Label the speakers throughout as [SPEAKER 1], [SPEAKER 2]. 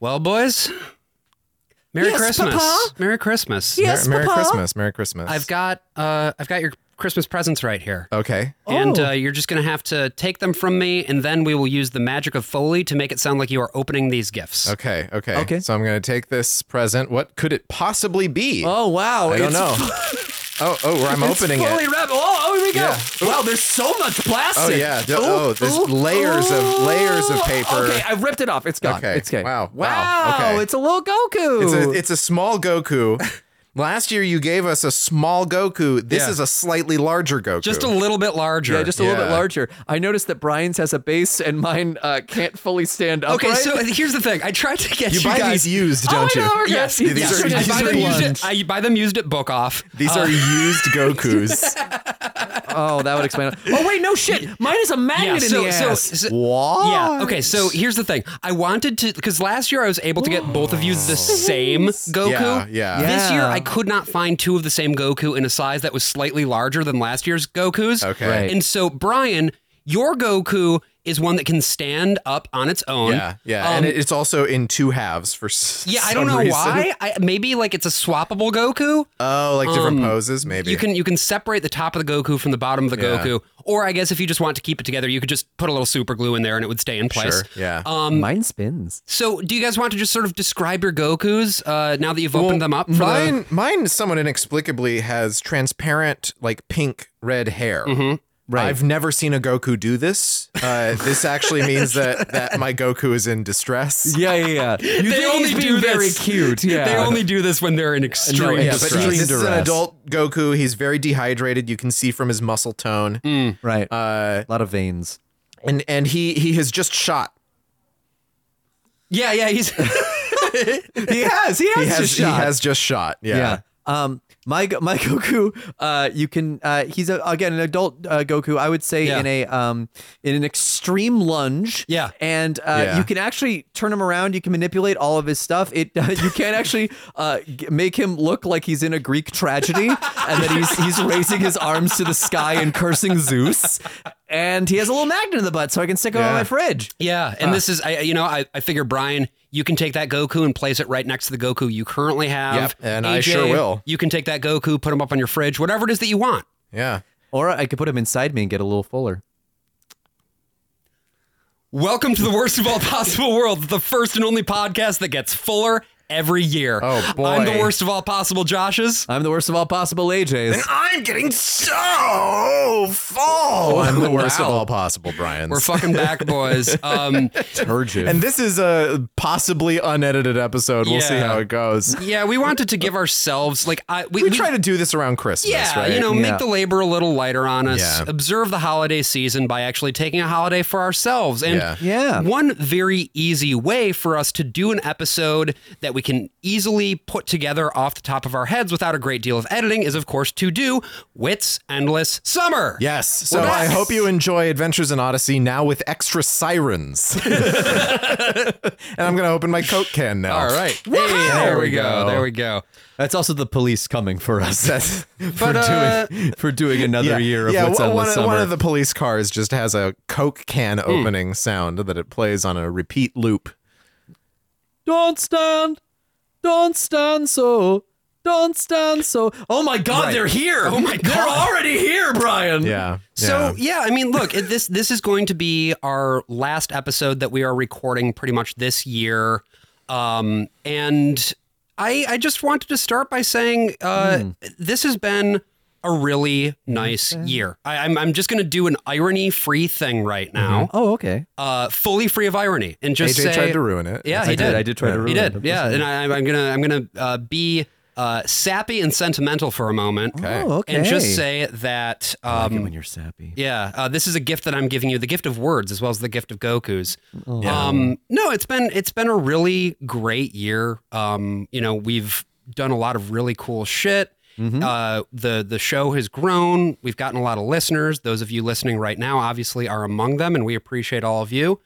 [SPEAKER 1] Well, boys, Merry
[SPEAKER 2] Yes,
[SPEAKER 1] Christmas.
[SPEAKER 2] Papa?
[SPEAKER 1] Merry Christmas.
[SPEAKER 2] Yeah. Yes,
[SPEAKER 3] Merry
[SPEAKER 2] Papa.
[SPEAKER 3] Christmas. Merry Christmas.
[SPEAKER 1] I've got uh, I've got your Christmas presents right here.
[SPEAKER 3] Okay.
[SPEAKER 1] And
[SPEAKER 2] Oh.
[SPEAKER 1] uh, you're just going to have to take them from me, and then we will use the magic of Foley to make it sound like you are opening these gifts.
[SPEAKER 3] Okay. Okay.
[SPEAKER 2] Okay.
[SPEAKER 3] So I'm going to take this present. What could it possibly be?
[SPEAKER 2] Oh wow!
[SPEAKER 3] I don't
[SPEAKER 2] it's
[SPEAKER 3] know. oh, oh, I'm
[SPEAKER 2] It's
[SPEAKER 3] opening
[SPEAKER 2] fully
[SPEAKER 3] it.
[SPEAKER 2] wrapped. Oh, oh, here we go.
[SPEAKER 3] Yeah.
[SPEAKER 2] Wow, there's so much plastic. Oh,
[SPEAKER 3] Oh yeah. D- oh, there's layers of layers of paper.
[SPEAKER 2] Okay, I ripped it off. It's gone.
[SPEAKER 3] Okay.
[SPEAKER 2] It's okay.
[SPEAKER 3] Wow. Wow.
[SPEAKER 2] Wow.
[SPEAKER 3] Okay.
[SPEAKER 2] It's a little Goku.
[SPEAKER 3] It's a, it's a small Goku. Last year you gave us a small Goku. This
[SPEAKER 2] Yeah.
[SPEAKER 3] is a slightly larger Goku.
[SPEAKER 1] Just a little bit larger.
[SPEAKER 2] yeah, just a little bit
[SPEAKER 3] Yeah.
[SPEAKER 2] larger. I noticed that Brian's has a base and mine uh, can't fully stand up.
[SPEAKER 1] okay, so here's the thing. I tried to get you,
[SPEAKER 3] you buy
[SPEAKER 1] guys.
[SPEAKER 3] these used,
[SPEAKER 1] Oh,
[SPEAKER 3] don't
[SPEAKER 2] I
[SPEAKER 3] you?
[SPEAKER 2] know, okay.
[SPEAKER 1] Yes,
[SPEAKER 2] These
[SPEAKER 1] yes.
[SPEAKER 3] are-
[SPEAKER 1] I
[SPEAKER 3] these
[SPEAKER 1] buy
[SPEAKER 3] are
[SPEAKER 1] them used at,
[SPEAKER 2] ones.
[SPEAKER 1] I buy them used at Book Off. Uh,
[SPEAKER 3] These are used Gokus.
[SPEAKER 2] oh, that would explain it. Oh wait, no shit. Mine is a
[SPEAKER 1] Yeah,
[SPEAKER 2] magnet
[SPEAKER 1] so,
[SPEAKER 2] in the
[SPEAKER 1] so,
[SPEAKER 2] ass.
[SPEAKER 1] so
[SPEAKER 3] What?
[SPEAKER 1] Yeah. Okay. So here's the thing. I wanted to because last year I was able to get both of you the same Goku.
[SPEAKER 3] Yeah, yeah.
[SPEAKER 1] This year I
[SPEAKER 2] Yeah.
[SPEAKER 1] could not find two of the same Goku in a size that was slightly larger than last year's Goku's.
[SPEAKER 3] Okay.
[SPEAKER 2] Right.
[SPEAKER 1] And so Brian, your Goku is one that can stand up on its own.
[SPEAKER 3] Yeah, yeah,
[SPEAKER 1] Um,
[SPEAKER 3] and it- it's also in two halves for s-
[SPEAKER 1] yeah, I don't
[SPEAKER 3] some
[SPEAKER 1] know
[SPEAKER 3] reason.
[SPEAKER 1] why. I, maybe like it's a swappable Goku.
[SPEAKER 3] Oh, like different poses, maybe.
[SPEAKER 1] Um, You can you can separate the top of the Goku from the bottom of the
[SPEAKER 3] Yeah.
[SPEAKER 1] Goku, or I guess if you just want to keep it together, you could just put a little super glue in there and it would stay in place.
[SPEAKER 3] Sure, yeah.
[SPEAKER 1] Um,
[SPEAKER 2] mine spins.
[SPEAKER 1] So, do you guys want to just sort of describe your Gokus uh, now that you've opened them up? For
[SPEAKER 3] mine, mine, someone inexplicably has transparent, like pink red hair.
[SPEAKER 1] Mm-hmm.
[SPEAKER 3] Right. I've never seen a Goku do this. Uh, this actually means that that my Goku is in distress.
[SPEAKER 2] Yeah, yeah, yeah. You
[SPEAKER 1] the,
[SPEAKER 2] think he's being very cute. Yeah. Uh,
[SPEAKER 1] They only do this when they're in extreme
[SPEAKER 2] Yeah,
[SPEAKER 3] Yeah, but
[SPEAKER 1] distress.
[SPEAKER 3] he- this is an
[SPEAKER 2] distress.
[SPEAKER 3] adult Goku. He's very dehydrated. You can see from his muscle tone,
[SPEAKER 1] Mm.
[SPEAKER 3] Uh,
[SPEAKER 2] right. a lot of veins.
[SPEAKER 3] and and he he has just shot.
[SPEAKER 1] yeah, yeah, he's
[SPEAKER 2] He has. He has.
[SPEAKER 3] He has
[SPEAKER 2] just
[SPEAKER 3] he
[SPEAKER 2] shot.
[SPEAKER 3] has just shot. Yeah.
[SPEAKER 2] Yeah. Um, my my Goku, uh, you can uh, he's a, again an adult uh, Goku. I would say
[SPEAKER 1] Yeah.
[SPEAKER 2] in a um in an extreme lunge.
[SPEAKER 1] Yeah.
[SPEAKER 2] and uh,
[SPEAKER 3] Yeah.
[SPEAKER 2] you can actually turn him around. You can manipulate all of his stuff. It you can actually uh g- make him look like he's in a Greek tragedy, and that he's he's raising his arms to the sky and cursing Zeus. And he has a little magnet in the butt, so I can stick him on
[SPEAKER 3] Yeah.
[SPEAKER 2] my fridge.
[SPEAKER 1] yeah. And
[SPEAKER 3] Ah.
[SPEAKER 1] this is, I you know, I, I figure Brian, you can take that Goku and place it right next to the Goku you currently have.
[SPEAKER 3] Yep, and I
[SPEAKER 1] AJ,
[SPEAKER 3] sure will.
[SPEAKER 1] You can take that Goku, put him up on your fridge, whatever it is that you want.
[SPEAKER 3] Yeah.
[SPEAKER 2] Or I could put him inside me and get a little fuller.
[SPEAKER 1] Welcome to the worst of all possible worlds, the first and only podcast that gets fuller every year.
[SPEAKER 3] Oh, boy.
[SPEAKER 1] I'm the worst of all possible Joshes.
[SPEAKER 2] I'm the worst of all possible AJs.
[SPEAKER 3] I'm getting so full. Oh, I'm the worst of all possible, Brian.
[SPEAKER 1] Oh, We're fucking back, boys. Um,
[SPEAKER 2] Turgid.
[SPEAKER 3] and this is a possibly unedited episode. We'll see
[SPEAKER 1] Yeah.
[SPEAKER 3] how it goes.
[SPEAKER 1] yeah, we wanted to give ourselves like I we,
[SPEAKER 3] We try to do this around Christmas,
[SPEAKER 1] yeah,
[SPEAKER 3] right?
[SPEAKER 1] you know,
[SPEAKER 2] Yeah.
[SPEAKER 1] make the labor a little lighter on us.
[SPEAKER 3] Yeah.
[SPEAKER 1] Observe the holiday season by actually taking a holiday for ourselves. And
[SPEAKER 3] Yeah.
[SPEAKER 2] Yeah.
[SPEAKER 1] one very easy way for us to do an episode that we can easily put together off the top of our heads without a great deal of editing is, of course, to do Wits Endless Summer.
[SPEAKER 3] Yes. So
[SPEAKER 1] We're
[SPEAKER 3] I
[SPEAKER 1] back.
[SPEAKER 3] hope you enjoy Adventures in Odyssey now with extra sirens. and I'm going to open my Coke can now.
[SPEAKER 1] All right. Hey, there we go. There we go.
[SPEAKER 2] That's also the police coming for us
[SPEAKER 3] That's-
[SPEAKER 1] But uh,
[SPEAKER 2] for doing another
[SPEAKER 3] yeah,
[SPEAKER 2] year of
[SPEAKER 3] yeah,
[SPEAKER 2] what's
[SPEAKER 3] one,
[SPEAKER 2] on
[SPEAKER 3] one
[SPEAKER 2] the
[SPEAKER 3] of-
[SPEAKER 2] summer.
[SPEAKER 3] one of the police cars just has a Coke can
[SPEAKER 1] Hmm.
[SPEAKER 3] opening sound that it plays on a repeat loop.
[SPEAKER 2] don't stand, don't stand so, don't stand so. Oh my God,
[SPEAKER 1] Right.
[SPEAKER 2] they're here! Oh my God, they're already here, Brian.
[SPEAKER 3] Yeah.
[SPEAKER 1] So yeah, I mean, look, it- this this is going to be our last episode that we are recording pretty much this year, um, and I I just wanted to start by saying uh, this has been a really nice year. I, I'm I'm just going to do an irony free thing right now,
[SPEAKER 2] Oh, okay.
[SPEAKER 1] uh, fully free of irony, and
[SPEAKER 3] AJ
[SPEAKER 1] just say
[SPEAKER 3] tried to ruin it.
[SPEAKER 1] yeah,
[SPEAKER 3] It's
[SPEAKER 1] he
[SPEAKER 2] I did.
[SPEAKER 1] did.
[SPEAKER 2] I did try to
[SPEAKER 1] He
[SPEAKER 2] ruin
[SPEAKER 1] did.
[SPEAKER 2] it.
[SPEAKER 1] Yeah, and I, I'm gonna I'm gonna uh, be uh, sappy and sentimental for a moment.
[SPEAKER 3] Okay.
[SPEAKER 2] Oh, okay.
[SPEAKER 1] And just say that
[SPEAKER 2] I
[SPEAKER 1] um,
[SPEAKER 2] like it when you're sappy.
[SPEAKER 1] yeah, uh, this is a gift that I'm giving you—the gift of words as well as the gift of Goku's. Um, no, it's been it's been a really great year. Um, you know, we've done a lot of really cool shit. Uh, the the show has grown. We've gotten a lot of listeners. Those of you listening right now, obviously, are among them, and we appreciate all of you.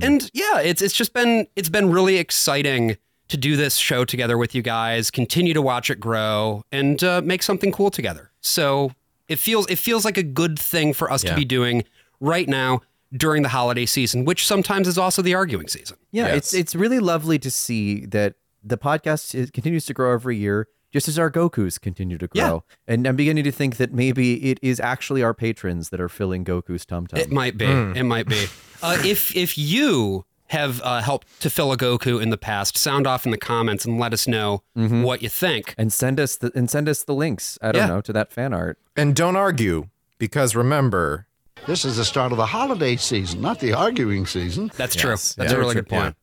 [SPEAKER 1] And yeah, it's it's just been it's been really exciting to do this show together with you guys. Continue to watch it grow and uh, make something cool together. So it feels it feels like a good thing for us to
[SPEAKER 3] Yeah.
[SPEAKER 1] be doing right now, during the holiday season, which sometimes is also the arguing season.
[SPEAKER 2] Yeah,
[SPEAKER 3] Yes.
[SPEAKER 2] it's it's really lovely to see that the podcast is, continues to grow every year, just as our Goku's continue to
[SPEAKER 1] Yeah.
[SPEAKER 2] grow. And I'm beginning to think that maybe it is actually our patrons that are filling Goku's tum
[SPEAKER 1] It
[SPEAKER 2] tum.
[SPEAKER 1] might be.
[SPEAKER 3] Hmm.
[SPEAKER 1] It might be. Uh, if if you have uh, helped to fill a Goku in the past, sound off in the comments and let us know what you think.
[SPEAKER 2] Mm-hmm. And send us the and send us the links. I don't
[SPEAKER 1] Yeah.
[SPEAKER 2] know to that fan art.
[SPEAKER 3] And don't argue, because remember,
[SPEAKER 4] This is the start of the holiday season, not the arguing season.
[SPEAKER 1] That's true. That's a really good point.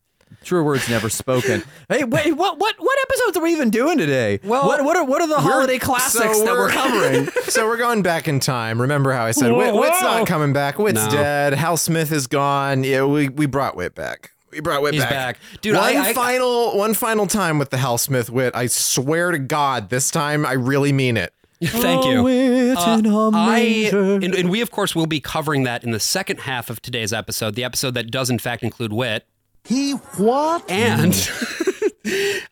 [SPEAKER 2] True words never spoken. hey, wait, what what what episodes are we even doing today?
[SPEAKER 1] Well,
[SPEAKER 2] what what are what are the holiday classics that we're covering?
[SPEAKER 3] so we're going back in time. Remember how I said Whit, Whit's
[SPEAKER 2] whoa.
[SPEAKER 3] not coming back. Whit's
[SPEAKER 1] No.
[SPEAKER 3] dead. Hal Smith is gone. Yeah, we, we brought Whit back. We brought Whit
[SPEAKER 1] He's back.
[SPEAKER 3] back.
[SPEAKER 1] Dude,
[SPEAKER 3] one
[SPEAKER 1] I- I-
[SPEAKER 3] final one final time with the Hal Smith Whit. I swear to God, this time I really mean it.
[SPEAKER 1] Thank you. Uh,
[SPEAKER 2] Oh, it's an
[SPEAKER 1] I
[SPEAKER 2] amazing-
[SPEAKER 1] and, and we of course will be covering that in the second half of today's episode, the episode that does in fact include wit.
[SPEAKER 4] He what?
[SPEAKER 1] And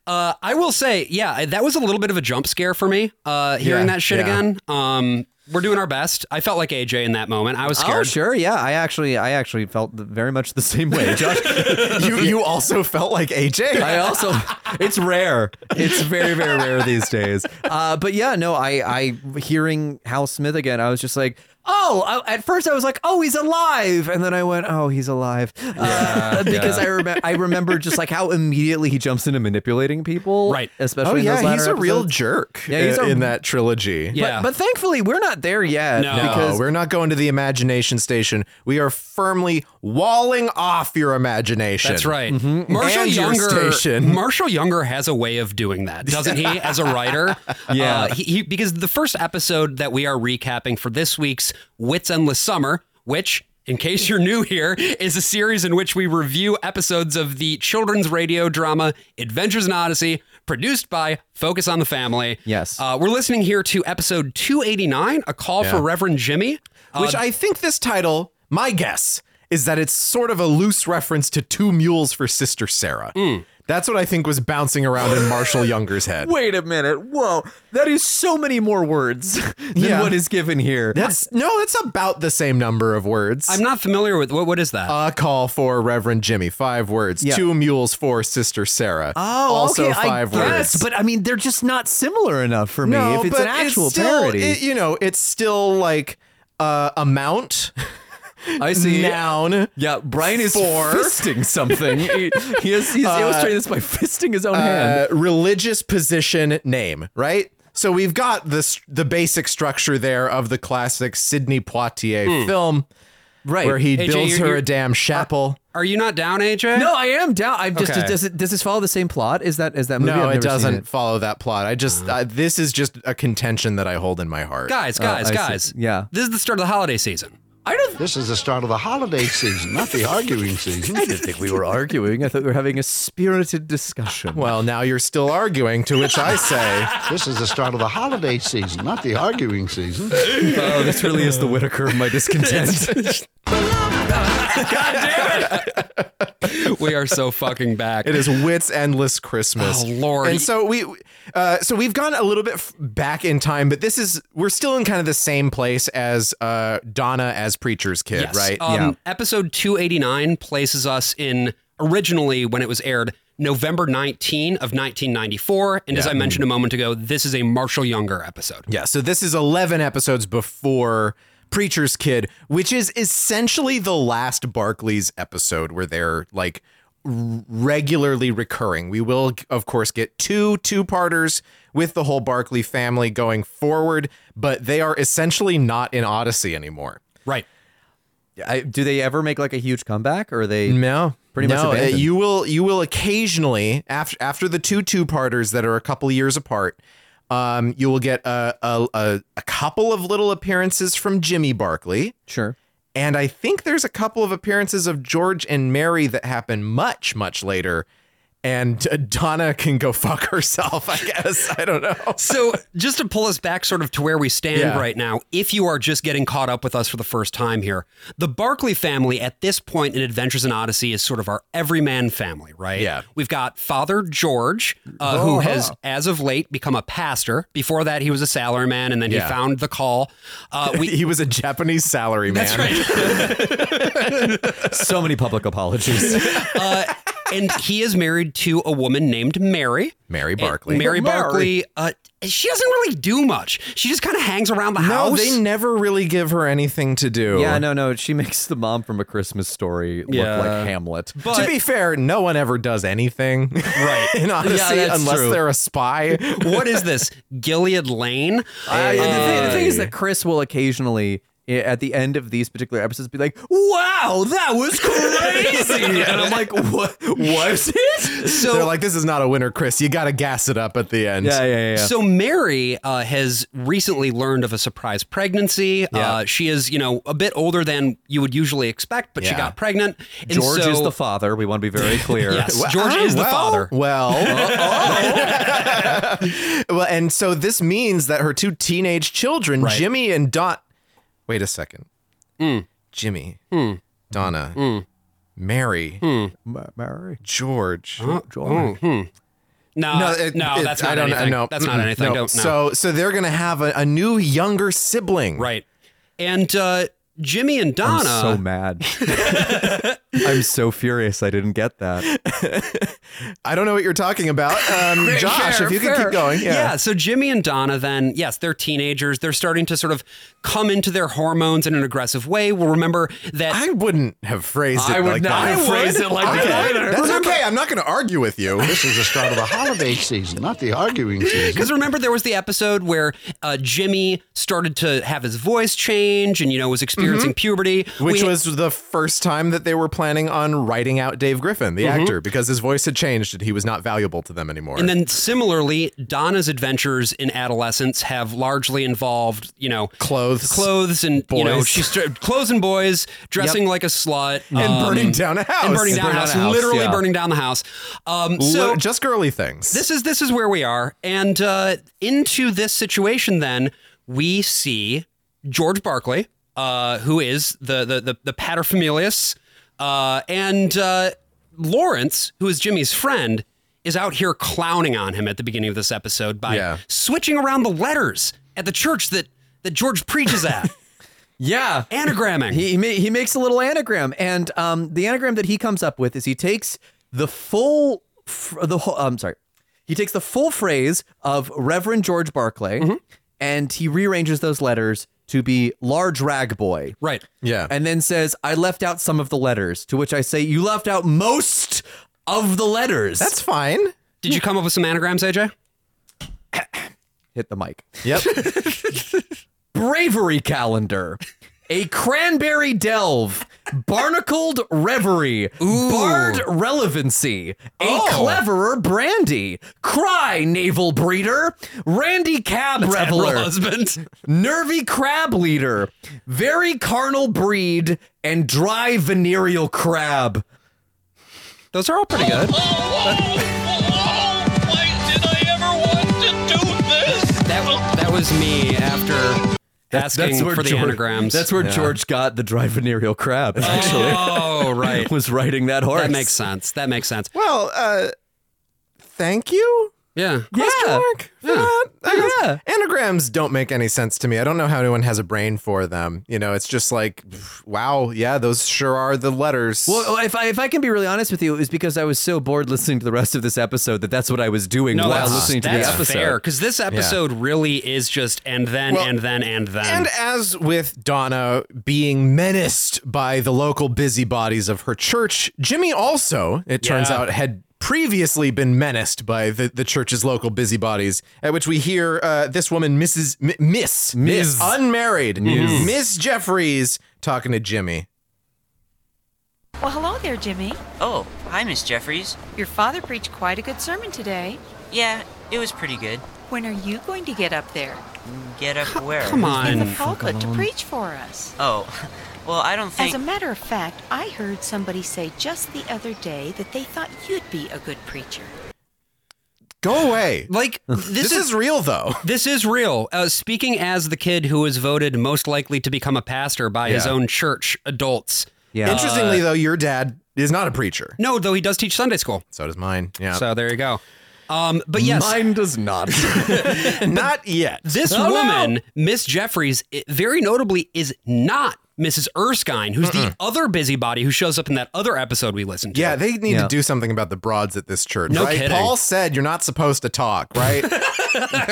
[SPEAKER 1] uh, I will say, yeah, I- that was a little bit of a jump scare for me. Uh, hearing
[SPEAKER 3] Yeah,
[SPEAKER 1] that shit
[SPEAKER 3] yeah.
[SPEAKER 1] again. Um, we're doing our best. I felt like AJ in that moment. I was
[SPEAKER 2] Oh
[SPEAKER 1] scared.
[SPEAKER 2] sure, yeah. I actually, I actually felt the- very much the same way, Josh.
[SPEAKER 3] You you also felt like AJ.
[SPEAKER 2] I also, it's rare. It's very, very rare these days. Uh, but yeah, no, I, I hearing Hal Smith again, I was just like, oh. I, at first, I was like, oh, he's alive, and then I went, oh, he's alive, uh, because I remember, I remember just like how immediately he jumps into manipulating people,
[SPEAKER 1] Right.
[SPEAKER 2] Especially
[SPEAKER 3] Oh
[SPEAKER 2] in those
[SPEAKER 3] yeah, he's a
[SPEAKER 2] latter
[SPEAKER 3] real
[SPEAKER 2] episodes.
[SPEAKER 3] jerk.
[SPEAKER 2] Yeah, he's
[SPEAKER 3] in,
[SPEAKER 2] a-
[SPEAKER 3] in that trilogy.
[SPEAKER 1] Yeah.
[SPEAKER 2] But, but thankfully, we're not there yet
[SPEAKER 1] No.
[SPEAKER 3] No,
[SPEAKER 2] because
[SPEAKER 3] we're not going to the imagination station. We are firmly walling off your imagination.
[SPEAKER 1] That's right.
[SPEAKER 2] Mm-hmm.
[SPEAKER 1] Marshall
[SPEAKER 3] Mm-hmm. And your
[SPEAKER 1] Younger.
[SPEAKER 3] station.
[SPEAKER 1] Marshall Younger has a way of doing that, doesn't he? As a writer,
[SPEAKER 2] Yeah.
[SPEAKER 1] Uh, he, he, because the first episode that we are recapping for this week's Wits Endless Summer, which. In case you're new here, is a series in which we review episodes of the children's radio drama Adventures in Odyssey, produced by Focus on the Family.
[SPEAKER 2] Yes.
[SPEAKER 1] Uh, we're listening here to episode 289, A Call for Reverend Jimmy. Uh,
[SPEAKER 3] Which I think this title, my guess, is that it's sort of a loose reference to Two Mules for Sister Sarah.
[SPEAKER 2] Hmm.
[SPEAKER 3] That's what I think was bouncing around in Marshall Younger's head.
[SPEAKER 2] Wait a minute. Whoa. That is so many more words than
[SPEAKER 3] Yeah.
[SPEAKER 2] what is given here.
[SPEAKER 3] That's no, that's about the same number of words.
[SPEAKER 1] I'm not familiar with what, what is that?
[SPEAKER 3] a call for Reverend Jimmy. Five words.
[SPEAKER 2] Yeah.
[SPEAKER 3] Two mules for Sister Sarah. Oh,
[SPEAKER 2] Oh,
[SPEAKER 3] also
[SPEAKER 2] okay,
[SPEAKER 3] five
[SPEAKER 2] I guess,
[SPEAKER 3] words.
[SPEAKER 2] But I mean, they're just not similar enough for me. if it's an
[SPEAKER 3] but
[SPEAKER 2] actual
[SPEAKER 3] still,
[SPEAKER 2] parody,
[SPEAKER 3] it- you know, it's still like uh, amount,
[SPEAKER 2] I
[SPEAKER 3] noun,
[SPEAKER 2] Yeah, Brian is
[SPEAKER 3] Four.
[SPEAKER 2] fisting something. he, he is, he's illustrating this by fisting his own hand.
[SPEAKER 3] uh, religious position name, right? So we've got this the basic structure there of the classic Sidney Poitier film
[SPEAKER 2] Hmm. Right.
[SPEAKER 3] where he
[SPEAKER 1] AJ,
[SPEAKER 3] builds
[SPEAKER 1] you're-
[SPEAKER 3] her
[SPEAKER 1] you're-
[SPEAKER 3] a
[SPEAKER 2] Uh,
[SPEAKER 3] damn chapel.
[SPEAKER 1] Are you not down, AJ?
[SPEAKER 2] no, I am down. I'm just
[SPEAKER 3] Okay.
[SPEAKER 2] does it does this follow the same plot? Is that is that movie? I've
[SPEAKER 3] no,
[SPEAKER 2] never
[SPEAKER 3] it
[SPEAKER 2] seen
[SPEAKER 3] doesn't
[SPEAKER 2] it.
[SPEAKER 3] follow that plot. I just uh, this is just a contention that I hold in my heart. Uh,
[SPEAKER 1] Guys, guys,
[SPEAKER 2] I see.
[SPEAKER 1] guys.
[SPEAKER 2] Yeah.
[SPEAKER 1] This is the start of the holiday season.
[SPEAKER 2] I don't.
[SPEAKER 4] This is the start of the holiday season, not the arguing season.
[SPEAKER 2] I didn't think we were arguing. I thought we were having a spirited discussion.
[SPEAKER 3] Well, now you're still arguing, to which I say,
[SPEAKER 4] This is the start of the holiday season, not the arguing season.
[SPEAKER 2] oh, this really is the Whitaker of my discontent.
[SPEAKER 1] We are so fucking back.
[SPEAKER 3] It is Wit's Endless Christmas.
[SPEAKER 1] Oh, Lord.
[SPEAKER 3] And so we, uh, so we've gone a little bit f- back in time, but this is we're still in kind of the same place as uh, Donna as preacher's kid,
[SPEAKER 1] Yes.
[SPEAKER 3] right?
[SPEAKER 1] Um, Episode 289 places us in originally when it was aired November 19 of 1994. And as I mentioned a moment ago, this is a Marshall Younger episode.
[SPEAKER 3] yeah. So this is eleven episodes before preacher's kid, which is essentially the last Barclays episode where they're like r- regularly recurring. We will of course get two two-parters with the whole Barclay family going forward, but they are essentially not in Odyssey anymore.
[SPEAKER 1] Right.
[SPEAKER 2] I, do they ever make like a huge comeback, or are they?
[SPEAKER 3] No,
[SPEAKER 2] Pretty much
[SPEAKER 3] no, uh,
[SPEAKER 2] abandoned.
[SPEAKER 3] you will you will occasionally after after the two two parters that are a couple years apart, um, you will get a a, a a couple of little appearances from Jimmy Barkley,
[SPEAKER 2] Sure.
[SPEAKER 3] and I think there's a couple of appearances of George and Mary that happen much much later, and uh, Donna can go fuck herself. I guess I don't know.
[SPEAKER 1] So, just to pull us back sort of to where we stand
[SPEAKER 3] Yeah.
[SPEAKER 1] right now, if you are just getting caught up with us for the first time here, the Barclay family at this point in Adventures in Odyssey is sort of our everyman family, right?
[SPEAKER 3] Yeah. Oh,
[SPEAKER 1] We've got Father George, uh, who has, as of late, become a pastor. Before that, he was a salaryman, and then
[SPEAKER 3] Yeah.
[SPEAKER 1] he found the call. Uh, we,
[SPEAKER 3] He was a Japanese salary man.
[SPEAKER 2] So many public apologies.
[SPEAKER 1] uh, and he is married to a woman named Mary.
[SPEAKER 3] Mary
[SPEAKER 1] And
[SPEAKER 3] Barkley.
[SPEAKER 1] Mary
[SPEAKER 2] Mary.
[SPEAKER 1] Barkley. Uh, she doesn't really do much. She just kind of hangs around the
[SPEAKER 3] No,
[SPEAKER 1] house.
[SPEAKER 3] they never really give her anything to do.
[SPEAKER 2] yeah, no, no. She makes the mom from A Christmas Story look
[SPEAKER 1] Yeah.
[SPEAKER 2] like Hamlet.
[SPEAKER 1] But-
[SPEAKER 3] to be fair, no one ever does anything right in Odyssey
[SPEAKER 2] Yeah, that's
[SPEAKER 3] unless
[SPEAKER 2] true.
[SPEAKER 3] they're a spy.
[SPEAKER 1] what is this? Gilead Lane?
[SPEAKER 2] Uh, yeah, the, thing, the thing is
[SPEAKER 3] Hey.
[SPEAKER 2] that Chris will occasionally, i- at the end of these particular episodes, be like, "Wow, that was crazy," and I'm like, "What was it?"
[SPEAKER 1] So,
[SPEAKER 3] they're like, this is not a winner, Chris. You got to gas it up at the end.
[SPEAKER 2] Yeah, yeah, yeah.
[SPEAKER 1] so Mary uh, has recently learned of a surprise pregnancy. Uh, she is, you know, a bit older than you would usually expect, but she
[SPEAKER 3] Yeah.
[SPEAKER 1] got pregnant. And
[SPEAKER 2] George
[SPEAKER 1] so-
[SPEAKER 2] is the father. We want to be very clear.
[SPEAKER 1] Yes, George is the
[SPEAKER 3] well,
[SPEAKER 1] father.
[SPEAKER 3] Well, well, and so this means that her two teenage children, Jimmy and Dot. Wait a second.
[SPEAKER 2] Hmm.
[SPEAKER 3] Jimmy, Donna, Mary,
[SPEAKER 2] Hmm. Ma- Mary.
[SPEAKER 3] George.
[SPEAKER 1] Hmm,
[SPEAKER 2] Hmm.
[SPEAKER 1] No, uh, no,
[SPEAKER 3] it- it-
[SPEAKER 1] that's not anything.
[SPEAKER 3] know.
[SPEAKER 1] That's not
[SPEAKER 3] Mm-mm,
[SPEAKER 1] anything.
[SPEAKER 3] no.
[SPEAKER 1] Don't know.
[SPEAKER 3] So, so they're gonna have a, a new younger sibling,
[SPEAKER 1] right. And uh, Jimmy and
[SPEAKER 2] I'm
[SPEAKER 1] Donna.
[SPEAKER 2] so mad. I'm so furious. I didn't get that.
[SPEAKER 3] I don't know what you're talking about, um, Josh.
[SPEAKER 1] Fair,
[SPEAKER 3] if you could
[SPEAKER 1] fair.
[SPEAKER 3] keep going, yeah.
[SPEAKER 1] So Jimmy and Donna, then, yes, they're teenagers. They're starting to sort of come into their hormones in an aggressive way. We'll remember that.
[SPEAKER 3] I wouldn't have phrased it
[SPEAKER 2] I would
[SPEAKER 3] like
[SPEAKER 2] not
[SPEAKER 3] that.
[SPEAKER 2] have phrased it like that either.
[SPEAKER 3] That's okay. I'm not going to argue with you.
[SPEAKER 4] This is the start of the holiday season, not the arguing season.
[SPEAKER 1] because remember, there was the episode where uh, Jimmy started to have his voice change, and you know was experiencing puberty.
[SPEAKER 3] Mm-hmm. Which
[SPEAKER 1] We-
[SPEAKER 3] was the first time that they were planning on writing out Dave Griffin, the actor, because his voice had changed and he was not valuable to them anymore.
[SPEAKER 1] Mm-hmm. And then similarly, Donna's adventures in adolescence have largely involved, you know,
[SPEAKER 3] Clothes.
[SPEAKER 1] clothes, and you know,
[SPEAKER 3] Boys.
[SPEAKER 1] she's st- clothes and boys, dressing like a slut,
[SPEAKER 3] And
[SPEAKER 1] um,
[SPEAKER 3] burning down a house.
[SPEAKER 1] and burning down a house, literally
[SPEAKER 2] yeah.
[SPEAKER 1] burning down the house. Um,
[SPEAKER 3] Li-
[SPEAKER 1] so
[SPEAKER 3] just girly things.
[SPEAKER 1] this is this is where we are, and uh, into this situation, then we see George Barclay, uh, who is the the the, the paterfamilias, uh, and uh, Lawrence, who is Jimmy's friend, is out here clowning on him at the beginning of this episode by
[SPEAKER 3] Yeah.
[SPEAKER 1] switching around the letters at the church that that George preaches at,
[SPEAKER 2] Yeah.
[SPEAKER 1] anagramming.
[SPEAKER 2] He he, ma- he makes a little anagram, and um, the anagram that he comes up with is he takes the full fr- the whole. I'm sorry, he takes the full phrase of Reverend George Barclay, and he rearranges those letters to be large rag boy.
[SPEAKER 1] right.
[SPEAKER 3] yeah.
[SPEAKER 2] And then says, "I left out some of the letters." To which I say, "You left out most of the letters."
[SPEAKER 3] That's fine.
[SPEAKER 1] Did you come up with some anagrams, AJ?
[SPEAKER 2] hit the mic.
[SPEAKER 3] Yep.
[SPEAKER 2] Bravery calendar. A cranberry delve, barnacled reverie, barred relevancy, a
[SPEAKER 1] Oh.
[SPEAKER 2] cleverer brandy, cry naval breeder, randy cab reveler,
[SPEAKER 1] Admiral husband.
[SPEAKER 2] nervy crab leader, very carnal breed, and dry venereal crab.
[SPEAKER 1] Those are all pretty good.
[SPEAKER 5] Why did I ever want to do this?
[SPEAKER 1] That that was me after asking for the
[SPEAKER 2] George,
[SPEAKER 1] anagrams.
[SPEAKER 2] That's where George got the dry venereal crab. Actually,
[SPEAKER 1] oh right.
[SPEAKER 2] was riding that horse.
[SPEAKER 1] That makes sense. That makes sense.
[SPEAKER 3] well, uh, thank you.
[SPEAKER 1] Yeah.
[SPEAKER 3] question
[SPEAKER 2] Yeah.
[SPEAKER 3] mark for that? I guess
[SPEAKER 2] Yeah.
[SPEAKER 3] Anagrams don't make any sense to me. I don't know how anyone has a brain for them. You know, it's just like, pff, wow, yeah, those sure are the letters.
[SPEAKER 2] Well, if I if I can be really honest with you, it was because I was so bored listening to the rest of this episode that that's what I was doing
[SPEAKER 1] No,
[SPEAKER 2] while
[SPEAKER 1] that's,
[SPEAKER 2] listening to the
[SPEAKER 1] that's
[SPEAKER 2] episode.
[SPEAKER 1] fair because this episode really is just and then
[SPEAKER 3] Well,
[SPEAKER 1] and then and then.
[SPEAKER 3] And as with Donna being menaced by the local busybodies of her church, Jimmy also, it turns
[SPEAKER 1] Yeah.
[SPEAKER 3] out, had previously been menaced by the, the church's local busybodies, at which we hear uh, this woman, Mrs. M- Miss,
[SPEAKER 2] Miss.
[SPEAKER 3] unmarried, Miss Jeffries, talking to Jimmy.
[SPEAKER 6] Well, hello there, Jimmy.
[SPEAKER 7] Oh, hi, Miss Jeffries.
[SPEAKER 6] Your father preached quite a good sermon today.
[SPEAKER 7] Yeah, it was pretty good.
[SPEAKER 6] When are you going to get up there
[SPEAKER 7] Get up where?
[SPEAKER 1] Come
[SPEAKER 6] in the
[SPEAKER 1] on.
[SPEAKER 8] Um,
[SPEAKER 6] pulpit to preach for us?
[SPEAKER 7] Oh, Well, I don't think.
[SPEAKER 6] As a matter of fact, I heard somebody say just the other day that they thought you'd be a good preacher.
[SPEAKER 3] Go away.
[SPEAKER 1] Like this,
[SPEAKER 3] This,
[SPEAKER 1] is
[SPEAKER 3] is real though.
[SPEAKER 1] This is real. Uh, speaking as the kid who was voted most likely to become a pastor by his
[SPEAKER 3] Yeah.
[SPEAKER 1] own church adults.
[SPEAKER 2] Yeah.
[SPEAKER 3] Interestingly though, your dad is not a preacher.
[SPEAKER 1] No, though he does teach Sunday school.
[SPEAKER 3] So does mine. Yeah.
[SPEAKER 1] So there you go. Um, but yes,
[SPEAKER 2] Mine does not.
[SPEAKER 3] not yet.
[SPEAKER 1] this
[SPEAKER 2] Oh, no.
[SPEAKER 1] woman, Miss Jeffries, i- very notably is not Mrs. Erskine, who's the other busybody who shows up in that other episode we listened to.
[SPEAKER 3] Yeah, they need
[SPEAKER 2] Yeah.
[SPEAKER 3] to do something about the broads at this church,
[SPEAKER 1] No
[SPEAKER 3] right?
[SPEAKER 1] kidding.
[SPEAKER 3] Paul said you're not supposed to talk, right?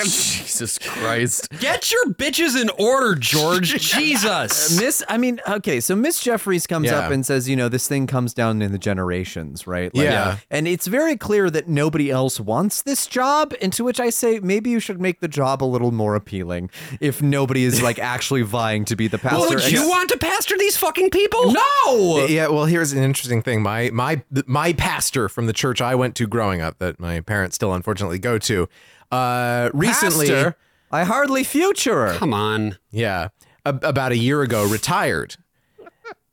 [SPEAKER 3] Jesus Christ.
[SPEAKER 1] Get your bitches in order, George. Jesus.
[SPEAKER 2] Miss, I mean, okay, so Miss Jeffries comes
[SPEAKER 3] Yeah.
[SPEAKER 2] up and says, you know, this thing comes down in the generations, right?
[SPEAKER 3] Yeah.
[SPEAKER 2] And it's very clear that nobody else wants this job, and to which I say, maybe you should make the job a little more appealing if nobody is like actually vying to be the pastor.
[SPEAKER 1] Well, would
[SPEAKER 2] And-
[SPEAKER 1] you want to pastor these fucking people?
[SPEAKER 2] No!
[SPEAKER 3] Yeah, well, here's an interesting thing. My my my pastor from the church I went to growing up, that my parents still unfortunately go to, uh, recently,
[SPEAKER 2] Pastor, I hardly future.
[SPEAKER 1] Come on.
[SPEAKER 3] yeah, a- about a year ago, retired,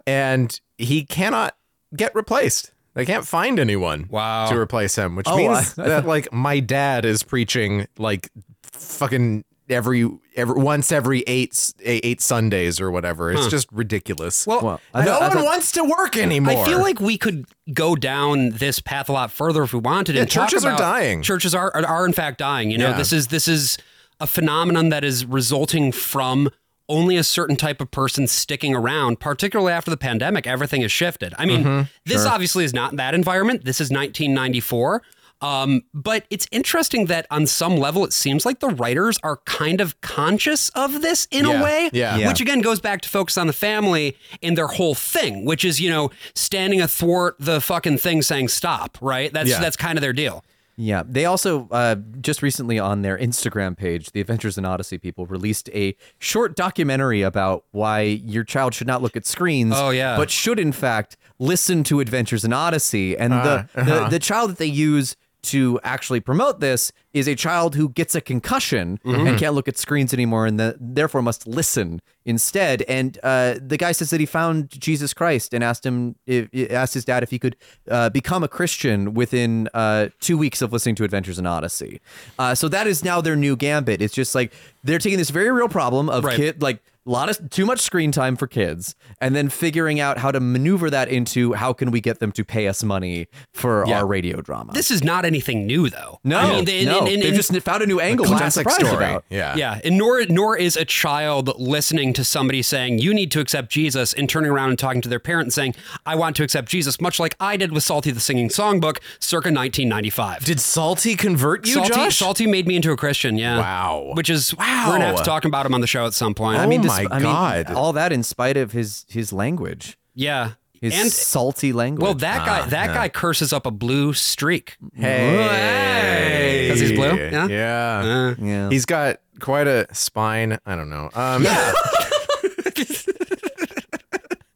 [SPEAKER 3] and he cannot get replaced. They can't find anyone
[SPEAKER 1] Wow.
[SPEAKER 3] to replace him, which
[SPEAKER 2] Oh,
[SPEAKER 3] means
[SPEAKER 2] I-
[SPEAKER 3] that like my dad is preaching like fucking every every once every eight s- eight Sundays or whatever. It's just ridiculous.
[SPEAKER 1] Well,
[SPEAKER 2] Well, I
[SPEAKER 3] no
[SPEAKER 2] thought- I
[SPEAKER 3] one
[SPEAKER 2] thought-
[SPEAKER 3] wants to work anymore.
[SPEAKER 1] I feel like we could go down this path a lot further if we wanted. and
[SPEAKER 3] Yeah, churches
[SPEAKER 1] talk
[SPEAKER 3] are
[SPEAKER 1] about-
[SPEAKER 3] dying.
[SPEAKER 1] Churches are are, are in fact dying. You know,
[SPEAKER 3] Yeah.
[SPEAKER 1] this is this is a phenomenon that is resulting from only a certain type of person sticking around. Particularly after the pandemic, everything has shifted. I mean,
[SPEAKER 3] Mm-hmm.
[SPEAKER 1] this obviously is not that environment. This is 1994. Um, but it's interesting that on some level, it seems like the writers are kind of conscious of this in
[SPEAKER 3] Yeah,
[SPEAKER 1] a way,
[SPEAKER 3] yeah.
[SPEAKER 1] which again goes back to focus on the family and their whole thing, which is you know standing athwart the fucking thing saying stop, right? That's
[SPEAKER 3] Yeah.
[SPEAKER 1] that's kind of their deal.
[SPEAKER 2] Yeah, they also uh, just recently on their Instagram page, the Adventures in Odyssey people released a short documentary about why your child should not look at screens.
[SPEAKER 1] Oh, yeah.
[SPEAKER 2] but should in fact listen to Adventures in Odyssey. And the, the the child that they use to actually promote this is a child who gets a concussion and can't uh, look at screens anymore, and the, therefore must listen instead. And uh, the guy says that he found Jesus Christ and asked him, if, asked his dad if he could uh, become a Christian within uh, two weeks of listening to Adventures in Odyssey. Uh, so that is now their new gambit. It's just like they're taking this very real problem of
[SPEAKER 1] Right.
[SPEAKER 2] kid, like a lot of too much screen time for kids, and then figuring out how to maneuver that into how can we get them to pay us money for our radio drama.
[SPEAKER 1] This is not anything new though.
[SPEAKER 2] no,
[SPEAKER 1] I mean, they-
[SPEAKER 2] no,
[SPEAKER 1] and- and-
[SPEAKER 2] they've
[SPEAKER 1] and-
[SPEAKER 2] just found a new angle, which I'm
[SPEAKER 3] classic
[SPEAKER 2] surprised
[SPEAKER 3] story.
[SPEAKER 2] about.
[SPEAKER 3] Yeah.
[SPEAKER 1] Yeah, and nor nor is a child listening to somebody saying you need to accept Jesus and turning around and talking to their parent and saying I want to accept Jesus, much like I did with Salty the Singing Songbook, circa 1995.
[SPEAKER 3] Did Salty convert you,
[SPEAKER 1] Salty,
[SPEAKER 3] Josh?
[SPEAKER 1] Salty made me into a Christian. Yeah.
[SPEAKER 3] Wow.
[SPEAKER 1] Which is
[SPEAKER 3] Wow.
[SPEAKER 1] We're gonna have to talk about him on the show at some point.
[SPEAKER 3] Oh
[SPEAKER 1] I mean,
[SPEAKER 2] Dis-
[SPEAKER 3] my
[SPEAKER 2] I mean,
[SPEAKER 3] God.
[SPEAKER 2] all that in spite of his his language,
[SPEAKER 1] yeah.
[SPEAKER 2] his
[SPEAKER 1] and
[SPEAKER 2] salty language. Ah,
[SPEAKER 1] well, that guy that guy curses up a blue streak.
[SPEAKER 3] Hey.
[SPEAKER 1] 'Cause he's blue? Uh. Yeah?
[SPEAKER 3] Yeah.
[SPEAKER 2] yeah.
[SPEAKER 3] He's got quite a spine. I don't know. Um,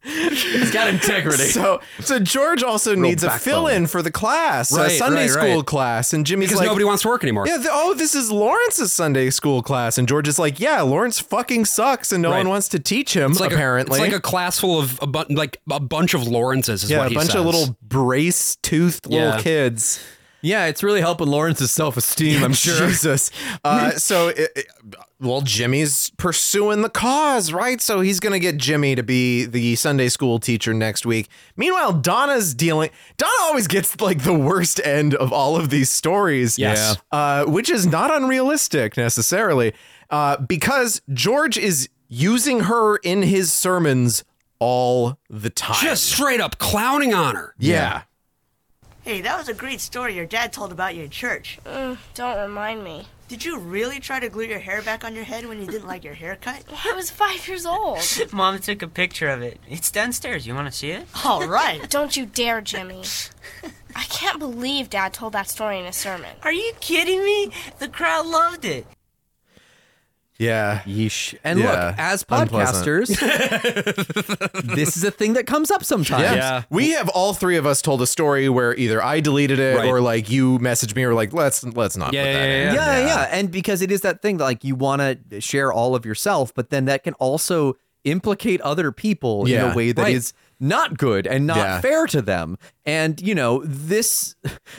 [SPEAKER 2] he's got integrity.
[SPEAKER 3] So, so George also needs a
[SPEAKER 2] backbone.
[SPEAKER 3] fill in for the class,
[SPEAKER 1] Right,
[SPEAKER 3] a Sunday
[SPEAKER 1] right,
[SPEAKER 3] school
[SPEAKER 1] right.
[SPEAKER 3] class. And Jimmy's
[SPEAKER 1] Because
[SPEAKER 3] like,
[SPEAKER 1] nobody wants to work anymore.
[SPEAKER 3] yeah, th- oh, this is Lawrence's Sunday school class. And George is like, yeah, Lawrence fucking sucks and no
[SPEAKER 1] Right.
[SPEAKER 3] one wants to teach him,
[SPEAKER 1] It's like
[SPEAKER 3] Um, apparently.
[SPEAKER 1] a, it's like a class full of a bu- like a bunch of Lawrences. Is
[SPEAKER 3] yeah,
[SPEAKER 1] what
[SPEAKER 3] a
[SPEAKER 1] he
[SPEAKER 3] bunch
[SPEAKER 1] says.
[SPEAKER 3] of little brace toothed
[SPEAKER 1] Yeah.
[SPEAKER 3] little kids.
[SPEAKER 2] yeah, it's really helping Lawrence's self esteem. I'm sure.
[SPEAKER 3] Jesus. Uh, so, it, it- well, Jimmy's pursuing the cause, right? So he's going to get Jimmy to be the Sunday school teacher next week. Meanwhile, Donna's dealing. Donna always gets like the worst end of all of these stories.
[SPEAKER 1] Yes.
[SPEAKER 3] Uh, which is not unrealistic necessarily uh, because George is using her in his sermons all the time.
[SPEAKER 1] just straight up clowning on her.
[SPEAKER 3] yeah.
[SPEAKER 9] Hey, that was a great story your dad told about you in church.
[SPEAKER 10] Don't remind me.
[SPEAKER 9] Did you really try to glue your hair back on your head when you didn't like your haircut?
[SPEAKER 10] I was five years old.
[SPEAKER 7] Mom took a picture of it. It's downstairs. You want to see it?
[SPEAKER 9] All right.
[SPEAKER 10] Don't you dare, Jimmy. I can't believe Dad told that story in a sermon.
[SPEAKER 7] Are you kidding me? The crowd loved it.
[SPEAKER 3] Yeah.
[SPEAKER 2] Yeesh. And
[SPEAKER 3] Yeah.
[SPEAKER 2] look, as
[SPEAKER 3] Unpleasant.
[SPEAKER 2] podcasters, this is a thing that comes up sometimes.
[SPEAKER 3] Yeah. We have all three of us told a story where either I deleted it
[SPEAKER 1] Right.
[SPEAKER 3] or like you messaged me or like let's let's not
[SPEAKER 1] Yeah,
[SPEAKER 3] put that
[SPEAKER 1] yeah,
[SPEAKER 3] in.
[SPEAKER 1] yeah,
[SPEAKER 2] yeah, yeah. And because it is that thing that like you want to share all of yourself, but then that can also implicate other people in
[SPEAKER 3] Yeah.
[SPEAKER 2] a way that is
[SPEAKER 1] Right.
[SPEAKER 2] not good and not
[SPEAKER 3] Yeah.
[SPEAKER 2] fair to them. And you know, this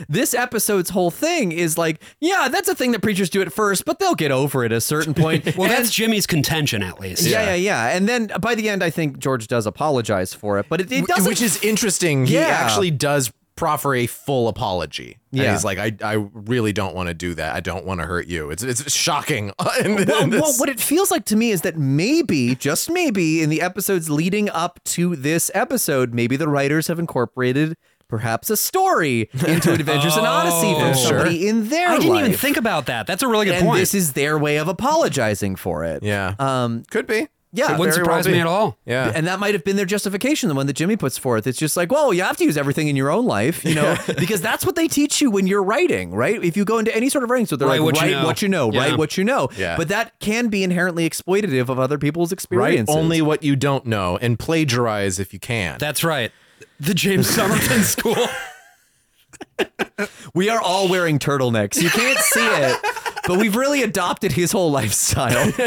[SPEAKER 2] this episode's whole thing is like, yeah, that's a thing that preachers do at first, but they'll get over it at a certain point.
[SPEAKER 1] Well,
[SPEAKER 2] And-
[SPEAKER 1] that's Jimmy's contention, at least.
[SPEAKER 2] yeah, yeah, yeah. And then by the end, I think George does apologize for it, but it, it doesn't.
[SPEAKER 3] which is interesting. He
[SPEAKER 2] Yeah.
[SPEAKER 3] actually does proffer a full apology. And
[SPEAKER 2] Yeah.
[SPEAKER 3] he's like, I, I really don't want to do that. I don't want to hurt you. It's it's shocking. in, in
[SPEAKER 2] well, well,
[SPEAKER 3] this-
[SPEAKER 2] what it feels like to me is that maybe, just maybe, in the episodes leading up to this episode, maybe the writers have incorporated perhaps a story into Adventures in Odyssey
[SPEAKER 1] Oh.
[SPEAKER 2] from somebody in their
[SPEAKER 1] I didn't even
[SPEAKER 2] life.
[SPEAKER 1] think about that. That's a really good
[SPEAKER 2] and
[SPEAKER 1] point.
[SPEAKER 2] this is their way of apologizing for it.
[SPEAKER 3] yeah.
[SPEAKER 2] Um.
[SPEAKER 3] Could be.
[SPEAKER 2] Yeah.
[SPEAKER 1] it wouldn't
[SPEAKER 3] very well
[SPEAKER 1] surprise me
[SPEAKER 3] be.
[SPEAKER 1] at all.
[SPEAKER 3] Yeah.
[SPEAKER 2] And that might have been their justification, the one that Jimmy puts forth. It's just like, well, you have to use everything in your own life, you know, because that's what they teach you when you're writing, right? If you go into any sort of writing, so they're
[SPEAKER 1] Write
[SPEAKER 2] like,
[SPEAKER 1] what you
[SPEAKER 2] write
[SPEAKER 1] know."
[SPEAKER 2] what you know,
[SPEAKER 1] Yeah.
[SPEAKER 2] write what you know.
[SPEAKER 3] Yeah.
[SPEAKER 2] But that can be inherently exploitative of other people's
[SPEAKER 3] Write
[SPEAKER 2] experiences.
[SPEAKER 3] only what you don't know and plagiarize if you can.
[SPEAKER 1] That's right. The James Somerton School.
[SPEAKER 2] we are all wearing turtlenecks. You can't see it, but we've really adopted his whole lifestyle.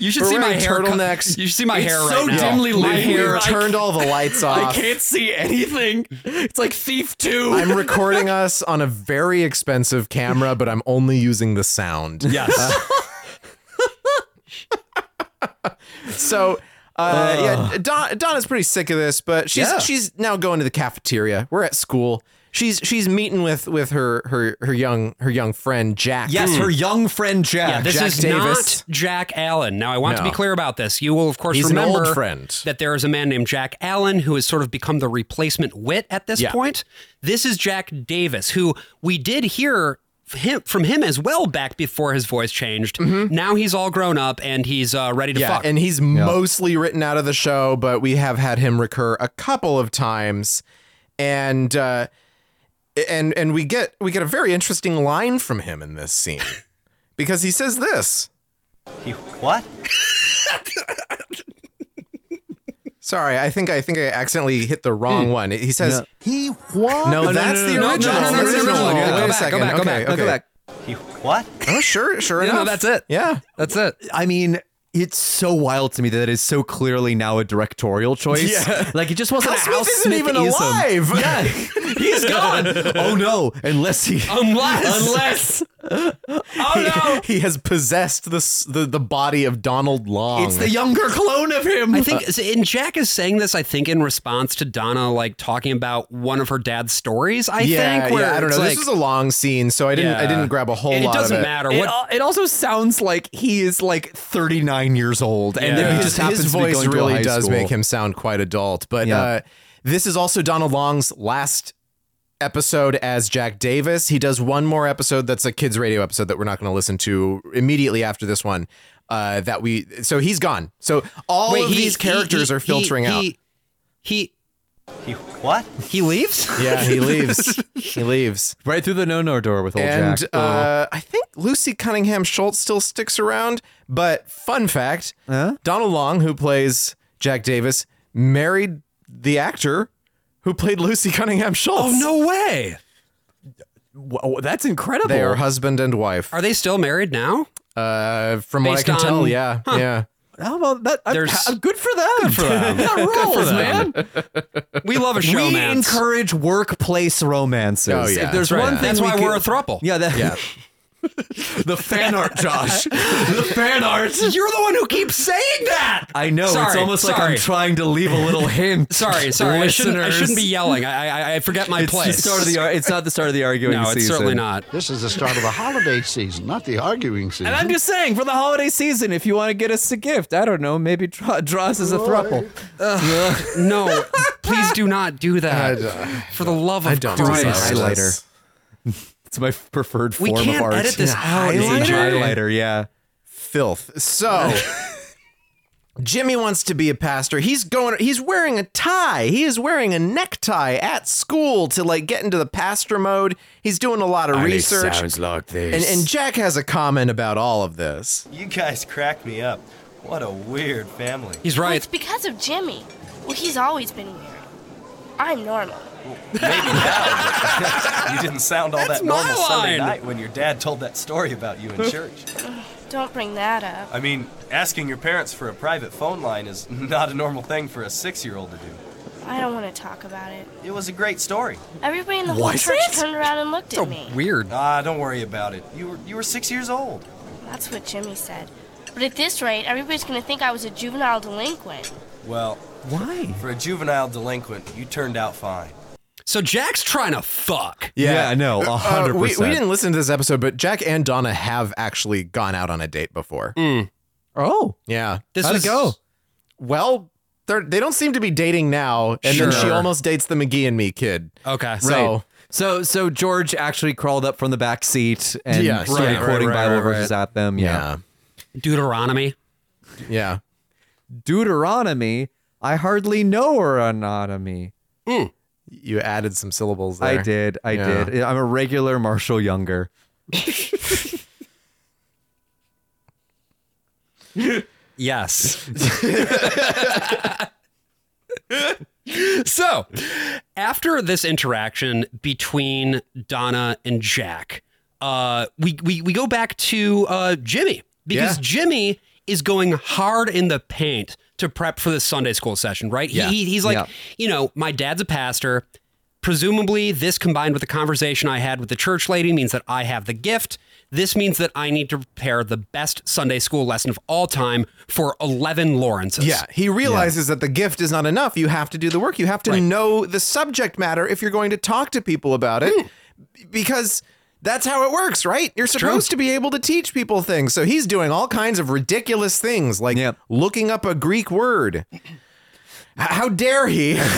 [SPEAKER 1] You should
[SPEAKER 3] We're
[SPEAKER 1] see my
[SPEAKER 3] wearing
[SPEAKER 1] hair. cut-
[SPEAKER 3] turtlenecks.
[SPEAKER 1] You should see my
[SPEAKER 2] It's
[SPEAKER 1] hair right
[SPEAKER 2] so
[SPEAKER 1] now.
[SPEAKER 2] dimly
[SPEAKER 1] My
[SPEAKER 2] lit.
[SPEAKER 1] hair-
[SPEAKER 3] We've turned all the lights
[SPEAKER 2] I
[SPEAKER 3] off.
[SPEAKER 2] can't see anything. It's like Thief 2.
[SPEAKER 3] I'm recording us on a very expensive camera, but I'm only using the sound.
[SPEAKER 1] Yes.
[SPEAKER 3] So uh, yeah, Don, Donna's pretty sick of this, but she's
[SPEAKER 2] Ah. Yeah.
[SPEAKER 3] she's now going to the cafeteria. We're at school. She's she's meeting with with her her her young her young friend Jack.
[SPEAKER 2] yes, her young friend Jack.
[SPEAKER 1] Hmm. Yeah, this
[SPEAKER 3] Jack
[SPEAKER 1] is
[SPEAKER 3] Davis.
[SPEAKER 1] not Jack Allen. Now, I want to
[SPEAKER 3] No.
[SPEAKER 1] be clear about this. You will, of course,
[SPEAKER 3] He's an
[SPEAKER 1] remember
[SPEAKER 3] old friend.
[SPEAKER 1] that there is a man named Jack Allen who has sort of become the replacement wit at this
[SPEAKER 3] Yeah.
[SPEAKER 1] point. This is Jack Davis, who we did hear him, from him as well back before his voice changed. Now he's all grown up and he's uh, ready to
[SPEAKER 3] Mm-hmm. Yeah,
[SPEAKER 1] fuck.
[SPEAKER 3] and he's mostly written out of the show, but we have had him recur a couple of times, and uh, and and we get we get a very interesting line from him in this scene because he says this.
[SPEAKER 7] You what?
[SPEAKER 3] Sorry, I think I think I accidentally hit the wrong one. He says
[SPEAKER 4] He what?
[SPEAKER 3] No,
[SPEAKER 2] Hmm. no,
[SPEAKER 3] that's
[SPEAKER 2] no,
[SPEAKER 3] the
[SPEAKER 2] no, no,
[SPEAKER 3] original.
[SPEAKER 2] no, no, no,
[SPEAKER 3] That's the
[SPEAKER 2] no, no,
[SPEAKER 3] original.
[SPEAKER 2] no, no, no,
[SPEAKER 3] Wait
[SPEAKER 2] go
[SPEAKER 1] back,
[SPEAKER 3] a
[SPEAKER 1] go
[SPEAKER 3] second.
[SPEAKER 1] back, go back,
[SPEAKER 3] Okay,
[SPEAKER 1] no,
[SPEAKER 2] Now
[SPEAKER 3] okay.
[SPEAKER 2] go back.
[SPEAKER 7] You what?
[SPEAKER 3] Oh, sure, sure
[SPEAKER 1] Yeah, no,
[SPEAKER 3] enough.
[SPEAKER 1] that's it.
[SPEAKER 3] Yeah.
[SPEAKER 1] That's it.
[SPEAKER 2] I mean, it's so wild to me that it is so clearly now a directorial choice.
[SPEAKER 3] Yeah.
[SPEAKER 2] Like it just wasn't a
[SPEAKER 3] House
[SPEAKER 2] House
[SPEAKER 3] isn't even alive.
[SPEAKER 2] Yeah, he's gone. oh no, unless he.
[SPEAKER 1] Unless.
[SPEAKER 2] Unless
[SPEAKER 3] Oh, no. he has possessed the, s- the the body of Donald Long.
[SPEAKER 2] it's the younger clone of him.
[SPEAKER 1] I
[SPEAKER 3] Mm-hmm.
[SPEAKER 1] think, and Jack is saying this, I think, in response to Donna, like talking about one of her dad's stories, I
[SPEAKER 3] yeah,
[SPEAKER 1] think. Where
[SPEAKER 3] yeah, I don't
[SPEAKER 1] it's
[SPEAKER 3] know. this
[SPEAKER 1] like-
[SPEAKER 3] was a long scene, so I didn't I
[SPEAKER 1] Yeah.
[SPEAKER 3] didn't grab a whole
[SPEAKER 1] And it
[SPEAKER 3] lot
[SPEAKER 1] doesn't
[SPEAKER 3] of it.
[SPEAKER 1] matter
[SPEAKER 2] Uh, It,
[SPEAKER 1] what
[SPEAKER 2] al- it also sounds like he is like 39 years old, and then he
[SPEAKER 3] His-
[SPEAKER 2] just happens
[SPEAKER 3] his
[SPEAKER 2] to be
[SPEAKER 3] voice
[SPEAKER 2] going to a
[SPEAKER 3] really
[SPEAKER 2] high
[SPEAKER 3] does
[SPEAKER 2] school.
[SPEAKER 3] make him sound quite adult. But
[SPEAKER 2] Yeah.
[SPEAKER 3] uh, this is also Donald Long's last episode as Jack Davis. He does one more episode that's a kids radio episode that we're not going to listen to immediately after this one. Uh, that we so he's gone. So all
[SPEAKER 1] Wait,
[SPEAKER 3] of
[SPEAKER 1] he-
[SPEAKER 3] these
[SPEAKER 1] he-
[SPEAKER 3] characters
[SPEAKER 1] he-
[SPEAKER 3] are filtering
[SPEAKER 1] he,
[SPEAKER 3] out.
[SPEAKER 1] He, he
[SPEAKER 7] You what?
[SPEAKER 1] he leaves.
[SPEAKER 3] yeah, he leaves. he leaves.
[SPEAKER 2] right through the no no door with old
[SPEAKER 3] And
[SPEAKER 2] Jack.
[SPEAKER 3] uh, I think Lucy Cunningham Schultz still sticks around. But fun fact Donald Long, who plays Jack Davis, married the actor who played Lucy Cunningham Schultz.
[SPEAKER 1] Oh no way!
[SPEAKER 2] Whoa, that's incredible.
[SPEAKER 3] They are husband and wife.
[SPEAKER 1] Are they still married now?
[SPEAKER 3] Uh, from what I
[SPEAKER 1] Based
[SPEAKER 3] can
[SPEAKER 1] on-
[SPEAKER 3] tell, yeah. Yeah.
[SPEAKER 2] How about that? I'm,
[SPEAKER 1] There's-
[SPEAKER 2] I'm good for them. Good for them. that rules, man.
[SPEAKER 1] We love a
[SPEAKER 2] we
[SPEAKER 1] showmance.
[SPEAKER 2] encourage workplace romances.
[SPEAKER 3] Oh, yeah.
[SPEAKER 2] If there's
[SPEAKER 3] That's right.
[SPEAKER 2] one thing
[SPEAKER 1] That's
[SPEAKER 2] we
[SPEAKER 1] why
[SPEAKER 2] can-
[SPEAKER 1] we're a throuple.
[SPEAKER 2] Yeah, that, yeah. the fan art, Josh. the fan art.
[SPEAKER 1] You're the one who keeps saying that.
[SPEAKER 2] I know. it's
[SPEAKER 1] Sorry,
[SPEAKER 2] almost like I'm
[SPEAKER 1] sorry.
[SPEAKER 2] trying to leave a little hint.
[SPEAKER 1] Sorry, sorry. I shouldn't, I shouldn't be
[SPEAKER 2] Listeners.
[SPEAKER 1] yelling. I, I, I forget my
[SPEAKER 2] It's the
[SPEAKER 1] place.
[SPEAKER 2] start of the. ar- It's not the start of the arguing
[SPEAKER 1] no,
[SPEAKER 2] season.
[SPEAKER 1] it's certainly not.
[SPEAKER 4] This is the start of the holiday season, not the arguing season.
[SPEAKER 2] And I'm just saying, for the holiday season, if you want to get us a gift, I don't know, maybe draw, draw us as a thruple.
[SPEAKER 1] No, please do not do that.
[SPEAKER 3] I-
[SPEAKER 1] For the love of
[SPEAKER 3] I don't
[SPEAKER 1] Christ.
[SPEAKER 3] desire this.
[SPEAKER 2] Later. It's my preferred
[SPEAKER 1] We
[SPEAKER 2] form
[SPEAKER 1] can't
[SPEAKER 2] of art.
[SPEAKER 1] edit this out.
[SPEAKER 2] It's a
[SPEAKER 1] AJ.
[SPEAKER 2] highlighter, yeah.
[SPEAKER 3] Filth. So. Jimmy wants to be a pastor. He's going he's wearing a tie. He is wearing a necktie at school to like get into the pastor mode. He's doing a lot of research.
[SPEAKER 11] like this.
[SPEAKER 3] And, and Jack has a comment about all of this.
[SPEAKER 11] you guys crack me up. What a weird family.
[SPEAKER 1] He's
[SPEAKER 10] Well,
[SPEAKER 1] right.
[SPEAKER 10] it's because of Jimmy. Well, he's always been weird. I'm normal.
[SPEAKER 11] You didn't sound all
[SPEAKER 1] That's
[SPEAKER 11] that normal
[SPEAKER 1] my
[SPEAKER 11] Sunday
[SPEAKER 1] line.
[SPEAKER 11] night when your dad told that story about you in church.
[SPEAKER 10] Don't bring that up.
[SPEAKER 11] I mean, asking your parents for a private phone line is not a normal thing for a six year old to do.
[SPEAKER 10] I don't want to talk about it.
[SPEAKER 11] It was a great story.
[SPEAKER 10] Everybody in the whole
[SPEAKER 2] Was
[SPEAKER 10] church
[SPEAKER 2] it?
[SPEAKER 10] turned around and looked
[SPEAKER 1] So
[SPEAKER 10] at me.
[SPEAKER 1] weird.
[SPEAKER 11] Ah, don't worry about it. You were, you were six years old.
[SPEAKER 10] That's what Jimmy said. But at this rate, everybody's gonna think I was a juvenile delinquent.
[SPEAKER 11] Well,
[SPEAKER 2] Why?
[SPEAKER 11] for a juvenile delinquent, you turned out fine.
[SPEAKER 1] So Jack's trying to fuck.
[SPEAKER 2] Yeah, I know,
[SPEAKER 3] Uh,
[SPEAKER 2] 100%.
[SPEAKER 3] we, we didn't listen to this episode, but Jack and Donna have actually gone out on a date before.
[SPEAKER 11] Mm.
[SPEAKER 2] Oh,
[SPEAKER 3] Yeah.
[SPEAKER 1] This
[SPEAKER 2] how'd
[SPEAKER 1] was-
[SPEAKER 2] it go?
[SPEAKER 3] Well, they're, they don't seem to be dating now. And then she
[SPEAKER 1] Sure.
[SPEAKER 3] almost dates the McGee and me kid.
[SPEAKER 1] Okay.
[SPEAKER 3] So
[SPEAKER 2] So so George actually crawled up from the back seat and
[SPEAKER 3] Yeah,
[SPEAKER 2] started
[SPEAKER 3] right,
[SPEAKER 2] quoting
[SPEAKER 1] right, right,
[SPEAKER 2] Bible
[SPEAKER 1] right,
[SPEAKER 2] verses at them. Yeah.
[SPEAKER 3] yeah.
[SPEAKER 1] Deuteronomy.
[SPEAKER 3] yeah.
[SPEAKER 2] Deuteronomy, I hardly know her anatomy.
[SPEAKER 3] You added some syllables there.
[SPEAKER 2] Hmm. I did. I
[SPEAKER 3] Yeah.
[SPEAKER 2] did. I'm a regular Marshall Younger.
[SPEAKER 1] Yes. so, after this interaction between Donna and Jack, uh, we, we, we go back to uh, Jimmy because
[SPEAKER 3] Yeah.
[SPEAKER 1] Jimmy is going hard in the paint to prep for this Sunday school session, right? He-
[SPEAKER 3] Yeah.
[SPEAKER 1] He, he's like,
[SPEAKER 2] Yeah.
[SPEAKER 1] you know, my dad's a pastor. Presumably, this combined with the conversation I had with the church lady means that I have the gift. This means that I need to prepare the best Sunday school lesson of all time for 11 Lawrences.
[SPEAKER 3] Yeah, he realizes that the gift is not enough. You have to do the work. You have to know the subject matter if you're going to talk to people about it, because that's how it works, right? You're supposed to be able to teach people things. So he's doing all kinds of ridiculous things, like
[SPEAKER 2] Yep.
[SPEAKER 3] looking up a Greek word. H- How dare he?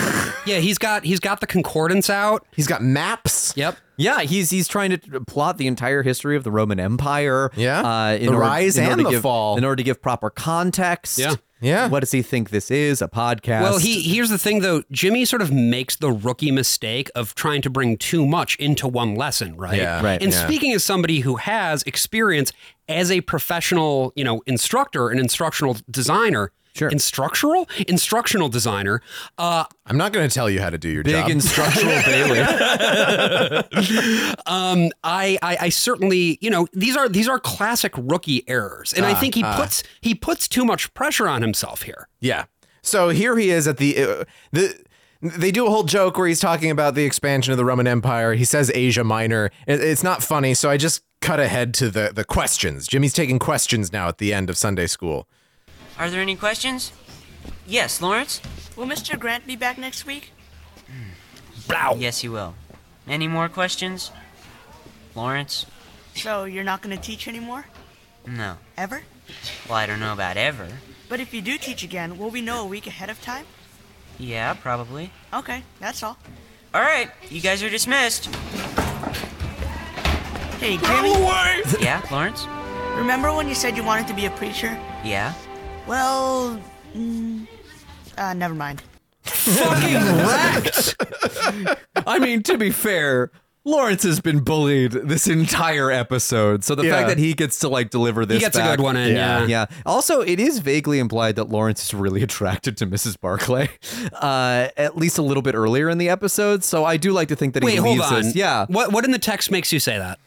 [SPEAKER 1] Yeah, he's got he's got the concordance out.
[SPEAKER 3] he's got maps.
[SPEAKER 1] Yep.
[SPEAKER 2] Yeah, he's he's trying to plot the entire history of the Roman Empire.
[SPEAKER 3] Yeah.
[SPEAKER 2] uh, in
[SPEAKER 3] The
[SPEAKER 2] order,
[SPEAKER 3] rise
[SPEAKER 2] in order
[SPEAKER 3] and
[SPEAKER 2] to
[SPEAKER 3] the
[SPEAKER 2] give,
[SPEAKER 3] fall.
[SPEAKER 2] in order to give proper context.
[SPEAKER 1] Yeah.
[SPEAKER 3] Yeah.
[SPEAKER 2] What does he think this is? A podcast?
[SPEAKER 1] Well, he here's the thing though. Jimmy sort of makes the rookie mistake of trying to bring too much into one lesson, right?
[SPEAKER 3] Yeah,
[SPEAKER 2] right,
[SPEAKER 1] And
[SPEAKER 3] yeah.
[SPEAKER 1] speaking as somebody who has experience as a professional, you know, instructor and instructional designer,
[SPEAKER 2] Sure.
[SPEAKER 1] instructional instructional designer, uh,
[SPEAKER 3] I'm not going to tell you how to do your
[SPEAKER 2] big
[SPEAKER 3] job.
[SPEAKER 2] instructional Bailey.
[SPEAKER 1] um, I, I I certainly you know these are these are classic rookie errors,
[SPEAKER 3] Ah,
[SPEAKER 1] and I think he puts he puts too much pressure on himself here.
[SPEAKER 3] Yeah. So here he is at the uh, the. They do a whole joke where he's talking about the expansion of the Roman Empire. He says Asia Minor. It- it's not funny, so I just cut ahead to the the questions. Jimmy's taking questions now at the end of Sunday school.
[SPEAKER 7] Are there any questions? Yes, Lawrence?
[SPEAKER 9] Will Mr. Grant be back next week?
[SPEAKER 7] Yes, you will. Any more questions? Lawrence?
[SPEAKER 9] So you're not going to teach anymore?
[SPEAKER 7] No.
[SPEAKER 9] Ever?
[SPEAKER 7] Well, I don't know about ever.
[SPEAKER 9] But if you do teach again, will we know a week ahead of time?
[SPEAKER 7] Yeah, probably.
[SPEAKER 9] Okay, that's all.
[SPEAKER 7] All right, you guys are dismissed.
[SPEAKER 9] Hey, Jimmy,
[SPEAKER 7] yeah, Lawrence?
[SPEAKER 9] remember when you said you wanted to be a preacher?
[SPEAKER 7] Yeah.
[SPEAKER 9] Well, mm, uh, never mind.
[SPEAKER 2] I mean, to be fair, Lawrence has been bullied this entire episode, so the
[SPEAKER 3] Yeah.
[SPEAKER 2] fact that he gets to like deliver this
[SPEAKER 1] He gets a
[SPEAKER 2] back-
[SPEAKER 1] good one in.
[SPEAKER 3] Yeah.
[SPEAKER 1] Yeah.
[SPEAKER 2] Yeah. Also, it is vaguely implied that Lawrence is really attracted to Mrs. Barclay, uh, at least a little bit earlier in the episode. So I do like to think that
[SPEAKER 1] Wait,
[SPEAKER 2] he
[SPEAKER 1] hold
[SPEAKER 2] leaves
[SPEAKER 1] on.
[SPEAKER 2] this. Yeah.
[SPEAKER 1] What what in the text makes you say that?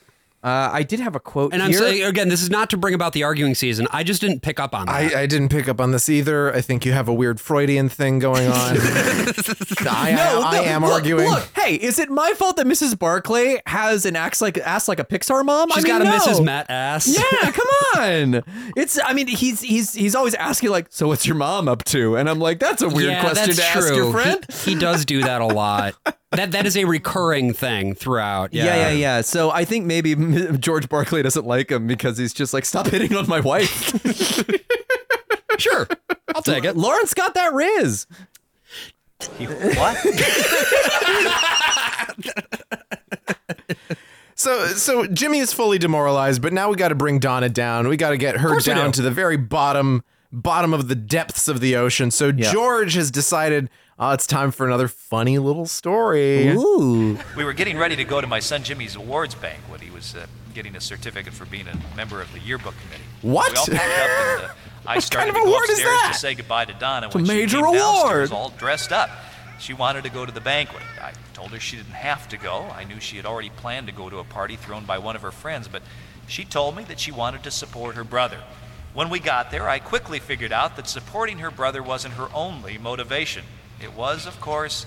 [SPEAKER 2] Uh, I did have a quote
[SPEAKER 1] And I'm
[SPEAKER 2] here.
[SPEAKER 1] saying again, this is not to bring about the arguing season. I just didn't pick up on that.
[SPEAKER 3] I, I didn't pick up on this either. I think you have a weird Freudian thing going on. I,
[SPEAKER 2] no,
[SPEAKER 3] I,
[SPEAKER 2] no,
[SPEAKER 3] am
[SPEAKER 2] look,
[SPEAKER 3] arguing.
[SPEAKER 2] Look, hey, is it my fault that Mrs. Barclay has an acts like ass like a Pixar
[SPEAKER 12] Um,
[SPEAKER 2] mom?
[SPEAKER 1] She's
[SPEAKER 2] I mean,
[SPEAKER 1] got a
[SPEAKER 2] no.
[SPEAKER 1] Mrs. Matt ass.
[SPEAKER 2] Yeah, come on. It's I mean, he's he's he's always asking like, so what's your mom up to? And I'm like, that's a weird
[SPEAKER 1] Yeah,
[SPEAKER 2] question
[SPEAKER 1] that's
[SPEAKER 2] to
[SPEAKER 1] true.
[SPEAKER 2] ask your
[SPEAKER 1] He-
[SPEAKER 2] friend.
[SPEAKER 1] He, does do that a lot. that that is a recurring thing throughout. Yeah.
[SPEAKER 2] Yeah. yeah, yeah, So I think maybe M- George Barclay doesn't like him because he's just like, stop hitting on my wife.
[SPEAKER 1] Sure. I'll take it.
[SPEAKER 2] Lawrence got that Riz.
[SPEAKER 11] He, what?
[SPEAKER 3] So so Jimmy is fully demoralized, but now we got to bring Donna down. We got to get her
[SPEAKER 1] course we
[SPEAKER 3] down
[SPEAKER 1] do.
[SPEAKER 3] to the very bottom bottom of the depths of the ocean. So George has decided oh, it's time for another funny little story.
[SPEAKER 2] Ooh.
[SPEAKER 8] We were getting ready to go to my son Jimmy's awards banquet. He was uh, getting a certificate for being a member of the yearbook committee.
[SPEAKER 3] What?
[SPEAKER 8] We all packed up and uh, I started
[SPEAKER 3] kind of
[SPEAKER 8] to go
[SPEAKER 3] award is
[SPEAKER 8] upstairs
[SPEAKER 3] that?
[SPEAKER 8] to say goodbye to Donna
[SPEAKER 2] a
[SPEAKER 8] when she
[SPEAKER 2] major
[SPEAKER 8] came downstairs
[SPEAKER 2] award.
[SPEAKER 8] all dressed up. She wanted to go to the banquet. I told her she didn't have to go. I knew she had already planned to go to a party thrown by one of her friends, but she told me that she wanted to support her brother. When we got there, I quickly figured out that supporting her brother wasn't her only motivation. It was, of course,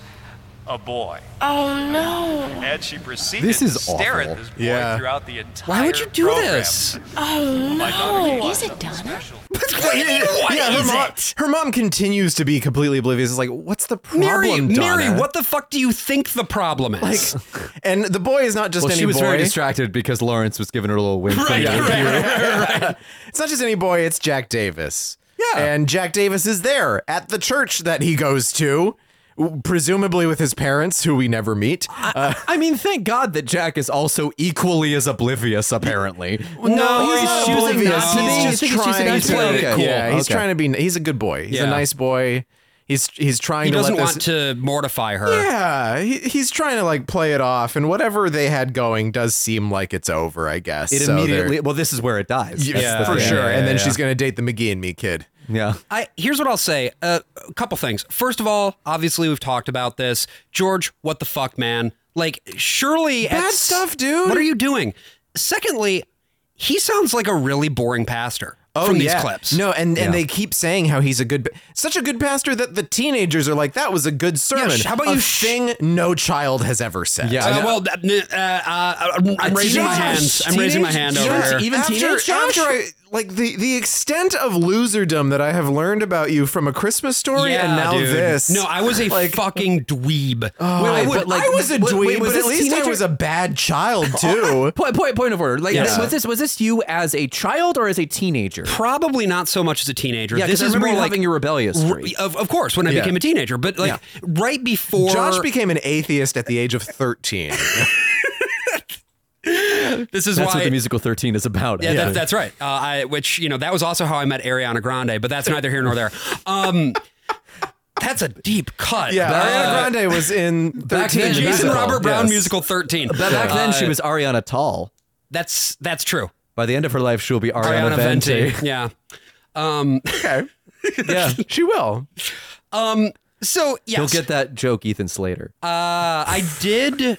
[SPEAKER 8] a boy.
[SPEAKER 10] Oh no.
[SPEAKER 8] And she proceeded
[SPEAKER 2] This is
[SPEAKER 8] to stare
[SPEAKER 2] awful.
[SPEAKER 8] at this boy
[SPEAKER 2] Yeah.
[SPEAKER 8] throughout the entire
[SPEAKER 1] Why would you do
[SPEAKER 8] program.
[SPEAKER 1] this?
[SPEAKER 10] Oh
[SPEAKER 8] My daughter
[SPEAKER 10] no.
[SPEAKER 8] gave
[SPEAKER 10] Is it Donna?
[SPEAKER 3] yeah, her mom, her mom continues to be completely oblivious. It's like, what's the problem,
[SPEAKER 1] Mary,
[SPEAKER 3] Donna?
[SPEAKER 1] Mary, what the fuck do you think the problem is?
[SPEAKER 3] And the boy is not just
[SPEAKER 2] well,
[SPEAKER 3] any
[SPEAKER 2] she was
[SPEAKER 3] boy.
[SPEAKER 2] very distracted because Lawrence was giving her a little wink.
[SPEAKER 1] Right,
[SPEAKER 2] Yeah.
[SPEAKER 1] right,
[SPEAKER 3] it's not just any boy, it's Jack Davis.
[SPEAKER 2] Yeah.
[SPEAKER 3] And Jack Davis is there at the church that he goes to, presumably with his parents, who we never meet. Uh,
[SPEAKER 2] I mean, thank God that Jack is also equally as oblivious, apparently.
[SPEAKER 1] No, he's
[SPEAKER 3] not
[SPEAKER 1] choosing
[SPEAKER 3] oblivious.
[SPEAKER 1] not to be.
[SPEAKER 2] I
[SPEAKER 3] He's
[SPEAKER 2] think he's
[SPEAKER 3] just
[SPEAKER 2] choosing
[SPEAKER 3] trying
[SPEAKER 2] not to
[SPEAKER 3] to.
[SPEAKER 2] be. Okay. Cool.
[SPEAKER 3] Yeah, he's
[SPEAKER 2] Okay.
[SPEAKER 3] trying to be. He's a good boy. He's
[SPEAKER 1] Yeah.
[SPEAKER 3] a nice boy. He's he's trying
[SPEAKER 1] He
[SPEAKER 3] to.
[SPEAKER 1] doesn't
[SPEAKER 3] let this,
[SPEAKER 1] want to mortify her.
[SPEAKER 3] Yeah, he, he's trying to like play it off, and whatever they had going does seem like it's over. I guess
[SPEAKER 2] It
[SPEAKER 3] So they're-
[SPEAKER 2] immediately. Well, this is where it dies.
[SPEAKER 3] Yeah,
[SPEAKER 2] That's the
[SPEAKER 3] for
[SPEAKER 2] thing.
[SPEAKER 3] sure.
[SPEAKER 2] Yeah,
[SPEAKER 3] and then
[SPEAKER 2] yeah,
[SPEAKER 3] she's gonna date the McGee and me kid.
[SPEAKER 2] Yeah.
[SPEAKER 1] I here's what I'll say. Uh, a couple things. First of all, obviously we've talked about this. George, what the fuck, man? Like, surely at
[SPEAKER 3] Bad
[SPEAKER 1] s-
[SPEAKER 3] stuff, dude.
[SPEAKER 1] What are you doing? Secondly, he sounds like a really boring pastor
[SPEAKER 3] Oh,
[SPEAKER 1] from these clips.
[SPEAKER 3] No, and, and they keep saying how he's a good, pa- such a good pastor that the teenagers are like, that was a good sermon.
[SPEAKER 1] sh- how about
[SPEAKER 3] a
[SPEAKER 1] you sh-
[SPEAKER 3] thing no child has ever said.
[SPEAKER 2] Yeah. I
[SPEAKER 1] Uh,
[SPEAKER 2] know.
[SPEAKER 1] well, that- uh, uh, I'm- I'm raising my
[SPEAKER 3] Josh,
[SPEAKER 1] hands. I'm raising my hand over
[SPEAKER 2] teenage-
[SPEAKER 1] here.
[SPEAKER 2] Even
[SPEAKER 3] after,
[SPEAKER 2] teenage Josh?
[SPEAKER 3] after I like the the extent of loserdom that I have learned about you from a Christmas story and now
[SPEAKER 1] dude.
[SPEAKER 3] this.
[SPEAKER 1] No, I was a
[SPEAKER 3] Like-
[SPEAKER 1] fucking dweeb.
[SPEAKER 3] Oh,
[SPEAKER 1] I would-
[SPEAKER 2] but, like,
[SPEAKER 3] I was a
[SPEAKER 2] wait,
[SPEAKER 3] dweeb,
[SPEAKER 2] wait, was
[SPEAKER 3] but at
[SPEAKER 2] this
[SPEAKER 3] least I
[SPEAKER 2] teenager-
[SPEAKER 3] was a bad child too.
[SPEAKER 2] Point, point, point of order. Like,
[SPEAKER 1] Yeah.
[SPEAKER 2] was this was this you as a child or as a teenager?
[SPEAKER 1] probably not so much as a teenager.
[SPEAKER 2] Yeah,
[SPEAKER 1] this
[SPEAKER 2] because I
[SPEAKER 1] is
[SPEAKER 2] remember
[SPEAKER 1] more
[SPEAKER 2] you
[SPEAKER 1] like
[SPEAKER 2] having your rebellious
[SPEAKER 1] r-
[SPEAKER 2] streak.
[SPEAKER 1] Of, of course, when I
[SPEAKER 3] Yeah.
[SPEAKER 1] became a teenager, but like right before
[SPEAKER 3] Josh became an atheist at the age of thirteen.
[SPEAKER 1] this is
[SPEAKER 2] That's
[SPEAKER 1] why
[SPEAKER 2] what the musical Thirteen is about.
[SPEAKER 1] Yeah, That, that's right. Uh, I, which you know that was also how I met Ariana Grande, but that's neither here nor there. Um, that's a deep cut.
[SPEAKER 3] yeah,
[SPEAKER 1] Uh,
[SPEAKER 3] Ariana Grande was in
[SPEAKER 2] Back
[SPEAKER 1] the
[SPEAKER 2] then,
[SPEAKER 3] thirteen.
[SPEAKER 2] Grande
[SPEAKER 1] Jason
[SPEAKER 2] musical,
[SPEAKER 1] Robert Brown
[SPEAKER 2] yes.
[SPEAKER 1] musical thirteen.
[SPEAKER 2] But back then, she
[SPEAKER 1] Uh,
[SPEAKER 2] was Ariana Tall.
[SPEAKER 1] That's that's true.
[SPEAKER 2] By the end of her life, she'll be Ariana, Venti.
[SPEAKER 1] Yeah. Um.
[SPEAKER 3] Okay,
[SPEAKER 2] yeah,
[SPEAKER 3] she will.
[SPEAKER 1] um, So
[SPEAKER 2] you'll
[SPEAKER 1] yes,
[SPEAKER 2] get that joke, Ethan Slater.
[SPEAKER 1] Uh, I did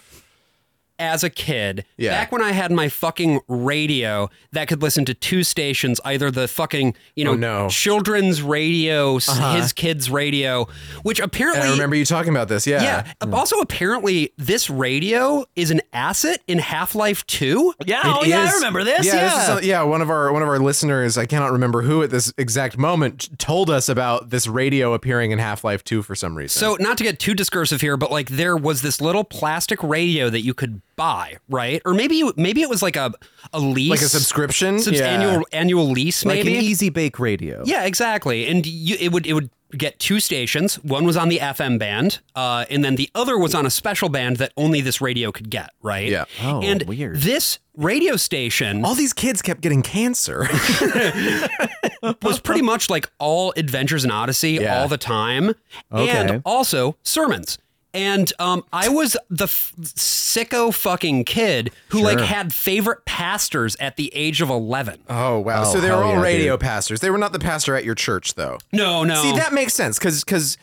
[SPEAKER 1] as a kid.
[SPEAKER 3] Yeah.
[SPEAKER 1] Back when I had my fucking radio that could listen to two stations, either the fucking you know
[SPEAKER 3] Oh, no. Uh-huh.
[SPEAKER 1] children's radio, s- his kids radio, which apparently
[SPEAKER 3] And I remember you talking about this. Yeah. Mm.
[SPEAKER 1] Yeah. Also, apparently, this radio is an asset in Half Life Two.
[SPEAKER 7] Yeah, oh yeah, I remember this.
[SPEAKER 3] Yeah, this is some- yeah. One of our one of our listeners, I cannot remember who at this exact moment, told us about this radio appearing in Half Life Two for some reason.
[SPEAKER 1] So, not to get too discursive here, but like there was this little plastic radio that you could buy, right? Or maybe you- maybe it was like a a lease,
[SPEAKER 3] like a subscription,
[SPEAKER 1] subs-
[SPEAKER 3] yeah.
[SPEAKER 1] annual annual lease,
[SPEAKER 2] Like
[SPEAKER 1] maybe.
[SPEAKER 2] an easy bake radio.
[SPEAKER 1] Yeah, exactly. And you, it would it would get two stations. One was on the FM band, uh, and then the other was on a special band that only this radio could get. Right.
[SPEAKER 3] Yeah.
[SPEAKER 2] Oh,
[SPEAKER 1] and
[SPEAKER 2] weird.
[SPEAKER 1] This radio station
[SPEAKER 3] All these kids kept getting cancer.
[SPEAKER 1] was pretty much like all Adventures in Odyssey
[SPEAKER 3] Yeah.
[SPEAKER 1] all the time,
[SPEAKER 2] Okay.
[SPEAKER 1] and also sermons. And um, I was the f- sicko fucking kid who like had favorite pastors at the age of eleven.
[SPEAKER 3] oh wow!
[SPEAKER 2] Oh,
[SPEAKER 3] so they were
[SPEAKER 2] hell
[SPEAKER 3] all
[SPEAKER 2] yeah,
[SPEAKER 3] radio pastors. They were not the pastor at your church, though.
[SPEAKER 1] No, no.
[SPEAKER 3] See, that makes sense because because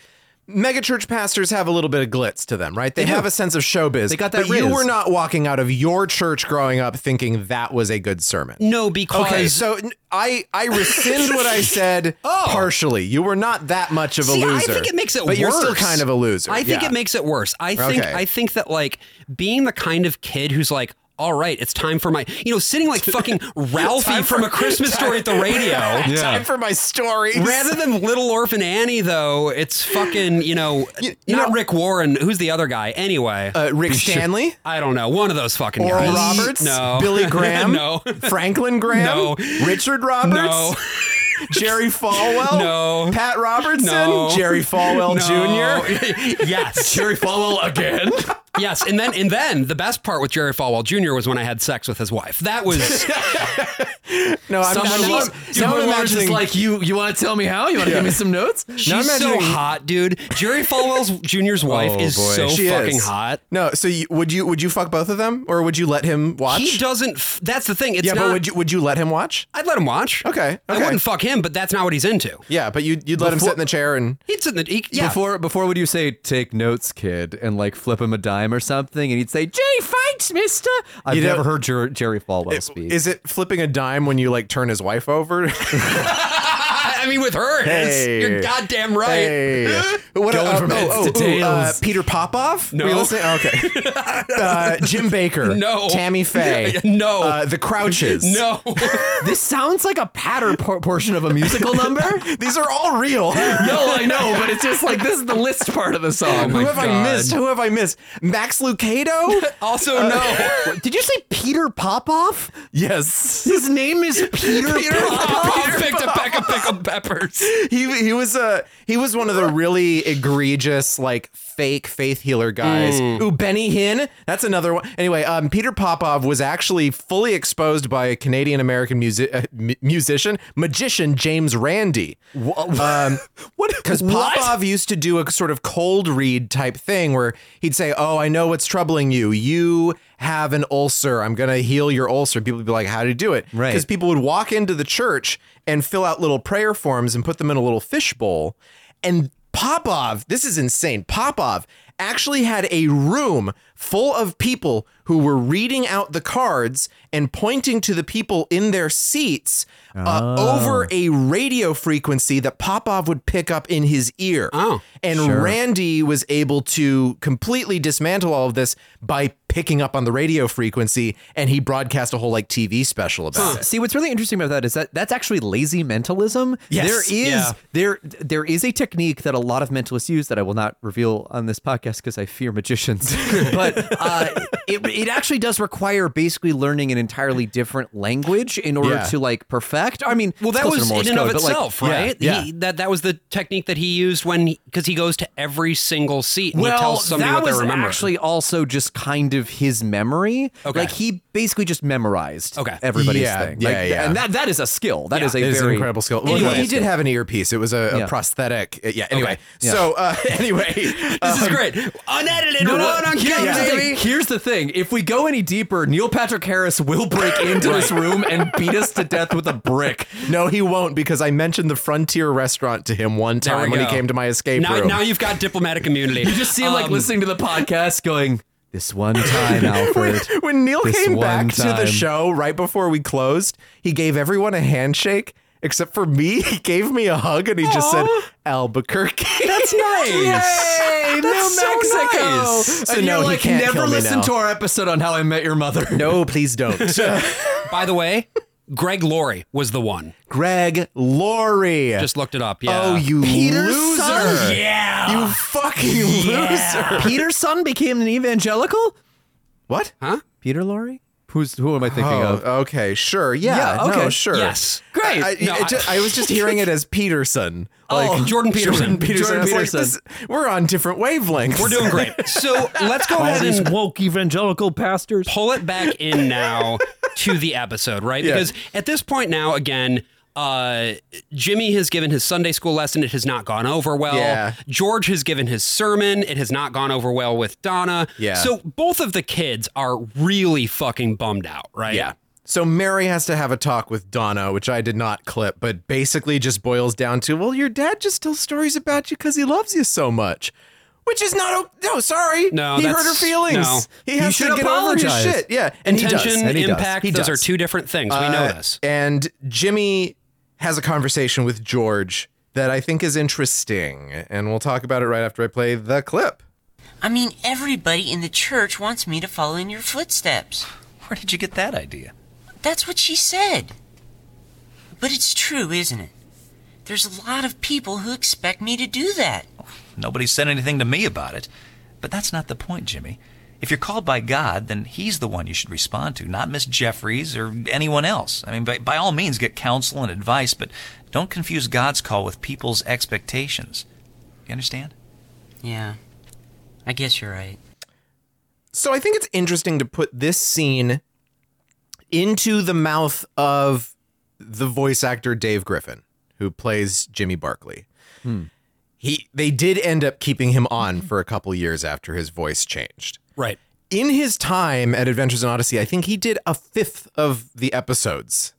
[SPEAKER 3] megachurch pastors have a little bit of glitz to them, right? They, have a sense of showbiz. They
[SPEAKER 2] got that
[SPEAKER 3] But you
[SPEAKER 2] riz.
[SPEAKER 3] were not walking out of your church growing up thinking that was a good sermon.
[SPEAKER 1] no, because
[SPEAKER 3] Okay, so n- Oh. I I rescind what I said partially. You were not that much of a
[SPEAKER 1] Oh, See,
[SPEAKER 3] loser.
[SPEAKER 1] I think it makes it
[SPEAKER 3] but
[SPEAKER 1] worse.
[SPEAKER 3] you're still kind of a loser.
[SPEAKER 1] I think
[SPEAKER 3] Yeah.
[SPEAKER 1] it makes it worse. I think
[SPEAKER 3] Okay.
[SPEAKER 1] I think that like being the kind of kid who's like, all right, it's time for my you know, sitting like fucking Ralphie from a Christmas story at the radio.
[SPEAKER 3] time for my stories.
[SPEAKER 1] Rather than Little Orphan Annie, though, it's fucking, you know, not Rick Warren. Who's the other guy? Anyway,
[SPEAKER 3] uh, Rick Stanley,
[SPEAKER 1] I don't know. One of those fucking
[SPEAKER 3] Oral
[SPEAKER 1] guys.
[SPEAKER 3] Roberts,
[SPEAKER 1] No.
[SPEAKER 3] Billy Graham,
[SPEAKER 1] no.
[SPEAKER 3] Franklin Graham,
[SPEAKER 1] No.
[SPEAKER 3] Richard Roberts,
[SPEAKER 1] No.
[SPEAKER 3] Jerry Falwell,
[SPEAKER 1] No.
[SPEAKER 3] Pat Robertson,
[SPEAKER 1] No.
[SPEAKER 3] Jerry Falwell
[SPEAKER 1] No.
[SPEAKER 3] Jr.
[SPEAKER 1] yes.
[SPEAKER 2] Jerry Falwell again.
[SPEAKER 1] yes, and then and then the best part with Jerry Falwell Jr. was when I had sex with his wife. That was
[SPEAKER 3] No, I'm
[SPEAKER 1] Someone
[SPEAKER 3] she's-
[SPEAKER 1] was-
[SPEAKER 3] I'm
[SPEAKER 1] someone
[SPEAKER 3] imagining-
[SPEAKER 1] was just
[SPEAKER 2] like you. You want to tell me how? You want to
[SPEAKER 3] Yeah.
[SPEAKER 2] give me some notes?
[SPEAKER 1] she's
[SPEAKER 3] Now
[SPEAKER 1] so
[SPEAKER 3] imagining-
[SPEAKER 1] hot, dude. Jerry Falwell Jr.'s wife
[SPEAKER 2] Oh,
[SPEAKER 1] is
[SPEAKER 2] boy.
[SPEAKER 1] so
[SPEAKER 3] She
[SPEAKER 1] fucking
[SPEAKER 3] is.
[SPEAKER 1] hot.
[SPEAKER 3] No, so you, would you would you fuck both of them, or would you let him watch?
[SPEAKER 1] He doesn't. F- that's the thing. It's
[SPEAKER 3] yeah,
[SPEAKER 1] not.
[SPEAKER 3] but would you would you let him watch?
[SPEAKER 1] I'd let him watch.
[SPEAKER 3] Okay,
[SPEAKER 1] I
[SPEAKER 3] okay.
[SPEAKER 1] wouldn't fuck him, but that's not what he's into.
[SPEAKER 3] Yeah, but you you'd let him sit in the chair and
[SPEAKER 1] He'd sit in the. He, yeah.
[SPEAKER 2] Before before would you say take notes, kid, and like flip him a dime or something, and he'd say, "Gee, thanks, Mister." I've
[SPEAKER 3] You know-
[SPEAKER 2] never heard Jer- Jerry Falwell speak.
[SPEAKER 3] is it flipping a dime when you like turn his wife over?
[SPEAKER 1] I mean, with her, it's-
[SPEAKER 3] Hey.
[SPEAKER 1] you're goddamn right.
[SPEAKER 3] Hey, what
[SPEAKER 2] Going
[SPEAKER 3] uh,
[SPEAKER 2] from heads to tails.
[SPEAKER 3] Peter Popoff?
[SPEAKER 1] No.
[SPEAKER 3] Were you listening? Oh, okay. uh, Jim Baker.
[SPEAKER 1] No.
[SPEAKER 3] Tammy Faye.
[SPEAKER 1] No.
[SPEAKER 3] Uh, the Crouches.
[SPEAKER 1] No.
[SPEAKER 2] this sounds like a patter por- portion of a musical number.
[SPEAKER 3] These are all real.
[SPEAKER 2] no, I know, but it's just like this is the list part of the
[SPEAKER 1] Oh
[SPEAKER 2] song.
[SPEAKER 3] Who have I missed? Who have I missed? Max Lucado? Uh,
[SPEAKER 1] also, no.
[SPEAKER 2] Did you say Peter Popoff?
[SPEAKER 3] yes.
[SPEAKER 2] His name is Peter,
[SPEAKER 1] Pop picked a peck of pickled peppers.
[SPEAKER 3] He he was uh, he was one of the really egregious like fake faith healer guys.
[SPEAKER 1] Mm.
[SPEAKER 3] Ooh, Benny Hinn. That's another one. Anyway, um, Peter Popov was actually fully exposed by a Canadian American music uh, mu- musician magician James Randy. Um, what? Because Popov used to do a sort of cold read type thing where he'd say, "Oh, I know what's troubling you. You have an ulcer. I'm gonna heal your ulcer." People would be like, "How do you do it?"
[SPEAKER 2] Right.
[SPEAKER 3] Because people would walk into the church and fill out little prayer forms and put them in a little fishbowl. And Popov, this is insane. Popov actually had a room full of people who were reading out the cards and pointing to the people in their seats uh,
[SPEAKER 2] Oh.
[SPEAKER 3] over a radio frequency that Popov would pick up in his ear.
[SPEAKER 1] Oh,
[SPEAKER 3] and Randy was able to completely dismantle all of this by picking up on the radio frequency and he broadcast a whole like TV special about it.
[SPEAKER 2] See, what's really interesting about that is that that's actually lazy mentalism.
[SPEAKER 3] Yes.
[SPEAKER 2] There is
[SPEAKER 1] Yeah.
[SPEAKER 2] there there is a technique that a lot of mentalists use that I will not reveal on this podcast because I fear magicians. but uh, it it actually does require basically learning an entirely different language in order
[SPEAKER 3] Yeah.
[SPEAKER 2] to like perfect. I mean,
[SPEAKER 1] Well,
[SPEAKER 2] it's
[SPEAKER 1] that
[SPEAKER 2] closer
[SPEAKER 1] was
[SPEAKER 2] to Morse
[SPEAKER 1] in and of
[SPEAKER 2] code, but, like,
[SPEAKER 1] itself,
[SPEAKER 3] yeah,
[SPEAKER 1] right?
[SPEAKER 3] yeah.
[SPEAKER 1] He, that that was the technique that he used when because he, goes to every single seat and
[SPEAKER 2] well,
[SPEAKER 1] he tells somebody
[SPEAKER 2] that
[SPEAKER 1] what
[SPEAKER 2] was
[SPEAKER 1] they remember.
[SPEAKER 2] actually also just kind of his memory.
[SPEAKER 1] Okay.
[SPEAKER 2] Like he basically just memorized
[SPEAKER 1] Okay.
[SPEAKER 2] everybody's
[SPEAKER 3] Yeah,
[SPEAKER 2] thing.
[SPEAKER 3] yeah,
[SPEAKER 2] Like,
[SPEAKER 3] yeah.
[SPEAKER 2] And that that is a skill. That
[SPEAKER 1] Yeah.
[SPEAKER 2] is a
[SPEAKER 3] It is an
[SPEAKER 2] very
[SPEAKER 3] incredible skill. Well,
[SPEAKER 2] Anyway,
[SPEAKER 3] he, he did have an earpiece. It was a, a
[SPEAKER 2] Yeah.
[SPEAKER 3] prosthetic. uh, Yeah. Anyway.
[SPEAKER 1] Okay.
[SPEAKER 2] Yeah.
[SPEAKER 3] So uh, anyway, this
[SPEAKER 1] this
[SPEAKER 12] um,
[SPEAKER 1] is great, unedited,
[SPEAKER 2] No, no,
[SPEAKER 1] raw and
[SPEAKER 2] here's,
[SPEAKER 1] uncut,
[SPEAKER 2] the
[SPEAKER 1] baby.
[SPEAKER 2] thing, here's the thing. If we go any deeper, Neil Patrick Harris will break into this room and beat us to death with a brick.
[SPEAKER 3] No, he won't because I mentioned the Frontier restaurant to him one
[SPEAKER 1] There we
[SPEAKER 3] time when he
[SPEAKER 1] go.
[SPEAKER 3] came to my escape
[SPEAKER 1] now,
[SPEAKER 3] room.
[SPEAKER 1] now you've got diplomatic immunity.
[SPEAKER 2] You just see him like
[SPEAKER 1] Um,
[SPEAKER 2] listening to the podcast going, This one time, Alfred.
[SPEAKER 3] when Neil
[SPEAKER 2] This
[SPEAKER 3] came
[SPEAKER 2] one
[SPEAKER 3] back to
[SPEAKER 2] time."
[SPEAKER 3] the show right before we closed, he gave everyone a handshake except for me. He gave me a hug and he just said Albuquerque. That's
[SPEAKER 2] nice.
[SPEAKER 3] Yay,
[SPEAKER 2] That's
[SPEAKER 3] New
[SPEAKER 2] so
[SPEAKER 3] Mexico.
[SPEAKER 2] nice.
[SPEAKER 3] So
[SPEAKER 2] and
[SPEAKER 3] no,
[SPEAKER 2] you're
[SPEAKER 3] he
[SPEAKER 2] like,
[SPEAKER 3] can't
[SPEAKER 2] never
[SPEAKER 3] kill me
[SPEAKER 2] listen
[SPEAKER 3] now.
[SPEAKER 2] to our episode on How I Met Your Mother.
[SPEAKER 3] No, please don't.
[SPEAKER 1] By the way, Greg Laurie was the one.
[SPEAKER 3] Greg Laurie.
[SPEAKER 1] Just looked it up. Yeah.
[SPEAKER 3] Oh, you
[SPEAKER 2] Peter's
[SPEAKER 3] loser.
[SPEAKER 12] Oh,
[SPEAKER 2] son.
[SPEAKER 1] Yeah.
[SPEAKER 3] You fucking loser.
[SPEAKER 2] Peter's son became an evangelical?
[SPEAKER 3] What?
[SPEAKER 1] Huh?
[SPEAKER 2] Peter Lorre? Who's who am I thinking
[SPEAKER 3] Oh,
[SPEAKER 2] of?
[SPEAKER 3] okay, sure. Yeah,
[SPEAKER 2] Yeah,
[SPEAKER 3] no,
[SPEAKER 2] okay.
[SPEAKER 3] sure.
[SPEAKER 1] Yes.
[SPEAKER 2] Great.
[SPEAKER 3] I, I-
[SPEAKER 1] No,
[SPEAKER 3] it ju- I was just hearing it as Peterson. Like,
[SPEAKER 1] Oh, Jordan Peterson.
[SPEAKER 3] Peterson. I was like,
[SPEAKER 2] Peterson.
[SPEAKER 3] this- we're on different wavelengths.
[SPEAKER 1] We're doing great. So let's go ahead and
[SPEAKER 2] woke evangelical pastors.
[SPEAKER 1] pull it back in now to the episode, right?
[SPEAKER 3] Yeah.
[SPEAKER 1] Because at this point now, again, uh, Jimmy has given his Sunday school lesson. It has not gone over well.
[SPEAKER 3] Yeah.
[SPEAKER 1] George has given his sermon. It has not gone over well with Donna.
[SPEAKER 3] Yeah.
[SPEAKER 1] So both of the kids are really fucking bummed out, right?
[SPEAKER 3] Yeah. So Mary has to have a talk with Donna, which I did not clip, but basically just boils down to, well, your dad just tells stories about you because he loves you so much. Which is not o- no, sorry.
[SPEAKER 1] No,
[SPEAKER 3] he hurt
[SPEAKER 1] that's-
[SPEAKER 3] her feelings.
[SPEAKER 1] no.
[SPEAKER 3] He has
[SPEAKER 2] should
[SPEAKER 3] to get
[SPEAKER 2] apologize.
[SPEAKER 3] over his shit. Yeah, and he does.
[SPEAKER 1] Intention,
[SPEAKER 3] And he does.
[SPEAKER 1] impact,
[SPEAKER 3] He
[SPEAKER 1] those
[SPEAKER 3] does.
[SPEAKER 1] are two different things. we know
[SPEAKER 3] Uh,
[SPEAKER 1] this.
[SPEAKER 3] And Jimmy has a conversation with George that I think is interesting, and we'll talk about it right after I play the clip.
[SPEAKER 7] I mean, everybody in the church wants me to follow in your footsteps.
[SPEAKER 8] Where did you get that idea?
[SPEAKER 7] That's what she said. But it's true, isn't it? There's a lot of people who expect me to do that.
[SPEAKER 8] Nobody said anything to me about it. But that's not the point, Jimmy. If you're called by God, then He's the one you should respond to, not Miss Jeffries or anyone else. I mean, by, by all means, get counsel and advice, but don't confuse God's call with people's expectations. You understand?
[SPEAKER 7] Yeah. I guess you're right.
[SPEAKER 3] So I think it's interesting to put this scene into the mouth of the voice actor Dave Griffin, who plays Jimmy Barkley.
[SPEAKER 2] Hmm.
[SPEAKER 3] He they did end up keeping him on for a couple years after his voice changed.
[SPEAKER 1] Right.
[SPEAKER 3] In his time at Adventures in Odyssey, I think he did a fifth of the episodes.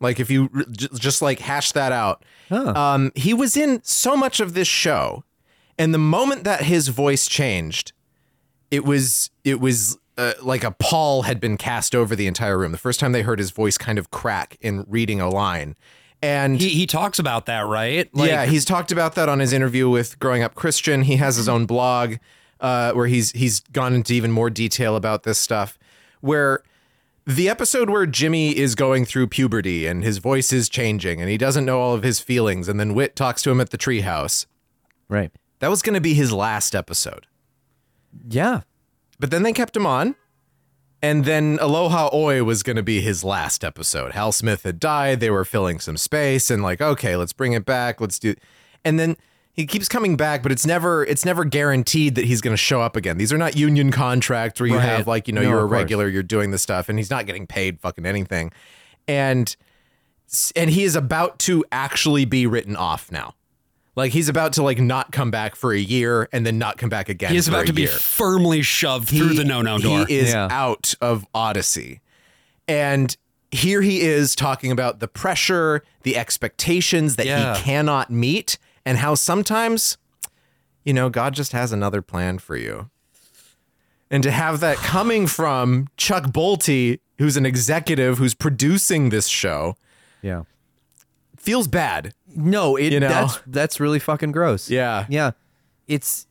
[SPEAKER 3] Like if you r- j- just like hash that out, um, he was in so much of this show, and the moment that his voice changed, it was it was uh, like a pall had been cast over the entire room. The first time they heard his voice kind of crack in reading a line, and
[SPEAKER 1] he he talks about that, right?
[SPEAKER 3] yeah, he's talked about that on his interview with Growing Up Christian. He has his own blog uh, where he's he's gone into even more detail about this stuff. Where the episode where Jimmy is going through puberty and his voice is changing and he doesn't know all of his feelings, and then Wit talks to him at the treehouse.
[SPEAKER 2] Right.
[SPEAKER 3] That was going to be his last episode.
[SPEAKER 2] Yeah.
[SPEAKER 3] But then they kept him on. And then Aloha Oi was going to be his last episode. Hal Smith had died. They were filling some space and like, okay, let's bring it back. Let's do. And then he keeps coming back, but it's never it's never guaranteed that he's going to show up again. These are not union contracts where you
[SPEAKER 2] Right.
[SPEAKER 3] have like, you know,
[SPEAKER 2] No,
[SPEAKER 3] you're a
[SPEAKER 2] of course.
[SPEAKER 3] regular, you're doing this stuff and he's not getting paid fucking anything. And and he is about to actually be written off now. Like he's about to like not come back for a year and then not come back again.
[SPEAKER 1] He is
[SPEAKER 3] for
[SPEAKER 1] about
[SPEAKER 3] a
[SPEAKER 1] to be
[SPEAKER 3] year.
[SPEAKER 1] firmly shoved through
[SPEAKER 3] He-
[SPEAKER 1] the no-no door.
[SPEAKER 3] He is
[SPEAKER 1] Yeah.
[SPEAKER 3] out of Odyssey. And here he is talking about the pressure, the expectations that
[SPEAKER 1] Yeah.
[SPEAKER 3] he cannot meet, and how sometimes, you know, God just has another plan for you. And to have that coming from Chuck Bolte, who's an executive who's producing this show,
[SPEAKER 2] Yeah.
[SPEAKER 3] feels bad.
[SPEAKER 2] No, it
[SPEAKER 3] You know?
[SPEAKER 2] that's that's really fucking gross.
[SPEAKER 3] Yeah.
[SPEAKER 2] Yeah. It's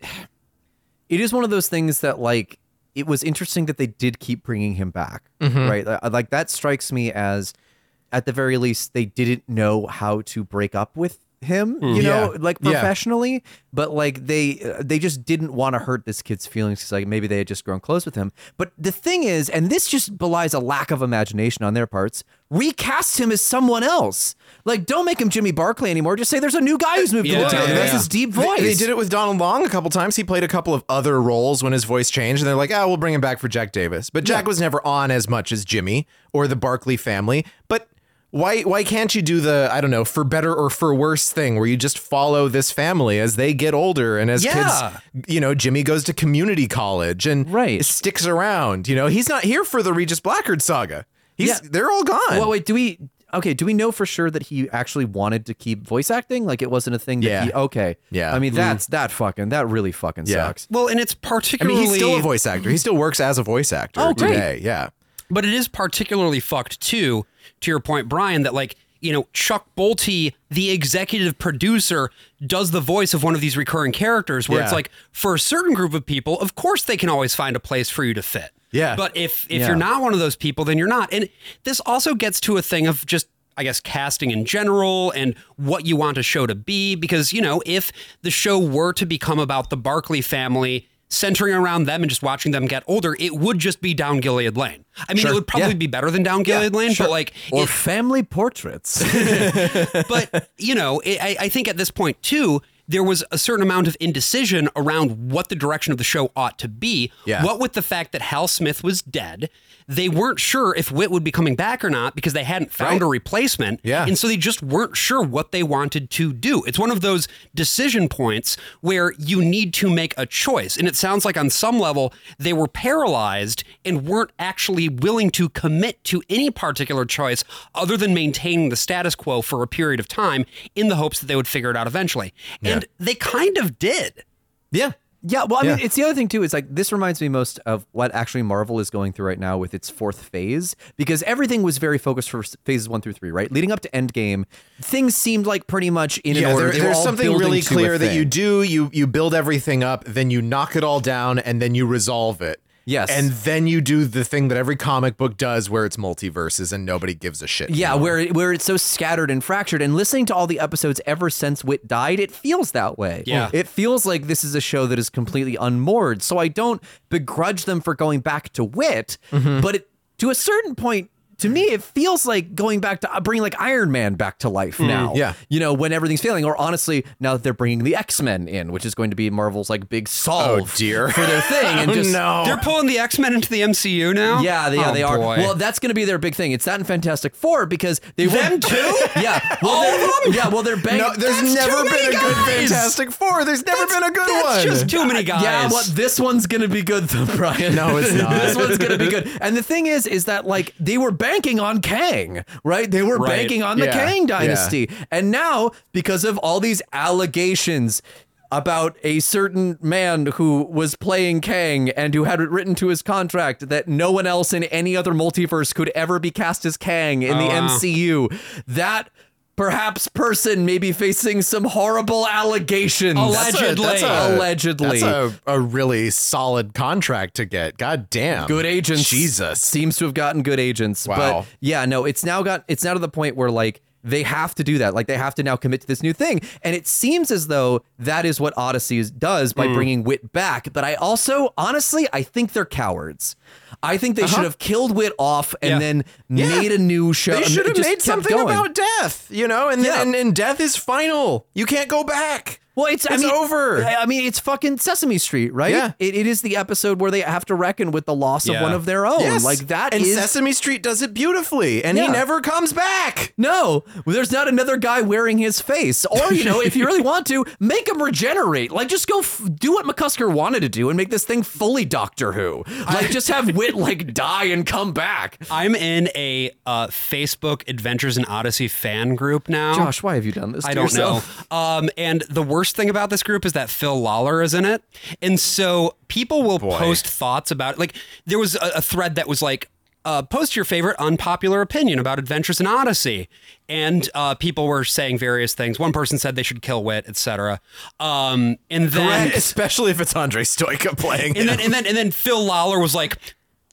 [SPEAKER 2] it is one of those things that like it was interesting that they did keep bringing him back,
[SPEAKER 3] Mm-hmm.
[SPEAKER 13] Mhm.
[SPEAKER 2] right? Uh, Like that strikes me as at the very least they didn't know how to break up with him,
[SPEAKER 13] Mm.
[SPEAKER 2] you know,
[SPEAKER 13] Yeah.
[SPEAKER 2] like
[SPEAKER 13] Yeah.
[SPEAKER 2] professionally, but like they uh, they just didn't want to hurt this kid's feelings cuz like maybe they had just grown close with him. But the thing is, and this just belies a lack of imagination on their parts, recast him as someone else. Like don't make him Jimmy Barclay anymore, just say there's a new guy who's moved into town. That's his deep
[SPEAKER 3] They-
[SPEAKER 2] voice.
[SPEAKER 3] They, did it with Donald Long a couple times. He played a couple of other roles when his voice changed, and they're like, "Ah, we'll bring him back for Jack Davis." But Jack was never on as much as Jimmy or the Barkley family. But why why can't you do the I don't know for better or for worse thing where you just follow this family as they get older and as
[SPEAKER 2] Yeah.
[SPEAKER 3] kids, you know, Jimmy goes to community college and right. sticks around. You know, he's not here for the Regis Blackard saga. He's they're all gone.
[SPEAKER 2] Well, wait, do we okay, do we know for sure that he actually wanted to keep voice acting? Like it wasn't a thing that
[SPEAKER 3] Yeah.
[SPEAKER 2] he okay.
[SPEAKER 3] Yeah.
[SPEAKER 2] I mean
[SPEAKER 3] Mm.
[SPEAKER 2] that's that fucking that really fucking sucks.
[SPEAKER 1] Well, and it's
[SPEAKER 3] I
[SPEAKER 1] particularly
[SPEAKER 3] mean, he's still a voice actor. He still works as a voice actor
[SPEAKER 1] Oh, great.
[SPEAKER 3] today. Yeah.
[SPEAKER 1] But it is particularly fucked too, to your point, Brian, that like, you know, Chuck Bolte, the executive producer, does the voice of one of these recurring characters where it's
[SPEAKER 3] Yeah.
[SPEAKER 1] like for a certain group of people, of course they can always find a place for you to fit.
[SPEAKER 3] Yeah.
[SPEAKER 1] But if if
[SPEAKER 3] Yeah.
[SPEAKER 1] you're not one of those people, then you're not. And this also gets to a thing of just I guess casting in general and what you want a show to be because you know, if the show were to become about the Barkley family centering around them and just watching them get older, it would just be down Gilead Lane. I mean,
[SPEAKER 2] Sure.
[SPEAKER 1] it would probably
[SPEAKER 2] Yeah.
[SPEAKER 1] be better than down Gilead Lane, but like
[SPEAKER 2] or
[SPEAKER 1] it-
[SPEAKER 2] family portraits.
[SPEAKER 1] you know, it, I, I think at this point too, there was a certain amount of indecision around what the direction of the show ought to be.
[SPEAKER 3] Yeah.
[SPEAKER 1] What with the fact that Hal Smith was dead, they weren't sure if Witt would be coming back or not because they hadn't found a replacement. Yeah. And so they just weren't sure what they wanted to do. It's one of those decision points where you need to make a choice. And it sounds like on some level they were paralyzed and weren't actually willing to commit to any particular choice other than maintaining the status quo for a period of time in the hopes that they would figure it out eventually. And they kind of did.
[SPEAKER 3] Yeah.
[SPEAKER 2] Yeah, well, I mean,
[SPEAKER 1] Yeah.
[SPEAKER 2] it's the other thing too. It's like this reminds me most of what actually Marvel is going through right now with its fourth phase, because everything was very focused for phases one through three, right? Leading up to Endgame, things seemed like pretty much in an order.
[SPEAKER 3] there-
[SPEAKER 2] They were
[SPEAKER 3] there's
[SPEAKER 2] all
[SPEAKER 3] something
[SPEAKER 2] building
[SPEAKER 3] really
[SPEAKER 2] to a
[SPEAKER 3] clear that
[SPEAKER 2] thing.
[SPEAKER 3] you do. You you build everything up, then you knock it all down, and then you resolve it.
[SPEAKER 2] Yes.
[SPEAKER 3] and then you do the thing that every comic book does, where it's multiverses and nobody gives a shit.
[SPEAKER 2] Yeah, where it- where it's so scattered and fractured. And listening to all the episodes ever since Wit died, it feels that way.
[SPEAKER 1] Yeah.
[SPEAKER 2] it feels like this is a show that is completely unmoored. So I don't begrudge them for going back to Wit,
[SPEAKER 13] Mhm.
[SPEAKER 2] but it, to a certain point, to me, it feels like going back to uh, bringing like Iron Man back to life
[SPEAKER 3] Mm,
[SPEAKER 2] now.
[SPEAKER 3] yeah.
[SPEAKER 2] You know, when everything's failing, or honestly, now that they're bringing the X Men in, which is going to be Marvel's like big solve
[SPEAKER 3] dear.
[SPEAKER 2] for their thing. And
[SPEAKER 1] Oh,
[SPEAKER 2] just,
[SPEAKER 1] no. They're pulling the X Men into the MCU now.
[SPEAKER 2] Yeah, they, yeah,
[SPEAKER 1] Oh,
[SPEAKER 2] they are.
[SPEAKER 1] boy.
[SPEAKER 2] Well, that's going to be their big thing. It's that and Fantastic Four because they
[SPEAKER 1] Them
[SPEAKER 2] won't-
[SPEAKER 1] too?
[SPEAKER 2] Yeah, well, they're- yeah, well, they're banging.
[SPEAKER 3] No, there's
[SPEAKER 1] That's too
[SPEAKER 3] never been a
[SPEAKER 1] many
[SPEAKER 3] good
[SPEAKER 1] guys.
[SPEAKER 3] Fantastic Four. There's never been a good
[SPEAKER 1] That's
[SPEAKER 3] one.
[SPEAKER 1] just too many guys.
[SPEAKER 2] Uh, Yeah, well, this one's gonna be good though, Brian.
[SPEAKER 3] No, it's not.
[SPEAKER 2] this one's gonna be good. And the thing is, is that like they were banking on Kang, right? They were
[SPEAKER 1] Right.
[SPEAKER 2] banking on the
[SPEAKER 3] Yeah.
[SPEAKER 2] Kang
[SPEAKER 3] Yeah.
[SPEAKER 2] dynasty, and now because of all these allegations. About a certain man who was playing Kang and who had it written to his contract that no one else in any other multiverse could ever be cast as Kang in the
[SPEAKER 12] Oh,
[SPEAKER 1] wow.
[SPEAKER 2] MCU. That perhaps person may be facing some horrible allegations.
[SPEAKER 1] Allegedly.
[SPEAKER 3] That's a- that's a-
[SPEAKER 2] allegedly.
[SPEAKER 3] That's a, a really solid contract to get. God damn.
[SPEAKER 2] good agents.
[SPEAKER 3] Jesus.
[SPEAKER 2] seems to have gotten good agents.
[SPEAKER 3] Wow.
[SPEAKER 2] But yeah, no, it's now got it's now to the point where like they have to do that. Like they have to now commit to this new thing. And it seems as though that is what Odyssey is- does
[SPEAKER 3] Hmm.
[SPEAKER 2] by bringing Wit back. But I also honestly I think they're cowards. I think they
[SPEAKER 3] Uh-huh.
[SPEAKER 2] should have killed Wit off and
[SPEAKER 1] Yeah.
[SPEAKER 2] then made a new show.
[SPEAKER 3] They
[SPEAKER 2] and
[SPEAKER 3] should have
[SPEAKER 2] just
[SPEAKER 3] made
[SPEAKER 2] kept
[SPEAKER 3] something
[SPEAKER 2] going.
[SPEAKER 3] about death, you know, and,
[SPEAKER 2] Yeah.
[SPEAKER 3] then and, and death is final. You can't go back.
[SPEAKER 2] Well, it's,
[SPEAKER 3] It's
[SPEAKER 2] I mean,
[SPEAKER 3] over.
[SPEAKER 2] I I mean, it's fucking Sesame Street, right?
[SPEAKER 3] Yeah.
[SPEAKER 2] It, it is the episode where they have to reckon with the loss of
[SPEAKER 1] Yeah.
[SPEAKER 2] one of their own.
[SPEAKER 3] Yes.
[SPEAKER 2] Like that
[SPEAKER 3] and
[SPEAKER 2] is-
[SPEAKER 3] Sesame Street does it beautifully, and
[SPEAKER 2] Yeah.
[SPEAKER 3] he never comes back.
[SPEAKER 2] No, there's not another guy wearing his face. Or, you know, if you really want to, make him regenerate. Like, just go f- do what McCusker wanted to do and make this thing fully Doctor Who. Like, just have Wit, like, die and come back.
[SPEAKER 1] I'm in a uh, Facebook Adventures in Odyssey fan group now.
[SPEAKER 2] Josh, why have you done this?
[SPEAKER 1] I
[SPEAKER 2] to
[SPEAKER 1] don't
[SPEAKER 2] yourself?
[SPEAKER 1] know. Um, and the worst thing about this group is that Phil Lawler is in it, and so people will post thoughts about like there was a, a thread that was like. Uh, post your favorite unpopular opinion about Adventures in Odyssey, and uh, people were saying various things. One person said they should kill Wit, etc. Um, and then
[SPEAKER 3] Especially if it's Andre Stoika playing.
[SPEAKER 1] and then and then and then Phil Lawler was like,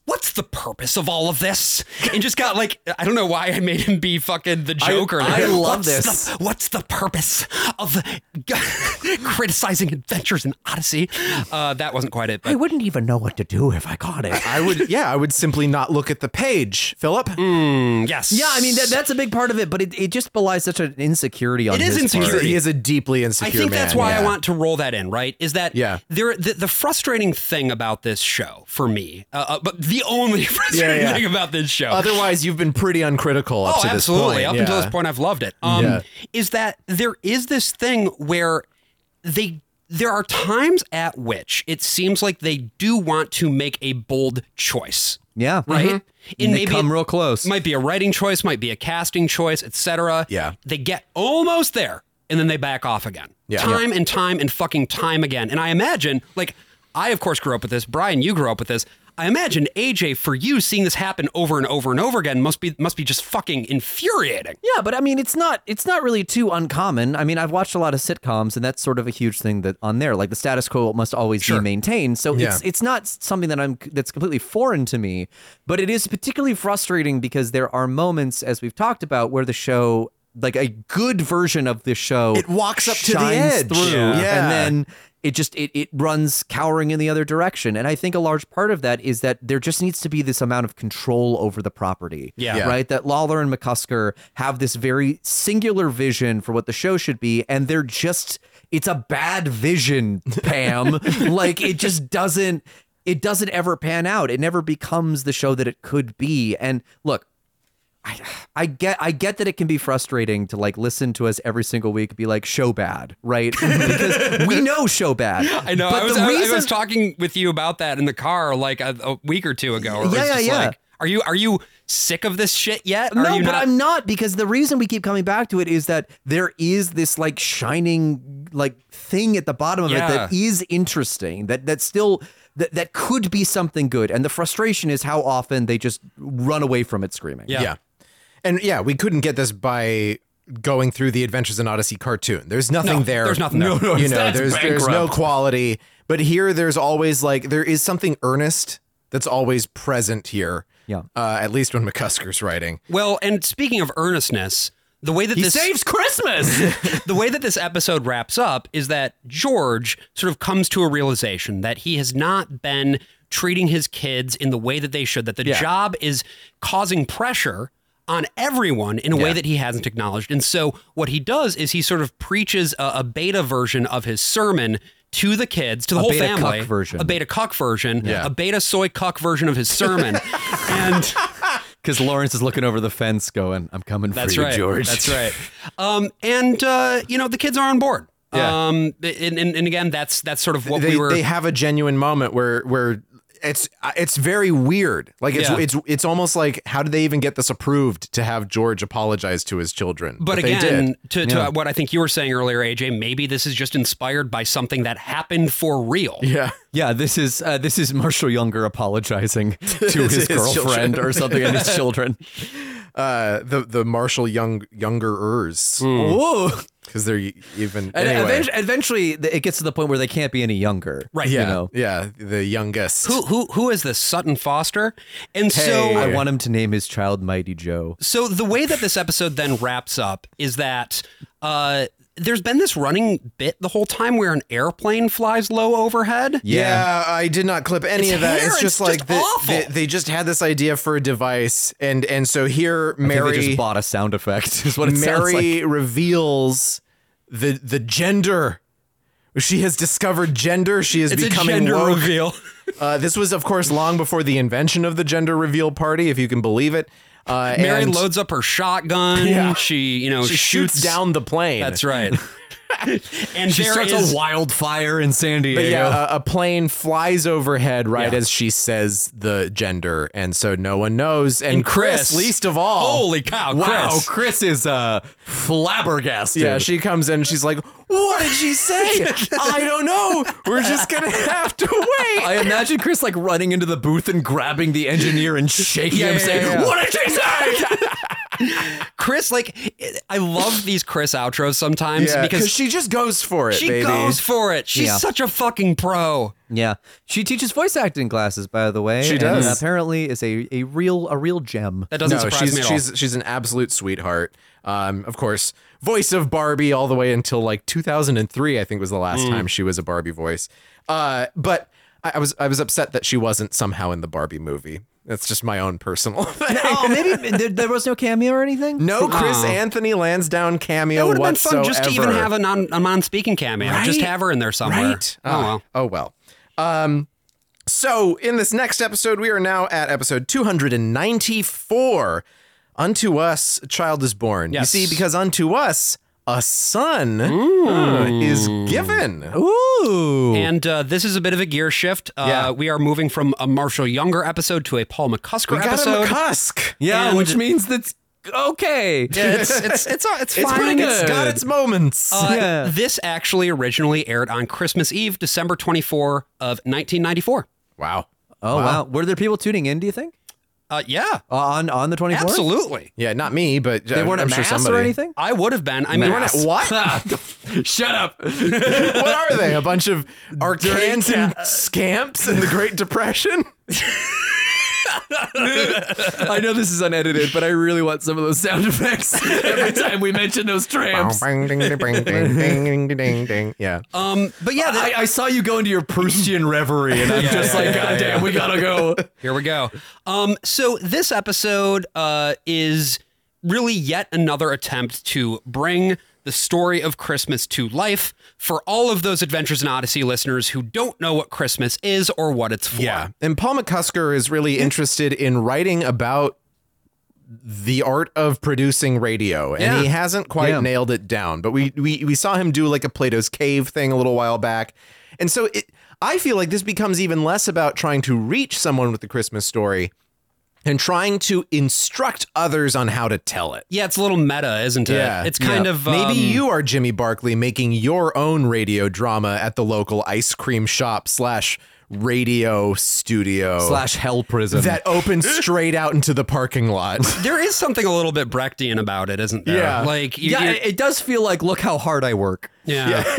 [SPEAKER 1] "What's the purpose of all of this?" And just got like, I don't know why I made him be fucking the Joker.
[SPEAKER 2] I
[SPEAKER 1] Like,
[SPEAKER 2] love
[SPEAKER 1] what's
[SPEAKER 2] this.
[SPEAKER 1] The, what's the purpose of criticizing Adventures in Odyssey? Uh, that wasn't quite it. But
[SPEAKER 2] wouldn't even know what to do if I caught it.
[SPEAKER 3] I would, yeah, I would simply not look at the page, Philip.
[SPEAKER 1] Hmm, yes,
[SPEAKER 2] Yeah, I mean, that, that's a big part of it, but it, it just belies such an insecurity on
[SPEAKER 1] It is
[SPEAKER 2] his part.
[SPEAKER 1] insecurity.
[SPEAKER 3] He is a deeply
[SPEAKER 1] I
[SPEAKER 3] insecure
[SPEAKER 1] think
[SPEAKER 3] man,
[SPEAKER 1] that's why I
[SPEAKER 3] yeah.
[SPEAKER 1] want to roll that in, right? Is that
[SPEAKER 3] Yeah.
[SPEAKER 1] there the, the frustrating thing about this show for me, uh, uh, but the only frustrating
[SPEAKER 3] yeah.
[SPEAKER 1] thing about this show,
[SPEAKER 3] Otherwise, you've been pretty uncritical up
[SPEAKER 1] oh,
[SPEAKER 3] to this
[SPEAKER 1] absolutely.
[SPEAKER 3] point.
[SPEAKER 1] Up
[SPEAKER 3] yeah.
[SPEAKER 1] until this point, I've loved it. Um,
[SPEAKER 3] Yeah.
[SPEAKER 1] Is that there is this thing where they there are times at which it seems like they do want to make a bold choice,
[SPEAKER 2] Yeah.
[SPEAKER 1] right?
[SPEAKER 2] Mhm. And they come real close.
[SPEAKER 1] Might be a writing choice, might be a casting choice, etc.
[SPEAKER 3] Yeah.
[SPEAKER 1] They get almost there and then they back off again.
[SPEAKER 3] Yeah.
[SPEAKER 1] Time and time and fucking time again. And I imagine, like, I of course grew up with this. Brian, you grew up with this. I imagine AJ, for you, seeing this happen over and over and over again must be must be just fucking infuriating.
[SPEAKER 2] Yeah, but I mean, it's not it's not really too uncommon. I mean, I've watched a lot of sitcoms, and that's sort of a huge thing that on there, like the status quo must always be maintained. So it's it's not something that I'm that's completely foreign to me, but it is particularly frustrating because there are moments, as we've talked about, where the show. Like a good version of the show,
[SPEAKER 3] It walks up to the
[SPEAKER 2] shines
[SPEAKER 3] edge.
[SPEAKER 2] through,
[SPEAKER 3] Yeah.
[SPEAKER 2] and
[SPEAKER 3] Yeah.
[SPEAKER 2] then it just it it runs cowering in the other direction. And I think a large part of that is that there just needs to be this amount of control over the property,
[SPEAKER 1] Yeah.
[SPEAKER 3] Yeah.
[SPEAKER 2] right? That Lawler and McCusker have this very singular vision for what the show should be, and they're just it's a bad vision, Pam. like it just doesn't it doesn't ever pan out. It never becomes the show that it could be. And look, I, I get I get that it can be frustrating to like listen to us every single week be like show bad, right? because we know show bad.
[SPEAKER 1] I know.
[SPEAKER 2] But
[SPEAKER 1] I was,
[SPEAKER 2] the
[SPEAKER 1] I, was- I
[SPEAKER 2] reason
[SPEAKER 1] was talking with you about that in the car like a, a week or two ago. Or
[SPEAKER 2] Yeah,
[SPEAKER 1] it's
[SPEAKER 2] yeah,
[SPEAKER 1] just
[SPEAKER 2] yeah.
[SPEAKER 1] Like, are you are you sick of this shit yet? Are
[SPEAKER 2] Uh, no,
[SPEAKER 1] you
[SPEAKER 2] but
[SPEAKER 1] not-
[SPEAKER 2] I'm not because the reason we keep coming back to it is that there is this like shining like thing at the bottom of it that is interesting that that still that that could be something good, and the frustration is how often they just run away from it screaming.
[SPEAKER 1] Yeah.
[SPEAKER 3] Yeah. And yeah, we couldn't get this by going through the Adventures in Odyssey cartoon. There's nothing
[SPEAKER 1] No,
[SPEAKER 3] there.
[SPEAKER 1] there's nothing there. No, no,
[SPEAKER 3] you know,
[SPEAKER 1] that's
[SPEAKER 3] there's there's no
[SPEAKER 1] bankrupt.
[SPEAKER 3] quality. But here there's always like there is something earnest that's always present here.
[SPEAKER 2] Yeah.
[SPEAKER 3] Uh, at least when McCusker's writing.
[SPEAKER 1] Well, and speaking of earnestness, the way that
[SPEAKER 2] He
[SPEAKER 1] this
[SPEAKER 2] saves Christmas.
[SPEAKER 1] the way that this episode wraps up is that George sort of comes to a realization that he has not been treating his kids in the way that they should, that the
[SPEAKER 2] Yeah.
[SPEAKER 1] job is causing pressure on everyone in a way
[SPEAKER 2] Yeah.
[SPEAKER 1] that he hasn't acknowledged. And so what he does is he sort of preaches a, a beta version of his sermon to the kids, to the
[SPEAKER 2] A
[SPEAKER 1] whole
[SPEAKER 2] beta cuck
[SPEAKER 1] family,
[SPEAKER 2] version.
[SPEAKER 1] a beta cuck version,
[SPEAKER 2] Yeah.
[SPEAKER 1] a beta soy cuck version of his sermon. and
[SPEAKER 2] Because Lawrence is looking over the fence, going, "I'm coming
[SPEAKER 1] That's
[SPEAKER 2] for you,
[SPEAKER 1] right.
[SPEAKER 2] George."
[SPEAKER 1] That's right. Um, and uh, you know the kids are on board.
[SPEAKER 3] Yeah.
[SPEAKER 1] Um, and, and, and again, that's that's sort of what
[SPEAKER 3] they,
[SPEAKER 1] we were.
[SPEAKER 3] they have a genuine moment where where it's it's very weird. Like it's
[SPEAKER 1] Yeah.
[SPEAKER 3] it's it's almost like how did they even get this approved to have George apologize to his children?
[SPEAKER 1] but
[SPEAKER 3] they
[SPEAKER 1] again,
[SPEAKER 3] did.
[SPEAKER 1] to, to
[SPEAKER 3] Yeah.
[SPEAKER 1] what I think you were saying earlier, AJ, maybe this is just inspired by something that happened for real.
[SPEAKER 3] Yeah.
[SPEAKER 2] Yeah, this is uh, this is Marshall Younger apologizing to
[SPEAKER 3] To
[SPEAKER 2] his,
[SPEAKER 3] his
[SPEAKER 2] girlfriend
[SPEAKER 3] children.
[SPEAKER 2] or something and his children.
[SPEAKER 3] uh, the the Marshall Young younger-ers.
[SPEAKER 1] Hmm.
[SPEAKER 2] Whoa.
[SPEAKER 3] because they're even
[SPEAKER 2] And
[SPEAKER 3] anyway.
[SPEAKER 2] eventu- eventually, th- it gets to the point where they can't be any younger,
[SPEAKER 1] Right.
[SPEAKER 2] You
[SPEAKER 3] yeah,
[SPEAKER 2] know,
[SPEAKER 3] yeah, the youngest.
[SPEAKER 1] Who who who is this Sutton Foster? And so
[SPEAKER 2] I want him to name his child Mighty Joe.
[SPEAKER 1] So the way that this episode then wraps up is that uh, there's been this running bit the whole time where an airplane flies low overhead.
[SPEAKER 3] Yeah. I did not clip any
[SPEAKER 1] It's
[SPEAKER 3] of that.
[SPEAKER 1] hair,
[SPEAKER 3] It's
[SPEAKER 1] it's
[SPEAKER 3] just like
[SPEAKER 1] just
[SPEAKER 3] the-
[SPEAKER 1] awful.
[SPEAKER 3] they, they just had this idea for a device, and and so here
[SPEAKER 2] I think
[SPEAKER 3] Mary
[SPEAKER 2] they just bought a sound effect. Is what it sounds like.
[SPEAKER 3] Mary reveals the the gender. She has discovered gender. She is
[SPEAKER 1] It's a
[SPEAKER 3] becoming
[SPEAKER 1] gender
[SPEAKER 3] woke.
[SPEAKER 1] reveal.
[SPEAKER 3] Uh, this was, of course, long before the invention of the gender reveal party, if you can believe it. Uh,
[SPEAKER 1] Mary
[SPEAKER 3] and
[SPEAKER 1] loads up her shotgun.
[SPEAKER 3] Yeah.
[SPEAKER 1] She, you know,
[SPEAKER 3] She shoots down the plane.
[SPEAKER 1] That's right. and
[SPEAKER 2] She
[SPEAKER 1] there
[SPEAKER 2] starts
[SPEAKER 1] is-
[SPEAKER 2] a wildfire in San Diego.
[SPEAKER 3] But yeah, a, a plane flies overhead right
[SPEAKER 1] Yeah.
[SPEAKER 3] as she says the gender, and so no one knows. And,
[SPEAKER 1] And
[SPEAKER 3] Chris,
[SPEAKER 1] Chris-
[SPEAKER 3] least of all,
[SPEAKER 1] Holy cow,
[SPEAKER 2] wow,
[SPEAKER 1] Chris.
[SPEAKER 2] Chris, is uh, flabbergasted.
[SPEAKER 3] Yeah, she comes in. She's like, "What did she say? I don't know. We're just gonna have to wait."
[SPEAKER 2] I imagine Chris like running into the booth and grabbing the engineer and shaking
[SPEAKER 1] Yeah,
[SPEAKER 2] him,
[SPEAKER 1] yeah,
[SPEAKER 2] saying,
[SPEAKER 1] yeah.
[SPEAKER 2] "What did she say?"
[SPEAKER 1] Chris, like, I love these Chris outros sometimes
[SPEAKER 3] Yeah,
[SPEAKER 1] because she,
[SPEAKER 3] she just goes for it. baby.
[SPEAKER 1] goes for it. She's
[SPEAKER 2] Yeah.
[SPEAKER 1] such a fucking pro.
[SPEAKER 2] yeah, she teaches voice acting classes, by the way.
[SPEAKER 3] She
[SPEAKER 2] and
[SPEAKER 3] does.
[SPEAKER 2] apparently, is a, a real a real gem.
[SPEAKER 1] That doesn't
[SPEAKER 3] no,
[SPEAKER 1] surprise
[SPEAKER 3] she's
[SPEAKER 1] me at all.
[SPEAKER 3] she's she's an absolute sweetheart. Um, of course, voice of Barbie all the way until like 2003, I think was the
[SPEAKER 1] Mm.
[SPEAKER 3] last time she was a Barbie voice. Uh, but I, I was I was upset that she wasn't somehow in the Barbie movie. That's just my own personal thing.
[SPEAKER 2] oh, maybe there, there was no cameo or anything.
[SPEAKER 3] No Chris
[SPEAKER 1] Aw.
[SPEAKER 3] Anthony Lansdowne cameo
[SPEAKER 1] That would have been
[SPEAKER 3] whatsoever.
[SPEAKER 1] fun just to even have a non a non speaking cameo. Just
[SPEAKER 3] Right?
[SPEAKER 1] have her in there somewhere.
[SPEAKER 3] Right?
[SPEAKER 1] Oh
[SPEAKER 3] Ah,
[SPEAKER 1] well.
[SPEAKER 3] Oh well. Um, so in this next episode, we are now at episode 294. Unto us, a child is born.
[SPEAKER 1] Yes.
[SPEAKER 3] You see, because unto us, a son uh, is given.
[SPEAKER 2] Ooh.
[SPEAKER 1] Hmm. And uh, this is a bit of a gear shift. Uh,
[SPEAKER 3] Yeah.
[SPEAKER 1] We are moving from a Marshall Younger episode to a Paul McCusker
[SPEAKER 3] We got
[SPEAKER 1] episode.
[SPEAKER 3] a McCusk.
[SPEAKER 2] yeah,
[SPEAKER 1] and-
[SPEAKER 2] which means that's okay.
[SPEAKER 1] Yeah, it's it's it's it's,
[SPEAKER 3] It's
[SPEAKER 1] fine.
[SPEAKER 3] pretty good.
[SPEAKER 1] It's
[SPEAKER 3] It's got
[SPEAKER 1] good.
[SPEAKER 3] its moments.
[SPEAKER 1] Uh,
[SPEAKER 2] Yeah.
[SPEAKER 1] This actually originally aired on Christmas Eve, December 24 of 1994.
[SPEAKER 3] wow.
[SPEAKER 2] Oh wow. were there people tuning in? Do you think
[SPEAKER 1] Uh, yeah,
[SPEAKER 2] uh, on on the twenty fourth?
[SPEAKER 1] absolutely.
[SPEAKER 3] Yeah, not me, but
[SPEAKER 2] They
[SPEAKER 3] uh,
[SPEAKER 2] weren't
[SPEAKER 3] I'm
[SPEAKER 2] a
[SPEAKER 3] sure
[SPEAKER 2] mass
[SPEAKER 3] somebody.
[SPEAKER 2] or anything.
[SPEAKER 1] I would have been. I mean,
[SPEAKER 3] They weren't at what?
[SPEAKER 2] Shut up.
[SPEAKER 3] what are they? A bunch of Arkansas scamps in the Great Depression?
[SPEAKER 2] I know this is unedited, but I really want some of those sound effects every time we mention those tramps.
[SPEAKER 3] yeah.
[SPEAKER 1] Um, but yeah,
[SPEAKER 2] I, I saw you go into your Proustian reverie, and I'm just like, God damn, we gotta go.
[SPEAKER 1] Here we go. Um, so this episode uh, is really yet another attempt to bring the story of Christmas to life for all of those Adventures in Odyssey listeners who don't know what Christmas is or what it's for.
[SPEAKER 3] Yeah. And Paul McCusker is really interested in writing about the art of producing radio. And
[SPEAKER 1] Yeah.
[SPEAKER 3] he hasn't quite
[SPEAKER 2] Yeah.
[SPEAKER 3] nailed it down. But we, we we saw him do like a Plato's Cave thing a little while back. And so it I feel like this becomes even less about trying to reach someone with the Christmas story and trying to instruct others on how to tell it.
[SPEAKER 1] Yeah, it's a little meta, isn't it? It's kind
[SPEAKER 3] Yeah.
[SPEAKER 1] of um,
[SPEAKER 3] maybe you are Jimmy Barkley making your own radio drama at the local ice cream shop slash radio studio
[SPEAKER 2] hell prison.
[SPEAKER 3] that opens straight out into the parking lot.
[SPEAKER 1] There is something a little bit Brechtian about it, isn't there?
[SPEAKER 3] Yeah.
[SPEAKER 1] Like you,
[SPEAKER 2] yeah,
[SPEAKER 1] you-
[SPEAKER 2] it, it does feel like, look how hard I work.
[SPEAKER 1] yeah.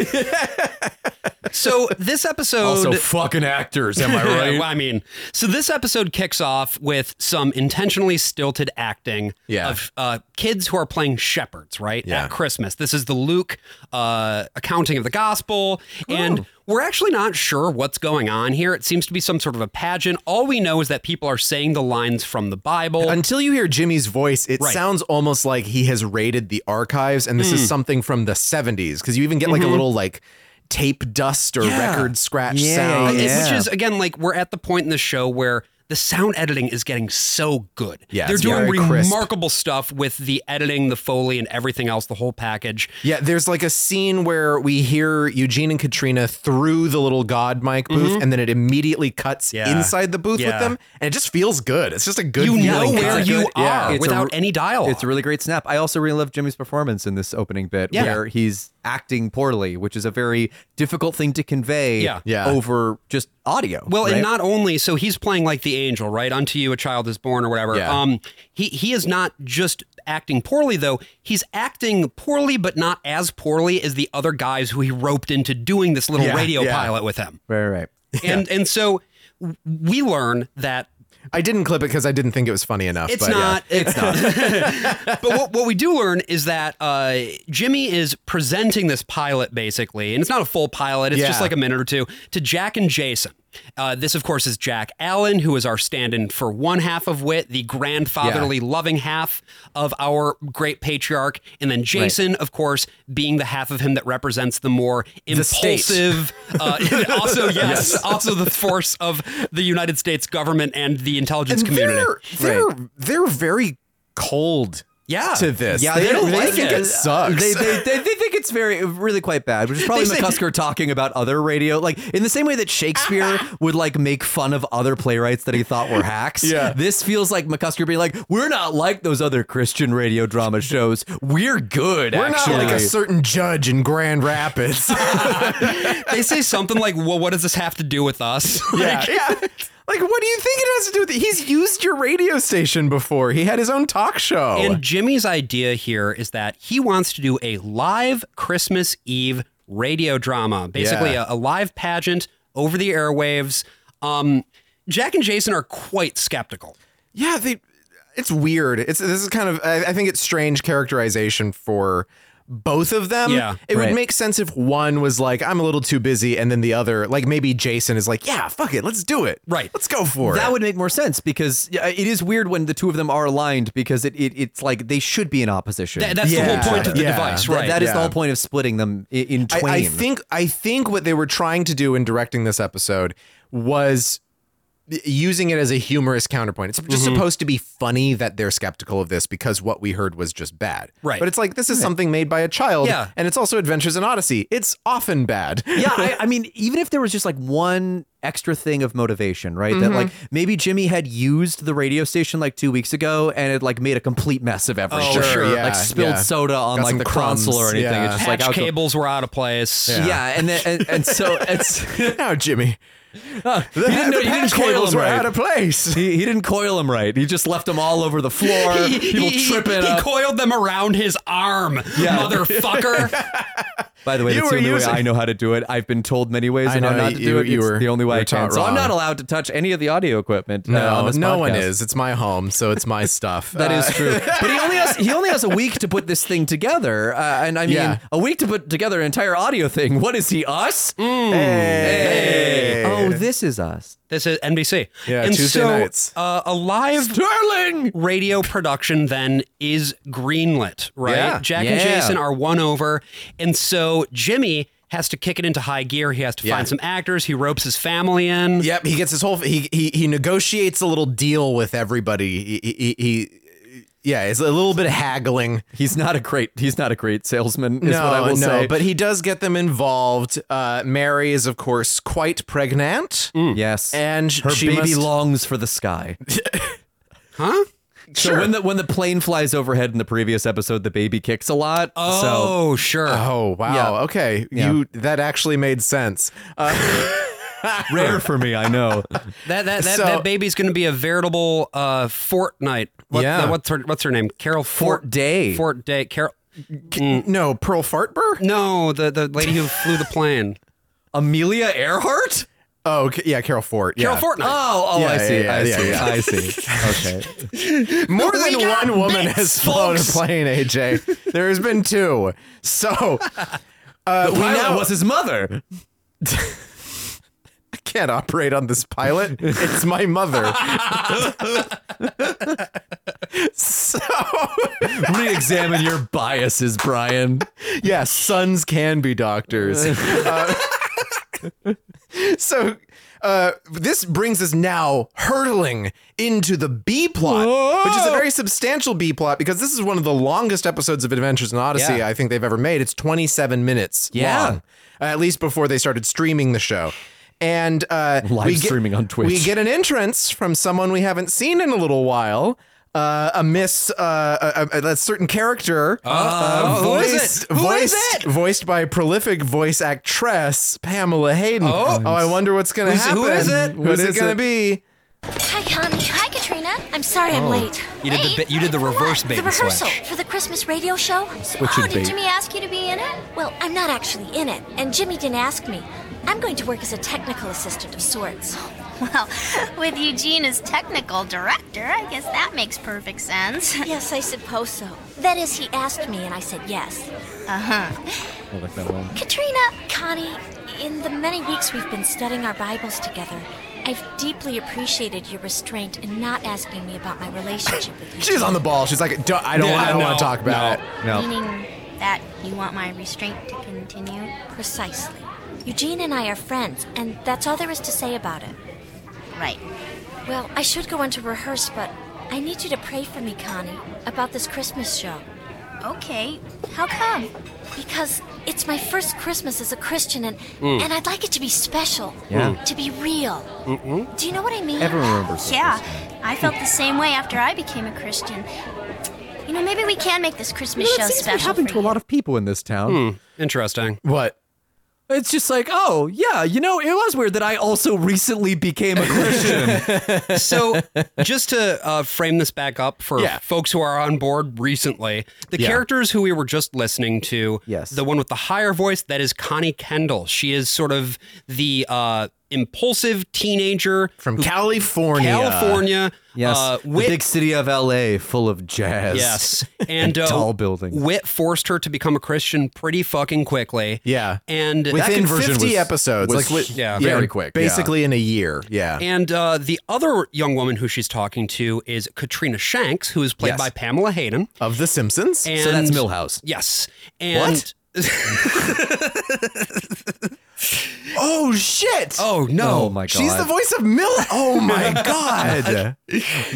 [SPEAKER 1] So this episode
[SPEAKER 13] Also fucking actors, am I right?
[SPEAKER 1] well, I mean, so this episode kicks off with some intentionally stilted acting
[SPEAKER 3] Yeah.
[SPEAKER 1] of uh, kids who are playing shepherds, right?
[SPEAKER 3] Yeah.
[SPEAKER 1] At Christmas. This is the Luke uh, accounting of the gospel. And we're actually not sure what's going on here. It seems to be some sort of a pageant. All we know is that people are saying the lines from the Bible.
[SPEAKER 3] Until you hear Jimmy's voice, it
[SPEAKER 1] Right.
[SPEAKER 3] sounds almost like he has raided the archives, and this
[SPEAKER 1] Mm.
[SPEAKER 3] is something from the 70s because you even get like a
[SPEAKER 1] Mhm.
[SPEAKER 3] little like tape dust or
[SPEAKER 1] Yeah.
[SPEAKER 3] record scratch
[SPEAKER 1] Yeah,
[SPEAKER 3] sound,
[SPEAKER 1] yeah, Which is again like we're at the point in the show where the sound editing is getting so good.
[SPEAKER 3] Yeah,
[SPEAKER 1] they're
[SPEAKER 3] it's
[SPEAKER 1] doing
[SPEAKER 3] very crisp.
[SPEAKER 1] remarkable stuff with the editing, the foley, and everything else, the whole package.
[SPEAKER 3] Yeah, there's like a scene where we hear Eugene and Katrina through the little God mic booth,
[SPEAKER 1] Mhm.
[SPEAKER 3] and then it immediately cuts
[SPEAKER 1] Yeah.
[SPEAKER 3] inside the booth
[SPEAKER 1] Yeah.
[SPEAKER 3] with them, and it just feels good. It's just a good.
[SPEAKER 1] You know
[SPEAKER 3] feeling.
[SPEAKER 1] where
[SPEAKER 3] It's a
[SPEAKER 1] you
[SPEAKER 3] good-
[SPEAKER 1] are without any dialogue.
[SPEAKER 2] It's a really great snap. I also really love Jimmy's performance in this opening bit
[SPEAKER 1] Yeah.
[SPEAKER 2] where he's acting poorly, which is a very difficult thing to convey
[SPEAKER 1] Yeah. Yeah.
[SPEAKER 2] over just audio.
[SPEAKER 1] Well,
[SPEAKER 2] right?
[SPEAKER 1] and not only so he's playing like the angel, right? Unto you a child is born or whatever.
[SPEAKER 2] Yeah.
[SPEAKER 1] Um he he is not just acting poorly though. He's acting poorly but not as poorly as the other guys who he roped into doing this little
[SPEAKER 3] Yeah,
[SPEAKER 1] radio
[SPEAKER 3] yeah.
[SPEAKER 1] pilot with him.
[SPEAKER 2] Right, right.
[SPEAKER 1] And and so w- we learn that
[SPEAKER 3] I didn't clip it because I didn't think it was funny enough.
[SPEAKER 1] It's
[SPEAKER 3] but yeah.
[SPEAKER 1] not. It's not. but what, what we do learn is that uh, Jimmy is presenting this pilot basically, and it's not a full pilot. It's just
[SPEAKER 3] Yeah.
[SPEAKER 1] like a minute or two to Jack and Jason. Uh, this, of course, is Jack Allen, who is our stand-in for one half of Wit, the grandfatherly, loving half of our great patriarch, and then Jason, of course, being the half of him that represents the more
[SPEAKER 13] The state.
[SPEAKER 1] impulsive. uh, and also, yes,
[SPEAKER 13] Yes.
[SPEAKER 1] also the force of the United States government and the intelligence
[SPEAKER 3] And
[SPEAKER 1] community.
[SPEAKER 3] They're they're, they're very cold.
[SPEAKER 1] Yeah.
[SPEAKER 3] To this.
[SPEAKER 1] Yeah,
[SPEAKER 3] they,
[SPEAKER 1] they don't
[SPEAKER 3] they
[SPEAKER 1] like
[SPEAKER 3] think
[SPEAKER 1] it.
[SPEAKER 3] it, sucks.
[SPEAKER 2] They, they, they, they think it's very really quite bad, which is probably
[SPEAKER 1] They say-
[SPEAKER 2] McCusker talking about other radio, like in the same way that Shakespeare would like make fun of other playwrights that he thought were hacks.
[SPEAKER 13] Yeah.
[SPEAKER 2] this feels like McCusker being like, "We're not like those other Christian radio drama shows. We're good.
[SPEAKER 3] We're
[SPEAKER 2] actually.
[SPEAKER 3] not like a certain judge in Grand Rapids.
[SPEAKER 1] they say something like, "Well, what does this have to do with us?"
[SPEAKER 3] yeah, yeah. Like, what do you think it has to do with it? He's used your radio station before. He had his own talk show.
[SPEAKER 1] And Jimmy's idea here is that he wants to do a live Christmas Eve radio drama, basically
[SPEAKER 3] Yeah.
[SPEAKER 1] a, a live pageant over the airwaves. Um, Jack and Jason are quite skeptical.
[SPEAKER 3] yeah, they. It's weird. It's this is kind of. I, I think it's strange characterization for both of them.
[SPEAKER 1] Yeah,
[SPEAKER 3] it
[SPEAKER 1] right.
[SPEAKER 3] would make sense if one was like, "I'm a little too busy," and then the other, like maybe Jason, is like, "Yeah, fuck it, let's do it.
[SPEAKER 1] Right.
[SPEAKER 3] let's go for
[SPEAKER 2] that
[SPEAKER 3] it."
[SPEAKER 2] would make more sense because yeah, it is weird when the two of them are aligned because it, it it's like they should be in opposition.
[SPEAKER 1] Th- that's the whole
[SPEAKER 3] Yeah,
[SPEAKER 1] point of the
[SPEAKER 3] yeah.
[SPEAKER 1] device,
[SPEAKER 2] Th-
[SPEAKER 1] right?
[SPEAKER 2] that is the
[SPEAKER 3] yeah.
[SPEAKER 2] whole point of splitting them i- in
[SPEAKER 3] I,
[SPEAKER 2] twain.
[SPEAKER 3] I think I think what they were trying to do in directing this episode was using it as a humorous counterpoint. It's
[SPEAKER 2] Mm-hmm.
[SPEAKER 3] just supposed to be funny that they're skeptical of this because what we heard was just bad.
[SPEAKER 1] Right.
[SPEAKER 3] But it's like this is something made by a child.
[SPEAKER 1] Yeah.
[SPEAKER 3] And it's also Adventures in Odyssey. It's often bad.
[SPEAKER 2] yeah, I, I mean, even if there was just like one extra thing of motivation, right? That like
[SPEAKER 3] Mm-hmm.
[SPEAKER 2] maybe Jimmy had used the radio station like two weeks ago and it like made a complete mess of everything.
[SPEAKER 1] Oh, sure,
[SPEAKER 3] Oh, yeah,
[SPEAKER 2] like spilled
[SPEAKER 3] yeah.
[SPEAKER 2] soda on
[SPEAKER 3] Got
[SPEAKER 2] like
[SPEAKER 3] some
[SPEAKER 2] the console or
[SPEAKER 3] crumbs,
[SPEAKER 2] anything.
[SPEAKER 3] yeah.
[SPEAKER 2] It's just
[SPEAKER 1] Patch
[SPEAKER 2] like alcohol-
[SPEAKER 1] cables were out of place.
[SPEAKER 2] Yeah. and then and, and so it's
[SPEAKER 3] now, Jimmy.
[SPEAKER 2] he didn't know
[SPEAKER 3] the
[SPEAKER 2] he didn't
[SPEAKER 3] patch
[SPEAKER 2] coil
[SPEAKER 3] cables
[SPEAKER 2] him
[SPEAKER 3] were
[SPEAKER 2] right.
[SPEAKER 3] out of place.
[SPEAKER 2] he, he didn't coil him right. He just left them all over the floor.
[SPEAKER 1] He,
[SPEAKER 2] People
[SPEAKER 1] he-
[SPEAKER 2] tripping
[SPEAKER 1] he
[SPEAKER 2] up.
[SPEAKER 1] coiled them around his arm,
[SPEAKER 2] Yeah.
[SPEAKER 1] motherfucker.
[SPEAKER 2] By the way,
[SPEAKER 3] You
[SPEAKER 2] that's the
[SPEAKER 3] were
[SPEAKER 2] only
[SPEAKER 3] using-
[SPEAKER 2] way I know how to do it. I've been told many ways
[SPEAKER 3] I
[SPEAKER 2] on how
[SPEAKER 3] know,
[SPEAKER 2] not to do
[SPEAKER 3] you-
[SPEAKER 2] it.
[SPEAKER 3] you
[SPEAKER 2] It's
[SPEAKER 3] were-
[SPEAKER 2] the only way
[SPEAKER 3] you
[SPEAKER 2] I
[SPEAKER 3] were
[SPEAKER 2] can.
[SPEAKER 3] taught
[SPEAKER 2] So I'm
[SPEAKER 3] wrong.
[SPEAKER 2] not allowed to touch any of the audio equipment. uh, on
[SPEAKER 3] No,
[SPEAKER 2] this
[SPEAKER 3] no one
[SPEAKER 2] podcast.
[SPEAKER 3] is. It's my home, so it's my stuff.
[SPEAKER 2] That is
[SPEAKER 3] Uh,
[SPEAKER 2] true. But he only has he only has a week to put this thing together. Uh, and I mean,
[SPEAKER 3] Yeah.
[SPEAKER 2] a week to put together an entire audio thing. What is he? Us?
[SPEAKER 3] Mm. Hey.
[SPEAKER 2] Oh, this is us.
[SPEAKER 1] this is NBC.
[SPEAKER 3] Yeah,
[SPEAKER 1] and
[SPEAKER 3] Tuesday
[SPEAKER 1] so,
[SPEAKER 3] nights.
[SPEAKER 1] Uh, a live
[SPEAKER 2] Sterling.
[SPEAKER 1] radio production then is greenlit, right?
[SPEAKER 3] Yeah.
[SPEAKER 1] Jack and
[SPEAKER 2] Yeah.
[SPEAKER 1] Jason are won over. And so Jimmy has to kick it into high gear. He has to
[SPEAKER 3] Yeah.
[SPEAKER 1] find some actors. He ropes his family in.
[SPEAKER 3] Yep, he gets his whole he he he negotiates a little deal with everybody. He he, he, he- yeah, it's a little bit of haggling.
[SPEAKER 2] He's not a great he's not a great salesman. Is
[SPEAKER 3] no,
[SPEAKER 2] what I will
[SPEAKER 3] no,
[SPEAKER 2] say.
[SPEAKER 3] but he does get them involved. Uh, Mary is of course quite pregnant,
[SPEAKER 2] yes,
[SPEAKER 3] and
[SPEAKER 2] her
[SPEAKER 3] she
[SPEAKER 2] baby
[SPEAKER 3] must-
[SPEAKER 2] longs for the sky.
[SPEAKER 1] Huh?
[SPEAKER 2] So when the when the plane flies overhead in the previous episode, the baby kicks a lot. So
[SPEAKER 1] Oh, sure.
[SPEAKER 3] Oh wow!
[SPEAKER 2] Yeah.
[SPEAKER 3] Okay,
[SPEAKER 2] Yeah.
[SPEAKER 3] you that actually made sense. Uh,
[SPEAKER 2] rare for me, I know.
[SPEAKER 1] That that that,
[SPEAKER 3] So-
[SPEAKER 1] that baby's going to be a veritable uh, Fortnite. What,
[SPEAKER 3] Yeah.
[SPEAKER 1] uh, what's her What's her name? Carol Fort,
[SPEAKER 2] Fort Day.
[SPEAKER 1] Fort Day. Carol. mm.
[SPEAKER 3] no, Pearl Fartber.
[SPEAKER 1] No, the the lady who flew the plane.
[SPEAKER 2] Amelia Earhart?
[SPEAKER 3] Oh, ca- yeah, Carol Fort.
[SPEAKER 2] Carol
[SPEAKER 3] yeah.
[SPEAKER 2] Fortnite. Oh, oh, I see, I see, I
[SPEAKER 3] see. Okay. More
[SPEAKER 2] We
[SPEAKER 3] than
[SPEAKER 2] got
[SPEAKER 3] one woman
[SPEAKER 2] bits,
[SPEAKER 3] has flown a
[SPEAKER 2] folks.
[SPEAKER 3] plane, AJ. There has been two. So uh,
[SPEAKER 2] The
[SPEAKER 3] we
[SPEAKER 2] pilot
[SPEAKER 3] now
[SPEAKER 2] was his mother.
[SPEAKER 3] I can't operate on this pilot. It's my mother. so
[SPEAKER 2] Re-examine your biases, Brian.
[SPEAKER 3] yeah, sons can be doctors. Uh, so uh, this brings us now hurtling into the B plot, which is a very substantial B plot because this is one of the longest episodes of Adventures in Odyssey
[SPEAKER 2] Yeah.
[SPEAKER 3] I think they've ever made. It's 27 minutes
[SPEAKER 2] Yeah.
[SPEAKER 3] long, uh, at least before they started streaming the show. And uh,
[SPEAKER 2] Live
[SPEAKER 3] we get-
[SPEAKER 2] streaming on Twitch.
[SPEAKER 3] We get an entrance from someone we haven't seen in a little while. Uh, a miss, uh, a, a, a certain character,
[SPEAKER 2] Oh.
[SPEAKER 3] uh,
[SPEAKER 1] who is it?
[SPEAKER 3] voiced,
[SPEAKER 1] Who is
[SPEAKER 3] voiced, voiced by prolific voice actress Pamela Hayden. Oh, I wonder what's going to
[SPEAKER 1] Who's-
[SPEAKER 3] happen.
[SPEAKER 1] who is it?
[SPEAKER 3] Who's
[SPEAKER 1] What
[SPEAKER 3] it
[SPEAKER 1] is
[SPEAKER 3] going
[SPEAKER 1] it?
[SPEAKER 3] to be?
[SPEAKER 14] Hi, Connie. Hi, Katrina. I'm sorry I'm
[SPEAKER 1] Oh.
[SPEAKER 14] late.
[SPEAKER 1] You did the
[SPEAKER 14] Late?
[SPEAKER 1] ba- you did the
[SPEAKER 14] For what?
[SPEAKER 1] reverse bait
[SPEAKER 14] The
[SPEAKER 1] and switch.
[SPEAKER 14] rehearsal for the Christmas radio show.
[SPEAKER 1] Switch
[SPEAKER 14] oh,
[SPEAKER 1] and
[SPEAKER 14] did
[SPEAKER 1] bait.
[SPEAKER 14] Jimmy ask you to be in it? Well, I'm not actually in it, and Jimmy didn't ask me. I'm going to work as a technical assistant of sorts.
[SPEAKER 15] Well, with Eugene as technical director, I guess that makes perfect sense.
[SPEAKER 14] yes, I suppose so. That is, he asked me, and I said yes.
[SPEAKER 15] Uh huh.
[SPEAKER 13] I like that one.
[SPEAKER 14] Katrina, Connie, in the many weeks we've been studying our Bibles together, I've deeply appreciated your restraint in not asking me about my relationship with you.
[SPEAKER 3] She's on the ball. She's like, "Duh, I don't,
[SPEAKER 14] Yeah,
[SPEAKER 3] I don't
[SPEAKER 14] no,
[SPEAKER 3] want to talk about it.
[SPEAKER 15] Meaning that you want my restraint to continue?
[SPEAKER 14] Precisely. Eugene and I are friends, and that's all there is to say about it.
[SPEAKER 15] Right.
[SPEAKER 14] Well, I should go on to rehearse, but I need you to pray for me, Connie, about this Christmas show.
[SPEAKER 15] Okay. How come?
[SPEAKER 14] Because it's my first Christmas as a Christian, and,
[SPEAKER 15] Mm.
[SPEAKER 14] and I'd like it to be special.
[SPEAKER 15] Yeah.
[SPEAKER 14] To be real.
[SPEAKER 3] Mm-hmm.
[SPEAKER 15] Mm-mm.
[SPEAKER 14] Do you know what I mean?
[SPEAKER 15] Everyone
[SPEAKER 14] remembers.
[SPEAKER 15] Yeah, I felt the same way after I became a Christian. You know, maybe we can make this Christmas show special.
[SPEAKER 2] happened to a lot of people in this town.
[SPEAKER 1] Interesting.
[SPEAKER 3] What?
[SPEAKER 2] It's just like, oh yeah, you know, it was weird that I also recently became a Christian.
[SPEAKER 1] so just to uh, frame this back up for folks who are on board recently, the
[SPEAKER 2] Yeah.
[SPEAKER 1] characters who we were just listening to, yes. the one with the higher voice, that is Connie Kendall. She is sort of the uh, impulsive teenager
[SPEAKER 3] from California.
[SPEAKER 1] California.
[SPEAKER 2] yes,
[SPEAKER 1] uh,
[SPEAKER 2] the
[SPEAKER 1] wit-
[SPEAKER 2] big city of L.A. full of jazz.
[SPEAKER 1] Yes. And, uh,
[SPEAKER 2] tall buildings.
[SPEAKER 1] Wit forced her to become a Christian pretty fucking quickly.
[SPEAKER 3] Yeah.
[SPEAKER 1] And
[SPEAKER 3] Within 50 episodes, like with,
[SPEAKER 1] yeah,
[SPEAKER 3] very quick, basically in a year. Yeah,
[SPEAKER 1] And uh, the other young woman who she's talking to is Katrina Shanks, who is played
[SPEAKER 3] Yes.
[SPEAKER 1] by Pamela Hayden
[SPEAKER 3] of The Simpsons.
[SPEAKER 1] And,
[SPEAKER 3] so that's Millhouse.
[SPEAKER 1] Yes. And
[SPEAKER 3] What? Oh shit!
[SPEAKER 1] Oh no!
[SPEAKER 2] Oh, my
[SPEAKER 3] She's
[SPEAKER 2] God.
[SPEAKER 3] the voice of Mill. Oh my god!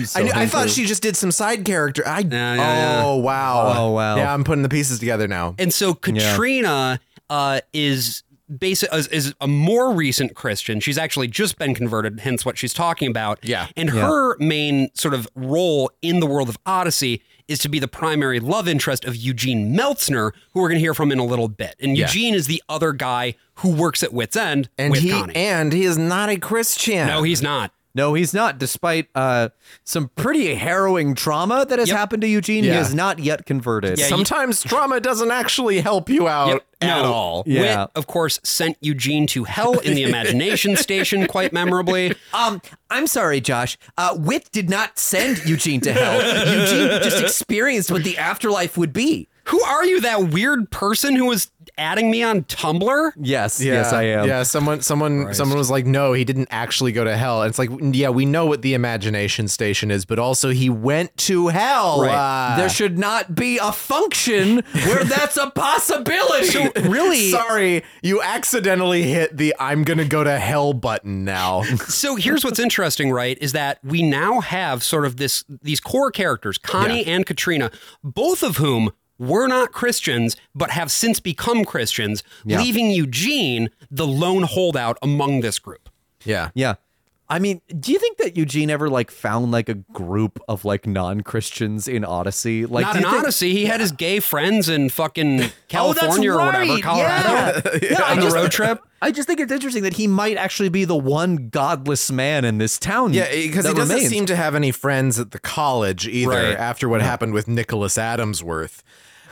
[SPEAKER 2] so
[SPEAKER 3] I, knew- I thought
[SPEAKER 2] hungry.
[SPEAKER 3] she just did some side character. I.
[SPEAKER 1] yeah.
[SPEAKER 3] Oh wow!
[SPEAKER 2] Oh, wow.
[SPEAKER 3] Yeah, I'm putting the pieces together now.
[SPEAKER 1] And so Katrina uh, is basic is, is a more recent Christian. She's actually just been converted, hence what she's talking about. Yeah. And
[SPEAKER 2] Yeah.
[SPEAKER 1] her main sort of role in the world of Odyssey is to be the primary love interest of Eugene Meltzner, who we're going to hear from in a little bit. And
[SPEAKER 3] Yeah.
[SPEAKER 1] Eugene is the other guy who works at Wits End
[SPEAKER 3] and
[SPEAKER 1] with
[SPEAKER 3] he
[SPEAKER 1] Connie.
[SPEAKER 3] and he is not a Christian.
[SPEAKER 1] No, he's not.
[SPEAKER 2] No, he's not. Despite uh, some pretty harrowing trauma that has happened to Eugene,
[SPEAKER 3] Yeah.
[SPEAKER 2] he has not yet converted.
[SPEAKER 3] Sometimes trauma doesn't actually help you out
[SPEAKER 1] Yep.
[SPEAKER 3] at
[SPEAKER 1] No.
[SPEAKER 3] all.
[SPEAKER 2] Yeah.
[SPEAKER 1] Wit, of course, sent Eugene to hell in the imagination station quite memorably.
[SPEAKER 2] Um, I'm sorry, Josh. Uh, Wit did not send Eugene to hell. Eugene just experienced what the afterlife would be.
[SPEAKER 1] Who are you, that weird person who was adding me on Tumblr?
[SPEAKER 2] Yes,
[SPEAKER 3] Yeah,
[SPEAKER 2] yes, I am.
[SPEAKER 3] Yeah, someone, someone, someone was like, "No, he didn't actually go to hell." And it's like, yeah, we know what the imagination station is, but also he went to hell.
[SPEAKER 2] Right.
[SPEAKER 3] Uh,
[SPEAKER 2] there should not be a function where that's a possibility.
[SPEAKER 3] So,
[SPEAKER 1] really-
[SPEAKER 3] sorry, you accidentally hit the "I'm gonna go to hell" button now.
[SPEAKER 1] so here's what's interesting, right? Is that we now have sort of this these core characters, Connie and Katrina, both of whom were not Christians, but have since become Christians,
[SPEAKER 2] Yeah.
[SPEAKER 1] leaving Eugene the lone holdout among this group.
[SPEAKER 3] Yeah.
[SPEAKER 2] Yeah. I mean, do you think that Eugene ever like found like a group of like non-Christians in Odyssey? Like
[SPEAKER 1] not
[SPEAKER 2] do
[SPEAKER 1] in
[SPEAKER 2] you think- Oh,
[SPEAKER 1] Odyssey. He had his gay friends in fucking
[SPEAKER 3] Oh,
[SPEAKER 2] that's
[SPEAKER 1] California or whatever,
[SPEAKER 2] right.
[SPEAKER 1] Colorado.
[SPEAKER 2] Yeah. Yeah, I
[SPEAKER 1] on the
[SPEAKER 2] just-
[SPEAKER 1] road trip.
[SPEAKER 2] I just think it's interesting that he might actually be the one godless man in this town.
[SPEAKER 3] Yeah, because he
[SPEAKER 2] that
[SPEAKER 3] doesn't
[SPEAKER 2] remains.
[SPEAKER 3] seem to have any friends at the college either.
[SPEAKER 1] Right.
[SPEAKER 3] After what happened with Nicholas Adamsworth.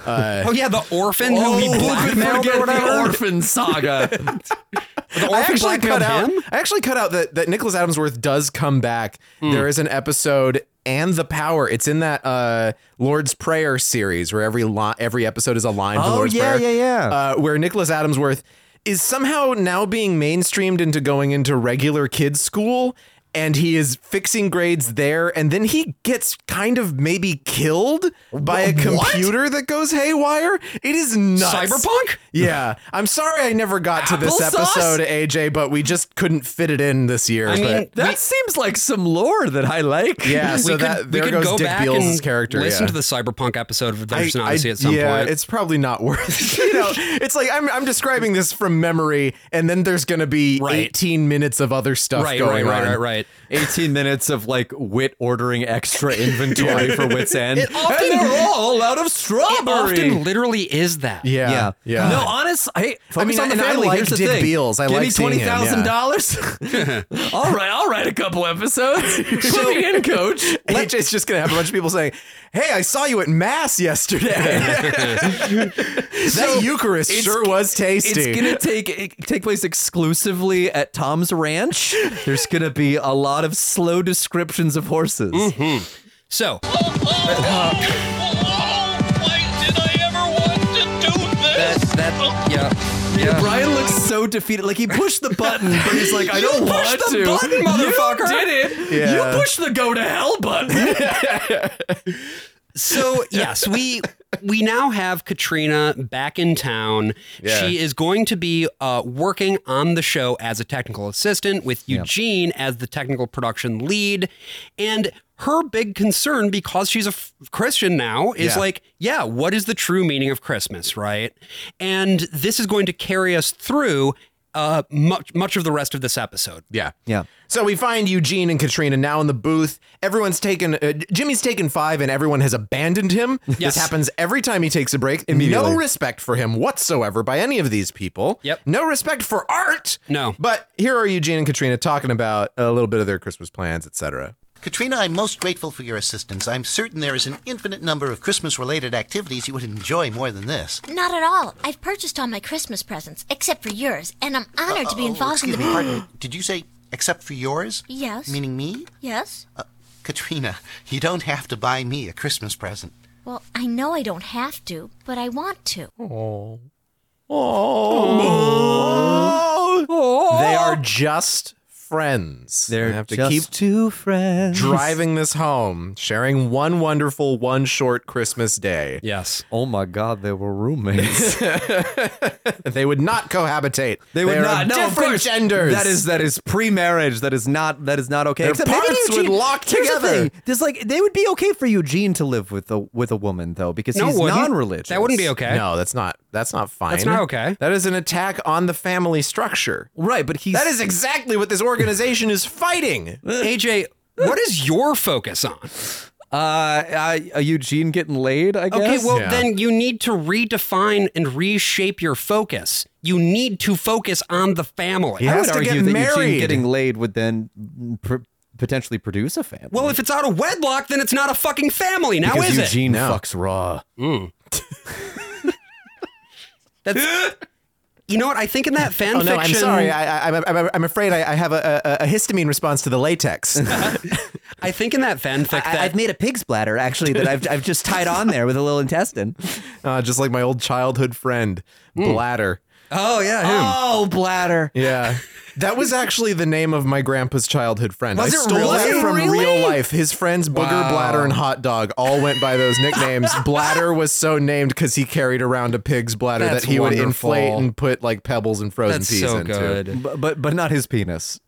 [SPEAKER 3] Uh,
[SPEAKER 1] Oh yeah, the orphan who he
[SPEAKER 2] Oh,
[SPEAKER 1] blackmailed
[SPEAKER 2] forget
[SPEAKER 1] or
[SPEAKER 2] the
[SPEAKER 1] whatever.
[SPEAKER 2] orphan saga.
[SPEAKER 1] The
[SPEAKER 3] I
[SPEAKER 1] orphan
[SPEAKER 3] actually
[SPEAKER 1] blackmailed
[SPEAKER 3] cut out.
[SPEAKER 1] him?
[SPEAKER 3] I actually cut out that that Nicholas Adamsworth does come back.
[SPEAKER 2] Hmm.
[SPEAKER 3] There is an episode and the power. It's in that uh, Lord's Prayer series where every li- every episode is a line from
[SPEAKER 2] Oh,
[SPEAKER 3] Lord's
[SPEAKER 2] yeah,
[SPEAKER 3] Prayer.
[SPEAKER 2] yeah,
[SPEAKER 3] yeah. Uh, where Nicholas Adamsworth is somehow now being mainstreamed into going into regular kids school. And he is fixing grades there, and then he gets kind of maybe killed by a
[SPEAKER 2] Wh- what?
[SPEAKER 3] computer that goes haywire. It is nuts.
[SPEAKER 1] Cyberpunk?
[SPEAKER 3] Yeah. I'm sorry I never got to this
[SPEAKER 2] Applesauce?
[SPEAKER 3] episode, AJ, but we just couldn't fit it in this year. but-
[SPEAKER 2] that seems like some lore that I like.
[SPEAKER 3] Yeah,
[SPEAKER 1] We
[SPEAKER 3] so
[SPEAKER 1] could-
[SPEAKER 3] that-
[SPEAKER 1] we
[SPEAKER 3] there
[SPEAKER 1] could
[SPEAKER 3] goes
[SPEAKER 1] go
[SPEAKER 3] Dick
[SPEAKER 1] back
[SPEAKER 3] Beals'
[SPEAKER 1] and
[SPEAKER 3] character,
[SPEAKER 1] Listen
[SPEAKER 3] yeah.
[SPEAKER 1] to the cyberpunk episode of
[SPEAKER 3] I-
[SPEAKER 1] Adventures in
[SPEAKER 3] I-
[SPEAKER 1] Odyssey at some
[SPEAKER 3] yeah,
[SPEAKER 1] point.
[SPEAKER 3] it's probably not worth. you know, it's like I'm I'm describing this from memory, and then there's going to be 18 minutes of other stuff going on.
[SPEAKER 2] 18 minutes of like wit ordering extra inventory for wits end.
[SPEAKER 1] It often-
[SPEAKER 2] and they're all out of strawberry.
[SPEAKER 1] It often literally is that.
[SPEAKER 2] yeah, No, honest. Hey, focus
[SPEAKER 1] mean,
[SPEAKER 2] on the
[SPEAKER 1] and I
[SPEAKER 2] family.
[SPEAKER 1] like
[SPEAKER 2] Here's the
[SPEAKER 1] Dick
[SPEAKER 2] thing.
[SPEAKER 1] Beals. I
[SPEAKER 2] Give
[SPEAKER 1] like
[SPEAKER 2] me
[SPEAKER 1] seeing him,
[SPEAKER 2] twenty
[SPEAKER 1] yeah.
[SPEAKER 2] thousand dollars. All right, I'll write a couple episodes. Put me in, coach.
[SPEAKER 3] AJ's just going to have a bunch of people saying, "Hey, I saw you at mass yesterday." that Eucharist
[SPEAKER 2] it's-
[SPEAKER 3] sure was tasty.
[SPEAKER 2] It's gonna take it- take place exclusively at Tom's Ranch. There's gonna be a lot of slow descriptions of horses.
[SPEAKER 1] So,
[SPEAKER 5] That,
[SPEAKER 1] that, yeah. yeah.
[SPEAKER 2] Brian looks so defeated. Like he pushed the button, but he's like, I
[SPEAKER 5] You
[SPEAKER 2] don't
[SPEAKER 5] pushed
[SPEAKER 2] want
[SPEAKER 5] the
[SPEAKER 2] to.
[SPEAKER 5] button,
[SPEAKER 1] motherfucker.
[SPEAKER 2] You did it.
[SPEAKER 1] Yeah.
[SPEAKER 2] You pushed the go to hell button.
[SPEAKER 1] so yes, we we now have Katrina back in town.
[SPEAKER 2] Yeah.
[SPEAKER 1] She is going to be uh, working on the show as a technical assistant with Eugene as the technical production lead, and her big concern because she's a f- Christian now is
[SPEAKER 2] Yeah.
[SPEAKER 1] like, yeah, what is the true meaning of Christmas, right? And this is going to carry us through uh, much much of the rest of this episode.
[SPEAKER 3] Yeah.
[SPEAKER 2] Yeah.
[SPEAKER 3] So we find Eugene and Katrina now in the booth. Everyone's taken, uh, Jimmy's taken five, and everyone has abandoned him.
[SPEAKER 1] Yes.
[SPEAKER 3] This happens every time he takes a break. No
[SPEAKER 2] Immediately.
[SPEAKER 3] respect for him whatsoever by any of these people. Yep. No respect for art.
[SPEAKER 1] No.
[SPEAKER 3] But here are Eugene and Katrina talking about a little bit of their Christmas plans, etc.
[SPEAKER 16] Katrina, I'm most grateful for your assistance. I'm certain there is an infinite number of Christmas related activities you would enjoy more than this.
[SPEAKER 14] Not at all. I've purchased all my Christmas presents, except for yours, and I'm honored to be
[SPEAKER 16] Oh,
[SPEAKER 14] involved in
[SPEAKER 16] excuse
[SPEAKER 14] the.
[SPEAKER 16] me, pardon. Did you say except for yours?
[SPEAKER 14] Yes.
[SPEAKER 16] Meaning me?
[SPEAKER 14] Yes?
[SPEAKER 16] Katrina, you don't have to buy me a Christmas present.
[SPEAKER 14] Well, I know I don't have to, but I want to.
[SPEAKER 3] Oh. Oh. They are just friends. They have to
[SPEAKER 2] just
[SPEAKER 3] keep
[SPEAKER 2] two friends
[SPEAKER 3] driving this home, sharing one wonderful, one short Christmas day.
[SPEAKER 1] Yes.
[SPEAKER 2] Oh my God, they were roommates.
[SPEAKER 3] they would not cohabitate.
[SPEAKER 2] They would
[SPEAKER 3] are
[SPEAKER 2] not.
[SPEAKER 3] of
[SPEAKER 2] No, of
[SPEAKER 3] different
[SPEAKER 2] course.
[SPEAKER 3] genders.
[SPEAKER 2] That is that is pre-marriage. That is not that is not okay.
[SPEAKER 3] Their
[SPEAKER 2] Except maybe
[SPEAKER 3] parts would
[SPEAKER 2] Eugene-
[SPEAKER 3] lock
[SPEAKER 2] here's the
[SPEAKER 3] together.
[SPEAKER 2] thing. There's like they would be okay for Eugene to live with a with a woman though because
[SPEAKER 1] No, it
[SPEAKER 2] he's
[SPEAKER 1] wouldn't.
[SPEAKER 2] non-religious.
[SPEAKER 1] That wouldn't be okay.
[SPEAKER 3] No, that's not. That's not fine.
[SPEAKER 1] That's not okay.
[SPEAKER 3] That is an attack on the family structure.
[SPEAKER 2] Right, but he's
[SPEAKER 3] That is exactly what this organization is fighting.
[SPEAKER 1] AJ, what is your focus on?
[SPEAKER 2] Uh, uh, Eugene getting laid, I guess.
[SPEAKER 1] Okay, well, then you need to redefine and reshape your focus. You need to focus on the family.
[SPEAKER 2] I would argue that Eugene getting laid would then pr- potentially produce a family.
[SPEAKER 1] well, if it's out of wedlock, then it's not a fucking family now,
[SPEAKER 2] because
[SPEAKER 1] is
[SPEAKER 2] Eugene
[SPEAKER 1] it? Mm.
[SPEAKER 2] fucks raw.
[SPEAKER 1] That's, you know what? I think in that fan
[SPEAKER 3] oh no, I'm
[SPEAKER 1] fiction-
[SPEAKER 3] sorry. I, I, I'm, I'm afraid I, I have a, a, a histamine response to the latex.
[SPEAKER 1] I think in that fanfic that
[SPEAKER 2] I've made a pig's bladder actually that I've I've just tied on there with a little intestine.
[SPEAKER 3] uh, just like my old childhood friend,
[SPEAKER 2] Hmm.
[SPEAKER 1] Hmm.
[SPEAKER 3] Bladder.
[SPEAKER 2] Oh yeah, him. Oh bladder.
[SPEAKER 3] Yeah. That was actually the name of my grandpa's childhood friend.
[SPEAKER 2] Was
[SPEAKER 3] I
[SPEAKER 2] it
[SPEAKER 3] stole
[SPEAKER 2] really?
[SPEAKER 3] that from
[SPEAKER 2] Really?
[SPEAKER 3] real life. His friends Booger,
[SPEAKER 2] Wow.
[SPEAKER 3] Bladder, and Hot Dog all went by those nicknames. Bladder was so named because he carried around a pig's bladder
[SPEAKER 2] That's
[SPEAKER 3] that he would
[SPEAKER 2] wonderful.
[SPEAKER 3] inflate and put like pebbles and frozen peas into.
[SPEAKER 2] But, but but not his penis.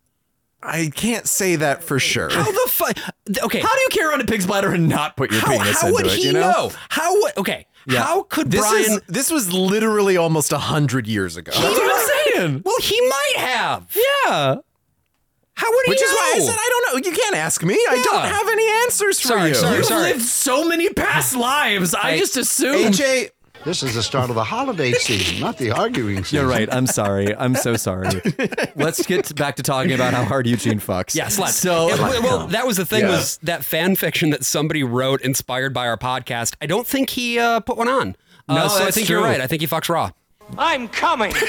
[SPEAKER 3] I can't say that for sure.
[SPEAKER 1] How the fuck? Okay.
[SPEAKER 2] How do you carry around a pig's bladder and not put your
[SPEAKER 1] How,
[SPEAKER 2] penis
[SPEAKER 1] how
[SPEAKER 2] into
[SPEAKER 1] would
[SPEAKER 2] it?
[SPEAKER 1] he
[SPEAKER 2] you know?
[SPEAKER 1] How would okay?
[SPEAKER 2] Yeah.
[SPEAKER 1] How could
[SPEAKER 3] This
[SPEAKER 1] Brian?
[SPEAKER 3] is this was literally almost a hundred years ago.
[SPEAKER 1] He might-
[SPEAKER 2] saying.
[SPEAKER 1] Well, he might have.
[SPEAKER 2] Yeah.
[SPEAKER 1] How would he
[SPEAKER 3] Which
[SPEAKER 1] know?
[SPEAKER 3] is why I said I don't know. You can't ask me. I don't
[SPEAKER 1] Yeah.
[SPEAKER 3] have any answers for
[SPEAKER 1] Sorry,
[SPEAKER 3] you.
[SPEAKER 1] sorry, sorry.
[SPEAKER 2] so many past lives. I, just assumed.
[SPEAKER 3] AJ,
[SPEAKER 4] This is the start of the holiday season, not the arguing season.
[SPEAKER 2] You're right. I'm sorry. I'm so sorry. let's get back to talking about how hard Eugene fucks.
[SPEAKER 1] Yes, let's.
[SPEAKER 2] So
[SPEAKER 1] It- well, well, that was the thing
[SPEAKER 2] Yeah.
[SPEAKER 1] was that fan fiction that somebody wrote inspired by our podcast. I don't think he uh, put one on. Uh,
[SPEAKER 2] No,
[SPEAKER 1] so I
[SPEAKER 2] that's
[SPEAKER 1] think
[SPEAKER 2] true.
[SPEAKER 1] you're right. I think he fucks raw.
[SPEAKER 5] I'm coming.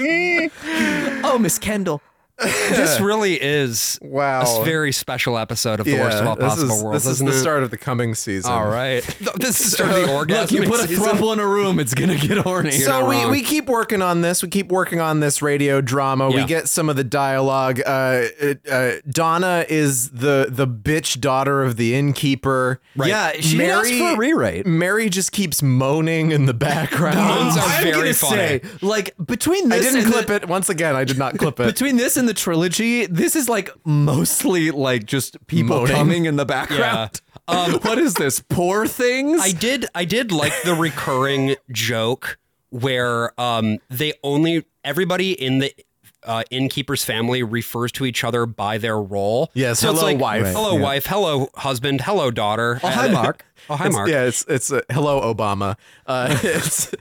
[SPEAKER 2] oh, Miss Kendall.
[SPEAKER 1] this really is
[SPEAKER 3] wow
[SPEAKER 1] a very special episode of the worst of all
[SPEAKER 3] this
[SPEAKER 1] possible
[SPEAKER 3] is,
[SPEAKER 1] worlds.
[SPEAKER 3] This is
[SPEAKER 1] isn't
[SPEAKER 3] the
[SPEAKER 1] it?
[SPEAKER 3] start of the coming season.
[SPEAKER 1] All right. This is the start of the
[SPEAKER 2] Look,
[SPEAKER 1] orgasmic
[SPEAKER 2] you put a
[SPEAKER 1] season.
[SPEAKER 2] throuple in a room, it's gonna get horny.
[SPEAKER 3] So we, we keep working on this. We keep working on this radio drama.
[SPEAKER 2] Yeah.
[SPEAKER 3] We get some of the dialogue. Uh, uh, uh, Donna is the the bitch daughter of the innkeeper.
[SPEAKER 2] Right. Yeah, she didn't ask for a rewrite.
[SPEAKER 3] Mary just keeps moaning in the background.
[SPEAKER 2] moans are I'm very gonna funny. say, like between
[SPEAKER 3] I
[SPEAKER 2] this
[SPEAKER 3] didn't
[SPEAKER 2] and
[SPEAKER 3] clip it. Once again, I did not clip it.
[SPEAKER 2] Between this and the trilogy, this is like mostly like just people
[SPEAKER 3] Moaning. Um,
[SPEAKER 2] coming in the background. what is this? Poor things?
[SPEAKER 1] I did I did like the recurring joke where um they only everybody in the uh, innkeeper's family refers to each other by their role.
[SPEAKER 3] Yes,
[SPEAKER 1] so it's
[SPEAKER 3] hello,
[SPEAKER 1] like,
[SPEAKER 3] wife.
[SPEAKER 1] hello
[SPEAKER 3] Right, yeah.
[SPEAKER 1] wife, hello husband, hello daughter.
[SPEAKER 3] Oh, hi, Mark.
[SPEAKER 1] oh hi
[SPEAKER 3] It's-
[SPEAKER 1] Mark.
[SPEAKER 3] Yeah, it's it's uh, hello Obama. Uh, it's-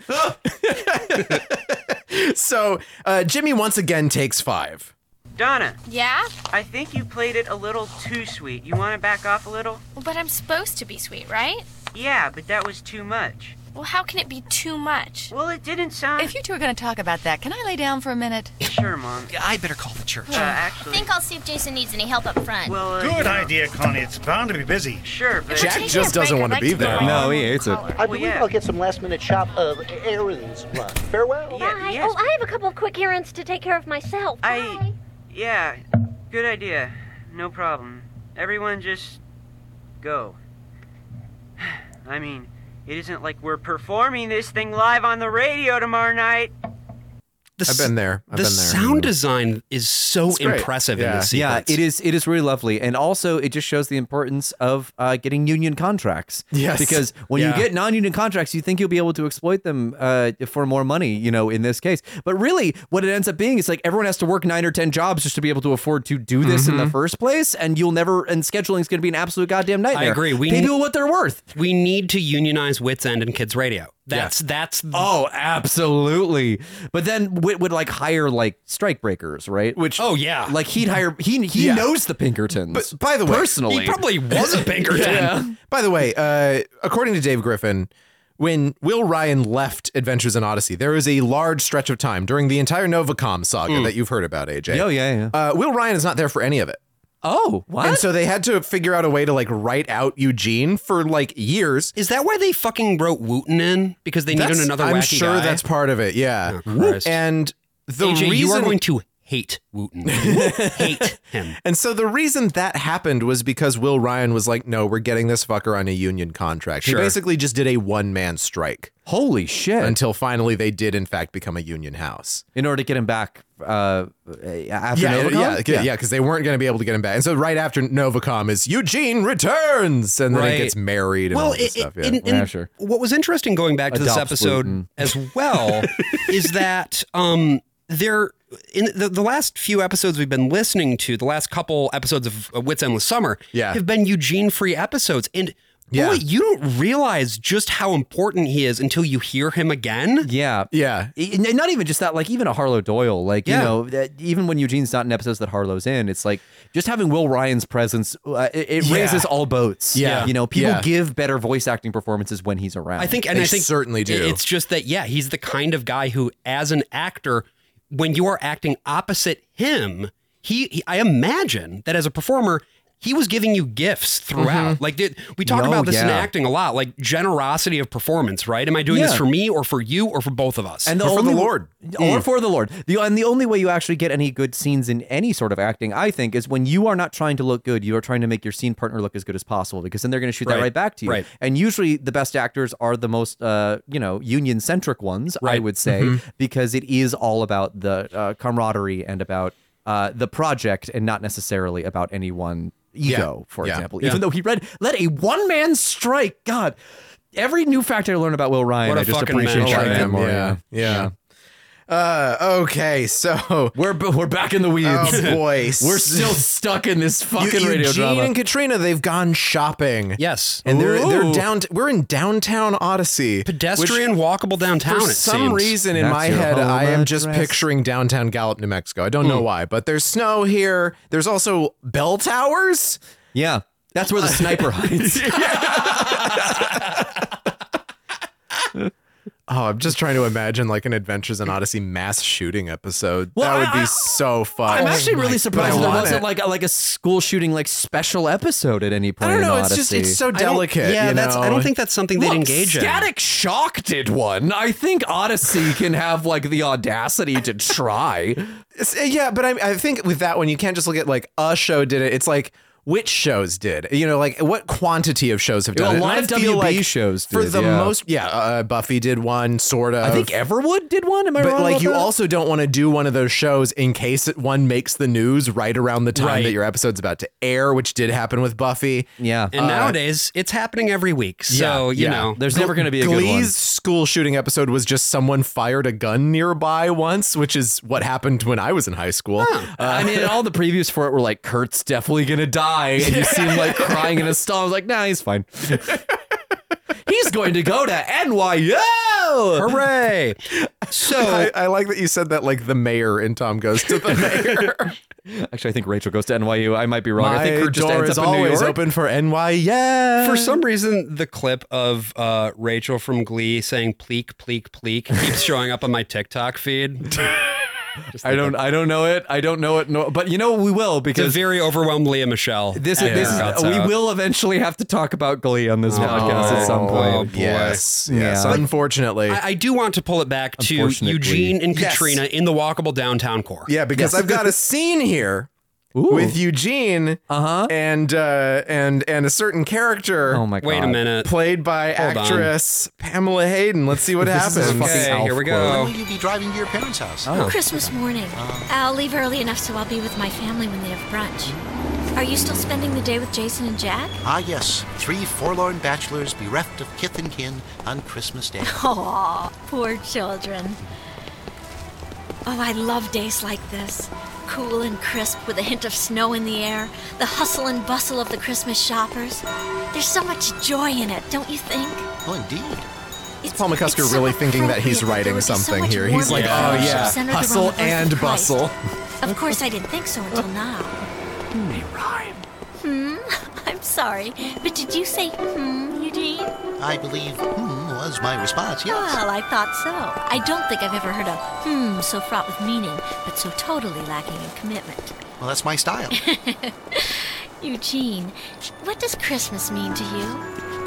[SPEAKER 3] so uh, Jimmy once again takes five.
[SPEAKER 17] Donna,
[SPEAKER 10] Yeah?
[SPEAKER 17] I think you played it a little too sweet. You want to back off a little?
[SPEAKER 10] Well, But I'm supposed to be sweet, right?
[SPEAKER 17] Yeah, but that was too much.
[SPEAKER 10] Well, how can it be too much?
[SPEAKER 17] Well, it didn't sound.
[SPEAKER 18] If you two are going to talk about that, can I lay down for a minute?
[SPEAKER 17] Sure, Mom. Uh,
[SPEAKER 8] I better call the church.
[SPEAKER 15] I think I'll see if Jason needs any help up front. Well, uh,
[SPEAKER 19] Good idea, Connie. It's bound to be busy.
[SPEAKER 17] Sure,
[SPEAKER 15] but- Jack just
[SPEAKER 19] doesn't want to be there.
[SPEAKER 2] No, he hates it.
[SPEAKER 19] I
[SPEAKER 16] believe I'll get some last minute shop of errands run. Farewell.
[SPEAKER 14] Bye. Oh, I have a couple of quick errands to take care of myself. I.
[SPEAKER 17] Yeah, good idea. No problem. Everyone just go. I mean, it isn't like we're performing this thing live on the radio tomorrow night.
[SPEAKER 3] I've been there. I've
[SPEAKER 1] the
[SPEAKER 3] been there.
[SPEAKER 1] sound design is so
[SPEAKER 3] It's great.
[SPEAKER 1] impressive in this
[SPEAKER 2] Mm-hmm. yeah,
[SPEAKER 1] sequence.
[SPEAKER 2] it is. It is really lovely, and also it just shows the importance of uh, getting union contracts.
[SPEAKER 1] Yes.
[SPEAKER 2] because when
[SPEAKER 1] Yeah.
[SPEAKER 2] you get non-union contracts, you think you'll be able to exploit them uh, for more money. You know, in this case, but really, what it ends up being is like everyone has to work nine or ten jobs just to be able to afford to do this in the
[SPEAKER 1] Mhm.
[SPEAKER 2] first place, and you'll never. And scheduling is going to be an absolute goddamn
[SPEAKER 1] I
[SPEAKER 2] nightmare.
[SPEAKER 1] agree.
[SPEAKER 2] We Pay people what they're worth.
[SPEAKER 1] We need to unionize Wits End and Kids Radio. That's that's
[SPEAKER 2] Oh, absolutely. But then Wit would like hire like strike breakers, right? Which
[SPEAKER 1] oh yeah,
[SPEAKER 2] like he'd hire he he
[SPEAKER 3] Yeah.
[SPEAKER 2] knows the Pinkertons. But
[SPEAKER 3] By the way,
[SPEAKER 2] personally, Yeah.
[SPEAKER 3] By the way, uh, according to Dave Griffin, when Will Ryan left Adventures in Odyssey, there was a large stretch of time during the entire Novacom saga
[SPEAKER 1] Hmm.
[SPEAKER 2] Mm.
[SPEAKER 3] that you've heard about, AJ.
[SPEAKER 2] Oh, yeah,
[SPEAKER 3] Uh, Will Ryan is not there for any of it.
[SPEAKER 2] Oh, what?
[SPEAKER 3] And so they had to figure out a way to like write out Eugene for like years.
[SPEAKER 1] Is that why they fucking wrote Wooten in? Because they needed
[SPEAKER 3] That's-
[SPEAKER 1] another
[SPEAKER 3] I'm
[SPEAKER 1] wacky
[SPEAKER 3] sure
[SPEAKER 1] guy? Oh,
[SPEAKER 3] that's part of it. Yeah.
[SPEAKER 1] Christ.
[SPEAKER 3] and the
[SPEAKER 1] AJ,
[SPEAKER 3] reason
[SPEAKER 1] you are going to hate Wooten. hate him.
[SPEAKER 3] And so the reason that happened was because Will Ryan was like, no, we're getting this fucker on a union contract.
[SPEAKER 1] Sure.
[SPEAKER 3] He basically just did a one man strike.
[SPEAKER 2] Holy shit.
[SPEAKER 3] Until finally they did, in fact, become a union house.
[SPEAKER 2] in order to get him back uh, after
[SPEAKER 3] yeah,
[SPEAKER 2] Novacom?
[SPEAKER 3] yeah, yeah, yeah, because they weren't going to be able to get him back. And so right after Novacom is Eugene returns, and then
[SPEAKER 1] Right.
[SPEAKER 3] he gets married and all
[SPEAKER 1] it-
[SPEAKER 3] this stuff. Yeah,
[SPEAKER 1] in- in- What was interesting going back to this
[SPEAKER 3] Adopts
[SPEAKER 1] episode
[SPEAKER 3] Wooten.
[SPEAKER 1] as well is that um, there in the, the last few episodes we've been listening to, the last couple episodes of uh, Wits Endless Summer,
[SPEAKER 3] Yeah.
[SPEAKER 1] have been Eugene free episodes, and.
[SPEAKER 3] Yeah.
[SPEAKER 1] Boy, you don't realize just how important he is until you hear him again.
[SPEAKER 2] Yeah.
[SPEAKER 3] Yeah.
[SPEAKER 2] E- and Not even just that, like even a Harlow Doyle, like,
[SPEAKER 1] Yeah.
[SPEAKER 2] you know, that even when Eugene's not in episodes that Harlow's in, it's like just having Will Ryan's presence, uh, it, it
[SPEAKER 1] Yeah.
[SPEAKER 2] raises all boats.
[SPEAKER 1] Yeah.
[SPEAKER 2] You know, people
[SPEAKER 1] Yeah.
[SPEAKER 2] give better voice acting performances when he's around.
[SPEAKER 1] I think, and I think it- It's just that, yeah, he's the kind of guy who, as an actor, when you are acting opposite him, he, he I imagine that as a performer, he was giving you gifts throughout.
[SPEAKER 2] Mhm.
[SPEAKER 1] Like did, we talk
[SPEAKER 2] Oh,
[SPEAKER 1] about this in
[SPEAKER 2] yeah.
[SPEAKER 1] acting a lot, like generosity of performance. Right? Am I doing this
[SPEAKER 2] Yeah.
[SPEAKER 1] for me or for you or for both of us?
[SPEAKER 2] And the
[SPEAKER 1] or
[SPEAKER 2] only,
[SPEAKER 1] for the Lord?
[SPEAKER 2] Or
[SPEAKER 1] Mm.
[SPEAKER 2] for the Lord. The, and the only way you actually get any good scenes in any sort of acting, I think, is when you are not trying to look good. You are trying to make your scene partner look as good as possible because then they're going to shoot that
[SPEAKER 1] Right.
[SPEAKER 2] right back to you.
[SPEAKER 1] Right.
[SPEAKER 2] And usually the best actors are the most, uh, you know, union centric ones, I
[SPEAKER 1] Right.
[SPEAKER 2] would say,
[SPEAKER 1] Mhm.
[SPEAKER 2] because it is all about the uh, camaraderie and about uh, the project and not necessarily about any one ego,
[SPEAKER 1] Yeah.
[SPEAKER 2] for
[SPEAKER 1] Yeah.
[SPEAKER 2] example.
[SPEAKER 1] Yeah.
[SPEAKER 2] Even though he read, let a one man strike. God. Every new fact I learn about Will Ryan,
[SPEAKER 3] What a
[SPEAKER 2] I just
[SPEAKER 3] fucking
[SPEAKER 2] appreciate
[SPEAKER 3] mentor,
[SPEAKER 2] that man
[SPEAKER 3] man.
[SPEAKER 2] more.
[SPEAKER 3] Yeah. Yeah. Uh, okay, so
[SPEAKER 2] we're we're back in the weeds.
[SPEAKER 3] Oh boy,
[SPEAKER 2] We're still stuck in this fucking
[SPEAKER 3] Eugene
[SPEAKER 2] radio drama.
[SPEAKER 3] and Katrina, they've gone shopping.
[SPEAKER 1] Yes,
[SPEAKER 3] and they're
[SPEAKER 1] Ooh.
[SPEAKER 3] they're down. We're in downtown Odyssey,
[SPEAKER 1] pedestrian
[SPEAKER 3] which-
[SPEAKER 1] walkable downtown.
[SPEAKER 3] For
[SPEAKER 1] it
[SPEAKER 3] some
[SPEAKER 1] seems.
[SPEAKER 3] reason, in my head, I am just picturing downtown Gallup, New Mexico. I don't know
[SPEAKER 1] Mm.
[SPEAKER 3] why, but there's snow here. There's also bell towers.
[SPEAKER 2] Yeah, that's where the sniper hides.
[SPEAKER 3] Oh, I'm just trying to imagine like an Adventures in Odyssey mass shooting episode.
[SPEAKER 2] Well,
[SPEAKER 3] that would
[SPEAKER 2] I- I-
[SPEAKER 3] be so fun.
[SPEAKER 2] I'm actually
[SPEAKER 3] Oh my
[SPEAKER 2] really surprised
[SPEAKER 3] God. I
[SPEAKER 2] there
[SPEAKER 3] want
[SPEAKER 2] wasn't
[SPEAKER 3] it.
[SPEAKER 2] like a, like a school shooting like special episode at any point.
[SPEAKER 1] I don't know,
[SPEAKER 2] In
[SPEAKER 1] it's just-
[SPEAKER 2] Odyssey.
[SPEAKER 1] it's so I don't- delicate, yeah, you that's- I know? don't think that's something they'd
[SPEAKER 2] Look,
[SPEAKER 1] engage in.
[SPEAKER 2] Static Shock did one. I think Odyssey can have like the audacity to try.
[SPEAKER 3] It's- uh, Yeah, but I, I think with that one, you can't just look at like a show did it. It's like which shows did you know like what quantity of shows have done
[SPEAKER 2] Yeah, a
[SPEAKER 3] it? And
[SPEAKER 2] lot
[SPEAKER 3] I
[SPEAKER 2] of
[SPEAKER 3] feel
[SPEAKER 2] WB
[SPEAKER 3] like
[SPEAKER 2] shows
[SPEAKER 3] for
[SPEAKER 2] did,
[SPEAKER 3] the
[SPEAKER 2] yeah.
[SPEAKER 3] most. Yeah, uh, Buffy did one sort of.
[SPEAKER 2] I think Everwood did one. Am I
[SPEAKER 3] but
[SPEAKER 2] wrong?
[SPEAKER 3] like
[SPEAKER 2] about
[SPEAKER 3] you
[SPEAKER 2] that?
[SPEAKER 3] also don't want to do one of those shows in case it, one makes the news right around the time
[SPEAKER 1] Right.
[SPEAKER 3] that your episode's about to air, which did happen with Buffy. Uh,
[SPEAKER 2] Yeah,
[SPEAKER 1] And nowadays, it's happening every week. So, you know,
[SPEAKER 3] Glee's school shooting episode was just someone fired a gun nearby once, which is what happened when I was in high school. Uh,
[SPEAKER 2] I mean, all the previews for it were like, Kurt's definitely gonna die, and you see him like crying in a stall. I was like, Nah, he's fine. he's going to go to NYU.
[SPEAKER 1] Hooray! So
[SPEAKER 3] I, I like that you said that like the mayor in Tom goes to the mayor.
[SPEAKER 2] Actually, I think Rachel goes to NYU. I might be wrong. I think
[SPEAKER 3] My
[SPEAKER 2] Kurt just
[SPEAKER 3] door
[SPEAKER 2] ends
[SPEAKER 3] is
[SPEAKER 2] up in New
[SPEAKER 3] always
[SPEAKER 2] York.
[SPEAKER 3] open for NY. Yeah.
[SPEAKER 1] For some reason, the clip of uh, Rachel from Glee saying "pleek, pleek, pleek" keeps showing up on my TikTok feed.
[SPEAKER 2] I don't. I don't know it. I don't know it. No, but you know we will
[SPEAKER 1] It's a
[SPEAKER 2] because
[SPEAKER 1] very overwhelmed Leah Michelle.
[SPEAKER 2] this. this is, we will eventually have to talk about Glee on this podcast at some point.
[SPEAKER 1] Oh, boy.
[SPEAKER 3] Yes. Yes.
[SPEAKER 2] Yeah.
[SPEAKER 3] Unfortunately.
[SPEAKER 1] I, I do want to pull it back to
[SPEAKER 3] Unfortunately.
[SPEAKER 1] Eugene and
[SPEAKER 3] Yes.
[SPEAKER 1] Katrina in the walkable downtown core.
[SPEAKER 3] yeah, because
[SPEAKER 1] Yes.
[SPEAKER 3] I've got a scene here with Eugene uh-huh. and uh, and and a certain character. Oh
[SPEAKER 2] my
[SPEAKER 1] Wait a God. minute.
[SPEAKER 3] Played by
[SPEAKER 1] Hold on.
[SPEAKER 3] actress Pamela Hayden. Let's see what
[SPEAKER 1] This
[SPEAKER 3] happens.
[SPEAKER 1] is a fucking Okay, here we elf go.
[SPEAKER 16] When will you be driving to your parents' house?
[SPEAKER 14] Oh. Christmas morning. I'll leave early enough so I'll be with my family when they have brunch. Are you still spending the day with Jason and Jack?
[SPEAKER 16] Ah, yes. Three forlorn bachelors bereft of kith and kin on Christmas Day.
[SPEAKER 14] Aw, poor children. Oh, I love days like this. Cool and crisp with a hint of snow in the air, the hustle and bustle of the Christmas shoppers. There's so much joy in it, don't you think?
[SPEAKER 16] Oh, indeed.
[SPEAKER 14] It's
[SPEAKER 3] Paul McCusker
[SPEAKER 14] it's so
[SPEAKER 3] really thinking that he's
[SPEAKER 14] appropriate
[SPEAKER 3] writing
[SPEAKER 14] there would be so
[SPEAKER 3] something
[SPEAKER 14] much
[SPEAKER 3] here. He's
[SPEAKER 14] warmth
[SPEAKER 3] like,
[SPEAKER 14] and
[SPEAKER 3] oh
[SPEAKER 14] friendship
[SPEAKER 3] yeah,
[SPEAKER 14] centered around
[SPEAKER 3] hustle
[SPEAKER 14] the birth of
[SPEAKER 3] and
[SPEAKER 14] Christ.
[SPEAKER 3] bustle.
[SPEAKER 14] Of course, I didn't think so until now. They rhyme. Hmm? I'm sorry, but did you say hmm, Eugene?
[SPEAKER 16] I believe hmm was my response, yes.
[SPEAKER 14] Well, I thought so. I don't think I've ever heard a hmm so fraught with meaning, but so totally lacking in commitment.
[SPEAKER 16] Well, that's my style.
[SPEAKER 14] Eugene, what does Christmas mean to you?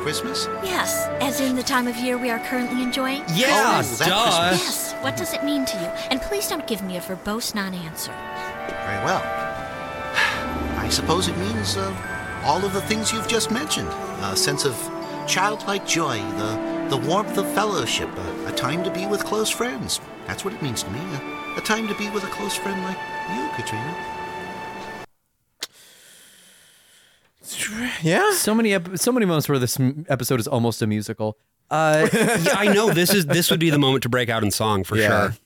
[SPEAKER 16] Christmas?
[SPEAKER 14] Yes, as in the time of year we are currently enjoying?
[SPEAKER 16] Yeah, Oh, that duh. Christmas.
[SPEAKER 14] Yes, what does it mean to you? And please don't give me a verbose non answer.
[SPEAKER 16] Very well. I suppose it means uh, all of the things you've just mentioned a sense of childlike joy, the, the warmth of fellowship, a, a time to be with close friends. That's what it means to me. A, a time to be with a close friend like you, Katrina.
[SPEAKER 3] Yeah.
[SPEAKER 2] So many ep- so many moments where this m- episode is almost a musical. Uh,
[SPEAKER 1] yeah, I know this is this would be the moment to break out in song for sure.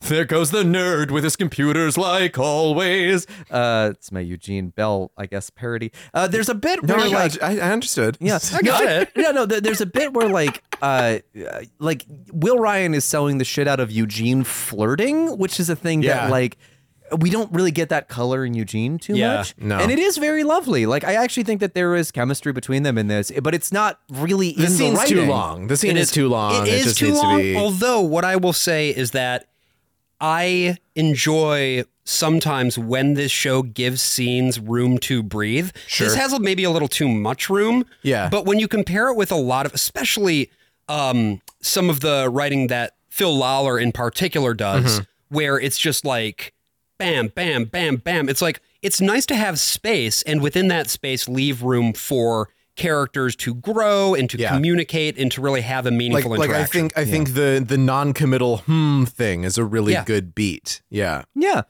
[SPEAKER 2] There goes the nerd with his computers, like always. Uh, it's my Eugene Bell, I guess, parody. Uh, there's a bit
[SPEAKER 3] No,
[SPEAKER 2] where
[SPEAKER 3] I
[SPEAKER 2] like
[SPEAKER 3] got- I, I understood.
[SPEAKER 2] yeah,
[SPEAKER 3] I got it.
[SPEAKER 2] No, no. there- There's a bit where like, uh, uh, like Will Ryan is selling the shit out of Eugene flirting, which is a thing
[SPEAKER 3] Yeah.
[SPEAKER 2] that like we don't really get that color in Eugene too
[SPEAKER 3] Yeah,
[SPEAKER 2] much.
[SPEAKER 3] no.
[SPEAKER 2] and it is very lovely. Like I actually think that there is chemistry between them in this, but it's not really in
[SPEAKER 3] The scene's
[SPEAKER 2] the
[SPEAKER 3] too
[SPEAKER 2] writing.
[SPEAKER 3] long. The scene is too long.
[SPEAKER 1] It is
[SPEAKER 3] just
[SPEAKER 1] too
[SPEAKER 3] needs to
[SPEAKER 1] long.
[SPEAKER 3] be-
[SPEAKER 1] Although what I will say is that I enjoy sometimes when this show gives scenes room to breathe.
[SPEAKER 3] Sure.
[SPEAKER 1] This has a- maybe a little too much room.
[SPEAKER 3] Yeah.
[SPEAKER 1] But when you compare it with a lot of, especially um, some of the writing that Phil Lawler in particular does,
[SPEAKER 3] Mhm.
[SPEAKER 1] where it's just like bam, bam, bam, bam. It's like it's nice to have space, and within that space, leave room for characters to grow and to communicate and to really have a
[SPEAKER 3] like,
[SPEAKER 1] meaningful
[SPEAKER 3] like I
[SPEAKER 1] interaction.
[SPEAKER 3] think I think the the non-committal hmm thing is a really
[SPEAKER 1] Yeah.
[SPEAKER 3] good beat. Yeah.
[SPEAKER 2] Yeah.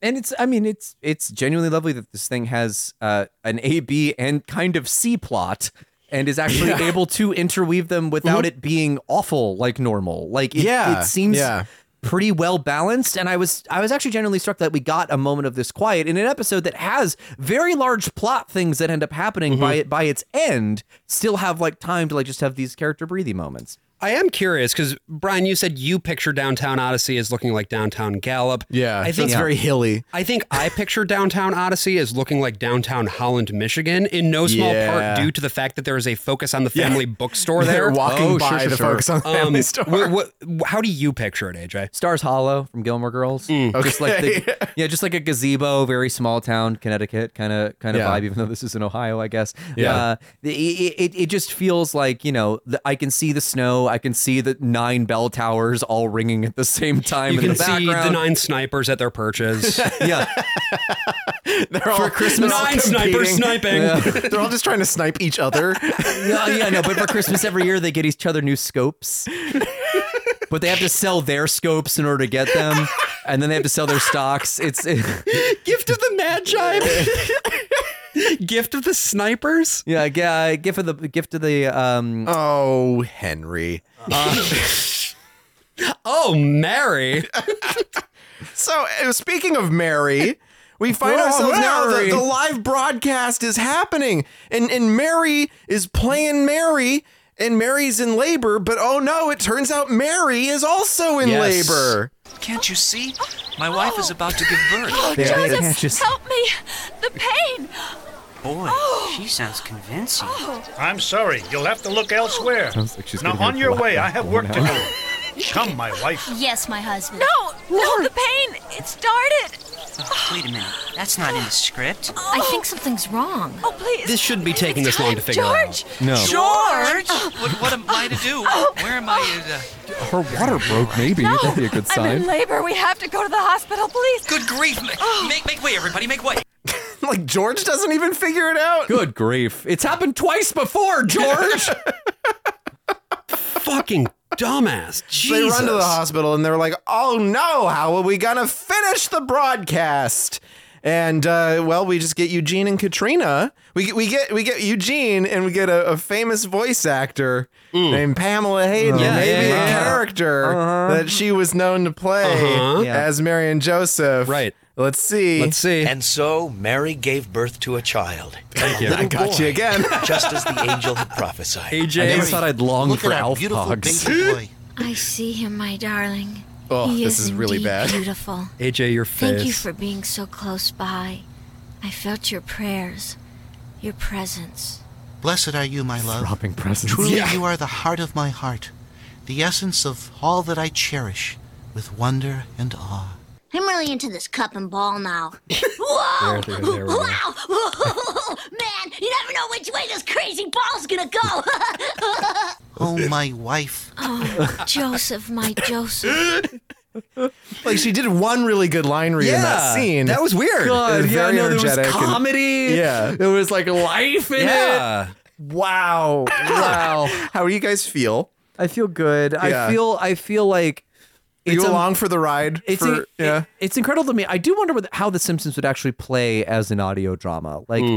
[SPEAKER 2] And it's I mean it's it's genuinely lovely that this thing has uh, an A B and kind of C plot and is actually
[SPEAKER 3] Yeah. Mm-hmm.
[SPEAKER 2] able to interweave them without it being awful like normal. Like it,
[SPEAKER 3] Yeah,
[SPEAKER 2] it seems
[SPEAKER 3] yeah.
[SPEAKER 2] pretty well balanced and I was I was actually genuinely struck that we got a moment of this quiet in an episode that has very large plot things
[SPEAKER 3] Mm-hmm.
[SPEAKER 2] that end up happening by it by its end still have like time to like just have these character breathy moments.
[SPEAKER 1] I am curious because Brian, you said you picture downtown Odyssey as looking like downtown Gallup.
[SPEAKER 3] Yeah,
[SPEAKER 1] I
[SPEAKER 3] so it's very hilly.
[SPEAKER 1] I think I picture downtown Odyssey as looking like downtown Holland, Michigan, in no small
[SPEAKER 3] Yeah.
[SPEAKER 1] part due to the fact that there is a Focus on the
[SPEAKER 3] Yeah.
[SPEAKER 1] Family bookstore there.
[SPEAKER 3] They're walking Oh, sure, by sure, the sure. Focus on the Family store.
[SPEAKER 1] Um, wh- how do you picture it, Mm. AJ?
[SPEAKER 2] Stars Hollow from Gilmore Girls. Just like the, yeah, just like a gazebo, very small town, Connecticut kind of kind of
[SPEAKER 1] Yeah.
[SPEAKER 2] vibe. Even though this is in Ohio, I guess.
[SPEAKER 1] Yeah.
[SPEAKER 2] Uh, the- it, it it just feels like you know the, I can see the snow, I can see the nine bell towers all ringing at the same time.
[SPEAKER 1] You
[SPEAKER 2] in
[SPEAKER 1] can
[SPEAKER 2] the
[SPEAKER 1] see
[SPEAKER 2] background.
[SPEAKER 1] the nine snipers at their perches.
[SPEAKER 2] yeah.
[SPEAKER 3] for
[SPEAKER 1] Christmas- Nine snipers sniping.
[SPEAKER 3] they're all just trying to snipe each other.
[SPEAKER 2] yeah, yeah, no. But for Christmas every year, they get each other new scopes. But they have to sell their scopes in order to get them, and then they have to sell their stocks. It's it,
[SPEAKER 1] Gift of the Magi. gift of the snipers.
[SPEAKER 2] Yeah, g- uh, gift of the gift of the. Um, Uh,
[SPEAKER 3] oh, Henry.
[SPEAKER 1] oh, Mary.
[SPEAKER 3] so, uh, speaking of Mary, we find
[SPEAKER 13] Whoa,
[SPEAKER 3] ourselves now the,
[SPEAKER 13] Mary.
[SPEAKER 3] the live broadcast is happening, and and Mary is playing Mary, and Mary's in labor. But oh no, it turns out Mary is also in
[SPEAKER 8] Yes.
[SPEAKER 3] labor.
[SPEAKER 8] Can't you see? My wife is about to give birth.
[SPEAKER 14] Oh,
[SPEAKER 3] There it is.
[SPEAKER 14] Joseph,
[SPEAKER 3] Just-
[SPEAKER 14] help me! The pain!
[SPEAKER 19] Boy,
[SPEAKER 13] Oh.
[SPEAKER 14] she
[SPEAKER 19] sounds convincing.
[SPEAKER 14] Oh.
[SPEAKER 19] I'm sorry, you'll have to look elsewhere.
[SPEAKER 13] Sounds like she's
[SPEAKER 19] now
[SPEAKER 13] gonna
[SPEAKER 19] on
[SPEAKER 13] get
[SPEAKER 19] your
[SPEAKER 13] blocked
[SPEAKER 19] way,
[SPEAKER 13] by
[SPEAKER 19] I have
[SPEAKER 13] porn
[SPEAKER 19] work to
[SPEAKER 13] now.
[SPEAKER 19] do. Come, my wife.
[SPEAKER 14] Yes, my husband. No! No, the pain! It started!
[SPEAKER 7] Wait a minute. That's not in the script.
[SPEAKER 14] I think something's wrong. Oh, please!
[SPEAKER 1] This shouldn't be taking this long to figure out.
[SPEAKER 8] No.
[SPEAKER 14] George!
[SPEAKER 8] What, what am I to do? Where am I? Uh,
[SPEAKER 2] Her water broke. Maybe that'd be a good
[SPEAKER 14] I'm in
[SPEAKER 2] sign.
[SPEAKER 14] labor. We have to go to the hospital, please. Oh.
[SPEAKER 8] Good grief! Make, make, make way, everybody, make way.
[SPEAKER 3] like George doesn't even figure it out.
[SPEAKER 2] Good grief! It's happened twice before, George.
[SPEAKER 1] Fucking dumbass. Jesus.
[SPEAKER 3] They run to the hospital and they're like, "Oh no, how are we gonna finish the broadcast?" And uh, well, we just get Eugene and Katrina. We get we get we get Eugene and we get a, a famous voice actor named Pamela Hayden,
[SPEAKER 13] Yeah,
[SPEAKER 3] maybe
[SPEAKER 13] yeah,
[SPEAKER 3] a
[SPEAKER 13] yeah.
[SPEAKER 3] character
[SPEAKER 13] Uh-huh.
[SPEAKER 3] that she was known to play
[SPEAKER 13] Uh-huh. Yeah.
[SPEAKER 3] as Mary and Joseph. Right. Let's see. Let's
[SPEAKER 1] see.
[SPEAKER 20] And so Mary gave birth to a child. Thank
[SPEAKER 3] you. I got you again.
[SPEAKER 20] just as the angel had prophesied.
[SPEAKER 2] AJ, I never thought I'd long
[SPEAKER 20] Look at
[SPEAKER 2] for
[SPEAKER 20] that
[SPEAKER 2] Alf
[SPEAKER 20] beautiful
[SPEAKER 2] Pogs.
[SPEAKER 20] baby boy.
[SPEAKER 14] I see him, my darling.
[SPEAKER 1] Oh,
[SPEAKER 14] he
[SPEAKER 1] this is really
[SPEAKER 14] indeed
[SPEAKER 1] bad.
[SPEAKER 14] Beautiful.
[SPEAKER 1] AJ, your face.
[SPEAKER 14] Thank you for being so close by. I felt your prayers, your presence.
[SPEAKER 16] Blessed are you, my love.
[SPEAKER 2] Dropping presents.
[SPEAKER 16] Truly,
[SPEAKER 2] Yeah.
[SPEAKER 16] you are the heart of my heart, the essence of all that I cherish with wonder and awe.
[SPEAKER 15] I'm really into this cup and ball now. Whoa!
[SPEAKER 16] There, there, there we go.
[SPEAKER 15] wow! Man, you never know which way this crazy ball's gonna go.
[SPEAKER 16] Oh, my wife.
[SPEAKER 14] Oh, Joseph, my Joseph.
[SPEAKER 3] Like she did one really good line read in that
[SPEAKER 2] Yeah,
[SPEAKER 3] scene.
[SPEAKER 2] that was weird. God,
[SPEAKER 3] It was
[SPEAKER 2] yeah,
[SPEAKER 3] very
[SPEAKER 2] no, there was
[SPEAKER 3] energetic and-
[SPEAKER 2] comedy.
[SPEAKER 3] yeah,
[SPEAKER 2] there was like life in
[SPEAKER 3] yeah.
[SPEAKER 2] it.
[SPEAKER 3] Wow, wow. How do you guys feel?
[SPEAKER 2] I feel good. I feel I feel like
[SPEAKER 3] Are you
[SPEAKER 2] it's a-
[SPEAKER 3] along for the ride?
[SPEAKER 2] It's
[SPEAKER 3] for,
[SPEAKER 2] it- it's incredible to me. I do wonder what, how The Simpsons would actually play as an audio drama. Like how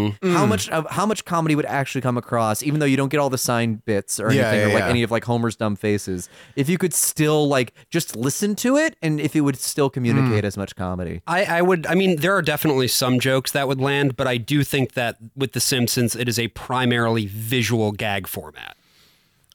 [SPEAKER 3] Mm.
[SPEAKER 2] much of how much comedy would actually come across, even though you don't get all the signed bits or
[SPEAKER 3] Yeah,
[SPEAKER 2] anything, or
[SPEAKER 3] yeah,
[SPEAKER 2] like
[SPEAKER 3] yeah.
[SPEAKER 2] any of like Homer's dumb faces. If you could still like just listen to it, and if it would still
[SPEAKER 3] Mm.
[SPEAKER 2] communicate as much comedy.
[SPEAKER 1] I, I would I mean there are definitely some jokes that would land, but I do think that with The Simpsons it is a primarily visual gag format.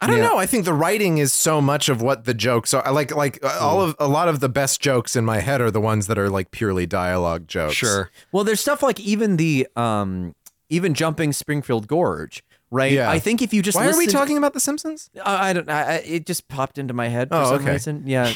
[SPEAKER 3] I don't know. I think the writing is so much of what the jokes are. I Like, like uh, all of a lot of the best jokes in my head are the ones that are like purely dialogue jokes. Sure.
[SPEAKER 2] Well, there's stuff like even the um even jumping Springfield Gorge, right?
[SPEAKER 3] Yeah.
[SPEAKER 2] I think if you just
[SPEAKER 3] Why are we
[SPEAKER 2] listened-
[SPEAKER 3] talking about The Simpsons?
[SPEAKER 2] I, I don't. I, I, it just popped into my head for
[SPEAKER 3] Oh,
[SPEAKER 2] some
[SPEAKER 3] okay.
[SPEAKER 2] reason. Yeah,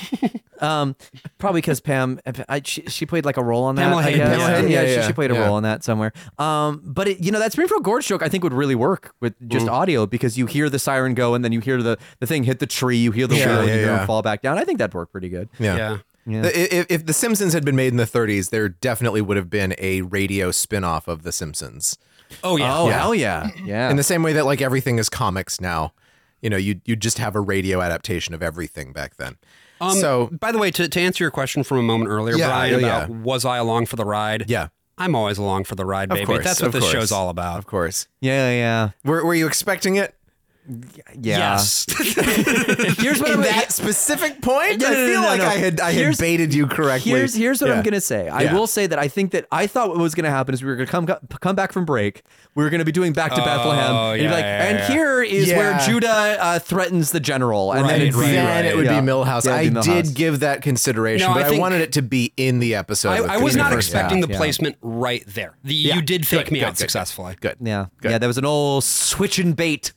[SPEAKER 2] um, probably because Pam, I, she, she played like a role on that.
[SPEAKER 1] Pamela
[SPEAKER 2] I
[SPEAKER 1] Hayden.
[SPEAKER 2] guess.
[SPEAKER 1] Pamela
[SPEAKER 2] Yeah,
[SPEAKER 1] Hayden,
[SPEAKER 2] yeah,
[SPEAKER 1] yeah,
[SPEAKER 2] she-
[SPEAKER 1] yeah,
[SPEAKER 2] she, played a
[SPEAKER 1] yeah.
[SPEAKER 2] role on that somewhere. Um, but it, you know that Springfield Gorge joke I think would really work with just
[SPEAKER 3] Mm.
[SPEAKER 2] audio because you hear the siren go and then you hear the the thing hit the tree, you hear the
[SPEAKER 3] Yeah,
[SPEAKER 2] wheel, and
[SPEAKER 3] yeah,
[SPEAKER 2] you hear
[SPEAKER 3] yeah.
[SPEAKER 2] it fall back down. I think that'd work pretty good.
[SPEAKER 3] Yeah.
[SPEAKER 2] Yeah.
[SPEAKER 3] The- i- If, if The Simpsons had been made in the 30s, there definitely would have been a radio spin off of The Simpsons.
[SPEAKER 1] Oh
[SPEAKER 2] yeah. Oh, hell yeah. Yeah.
[SPEAKER 3] In the same way that like everything is comics now, you know, you you just have a radio adaptation of everything back then.
[SPEAKER 1] Um,
[SPEAKER 3] so
[SPEAKER 1] by the way, to, to answer your question from a moment earlier,
[SPEAKER 3] Yeah,
[SPEAKER 1] Brian,
[SPEAKER 3] yeah,
[SPEAKER 1] about
[SPEAKER 3] yeah.
[SPEAKER 1] was I along for the ride?
[SPEAKER 3] Yeah.
[SPEAKER 1] I'm always along for the ride,
[SPEAKER 3] Of
[SPEAKER 1] baby.
[SPEAKER 3] course,
[SPEAKER 1] That's what
[SPEAKER 3] of
[SPEAKER 1] this
[SPEAKER 3] course.
[SPEAKER 1] show's all about.
[SPEAKER 3] Of course.
[SPEAKER 2] Yeah, yeah.
[SPEAKER 3] Were, were you expecting it?
[SPEAKER 2] Yeah.
[SPEAKER 1] Yes.
[SPEAKER 2] here's what
[SPEAKER 3] In
[SPEAKER 2] I'm-
[SPEAKER 3] that specific point,
[SPEAKER 2] No,
[SPEAKER 3] I
[SPEAKER 2] no, no,
[SPEAKER 3] feel
[SPEAKER 2] no,
[SPEAKER 3] like
[SPEAKER 2] no.
[SPEAKER 3] I had I had
[SPEAKER 2] Here's-
[SPEAKER 3] baited you correctly.
[SPEAKER 2] Here's here's what I'm
[SPEAKER 3] Yeah.
[SPEAKER 2] gonna say. I
[SPEAKER 3] Yeah.
[SPEAKER 2] will say that I think that I thought what was gonna happen is we were gonna come come back from break. We were gonna be doing back to
[SPEAKER 3] Oh,
[SPEAKER 2] Bethlehem, and you'd be
[SPEAKER 3] yeah,
[SPEAKER 2] like,
[SPEAKER 3] yeah,
[SPEAKER 2] and
[SPEAKER 3] yeah.
[SPEAKER 2] here is where
[SPEAKER 3] Yeah.
[SPEAKER 2] Judah uh, threatens the general, and then
[SPEAKER 3] Right,
[SPEAKER 2] it'd be,
[SPEAKER 3] then it would
[SPEAKER 2] Yeah.
[SPEAKER 3] be Millhouse.
[SPEAKER 2] Yeah,
[SPEAKER 3] I
[SPEAKER 2] it'd be
[SPEAKER 3] did
[SPEAKER 2] Milhouse.
[SPEAKER 3] give that consideration,
[SPEAKER 1] No,
[SPEAKER 3] but
[SPEAKER 1] I
[SPEAKER 3] I,
[SPEAKER 1] think-
[SPEAKER 3] wanted it to be in the episode.
[SPEAKER 1] I,
[SPEAKER 3] with
[SPEAKER 1] I was
[SPEAKER 3] the
[SPEAKER 1] not
[SPEAKER 3] first
[SPEAKER 1] expecting
[SPEAKER 3] half,
[SPEAKER 1] the
[SPEAKER 3] yeah.
[SPEAKER 1] placement right there. The,
[SPEAKER 2] Yeah.
[SPEAKER 1] You did fake
[SPEAKER 2] Good,
[SPEAKER 1] me
[SPEAKER 2] good,
[SPEAKER 1] out
[SPEAKER 2] good,
[SPEAKER 1] successfully.
[SPEAKER 3] Good. Mm.
[SPEAKER 2] Yeah, yeah. There was an old switch and bait.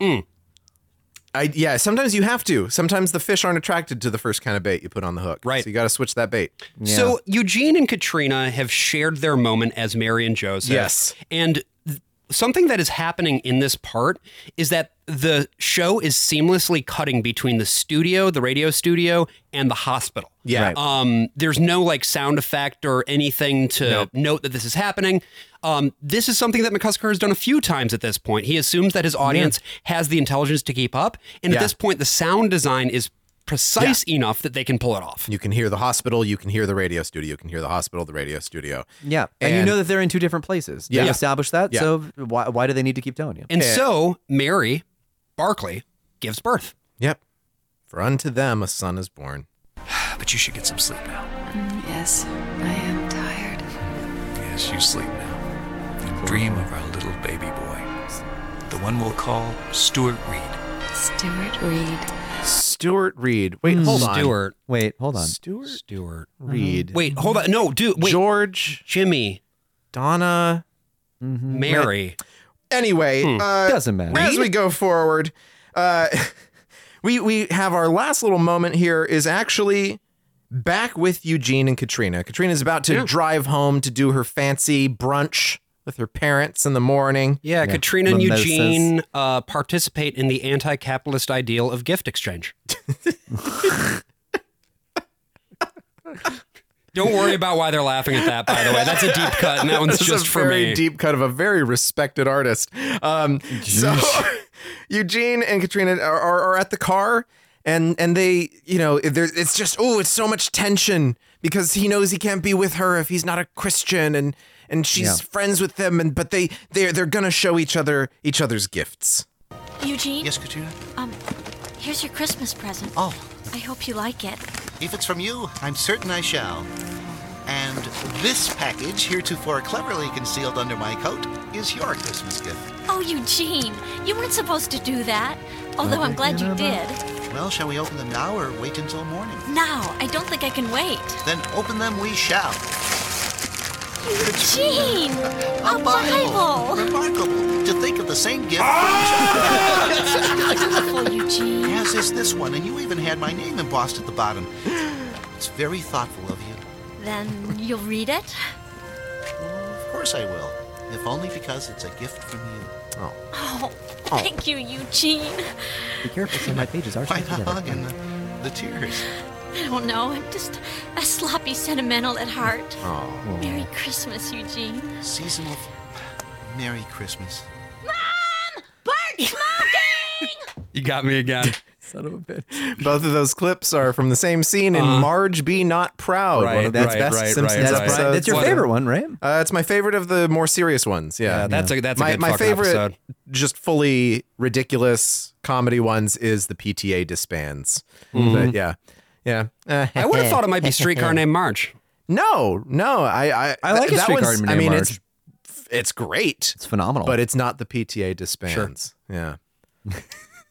[SPEAKER 3] I yeah. Sometimes you have to. Sometimes the fish aren't attracted to the first kind of bait you put on the hook. Right. So you got to switch that bait.
[SPEAKER 1] So Eugene and Katrina have shared their moment as Mary and Joseph.
[SPEAKER 3] Yes.
[SPEAKER 1] And th- something that is happening in this part is that the show is seamlessly cutting between the studio, the radio studio, and the hospital.
[SPEAKER 3] Yeah. Right.
[SPEAKER 1] Um, there's no like sound effect or anything to note that this is happening. Um, this is something that McCusker has done a few times at this point. He assumes that his audience has the intelligence to keep up. And at
[SPEAKER 3] Yeah.
[SPEAKER 1] this point, the sound design is precise enough that they can pull it off.
[SPEAKER 3] you can hear the hospital. You can hear the radio studio. You can hear the hospital. The radio studio.
[SPEAKER 2] Yeah, and, you
[SPEAKER 3] And-
[SPEAKER 2] know that they're in two different places. They
[SPEAKER 3] Yeah.
[SPEAKER 2] established that.
[SPEAKER 3] Yeah.
[SPEAKER 2] So why why do they need to keep telling you?
[SPEAKER 1] And so Mary Barclay gives birth.
[SPEAKER 3] Yep. For unto them a son is born.
[SPEAKER 19] But you should get some sleep now.
[SPEAKER 18] Yes, I am tired.
[SPEAKER 19] Yes, you sleep now. And dream of our little baby boy. The one we'll call Stuart Reed.
[SPEAKER 18] Stuart Reed.
[SPEAKER 3] Stuart Reed. Wait, hold on.
[SPEAKER 1] Stuart.
[SPEAKER 2] Wait, hold on.
[SPEAKER 3] Stuart
[SPEAKER 1] Stuart
[SPEAKER 3] Reed.
[SPEAKER 1] Wait, hold on. No, dude. Wait.
[SPEAKER 3] George.
[SPEAKER 1] Jimmy.
[SPEAKER 3] Donna.
[SPEAKER 1] Mary.
[SPEAKER 3] Mm-hmm. Anyway,
[SPEAKER 1] Hmm.
[SPEAKER 3] uh,
[SPEAKER 2] Doesn't matter.
[SPEAKER 3] As we go forward, uh, we we have our last little moment here is actually back with Eugene and Katrina. Katrina's about to drive home to do her fancy brunch with her parents in the morning.
[SPEAKER 1] Yeah, Katrina and
[SPEAKER 3] Mimosas.
[SPEAKER 1] Eugene uh, participate in the anti-capitalist ideal of gift exchange. Don't worry about why they're laughing at that. By the way, that's a deep cut, and that one's
[SPEAKER 3] This is
[SPEAKER 1] just
[SPEAKER 3] a
[SPEAKER 1] for
[SPEAKER 3] very
[SPEAKER 1] me.
[SPEAKER 3] Deep cut of a very respected artist. Um, so Eugene and Katrina are, are, are at the car, and and they, you know, there it's just oh, it's so much tension because he knows he can't be with her if he's not a Christian, and and she's
[SPEAKER 2] Yeah.
[SPEAKER 3] friends with them, and but they they they're gonna show each other each other's gifts.
[SPEAKER 14] Eugene?
[SPEAKER 16] Yes, Katrina?
[SPEAKER 14] Um, here's your Christmas present.
[SPEAKER 16] Oh.
[SPEAKER 14] I hope you like it.
[SPEAKER 16] If it's from you, I'm certain I shall. And this package, heretofore cleverly concealed under my coat, is your Christmas gift.
[SPEAKER 14] Oh, Eugene, you weren't supposed to do that. Although I'm glad you did.
[SPEAKER 16] Well, shall we open them now or wait until morning?
[SPEAKER 14] Now, I don't think I can wait.
[SPEAKER 16] Then open them we shall.
[SPEAKER 14] Eugene!
[SPEAKER 16] A,
[SPEAKER 14] A Bible!
[SPEAKER 16] Remarkable to think of the same gift. Ah!
[SPEAKER 14] Beautiful, Eugene.
[SPEAKER 16] As is this one, and you even had my name embossed at the bottom. It's very thoughtful of you.
[SPEAKER 14] Then you'll read it?
[SPEAKER 16] Of course I will, if only because it's a gift from you.
[SPEAKER 3] Oh,
[SPEAKER 14] Oh, thank you, Eugene.
[SPEAKER 2] Be careful, some of my pages are
[SPEAKER 16] Why the
[SPEAKER 2] stuck together.
[SPEAKER 16] hug and the, the tears?
[SPEAKER 14] I don't know. I'm just a sloppy sentimental at heart.
[SPEAKER 16] Oh.
[SPEAKER 14] Merry Christmas, Eugene.
[SPEAKER 16] Seasonal. f- Merry Christmas.
[SPEAKER 1] You got me again.
[SPEAKER 2] Son of a bitch.
[SPEAKER 3] Both of those clips are from the same scene in
[SPEAKER 1] Uh-huh.
[SPEAKER 3] Marge Be Not Proud. one of the
[SPEAKER 2] that's
[SPEAKER 3] best Simpsons
[SPEAKER 2] that's,
[SPEAKER 3] episodes.
[SPEAKER 2] that's your favorite one, right?
[SPEAKER 3] Uh, it's my favorite of the more serious ones. Yeah,
[SPEAKER 1] Yeah, that's a- that's a
[SPEAKER 3] my,
[SPEAKER 1] good
[SPEAKER 3] my
[SPEAKER 1] fucking
[SPEAKER 3] favorite.
[SPEAKER 1] episode.
[SPEAKER 3] Just fully ridiculous comedy ones is the PTA disbands. But yeah, yeah. Uh,
[SPEAKER 1] Mm-hmm. I would have thought it might be Streetcar Named Marge.
[SPEAKER 3] No, no. I I,
[SPEAKER 2] I like a
[SPEAKER 3] that
[SPEAKER 2] streetcar
[SPEAKER 3] one's-
[SPEAKER 2] named
[SPEAKER 3] I mean,
[SPEAKER 2] Marge.
[SPEAKER 3] it's it's great,
[SPEAKER 2] It's phenomenal.
[SPEAKER 3] but it's not the PTA disbands. Yeah.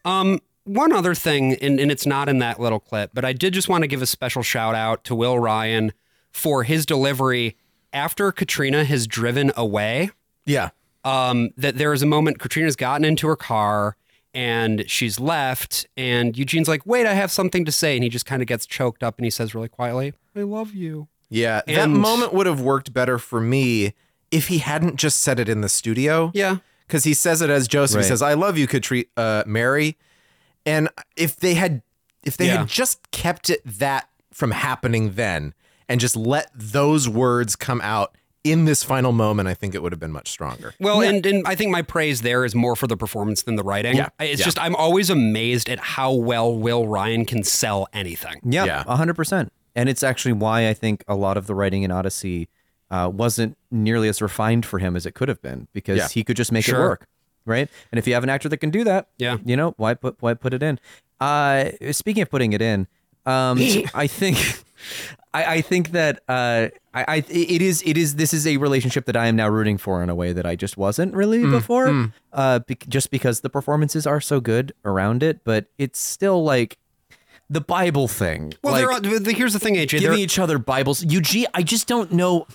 [SPEAKER 1] Um, one other thing, and, and it's not in that little clip, but I did just want to give a special shout out to Will Ryan for his delivery after Katrina has driven away.
[SPEAKER 3] Yeah.
[SPEAKER 1] Um, that there is a moment Katrina's gotten into her car and she's left, and Eugene's like, "Wait, I have something to say," and he just kind of gets choked up and he says really quietly, "I love you."
[SPEAKER 3] Yeah, that
[SPEAKER 1] And-
[SPEAKER 3] moment would have worked better for me if he hadn't just said it in the studio.
[SPEAKER 1] Yeah.
[SPEAKER 3] Because he says it as Joseph.
[SPEAKER 2] Right.
[SPEAKER 3] He says, I love you, Katri- uh, Mary. And if they had if they
[SPEAKER 1] Yeah.
[SPEAKER 3] had just kept it that from happening then and just let those words come out in this final moment, I think it would have been much stronger.
[SPEAKER 1] Well, and, and I think my praise there is more for the performance than the writing.
[SPEAKER 3] Yeah.
[SPEAKER 1] I- It's
[SPEAKER 3] Yeah.
[SPEAKER 1] just I'm always amazed at how well Will Ryan can sell anything.
[SPEAKER 2] Yeah,
[SPEAKER 3] Yeah.
[SPEAKER 2] a hundred percent. And it's actually why I think a lot of the writing in Odyssey uh, wasn't nearly as refined for him as it could have been because
[SPEAKER 3] Yeah.
[SPEAKER 2] he could just make
[SPEAKER 1] Sure.
[SPEAKER 2] it work. right? And if you have an actor that can do that,
[SPEAKER 1] yeah,
[SPEAKER 2] you know why put why put it in? Uh, speaking of putting it in, um, I think. I, I think that uh, I, I it is it is this is a relationship that I am now rooting for in a way that I just wasn't really
[SPEAKER 21] Mm,
[SPEAKER 2] before,
[SPEAKER 21] mm.
[SPEAKER 2] Uh, be- just because the performances are so good around it, but it's still like the Bible thing.
[SPEAKER 1] Well,
[SPEAKER 2] like,
[SPEAKER 1] they're all- the- the- here's the thing, AJ.
[SPEAKER 2] giving
[SPEAKER 1] they're-
[SPEAKER 2] each other Bibles. Eugene, I just don't know.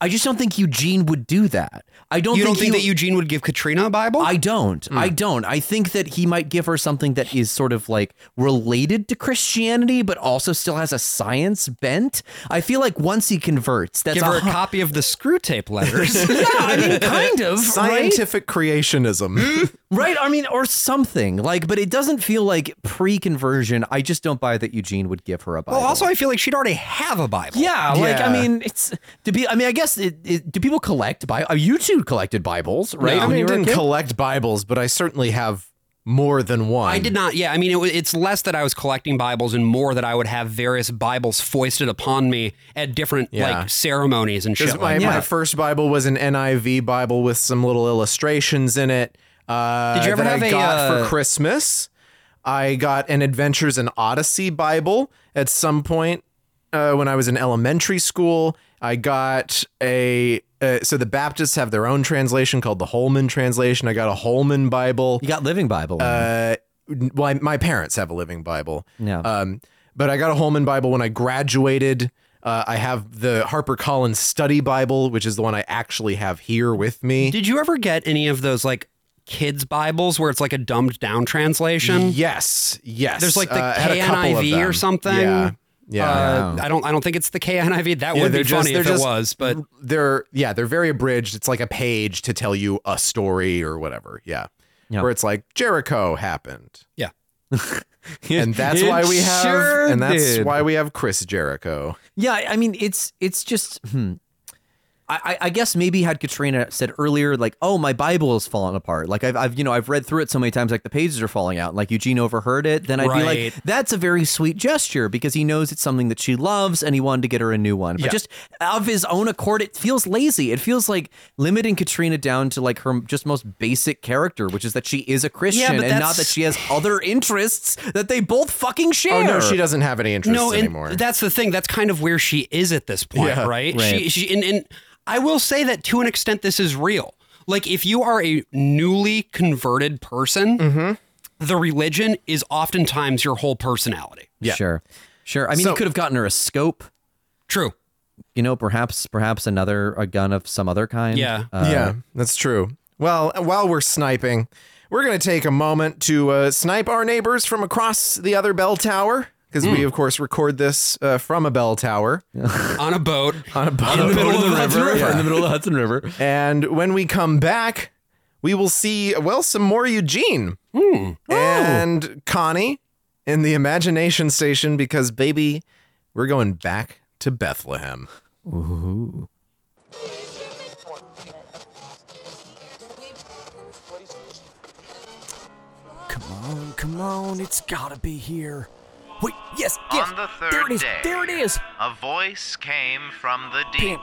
[SPEAKER 2] I just don't think Eugene would do that. I don't.
[SPEAKER 1] You don't think
[SPEAKER 2] he-
[SPEAKER 1] that Eugene would give Katrina a Bible? Hmm.
[SPEAKER 2] I don't. I don't. I think that he might give her something that is sort of like related to Christianity, but also still has a science bent. I feel like once he converts, that's
[SPEAKER 1] Give her a
[SPEAKER 2] hu-
[SPEAKER 1] copy of the screw tape letters.
[SPEAKER 2] yeah, I mean, kind of right?
[SPEAKER 3] Scientific creationism.
[SPEAKER 2] Right, I mean, or something like, but it doesn't feel like pre-conversion. I just don't buy that Eugene would give her a Bible.
[SPEAKER 1] Well, also, I feel like she'd already have a Bible.
[SPEAKER 2] Yeah, like
[SPEAKER 1] Yeah.
[SPEAKER 2] I mean, it's to be. I mean, I guess it, it, do people collect Bible? Uh, you two collected Bibles, right?
[SPEAKER 3] I
[SPEAKER 2] when
[SPEAKER 3] mean,
[SPEAKER 2] you
[SPEAKER 3] I
[SPEAKER 2] were a
[SPEAKER 3] didn't
[SPEAKER 2] kid?
[SPEAKER 3] collect Bibles, but I certainly have more than one.
[SPEAKER 1] I did not. Yeah, I mean, it, wa- it's less that I was collecting Bibles and more that I would have various Bibles foisted upon me at different
[SPEAKER 3] Yeah.
[SPEAKER 1] like ceremonies and
[SPEAKER 3] Because
[SPEAKER 1] shit.
[SPEAKER 3] my,
[SPEAKER 1] like
[SPEAKER 3] my
[SPEAKER 1] that.
[SPEAKER 3] first Bible was an NIV Bible with some little illustrations in it. Uh,
[SPEAKER 1] Did you ever
[SPEAKER 3] that
[SPEAKER 1] have
[SPEAKER 3] I
[SPEAKER 1] a,
[SPEAKER 3] got
[SPEAKER 1] uh,
[SPEAKER 3] for Christmas? I got an Adventures and Odyssey Bible at some point uh, when I was in elementary school. I got a uh, so the Baptists have their own translation called the Holman translation. I got a Holman Bible. You
[SPEAKER 2] got Living Bible.
[SPEAKER 3] Uh, well, I- my parents have a Living Bible.
[SPEAKER 2] Yeah.
[SPEAKER 3] Um, but I got a Holman Bible when I graduated. Uh, I have the HarperCollins Study Bible, which is the one I actually have here with me.
[SPEAKER 1] Did you ever get any of those like kids' Bibles where it's like a dumbed down translation?
[SPEAKER 3] Yes, yes.
[SPEAKER 1] There's like the
[SPEAKER 3] Uh, I had a couple of
[SPEAKER 1] KNIV or
[SPEAKER 3] them.
[SPEAKER 1] something.
[SPEAKER 3] Yeah, yeah.
[SPEAKER 1] Uh, I don't. I don't think it's the KNIV. That
[SPEAKER 3] Yeah,
[SPEAKER 1] would
[SPEAKER 3] they're
[SPEAKER 1] be
[SPEAKER 3] just-
[SPEAKER 1] funny
[SPEAKER 3] they're
[SPEAKER 1] if
[SPEAKER 3] just-
[SPEAKER 1] it was, but
[SPEAKER 3] They're yeah, they're very abridged. It's like a page to tell you a story or whatever. Yeah.
[SPEAKER 2] Yeah.
[SPEAKER 3] Where it's like Jericho happened.
[SPEAKER 1] Yeah.
[SPEAKER 3] and that's
[SPEAKER 2] It
[SPEAKER 3] why we have
[SPEAKER 2] sure
[SPEAKER 3] and that's
[SPEAKER 2] did.
[SPEAKER 3] why we have Chris Jericho.
[SPEAKER 2] Yeah, I- I mean, it's it's just. Hmm. I, I- I guess maybe had Katrina said earlier, like, "Oh, my Bible is falling apart. Like, I've, I've, you know, I've read through it so many times, like the pages are falling out. Like Eugene overheard it. Then I'd be
[SPEAKER 1] Right.
[SPEAKER 2] like, that's a very sweet gesture because he knows it's something that she loves, and he wanted to get her a new one. But
[SPEAKER 1] Yeah.
[SPEAKER 2] just of his own accord, it feels lazy. It feels like limiting Katrina down to like her just most basic character, which is that she is a Christian,
[SPEAKER 1] but
[SPEAKER 2] and not
[SPEAKER 1] that's-
[SPEAKER 2] that she has other interests that they both fucking share.
[SPEAKER 3] Oh no, she doesn't have any interest
[SPEAKER 1] no, and
[SPEAKER 3] anymore.
[SPEAKER 1] That's the thing. That's kind of where she is at this point,
[SPEAKER 3] Yeah,
[SPEAKER 1] right? She,
[SPEAKER 3] right.
[SPEAKER 1] she, and, and I will say that to an extent, this is real. Like, if you are a newly converted person,
[SPEAKER 3] Mm-hmm.
[SPEAKER 1] the religion is oftentimes your whole personality.
[SPEAKER 2] Yeah. Sure. Sure. I mean,
[SPEAKER 1] So-
[SPEAKER 2] he could have gotten her a scope.
[SPEAKER 1] True.
[SPEAKER 2] You know, perhaps perhaps another a gun of some other kind. Uh,
[SPEAKER 3] yeah, that's true. Well, while we're sniping, we're going to take a moment to uh, snipe our neighbors from across the other bell tower because
[SPEAKER 1] Mm.
[SPEAKER 3] we, of course, record this uh, from a bell tower
[SPEAKER 1] on a boat,
[SPEAKER 3] on a boat
[SPEAKER 2] In the middle of the Hudson River. In the middle of the
[SPEAKER 3] Hudson River. And when we come back, we will see well some more Eugene
[SPEAKER 2] Hmm. Oh.
[SPEAKER 3] and Connie in the imagination station because baby, we're going back to Bethlehem.
[SPEAKER 2] Ooh.
[SPEAKER 12] Come on, come on, it's gotta be here. Wait, yes, yes.
[SPEAKER 22] On the third
[SPEAKER 12] there it is.
[SPEAKER 22] day,
[SPEAKER 12] There it is.
[SPEAKER 22] a voice came from the deep.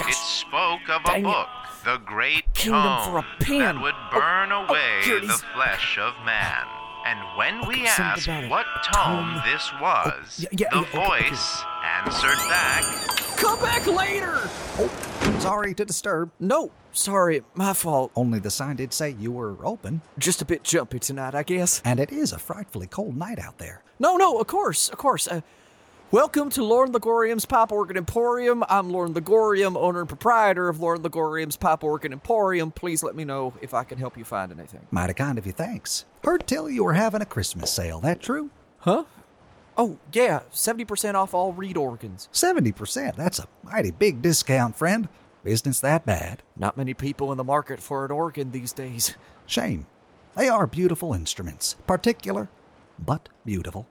[SPEAKER 22] It spoke of a
[SPEAKER 12] Dang it.
[SPEAKER 22] book, the great
[SPEAKER 12] Kingdom
[SPEAKER 22] tome
[SPEAKER 12] for a pin.
[SPEAKER 22] that would
[SPEAKER 12] Oh,
[SPEAKER 22] burn
[SPEAKER 12] oh,
[SPEAKER 22] away
[SPEAKER 12] here it
[SPEAKER 22] the
[SPEAKER 12] is.
[SPEAKER 22] flesh of man. And when we
[SPEAKER 12] Okay, something
[SPEAKER 22] asked
[SPEAKER 12] about a
[SPEAKER 22] what tome
[SPEAKER 12] tome.
[SPEAKER 22] this was,
[SPEAKER 12] Oh, yeah, yeah,
[SPEAKER 22] the
[SPEAKER 12] yeah, okay, okay.
[SPEAKER 22] voice answered back.
[SPEAKER 12] Come back later.
[SPEAKER 23] Oh, sorry to disturb.
[SPEAKER 12] No, sorry, my fault.
[SPEAKER 23] Only the sign did say you were open.
[SPEAKER 12] Just a bit jumpy tonight, I guess.
[SPEAKER 23] And it is a frightfully cold night out there.
[SPEAKER 12] No, no, of course, of course. Uh, welcome to Lauren Ligorium's Pop Organ Emporium. I'm Lauren Ligorium, owner and proprietor of Lauren Ligorium's Pop Organ Emporium. Please let me know if I can help you find anything.
[SPEAKER 23] Mighty kind of you, thanks. Heard tell you were having a Christmas sale, that true?
[SPEAKER 12] Huh? Oh, yeah, 70% off all reed organs.
[SPEAKER 23] 70%, that's a mighty big discount, friend. Business that bad.
[SPEAKER 12] Not many people in the market for an organ these days.
[SPEAKER 23] Shame. They are beautiful instruments. Particular, but beautiful.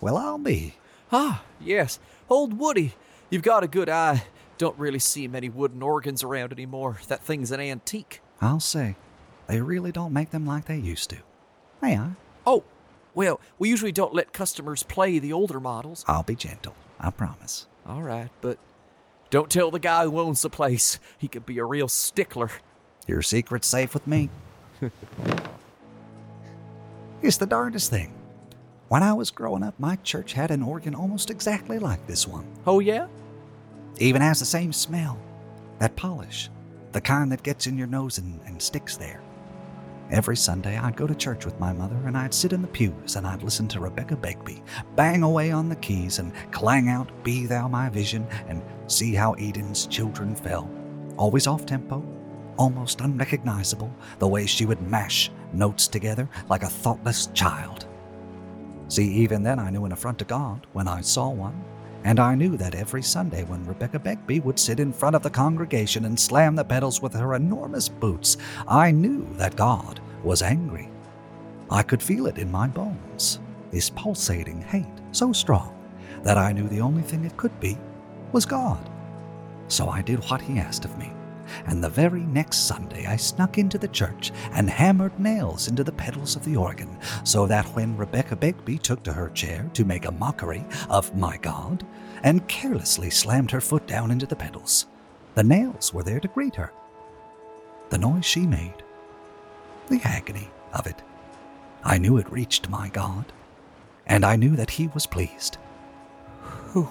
[SPEAKER 23] Well, I'll be.
[SPEAKER 12] Ah, yes, old Woody. You've got a good eye. Don't really see many wooden organs around anymore. That thing's an antique.
[SPEAKER 23] I'll say. They really don't make them like they used to. May I?
[SPEAKER 12] Oh, well, we usually don't let customers play the older models.
[SPEAKER 23] I'll be gentle. I promise.
[SPEAKER 12] All right, but don't tell the guy who owns the place. He could be a real stickler.
[SPEAKER 23] Your secret's safe with me. it's the darndest thing. When I was growing up, my church had an organ almost exactly like this one.
[SPEAKER 12] Oh, yeah?
[SPEAKER 23] Even has the same smell that polish, the kind that gets in your nose and, and sticks there. Every Sunday, I'd go to church with my mother, and I'd sit in the pews and I'd listen to Rebecca Begbie bang away on the keys and clang out, Be Thou My Vision, and see how Eden's children fell. Always off tempo, almost unrecognizable, the way she would mash notes together like a thoughtless child. See, even then, I knew an affront to God when I saw one. And I knew that every Sunday when Rebecca Begbie would sit in front of the congregation and slam the pedals with her enormous boots, I knew that God was angry. I could feel it in my bones, this pulsating hate so strong that I knew the only thing it could be was God. So I did what he asked of me. And the very next Sunday, I snuck into the church and hammered nails into the pedals of the organ, so that when Rebecca Begbie took to her chair to make a mockery of my God and carelessly slammed her foot down into the pedals, the nails were there to greet her. The noise she made, the agony of it, I knew it reached my God, and I knew that He was pleased.
[SPEAKER 12] Who?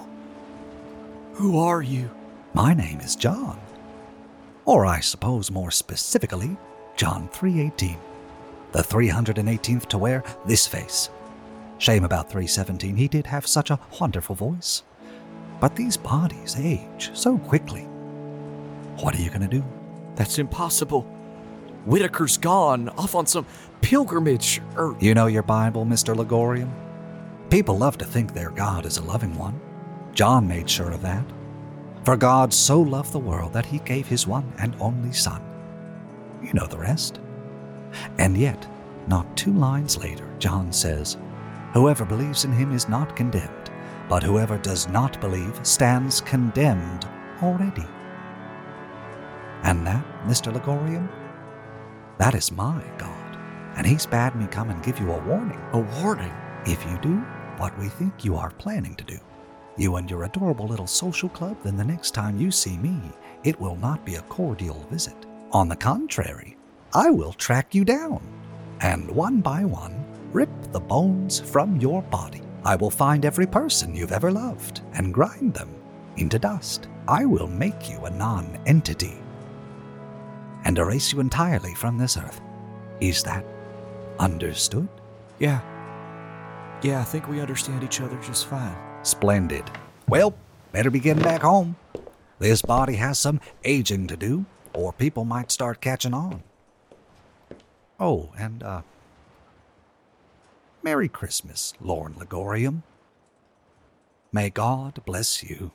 [SPEAKER 12] Who are you?
[SPEAKER 23] My name is John or I suppose more specifically, John 3:18. The 318th to wear this face. Shame about 317, he did have such a wonderful voice. But these bodies age so quickly. What are you going to do?
[SPEAKER 12] That's impossible. Whitaker's gone off on some pilgrimage
[SPEAKER 13] er,
[SPEAKER 12] or
[SPEAKER 23] You know your Bible, Mr. Ligorium? People love to think their God is a loving one. John made sure of that. For God so loved the world that he gave his one and only Son. You know the rest. And yet, not two lines later, John says, Whoever believes in him is not condemned, but whoever does not believe stands condemned already. And that, Mr. Ligorium, that is my God, and he's bade me come and give you a warning.
[SPEAKER 12] A warning?
[SPEAKER 23] If you do what we think you are planning to do you and your adorable little social club, then the next time you see me, it will not be a cordial visit. On the contrary, I will track you down and one by one rip the bones from your body. I will find every person you've ever loved and grind them into dust. I will make you a non entity and erase you entirely from this earth. Is that understood?
[SPEAKER 12] Yeah. Yeah, I think we understand each other just fine.
[SPEAKER 23] Splendid. Well, better be getting back home. This body has some aging to do, or people might start catching on. Oh, and, uh. Merry Christmas, Lorne Ligorium. May God bless you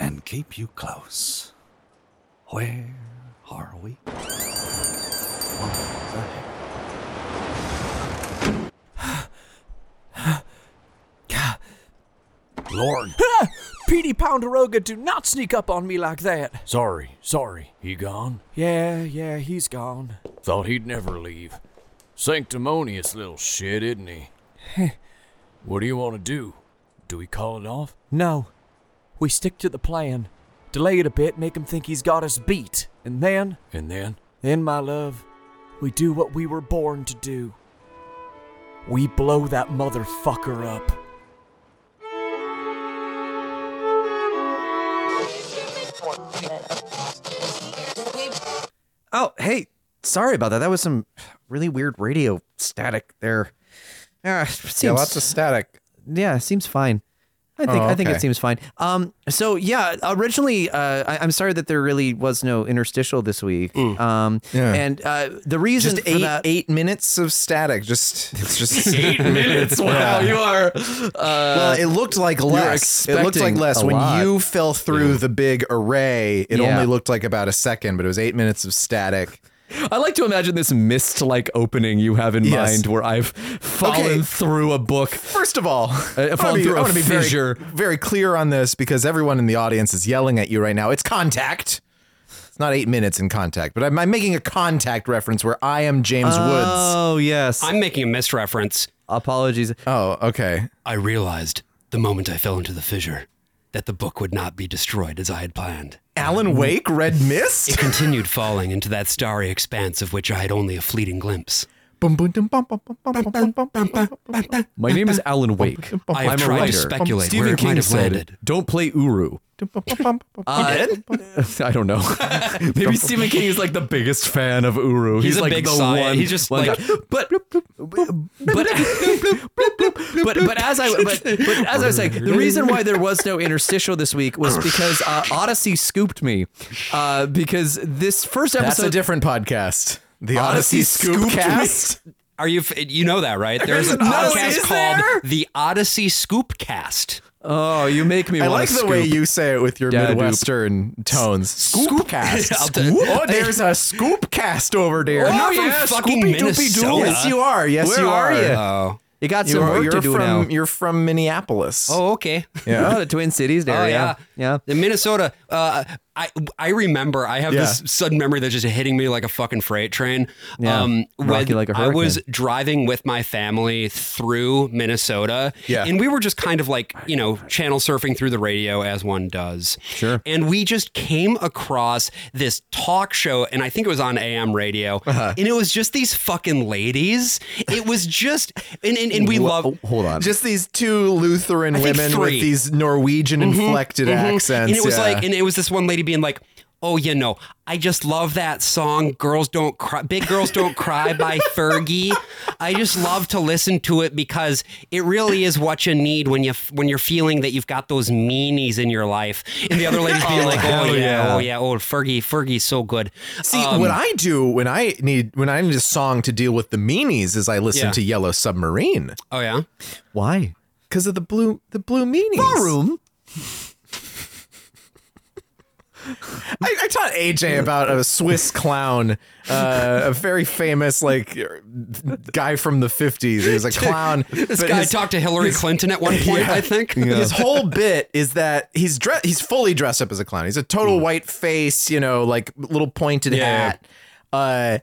[SPEAKER 23] and keep you close. Where are we?
[SPEAKER 13] Lord.
[SPEAKER 12] Ah! Petey Ponderoga, do not sneak up on me like that.
[SPEAKER 13] Sorry, sorry. He gone?
[SPEAKER 12] Yeah, yeah, he's gone.
[SPEAKER 13] Thought he'd never leave. Sanctimonious little shit, isn't he? what do you want to do? Do we call it off?
[SPEAKER 12] No. We stick to the plan. Delay it a bit, make him think he's got us beat. And then.
[SPEAKER 13] And then?
[SPEAKER 12] Then, my love, we do what we were born to do. We blow that motherfucker up.
[SPEAKER 2] Oh, hey, sorry about that. That was some really weird radio static there. Uh, seems,
[SPEAKER 3] Yeah, lots of static.
[SPEAKER 2] yeah, seems fine. I
[SPEAKER 3] Oh,
[SPEAKER 2] think I think
[SPEAKER 3] okay.
[SPEAKER 2] it seems fine. Um, so yeah, originally, uh, I, I'm sorry that there really was no interstitial this week. Um, and uh, the reason
[SPEAKER 3] Just
[SPEAKER 2] for
[SPEAKER 3] eight
[SPEAKER 2] that,
[SPEAKER 3] eight minutes of static. Just it's just
[SPEAKER 2] Eight minutes? Wow, you are, uh,
[SPEAKER 3] well, it looked like
[SPEAKER 2] you're
[SPEAKER 3] less. It looked like
[SPEAKER 2] expecting
[SPEAKER 3] less
[SPEAKER 2] a
[SPEAKER 3] when
[SPEAKER 2] lot.
[SPEAKER 3] you fell through the big array. It
[SPEAKER 2] Yeah.
[SPEAKER 3] only looked like about a second, but it was eight minutes of static.
[SPEAKER 2] I like to imagine this mist like opening you have in
[SPEAKER 3] Yes.
[SPEAKER 2] mind where I've fallen
[SPEAKER 3] Okay.
[SPEAKER 2] through a book.
[SPEAKER 3] First of all,
[SPEAKER 2] Uh, fallen through a
[SPEAKER 3] want to be very,
[SPEAKER 2] fissure.
[SPEAKER 3] very clear on this because everyone in the audience is yelling at you right now. It's contact. It's not eight minutes in contact, but I'm, I'm making a contact reference where I am James
[SPEAKER 1] Uh,
[SPEAKER 3] Woods.
[SPEAKER 2] Oh yes.
[SPEAKER 1] I'm making a misreference.
[SPEAKER 2] Apologies.
[SPEAKER 3] Oh, okay.
[SPEAKER 1] I realized the moment I fell into the fissure that the book would not be destroyed as I had planned.
[SPEAKER 3] Alan Wake, Red Mist?
[SPEAKER 1] It continued falling into that starry expanse of which I had only a fleeting glimpse.
[SPEAKER 2] My name is Alan Wake.
[SPEAKER 1] I have tried
[SPEAKER 2] I'm a
[SPEAKER 1] to
[SPEAKER 2] writer.
[SPEAKER 1] speculate
[SPEAKER 2] Stephen
[SPEAKER 1] where it
[SPEAKER 2] King
[SPEAKER 1] might have
[SPEAKER 2] said,
[SPEAKER 1] landed.
[SPEAKER 2] "Don't play Uru." Uh, I don't know. Maybe Stephen King is like the biggest fan of Uru.
[SPEAKER 1] He's
[SPEAKER 2] He's,
[SPEAKER 1] a
[SPEAKER 2] like
[SPEAKER 1] big
[SPEAKER 2] the
[SPEAKER 1] sci-
[SPEAKER 2] one.
[SPEAKER 1] he's just
[SPEAKER 2] one
[SPEAKER 1] like-
[SPEAKER 2] guy. but but but but as I but, but as I was saying, the reason why there was no interstitial this week was because uh, Odyssey scooped me uh, because this first episode
[SPEAKER 3] That's a different podcast. The
[SPEAKER 2] Odyssey
[SPEAKER 3] Odyssey,
[SPEAKER 2] Scoop
[SPEAKER 3] Scoopcast.
[SPEAKER 1] Are you? f- You know that, right? There's a
[SPEAKER 3] No,
[SPEAKER 1] podcast
[SPEAKER 3] is
[SPEAKER 1] called
[SPEAKER 3] there?
[SPEAKER 1] the Odyssey Scoopcast.
[SPEAKER 2] Oh, you make me.
[SPEAKER 3] I
[SPEAKER 1] wanna
[SPEAKER 3] like the way
[SPEAKER 1] scoop.
[SPEAKER 3] you say it with your
[SPEAKER 1] Yeah, dude.
[SPEAKER 3] Midwestern tones. Scoopcast.
[SPEAKER 1] I'll
[SPEAKER 3] Scoop.
[SPEAKER 1] tell-
[SPEAKER 3] Oh, there's a scoopcast over there.
[SPEAKER 1] We're not Oh, from yeah, fucking Scoopy Doopy Doo. Minnesota.
[SPEAKER 3] Yes, you are. Yes,
[SPEAKER 1] Where
[SPEAKER 3] you
[SPEAKER 1] are
[SPEAKER 3] are.
[SPEAKER 1] you? Oh.
[SPEAKER 2] You got some
[SPEAKER 3] You're-
[SPEAKER 2] work to
[SPEAKER 3] you're
[SPEAKER 2] do
[SPEAKER 3] from,
[SPEAKER 2] now.
[SPEAKER 3] You're from Minneapolis.
[SPEAKER 1] Oh, okay.
[SPEAKER 2] Oh, the Twin Cities there.
[SPEAKER 1] Oh,
[SPEAKER 2] yeah.
[SPEAKER 1] yeah.
[SPEAKER 2] yeah.
[SPEAKER 1] In Minnesota, uh, I I remember I have this
[SPEAKER 2] Yeah.
[SPEAKER 1] sudden memory that's just hitting me like a fucking freight train. Um,
[SPEAKER 2] Yeah.
[SPEAKER 1] when
[SPEAKER 2] Rocky like a
[SPEAKER 1] I was
[SPEAKER 2] hurricane.
[SPEAKER 1] driving with my family through Minnesota,
[SPEAKER 2] Yeah.
[SPEAKER 1] and we were just kind of like you know channel surfing through the radio as one does. Sure. And we just came across this talk show, and I think it was on AM radio,
[SPEAKER 2] Uh-huh.
[SPEAKER 1] and it was just these fucking ladies. It was just and and, and we
[SPEAKER 3] Wha-
[SPEAKER 1] love
[SPEAKER 2] hold on.
[SPEAKER 3] Just these two Lutheran
[SPEAKER 1] I think
[SPEAKER 3] women
[SPEAKER 1] three.
[SPEAKER 3] with these Norwegian
[SPEAKER 1] Mhm,
[SPEAKER 3] inflected
[SPEAKER 1] mhm.
[SPEAKER 3] accents.
[SPEAKER 1] And it was
[SPEAKER 3] yeah.
[SPEAKER 1] like, and it was this one lady being like, "Oh, you know, I just love that song, Girls Don't Cry, Big Girls Don't Cry by Fergie. I just love to listen to it because it really is what you need when you when you're feeling that you've got those meanies in your life." And the other lady's being
[SPEAKER 3] Oh,
[SPEAKER 1] like, "Oh
[SPEAKER 3] hell
[SPEAKER 1] yeah,
[SPEAKER 3] yeah.
[SPEAKER 1] oh yeah, oh Fergie, Fergie's so good."
[SPEAKER 3] See
[SPEAKER 1] Um,
[SPEAKER 3] what I do when I need when I need a song to deal with the meanies is I listen
[SPEAKER 1] Yeah.
[SPEAKER 3] to Yellow Submarine.
[SPEAKER 1] Oh yeah,
[SPEAKER 2] Why?
[SPEAKER 3] Because of the blue the blue meanies. Ballroom. I, I taught AJ about a Swiss clown, uh, a very famous like guy from the fifties. He was a clown.
[SPEAKER 1] This
[SPEAKER 3] but
[SPEAKER 1] guy
[SPEAKER 3] his-
[SPEAKER 1] talked to Hillary
[SPEAKER 3] his-
[SPEAKER 1] Clinton at one point, I think.
[SPEAKER 3] His whole bit is that he's dre- he's fully dressed up as a clown. He's a total white face, you know, like little pointed
[SPEAKER 1] Hmm. Yeah.
[SPEAKER 3] hat. Uh,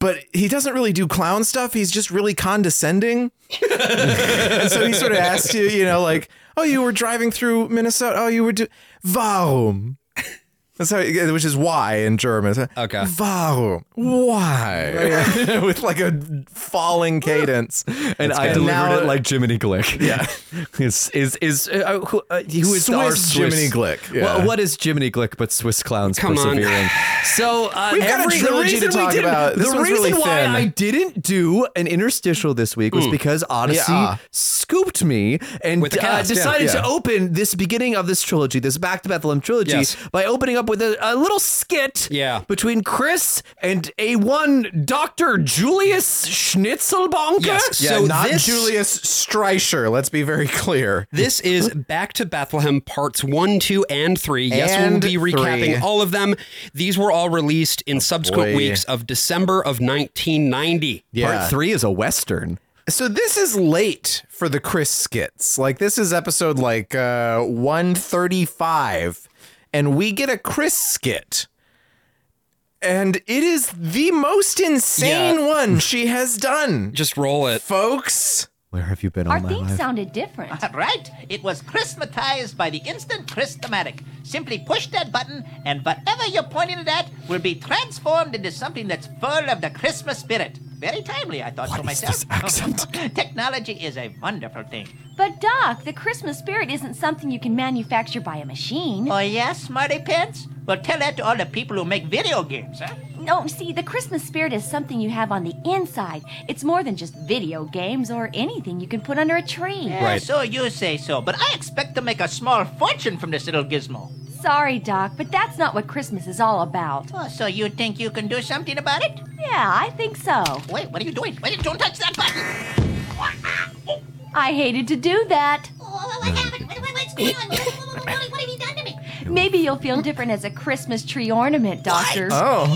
[SPEAKER 3] but he doesn't really do clown stuff. He's just really condescending. and so he sort of asks you, you know, like, oh, you were driving through Minnesota. Oh, you were do Warum? That's how, which is why in German. Okay. Warum? Why? With like a falling cadence.
[SPEAKER 2] And
[SPEAKER 3] That's
[SPEAKER 2] I
[SPEAKER 3] good.
[SPEAKER 2] delivered
[SPEAKER 3] Now-
[SPEAKER 2] it like Jiminy Glick.
[SPEAKER 3] Yeah.
[SPEAKER 2] is is is uh, who, uh, who is our
[SPEAKER 3] Swiss
[SPEAKER 2] Swiss
[SPEAKER 3] Jiminy Glick,
[SPEAKER 2] Well,
[SPEAKER 3] yeah.
[SPEAKER 2] what is Jiminy Glick but Swiss clowns
[SPEAKER 3] Come on.
[SPEAKER 2] persevering? So uh,
[SPEAKER 3] We've got a
[SPEAKER 2] every
[SPEAKER 3] trilogy to
[SPEAKER 2] the reason we
[SPEAKER 3] talk
[SPEAKER 2] didn't-
[SPEAKER 3] about. This
[SPEAKER 2] the
[SPEAKER 3] one's
[SPEAKER 2] reason
[SPEAKER 3] really
[SPEAKER 2] why
[SPEAKER 3] thin.
[SPEAKER 2] I didn't do an interstitial this week was
[SPEAKER 3] Mm.
[SPEAKER 2] because Odyssey
[SPEAKER 3] Yeah.
[SPEAKER 2] scooped me and
[SPEAKER 3] With the
[SPEAKER 2] uh,
[SPEAKER 3] cast, yeah.
[SPEAKER 2] decided
[SPEAKER 3] Yeah.
[SPEAKER 2] to open this beginning of this trilogy, this Back to Bethlehem trilogy,
[SPEAKER 1] Yes.
[SPEAKER 2] by opening up with a, a little skit
[SPEAKER 1] Yeah.
[SPEAKER 2] between Chris and a one Doctor Julius Schnitzelbonker.
[SPEAKER 1] Yes,
[SPEAKER 3] Yeah,
[SPEAKER 1] so
[SPEAKER 3] not
[SPEAKER 1] this-
[SPEAKER 3] Julius Streicher. Let's be very clear.
[SPEAKER 1] This is Back to Bethlehem parts one, two, and three. Yes, we'll
[SPEAKER 3] And
[SPEAKER 1] be recapping
[SPEAKER 3] three. Oh,
[SPEAKER 1] all of them. These were all released in subsequent
[SPEAKER 3] boy.
[SPEAKER 1] weeks of December of 1990.
[SPEAKER 3] Yeah.
[SPEAKER 2] three is a western.
[SPEAKER 3] So this is late for the Chris skits. Like this is episode like uh 135 and we get a Chris skit. And it is the most insane
[SPEAKER 1] Yeah.
[SPEAKER 3] one she has done.
[SPEAKER 1] Just roll it.
[SPEAKER 3] Folks,
[SPEAKER 2] Where have you been
[SPEAKER 6] Our
[SPEAKER 2] all my
[SPEAKER 6] theme
[SPEAKER 2] life?
[SPEAKER 6] sounded different.
[SPEAKER 9] right. It was Christmatized by the instant Christomatic. Simply push that button, and whatever you're pointing it at will be transformed into something that's full of the Christmas spirit. Very timely, I thought to myself. Technology is a wonderful thing.
[SPEAKER 6] But, Doc, the Christmas spirit isn't something you can manufacture by a machine.
[SPEAKER 9] Oh, yes, Smarty Pants? Well, tell that to all the people who make video games, huh?
[SPEAKER 6] No, see, the Christmas spirit is something you have on the inside. It's more than just video games or anything you can put under a tree.
[SPEAKER 9] Yeah, So you say so, but I expect to make a small fortune from this little gizmo.
[SPEAKER 6] Sorry, Doc, but that's not what Christmas is all about.
[SPEAKER 9] Oh, so you think you can do something about it?
[SPEAKER 6] Yeah, I think so.
[SPEAKER 9] Wait, what are you doing? Wait, don't touch that button!
[SPEAKER 6] I hated to do that.
[SPEAKER 9] What happened? What, Oh, what's going on?
[SPEAKER 6] what have you done to me? Maybe you'll feel different as a Christmas tree ornament, Doctor.
[SPEAKER 3] Oh.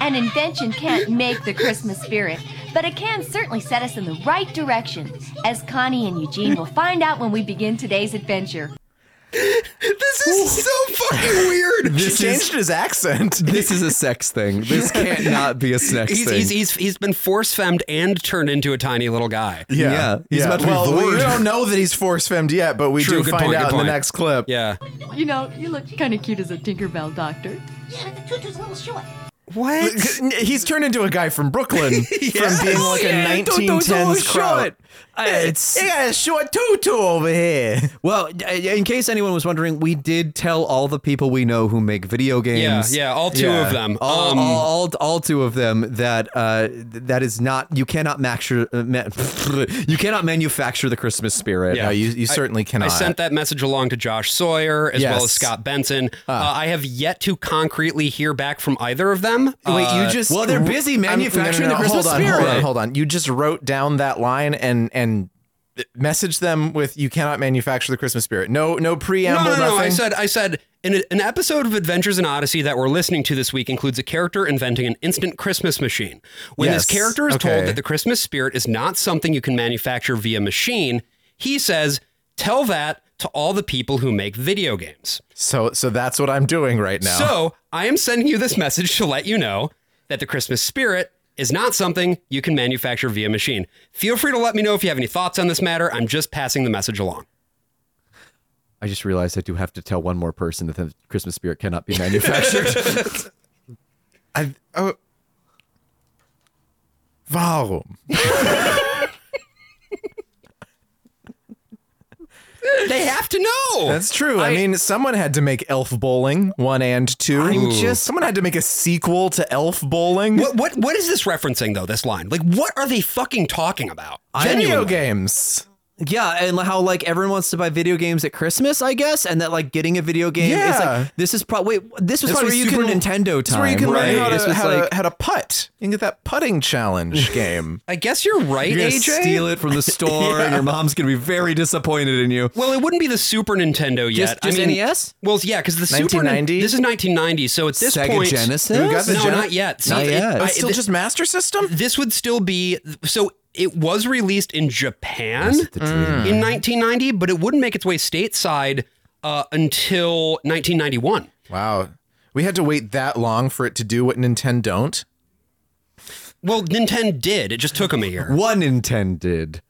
[SPEAKER 6] An invention can't make the Christmas spirit, but it can certainly set us in the right direction, as Connie and Eugene will find out when we begin today's adventure.
[SPEAKER 1] This
[SPEAKER 3] is so fucking weird.
[SPEAKER 2] This
[SPEAKER 3] he changed
[SPEAKER 2] is-
[SPEAKER 3] his accent.
[SPEAKER 2] This is a sex thing. This can't not be a sex
[SPEAKER 1] He's,
[SPEAKER 2] thing.
[SPEAKER 1] he's, he's, he's been force femmed and turned into a tiny little guy.
[SPEAKER 2] Yeah. Yeah. He's about to be
[SPEAKER 3] well, we
[SPEAKER 2] void.
[SPEAKER 3] don't know that he's force femmed yet, but we
[SPEAKER 1] True,
[SPEAKER 3] do
[SPEAKER 1] good
[SPEAKER 3] find
[SPEAKER 1] point,
[SPEAKER 3] out
[SPEAKER 1] good
[SPEAKER 3] in the
[SPEAKER 1] point.
[SPEAKER 3] next clip.
[SPEAKER 1] Yeah.
[SPEAKER 4] You know, you look kind of cute as a Tinkerbell doctor.
[SPEAKER 6] Yeah, but the tutu's a little short.
[SPEAKER 1] What?
[SPEAKER 3] He's turned into a guy from Brooklyn from being
[SPEAKER 2] Oh,
[SPEAKER 3] like
[SPEAKER 1] Oh,
[SPEAKER 3] a 1910s crowd.
[SPEAKER 2] Uh, It's
[SPEAKER 3] yeah, short tutu over here.
[SPEAKER 2] Well, d- in case anyone was wondering, we did tell all the people we know who make video games.
[SPEAKER 1] yeah, all two of them.
[SPEAKER 2] All,
[SPEAKER 1] Um,
[SPEAKER 2] all, all, all two of them. That uh, th- that is not. You cannot manufacture. Uh, ma- you cannot manufacture the Christmas spirit.
[SPEAKER 1] Yeah. I- I sent that message along to Josh Sawyer as
[SPEAKER 2] Yes.
[SPEAKER 1] well as Scott Benson. Uh,
[SPEAKER 3] Ah.
[SPEAKER 1] I have yet to concretely hear back from either of them.
[SPEAKER 3] Wait, you
[SPEAKER 1] Uh,
[SPEAKER 3] just I'm- no, no, no, hold on, Hold on, hold on. You just wrote down that line and and messaged them with "You cannot manufacture the Christmas spirit." No, no preamble.
[SPEAKER 1] No, no, no,
[SPEAKER 3] nothing.
[SPEAKER 1] I said, I said, an, an episode of Adventures in Odyssey that we're listening to this week includes a character inventing an instant Christmas machine. When this
[SPEAKER 3] Yes,
[SPEAKER 1] character is
[SPEAKER 3] okay.
[SPEAKER 1] told that the Christmas spirit is not something you can manufacture via machine, he says, "Tell that to all the people who make video games."
[SPEAKER 3] So, so that's what I'm doing right now.
[SPEAKER 1] So I am sending you this message to let you know that the Christmas spirit is not something you can manufacture via machine. Feel free to let me know if you have any thoughts on this matter. I'm just passing the message along.
[SPEAKER 2] I just realized I do have to tell one more person that the Christmas spirit cannot be manufactured.
[SPEAKER 3] I oh. Warum?
[SPEAKER 1] they have to know.
[SPEAKER 3] That's true. I, mean, someone had to make Elf Bowling one and 2
[SPEAKER 1] I'm just-
[SPEAKER 3] someone had to make a sequel to Elf Bowling.
[SPEAKER 1] What what what is this referencing though? This line, like, what are they fucking talking about?
[SPEAKER 2] Video
[SPEAKER 3] games.
[SPEAKER 2] Yeah, and how like everyone wants to buy video games at Christmas, I guess, and that like getting a video game is
[SPEAKER 3] Yeah.
[SPEAKER 2] like this is probably wait this was
[SPEAKER 3] That's
[SPEAKER 2] probably
[SPEAKER 3] where you
[SPEAKER 2] Super
[SPEAKER 3] can-
[SPEAKER 2] Nintendo time.
[SPEAKER 3] That's where you can
[SPEAKER 2] right?
[SPEAKER 3] learn how,
[SPEAKER 2] This
[SPEAKER 3] to,
[SPEAKER 2] was
[SPEAKER 3] how, to-
[SPEAKER 2] like
[SPEAKER 3] how to putt. You can get that putting challenge game.
[SPEAKER 1] I guess you're right,
[SPEAKER 2] you're gonna
[SPEAKER 1] AJ.
[SPEAKER 2] steal it from the store, and
[SPEAKER 1] Yeah.
[SPEAKER 2] your mom's gonna be very disappointed in you.
[SPEAKER 1] Well, it wouldn't be the Super Nintendo yet.
[SPEAKER 2] Just- E just
[SPEAKER 1] I mean,
[SPEAKER 2] NES?
[SPEAKER 1] Well, yeah, because the Super
[SPEAKER 2] 1990?
[SPEAKER 1] Nin- this is 1990, so at this
[SPEAKER 2] Sega
[SPEAKER 1] point,
[SPEAKER 2] Genesis? We got the
[SPEAKER 1] no,
[SPEAKER 2] Gen-
[SPEAKER 1] not yet.
[SPEAKER 2] Not
[SPEAKER 1] it-
[SPEAKER 2] yet.
[SPEAKER 1] I-
[SPEAKER 2] It's still
[SPEAKER 1] thi-
[SPEAKER 2] just
[SPEAKER 3] Master System.
[SPEAKER 1] This would still be so. It was released in Japan
[SPEAKER 2] That's the dream.
[SPEAKER 1] in 1990, but it wouldn't make its way stateside uh, until 1991.
[SPEAKER 3] Wow. We had to wait that long for it to do what Nintendo don't.
[SPEAKER 1] Well, Nintendo did. It just took them a year.
[SPEAKER 2] One in ten did.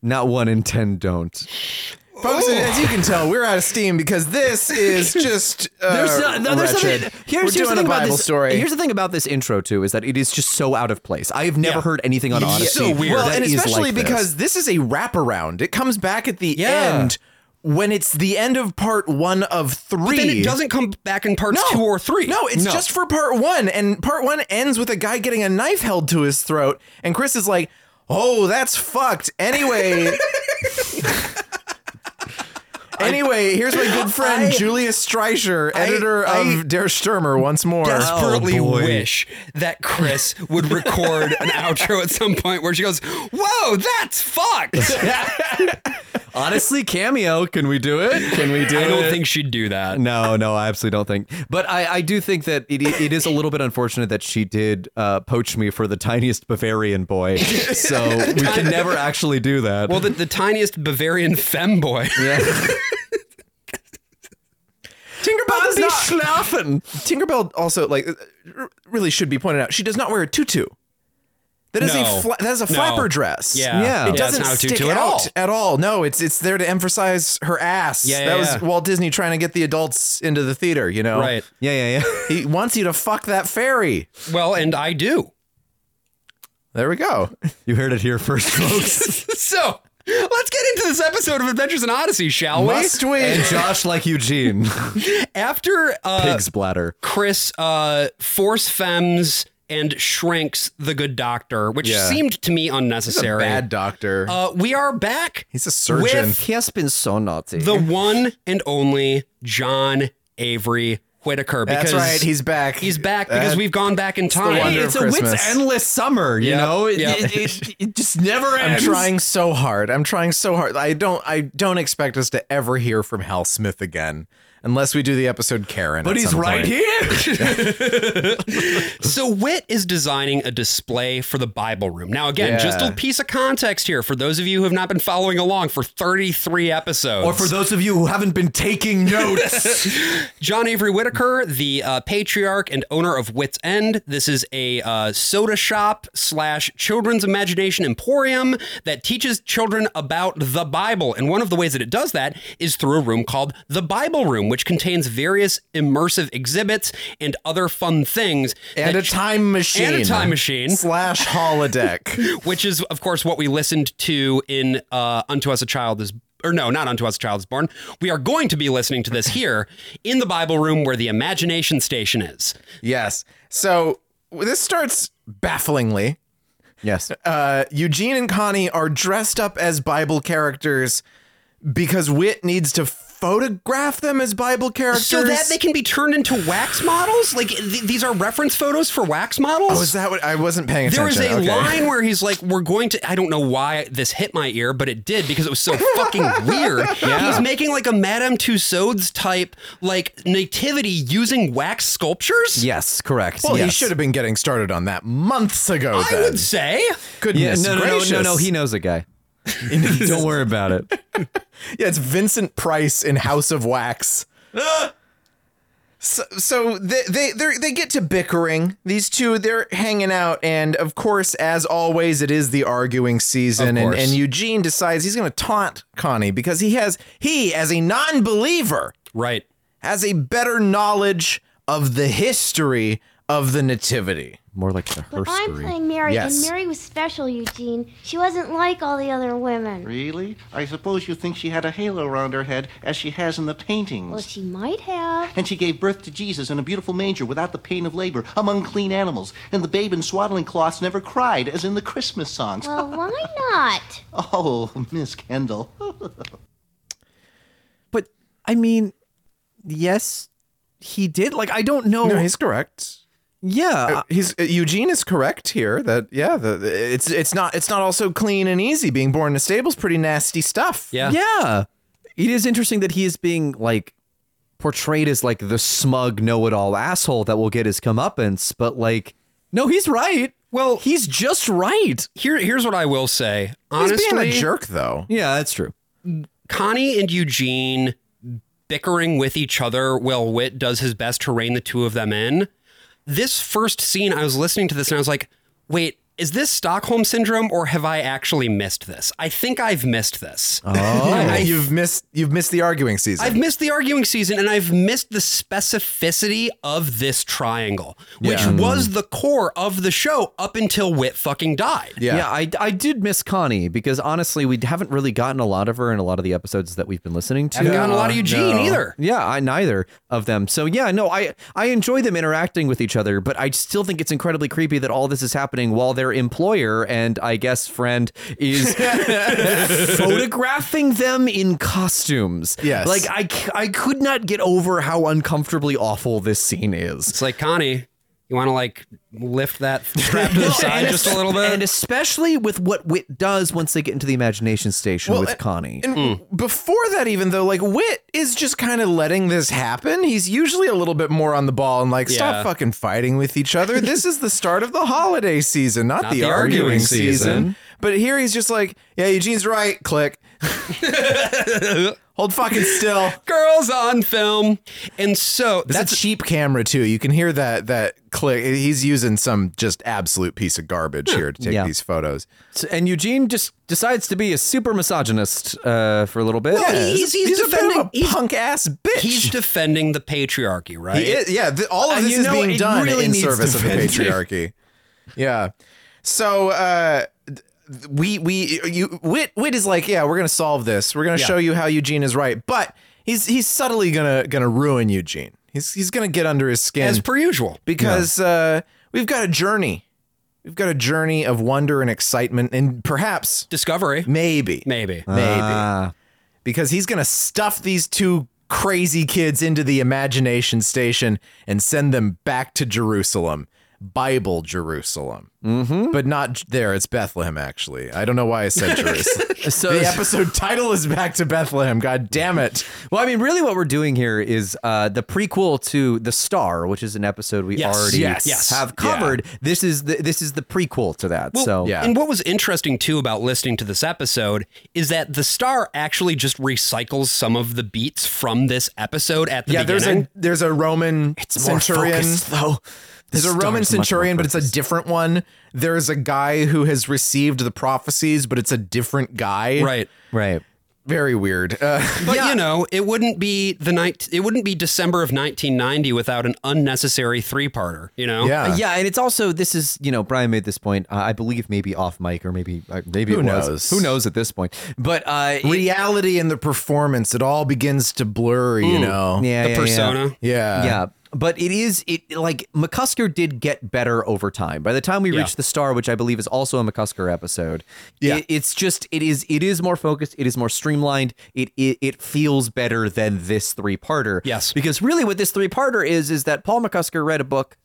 [SPEAKER 2] Not one in ten don't. Oh.
[SPEAKER 3] Folks, as you can tell, we're out of steam because this is just uh,
[SPEAKER 2] there's not, no, there's
[SPEAKER 3] wretched.
[SPEAKER 2] something. Here's,
[SPEAKER 3] we're
[SPEAKER 2] here's
[SPEAKER 3] doing
[SPEAKER 2] the thing
[SPEAKER 3] a Bible
[SPEAKER 2] about this,
[SPEAKER 3] story.
[SPEAKER 2] Here's the thing about this intro too is that it is just so out of place. I have never
[SPEAKER 3] Yeah.
[SPEAKER 2] heard anything on
[SPEAKER 3] Yeah.
[SPEAKER 2] Odyssey.
[SPEAKER 3] Well,
[SPEAKER 2] that
[SPEAKER 3] and
[SPEAKER 2] is
[SPEAKER 3] especially
[SPEAKER 2] like this.
[SPEAKER 3] because this. is a wraparound. It comes back at the
[SPEAKER 2] Yeah.
[SPEAKER 3] end when it's the end of part one of
[SPEAKER 1] But
[SPEAKER 3] three.
[SPEAKER 1] then it doesn't come back in parts two or three.
[SPEAKER 3] No, it's
[SPEAKER 1] No.
[SPEAKER 3] just for part one, and part one ends with a guy getting a knife held to his throat, and Chris is like, "Oh, that's fucked." Anyway. Anyway, here's my good friend
[SPEAKER 1] I-
[SPEAKER 3] Julius Streicher, editor
[SPEAKER 1] I-
[SPEAKER 3] of Der Stürmer, once more.
[SPEAKER 1] desperately
[SPEAKER 2] Oh,
[SPEAKER 1] wish that Chris would record an outro at some point where she goes, "Whoa, that's fucked."
[SPEAKER 2] Honestly, cameo. Can we do it? Can we do it?
[SPEAKER 1] I don't think she'd do that.
[SPEAKER 2] No, no, I absolutely don't think. But I, I do think that it, it is a little bit unfortunate that she did uh, poach me for the tiniest Bavarian boy. So we can never actually do that.
[SPEAKER 1] Well, the, the tiniest Bavarian femboy.
[SPEAKER 2] Yeah.
[SPEAKER 3] Tinkerbell does
[SPEAKER 2] Bobby
[SPEAKER 3] not
[SPEAKER 2] schlafen.
[SPEAKER 3] Tinkerbell also like r- really should be pointed out. She does not wear a tutu. That is
[SPEAKER 1] No.
[SPEAKER 3] a fla- that is a
[SPEAKER 1] No.
[SPEAKER 3] flapper dress.
[SPEAKER 1] Yeah. Yeah.
[SPEAKER 3] it
[SPEAKER 1] Yeah, it's
[SPEAKER 3] doesn't
[SPEAKER 1] not a
[SPEAKER 3] stick
[SPEAKER 1] tutu at
[SPEAKER 3] out
[SPEAKER 1] all.
[SPEAKER 3] at all. No, it's it's there to emphasize her ass.
[SPEAKER 1] Yeah,
[SPEAKER 3] that
[SPEAKER 1] yeah,
[SPEAKER 3] was
[SPEAKER 1] yeah.
[SPEAKER 3] Walt Disney trying to get the adults into the theater. You know,
[SPEAKER 1] Right.
[SPEAKER 2] Yeah, yeah, yeah.
[SPEAKER 3] He wants you to fuck that fairy.
[SPEAKER 1] Well, and I do.
[SPEAKER 3] There we go.
[SPEAKER 2] You heard it here first, folks.
[SPEAKER 1] so let's get into this episode of Adventures in Odyssey, shall
[SPEAKER 3] Must we?
[SPEAKER 2] and Josh, like Eugene,
[SPEAKER 1] we? After uh,
[SPEAKER 2] pig's bladder.
[SPEAKER 1] Chris uh, force femmes and shrinks the good doctor, which
[SPEAKER 3] Yeah.
[SPEAKER 1] seemed to me unnecessary.
[SPEAKER 3] bad doctor.
[SPEAKER 1] Uh, we are back.
[SPEAKER 3] He's a surgeon.
[SPEAKER 1] With
[SPEAKER 2] He has been so naughty.
[SPEAKER 1] the one and only John Avery Whitaker.
[SPEAKER 3] That's
[SPEAKER 1] Because
[SPEAKER 3] right. He's back.
[SPEAKER 1] He's back because
[SPEAKER 3] That-
[SPEAKER 1] we've gone back in
[SPEAKER 3] the
[SPEAKER 1] time.
[SPEAKER 3] wonder
[SPEAKER 2] it's
[SPEAKER 3] of
[SPEAKER 2] a wits
[SPEAKER 3] Christmas.
[SPEAKER 2] endless summer, you
[SPEAKER 1] Yep,
[SPEAKER 2] know. It-
[SPEAKER 1] yep.
[SPEAKER 2] It, it, it just never
[SPEAKER 3] I'm
[SPEAKER 2] ends.
[SPEAKER 3] trying so hard. I'm trying so hard. I don't I don't expect us to ever hear from Hal Smith again. Unless we do the episode Karen.
[SPEAKER 1] But
[SPEAKER 3] at
[SPEAKER 1] he's
[SPEAKER 3] some
[SPEAKER 1] right
[SPEAKER 3] point.
[SPEAKER 1] so Witt is designing a display for the Bible room. Now, again,
[SPEAKER 2] Yeah.
[SPEAKER 1] just a piece of context here for those of you who have not been following along for 33 episodes.
[SPEAKER 2] Or for those of you who haven't been taking notes,
[SPEAKER 1] John Avery Whitaker, the uh, patriarch and owner of Wits End. This is a uh, soda shop slash children's imagination emporium that teaches children about the Bible. And one of the ways that it does that is through a room called the Bible Room, which contains various immersive exhibits and other fun things.
[SPEAKER 3] And
[SPEAKER 1] that
[SPEAKER 3] a time machine.
[SPEAKER 1] And a time machine.
[SPEAKER 3] Slash holodeck.
[SPEAKER 1] which is, of course, what we listened to in uh, Unto Us a Child is or no, not unto us a child is born. We are going to be listening to this here in the Bible room where the imagination station is.
[SPEAKER 3] Yes. So w- this starts bafflingly.
[SPEAKER 2] Yes.
[SPEAKER 3] Uh, Eugene and Connie are dressed up as Bible characters because Wit needs to photograph them as Bible characters.
[SPEAKER 1] So that they can be turned into wax models? Like th- these are reference photos for wax models?
[SPEAKER 3] Oh, is that what I wasn't paying
[SPEAKER 1] There was
[SPEAKER 3] attention?
[SPEAKER 1] a
[SPEAKER 3] Okay.
[SPEAKER 1] line where he's like, "We're going to." I don't know why this hit my ear, but it did because it was so fucking weird.
[SPEAKER 3] Yeah.
[SPEAKER 1] He's making like a Madame Tussauds type like nativity using wax sculptures.
[SPEAKER 2] Yes, correct.
[SPEAKER 3] Well, he
[SPEAKER 1] Yes.
[SPEAKER 3] should have been getting started on that months ago.
[SPEAKER 1] I
[SPEAKER 3] then.
[SPEAKER 1] would say.
[SPEAKER 3] Goodness
[SPEAKER 2] Yeah, no, no, no,
[SPEAKER 3] gracious.
[SPEAKER 2] no, no, he knows a guy. Don't worry about it.
[SPEAKER 3] Yeah, it's Vincent Price in House of Wax.
[SPEAKER 2] Ah!
[SPEAKER 3] so so they they they're- they get to bickering. These two they're hanging out, and of course, as always, it is the arguing season.
[SPEAKER 2] Of
[SPEAKER 3] And,
[SPEAKER 2] course.
[SPEAKER 3] and Eugene decides he's going to taunt Connie because he has he as a non-believer
[SPEAKER 1] right
[SPEAKER 3] has a better knowledge of the history of the nativity.
[SPEAKER 2] More like the
[SPEAKER 5] But I'm playing Mary,
[SPEAKER 3] Yes.
[SPEAKER 5] and Mary was special, Eugene. She wasn't like all the other women.
[SPEAKER 16] Really? I suppose you think she had a halo around her head, as she has in the paintings.
[SPEAKER 5] Well, she might have.
[SPEAKER 16] And she gave birth to Jesus in a beautiful manger without the pain of labor, among clean animals. And the babe in swaddling cloths never cried, as in the Christmas songs.
[SPEAKER 5] Well, why not?
[SPEAKER 16] Oh, Miss Kendall.
[SPEAKER 12] But I mean, yes, he did. Like I don't know.
[SPEAKER 3] No, he's correct.
[SPEAKER 12] Yeah,
[SPEAKER 3] Uh, he's uh, Eugene is correct here. That yeah, the, the- it's it's not it's not also clean and easy. Being born in a stable is pretty nasty stuff.
[SPEAKER 12] Yeah.
[SPEAKER 2] It is interesting that he is being like portrayed as like the smug know-it-all asshole that will get his comeuppance, but like no, he's right.
[SPEAKER 1] Well,
[SPEAKER 2] he's just right.
[SPEAKER 1] Here, here's what I will say.
[SPEAKER 3] He's
[SPEAKER 1] Honestly,
[SPEAKER 3] being a jerk though.
[SPEAKER 2] Yeah, that's true.
[SPEAKER 1] Connie and Eugene bickering with each other while Wit does his best to rein the two of them in. This first scene, I was listening to this and I was like, wait, is this Stockholm syndrome or have I actually missed this? I think I've missed this.
[SPEAKER 3] Oh.
[SPEAKER 1] I-
[SPEAKER 3] you've missed you've missed the arguing season.
[SPEAKER 1] I've missed the arguing season and I've missed the specificity of this triangle, which
[SPEAKER 2] Yeah.
[SPEAKER 1] was the core of the show up until Wit fucking died.
[SPEAKER 2] Yeah, I, I did miss Connie because honestly, we haven't really gotten a lot of her in a lot of the episodes that we've been listening to. Uh,
[SPEAKER 1] Haven't gotten a lot of Eugene
[SPEAKER 2] No.
[SPEAKER 1] either.
[SPEAKER 2] Yeah, I neither of them. So yeah, no, I I enjoy them interacting with each other, but I still think it's incredibly creepy that all this is happening while their employer and I guess friend is photographing them in costumes.
[SPEAKER 1] Yes.
[SPEAKER 2] like I c- I could not get over how uncomfortably awful this scene is.
[SPEAKER 1] It's like Connie, you want to like lift that strap to the side just a little bit.
[SPEAKER 2] and especially with what Wit does once they get into the imagination station
[SPEAKER 3] Well,
[SPEAKER 2] with
[SPEAKER 3] and-
[SPEAKER 2] Connie.
[SPEAKER 3] And
[SPEAKER 1] Hmm.
[SPEAKER 3] before that, even though, like Wit is just kind of letting this happen. He's usually a little bit more on the ball and like,
[SPEAKER 2] Yeah.
[SPEAKER 3] stop fucking fighting with each other. this is the start of the holiday season, not, the, arguing, season. But here he's just like, yeah, Eugene's right. Click. Hold fucking still.
[SPEAKER 1] Girls on film. And so
[SPEAKER 3] that's a cheap camera too. You can hear that that click. He's using some just absolute piece of garbage here to take
[SPEAKER 2] Yeah.
[SPEAKER 3] these photos.
[SPEAKER 2] So- and Eugene just decides to be a super misogynist uh, for a little bit.
[SPEAKER 1] Well, he's, he's,
[SPEAKER 3] He's a bit of a
[SPEAKER 1] defending
[SPEAKER 3] punk ass bitch.
[SPEAKER 1] He's defending the patriarchy, right?
[SPEAKER 3] He is, yeah, th- all of
[SPEAKER 1] And
[SPEAKER 3] this
[SPEAKER 1] you
[SPEAKER 3] is
[SPEAKER 1] know,
[SPEAKER 3] being
[SPEAKER 1] it
[SPEAKER 3] done
[SPEAKER 1] really
[SPEAKER 3] in
[SPEAKER 1] needs
[SPEAKER 3] service of the
[SPEAKER 1] defending.
[SPEAKER 3] patriarchy. Yeah. So uh th- we we you Wit Wit is like, yeah, we're gonna solve this. We're gonna
[SPEAKER 2] Yeah.
[SPEAKER 3] show you how Eugene is right, but he's he's subtly gonna gonna ruin Eugene. He's he's gonna get under his skin
[SPEAKER 1] As per usual.
[SPEAKER 3] because uh, we've got a journey. We've got a journey of wonder and excitement, and perhaps
[SPEAKER 1] discovery.
[SPEAKER 3] Maybe,
[SPEAKER 1] maybe,
[SPEAKER 3] maybe,
[SPEAKER 2] Ah.
[SPEAKER 3] because he's gonna stuff these two crazy kids into the imagination station and send them back to Jerusalem. Bible Jerusalem, mm-hmm. but not j- there. It's Bethlehem, actually. I don't know why I said Jerusalem.
[SPEAKER 2] So-
[SPEAKER 3] the episode title is back to Bethlehem. God damn it!
[SPEAKER 2] Well, I mean, really, what we're doing here is uh, the prequel to The Star, which is an episode we
[SPEAKER 1] Yes,
[SPEAKER 2] already
[SPEAKER 1] yes, yes.
[SPEAKER 2] have covered. This is the this is the prequel to that.
[SPEAKER 1] Well,
[SPEAKER 2] so
[SPEAKER 1] And what was interesting too about listening to this episode is that the star actually just recycles some of the beats from this episode at the
[SPEAKER 3] yeah, there's
[SPEAKER 1] beginning.
[SPEAKER 3] a there's a Roman
[SPEAKER 1] more
[SPEAKER 3] centurion
[SPEAKER 1] focused, though.
[SPEAKER 3] There's
[SPEAKER 1] The
[SPEAKER 3] a Roman
[SPEAKER 1] star's much more
[SPEAKER 3] centurion, but it's a different one. There's a guy who has received the prophecies, but it's a different guy.
[SPEAKER 1] Right.
[SPEAKER 2] Right.
[SPEAKER 3] Very weird. Uh,
[SPEAKER 1] but you know, it wouldn't be the night. It wouldn't be December of 1990 without an unnecessary three-parter. You know.
[SPEAKER 2] Uh, yeah, and it's also this is you know Brian made this point uh, I believe maybe off mic or maybe uh, maybe
[SPEAKER 3] Who
[SPEAKER 2] it was.
[SPEAKER 3] knows?
[SPEAKER 2] who knows at this point but uh, it-
[SPEAKER 3] reality and the performance, it all begins to blur. You
[SPEAKER 2] Mm.
[SPEAKER 3] know,
[SPEAKER 2] Yeah, yeah, yeah.
[SPEAKER 3] Yeah.
[SPEAKER 2] yeah. But it is it like McCusker did get better over time. By the time we
[SPEAKER 3] Yeah.
[SPEAKER 2] reach the star, which I believe is also a McCusker episode, yeah. it's just it is it is more focused. It is more streamlined. It it, it feels better than this three parter. Yes, because really what this three parter is is that Paul McCusker read a book,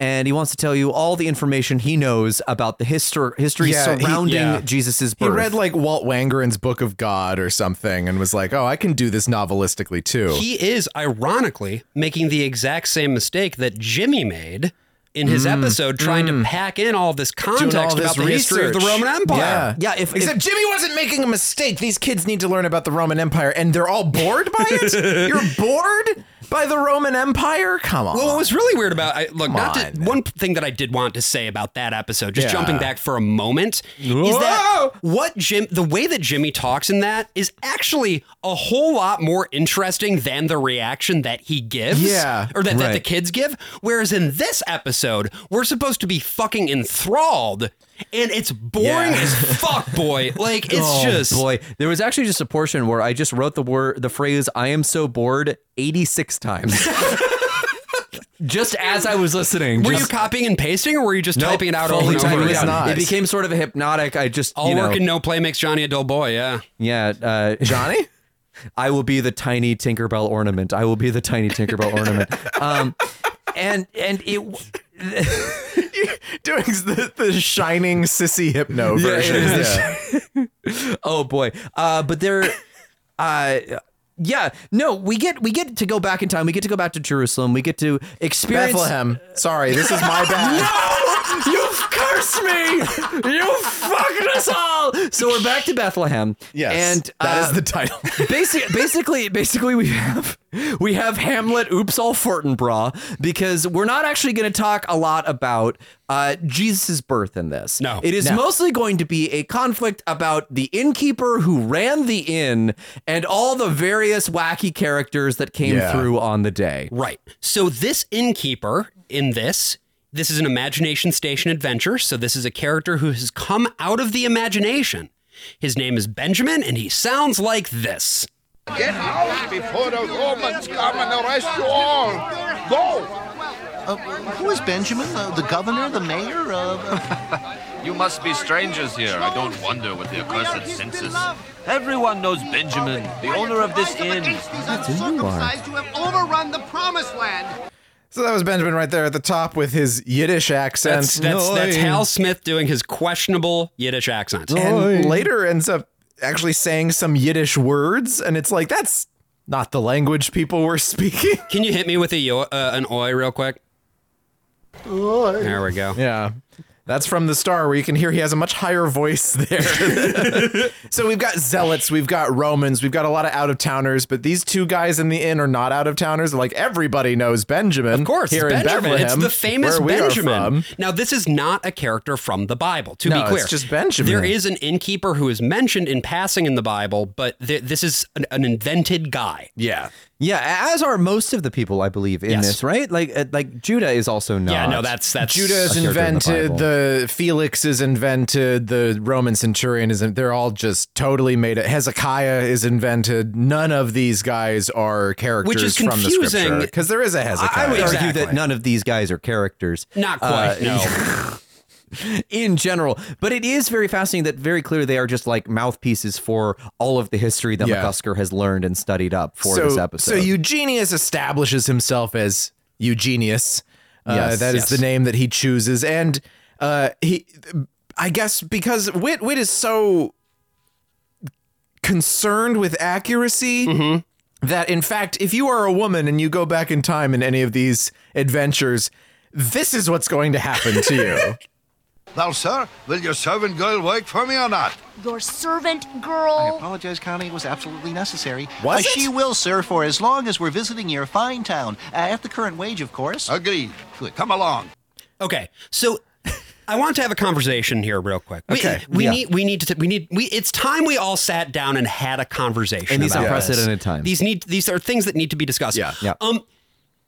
[SPEAKER 2] and he wants to tell you all the information he knows about the histor- history
[SPEAKER 3] Yeah, he-
[SPEAKER 2] surrounding
[SPEAKER 3] yeah.
[SPEAKER 2] Jesus's
[SPEAKER 3] He
[SPEAKER 2] birth.
[SPEAKER 3] read like Walt Wangeren's Book of God or something and was like, oh, I can do this novelistically too.
[SPEAKER 1] He is ironically making the exact same mistake that Jimmy made in his
[SPEAKER 3] Mm,
[SPEAKER 1] episode, trying
[SPEAKER 3] mm.
[SPEAKER 1] to pack in all this
[SPEAKER 3] Doing
[SPEAKER 1] context
[SPEAKER 3] all this
[SPEAKER 1] about the history of the
[SPEAKER 3] research.
[SPEAKER 1] Roman Empire.
[SPEAKER 3] Yeah. Except Jimmy wasn't making a mistake. These kids need to learn about the Roman Empire and they're all bored by it? You're bored by the Roman Empire? Come on.
[SPEAKER 1] Well, what was really weird about I, look,
[SPEAKER 3] Come
[SPEAKER 1] not to, one thing that I did want to say about that episode, just
[SPEAKER 3] Yeah.
[SPEAKER 1] jumping back for a moment, is that what Jim, the way that Jimmy talks in that is actually a whole lot more interesting than the reaction that he gives,
[SPEAKER 3] Yeah.
[SPEAKER 1] or that, that the
[SPEAKER 3] Right.
[SPEAKER 1] kids give. Whereas in this episode, we're supposed to be fucking enthralled, and it's boring
[SPEAKER 2] Yeah.
[SPEAKER 1] as fuck, boy. Like it's
[SPEAKER 2] Oh,
[SPEAKER 1] just
[SPEAKER 2] boy. There was actually just a portion where I just wrote the word, the phrase "I am so bored" eighty six times. just as I was listening,
[SPEAKER 1] Were
[SPEAKER 2] just-
[SPEAKER 1] you copying and pasting, or were you just
[SPEAKER 2] Nope,
[SPEAKER 1] typing it out
[SPEAKER 2] fully
[SPEAKER 1] over and
[SPEAKER 2] typing
[SPEAKER 1] over?
[SPEAKER 2] it
[SPEAKER 1] again?
[SPEAKER 2] out. It became sort of a hypnotic. I just
[SPEAKER 1] all
[SPEAKER 2] you know,
[SPEAKER 1] work and no play makes Johnny a dull boy. Yeah.
[SPEAKER 2] Yeah, uh,
[SPEAKER 3] Johnny.
[SPEAKER 2] I will be the tiny Tinkerbell ornament. I will be the tiny Tinkerbell ornament. Um, and and it
[SPEAKER 3] doing the, the shining sissy hypno
[SPEAKER 2] Yeah, it
[SPEAKER 3] version.
[SPEAKER 2] is. oh boy. Uh, but there, uh, yeah, no, we get we get to go back in time. We get to go back to Jerusalem. We get to experience
[SPEAKER 3] Bethlehem. Sorry, this is my bad.
[SPEAKER 2] no, you've cursed me. You fucked us all. So we're back to Bethlehem.
[SPEAKER 3] Yes,
[SPEAKER 2] and
[SPEAKER 3] that is the
[SPEAKER 2] title. basically, basically, basically, we have we have Hamlet. Oops, all Fortinbras because we're not actually going to talk a lot about uh, Jesus's birth in this. No, it is
[SPEAKER 3] No.
[SPEAKER 2] mostly going to be a conflict about the innkeeper who ran the inn and all the various wacky characters that came
[SPEAKER 1] Yeah.
[SPEAKER 2] through on the day.
[SPEAKER 1] Right. So this innkeeper in this, this is an imagination station adventure. So this is a character who has come out of the imagination. His name is Benjamin, and he sounds like this.
[SPEAKER 10] Get out before the Romans come and arrest you all. Go!
[SPEAKER 16] Uh, who is Benjamin? Uh, the governor? The mayor? Uh,
[SPEAKER 11] You must be strangers here. I don't wonder with the accursed census. Everyone knows Benjamin, the owner of this inn.
[SPEAKER 21] That's who you You have overrun the promised land.
[SPEAKER 3] So that was Benjamin right there at the top with his Yiddish accent.
[SPEAKER 1] That's that's, that's
[SPEAKER 3] Noi.
[SPEAKER 1] Hal Smith doing his questionable Yiddish accent.
[SPEAKER 3] And later ends up actually saying some Yiddish words, and it's like that's not the language people were speaking.
[SPEAKER 1] Can you hit me with a yo- uh, an oi real quick? There we go.
[SPEAKER 3] Yeah. That's from the star where you can hear he has a much higher voice there. so we've got zealots, we've got Romans, we've got a lot of out of towners, but these two guys in the inn are not out of towners. Like everybody knows Benjamin. Of course,
[SPEAKER 1] It's
[SPEAKER 3] here in
[SPEAKER 1] Benjamin.
[SPEAKER 3] Bethlehem,
[SPEAKER 1] It's the famous
[SPEAKER 3] where we are
[SPEAKER 1] Benjamin.
[SPEAKER 3] from.
[SPEAKER 1] Now, this is not a character from the Bible, to
[SPEAKER 3] No,
[SPEAKER 1] be
[SPEAKER 3] it's
[SPEAKER 1] clear.
[SPEAKER 3] just Benjamin.
[SPEAKER 1] There is an innkeeper who is mentioned in passing in the Bible, but th- this is an, an invented guy.
[SPEAKER 3] Yeah.
[SPEAKER 2] Yeah, as are most of the people, I believe, in
[SPEAKER 1] Yes.
[SPEAKER 2] this, right? Like, uh, like Judah is also not.
[SPEAKER 1] Yeah, no, that's- that's-
[SPEAKER 3] Judah is
[SPEAKER 2] a character in the
[SPEAKER 3] invented. The,
[SPEAKER 2] Bible.
[SPEAKER 3] Felix is invented. The Roman centurion is. in- They're all just totally made. It. Hezekiah is invented. None of these guys are characters from the scripture
[SPEAKER 2] confusing.
[SPEAKER 3] because there is a Hezekiah.
[SPEAKER 2] I would argue that none of these guys are characters.
[SPEAKER 1] Not
[SPEAKER 3] quite,
[SPEAKER 2] no. in general, but it is very fascinating that very clearly they are just like mouthpieces for all of the history that
[SPEAKER 3] Yeah.
[SPEAKER 2] McCusker has learned and studied up for
[SPEAKER 3] so,
[SPEAKER 2] this episode.
[SPEAKER 3] So Eugenius establishes himself as Eugenius. Uh,
[SPEAKER 2] Yes,
[SPEAKER 3] that is
[SPEAKER 2] yes.
[SPEAKER 3] the name that he chooses, and uh, he, I guess, because Wit Wit is so concerned with accuracy
[SPEAKER 2] Mm-hmm.
[SPEAKER 3] that, in fact, if you are a woman and you go back in time in any of these adventures, this is what's going to happen to you.
[SPEAKER 10] Now, sir, will your servant girl work for me or not?
[SPEAKER 15] Your servant
[SPEAKER 16] I
[SPEAKER 15] girl.
[SPEAKER 16] apologize, Connie. It was absolutely necessary.
[SPEAKER 10] Was
[SPEAKER 16] Uh,
[SPEAKER 10] it?
[SPEAKER 16] She will, sir, for as long as we're visiting your fine town. Uh, at the current wage, of course.
[SPEAKER 10] Agreed. Good. Come along.
[SPEAKER 1] Okay, so I want to have a conversation here, real quick. We,
[SPEAKER 2] Okay.
[SPEAKER 1] we
[SPEAKER 2] Yeah.
[SPEAKER 1] need we need to we need we. It's time we all sat down and had a conversation.
[SPEAKER 2] And these are
[SPEAKER 1] about this.
[SPEAKER 2] unprecedented times.
[SPEAKER 1] These need these are things that need to be discussed. Yeah.
[SPEAKER 2] Yeah.
[SPEAKER 1] Um,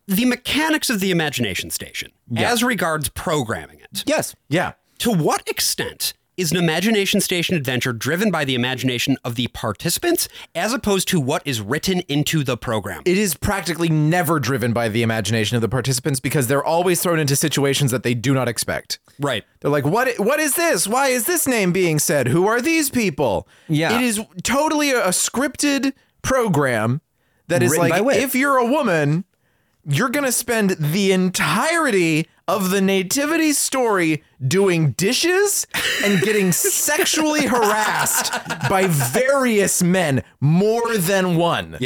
[SPEAKER 1] the mechanics of the imagination station, as regards programming it.
[SPEAKER 2] Yes.
[SPEAKER 3] Yeah.
[SPEAKER 1] To what extent? Is an imagination station adventure driven by the imagination of the participants as opposed to what is written into the program?
[SPEAKER 3] It is practically never driven by the imagination of the participants because they're always thrown into situations that they do not expect.
[SPEAKER 1] Right.
[SPEAKER 3] They're like, "What? What is this? Why is this name being said? Who are these people?"
[SPEAKER 2] Yeah.
[SPEAKER 3] it is totally a, a scripted program that is
[SPEAKER 2] Written by
[SPEAKER 3] like,
[SPEAKER 2] Whit.
[SPEAKER 3] if you're a woman, you're gonna spend the entirety of the nativity story doing dishes and getting sexually harassed by various men, more than one.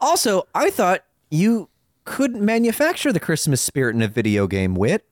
[SPEAKER 2] Also, I thought you couldn't manufacture the Christmas spirit in a video game, Wit.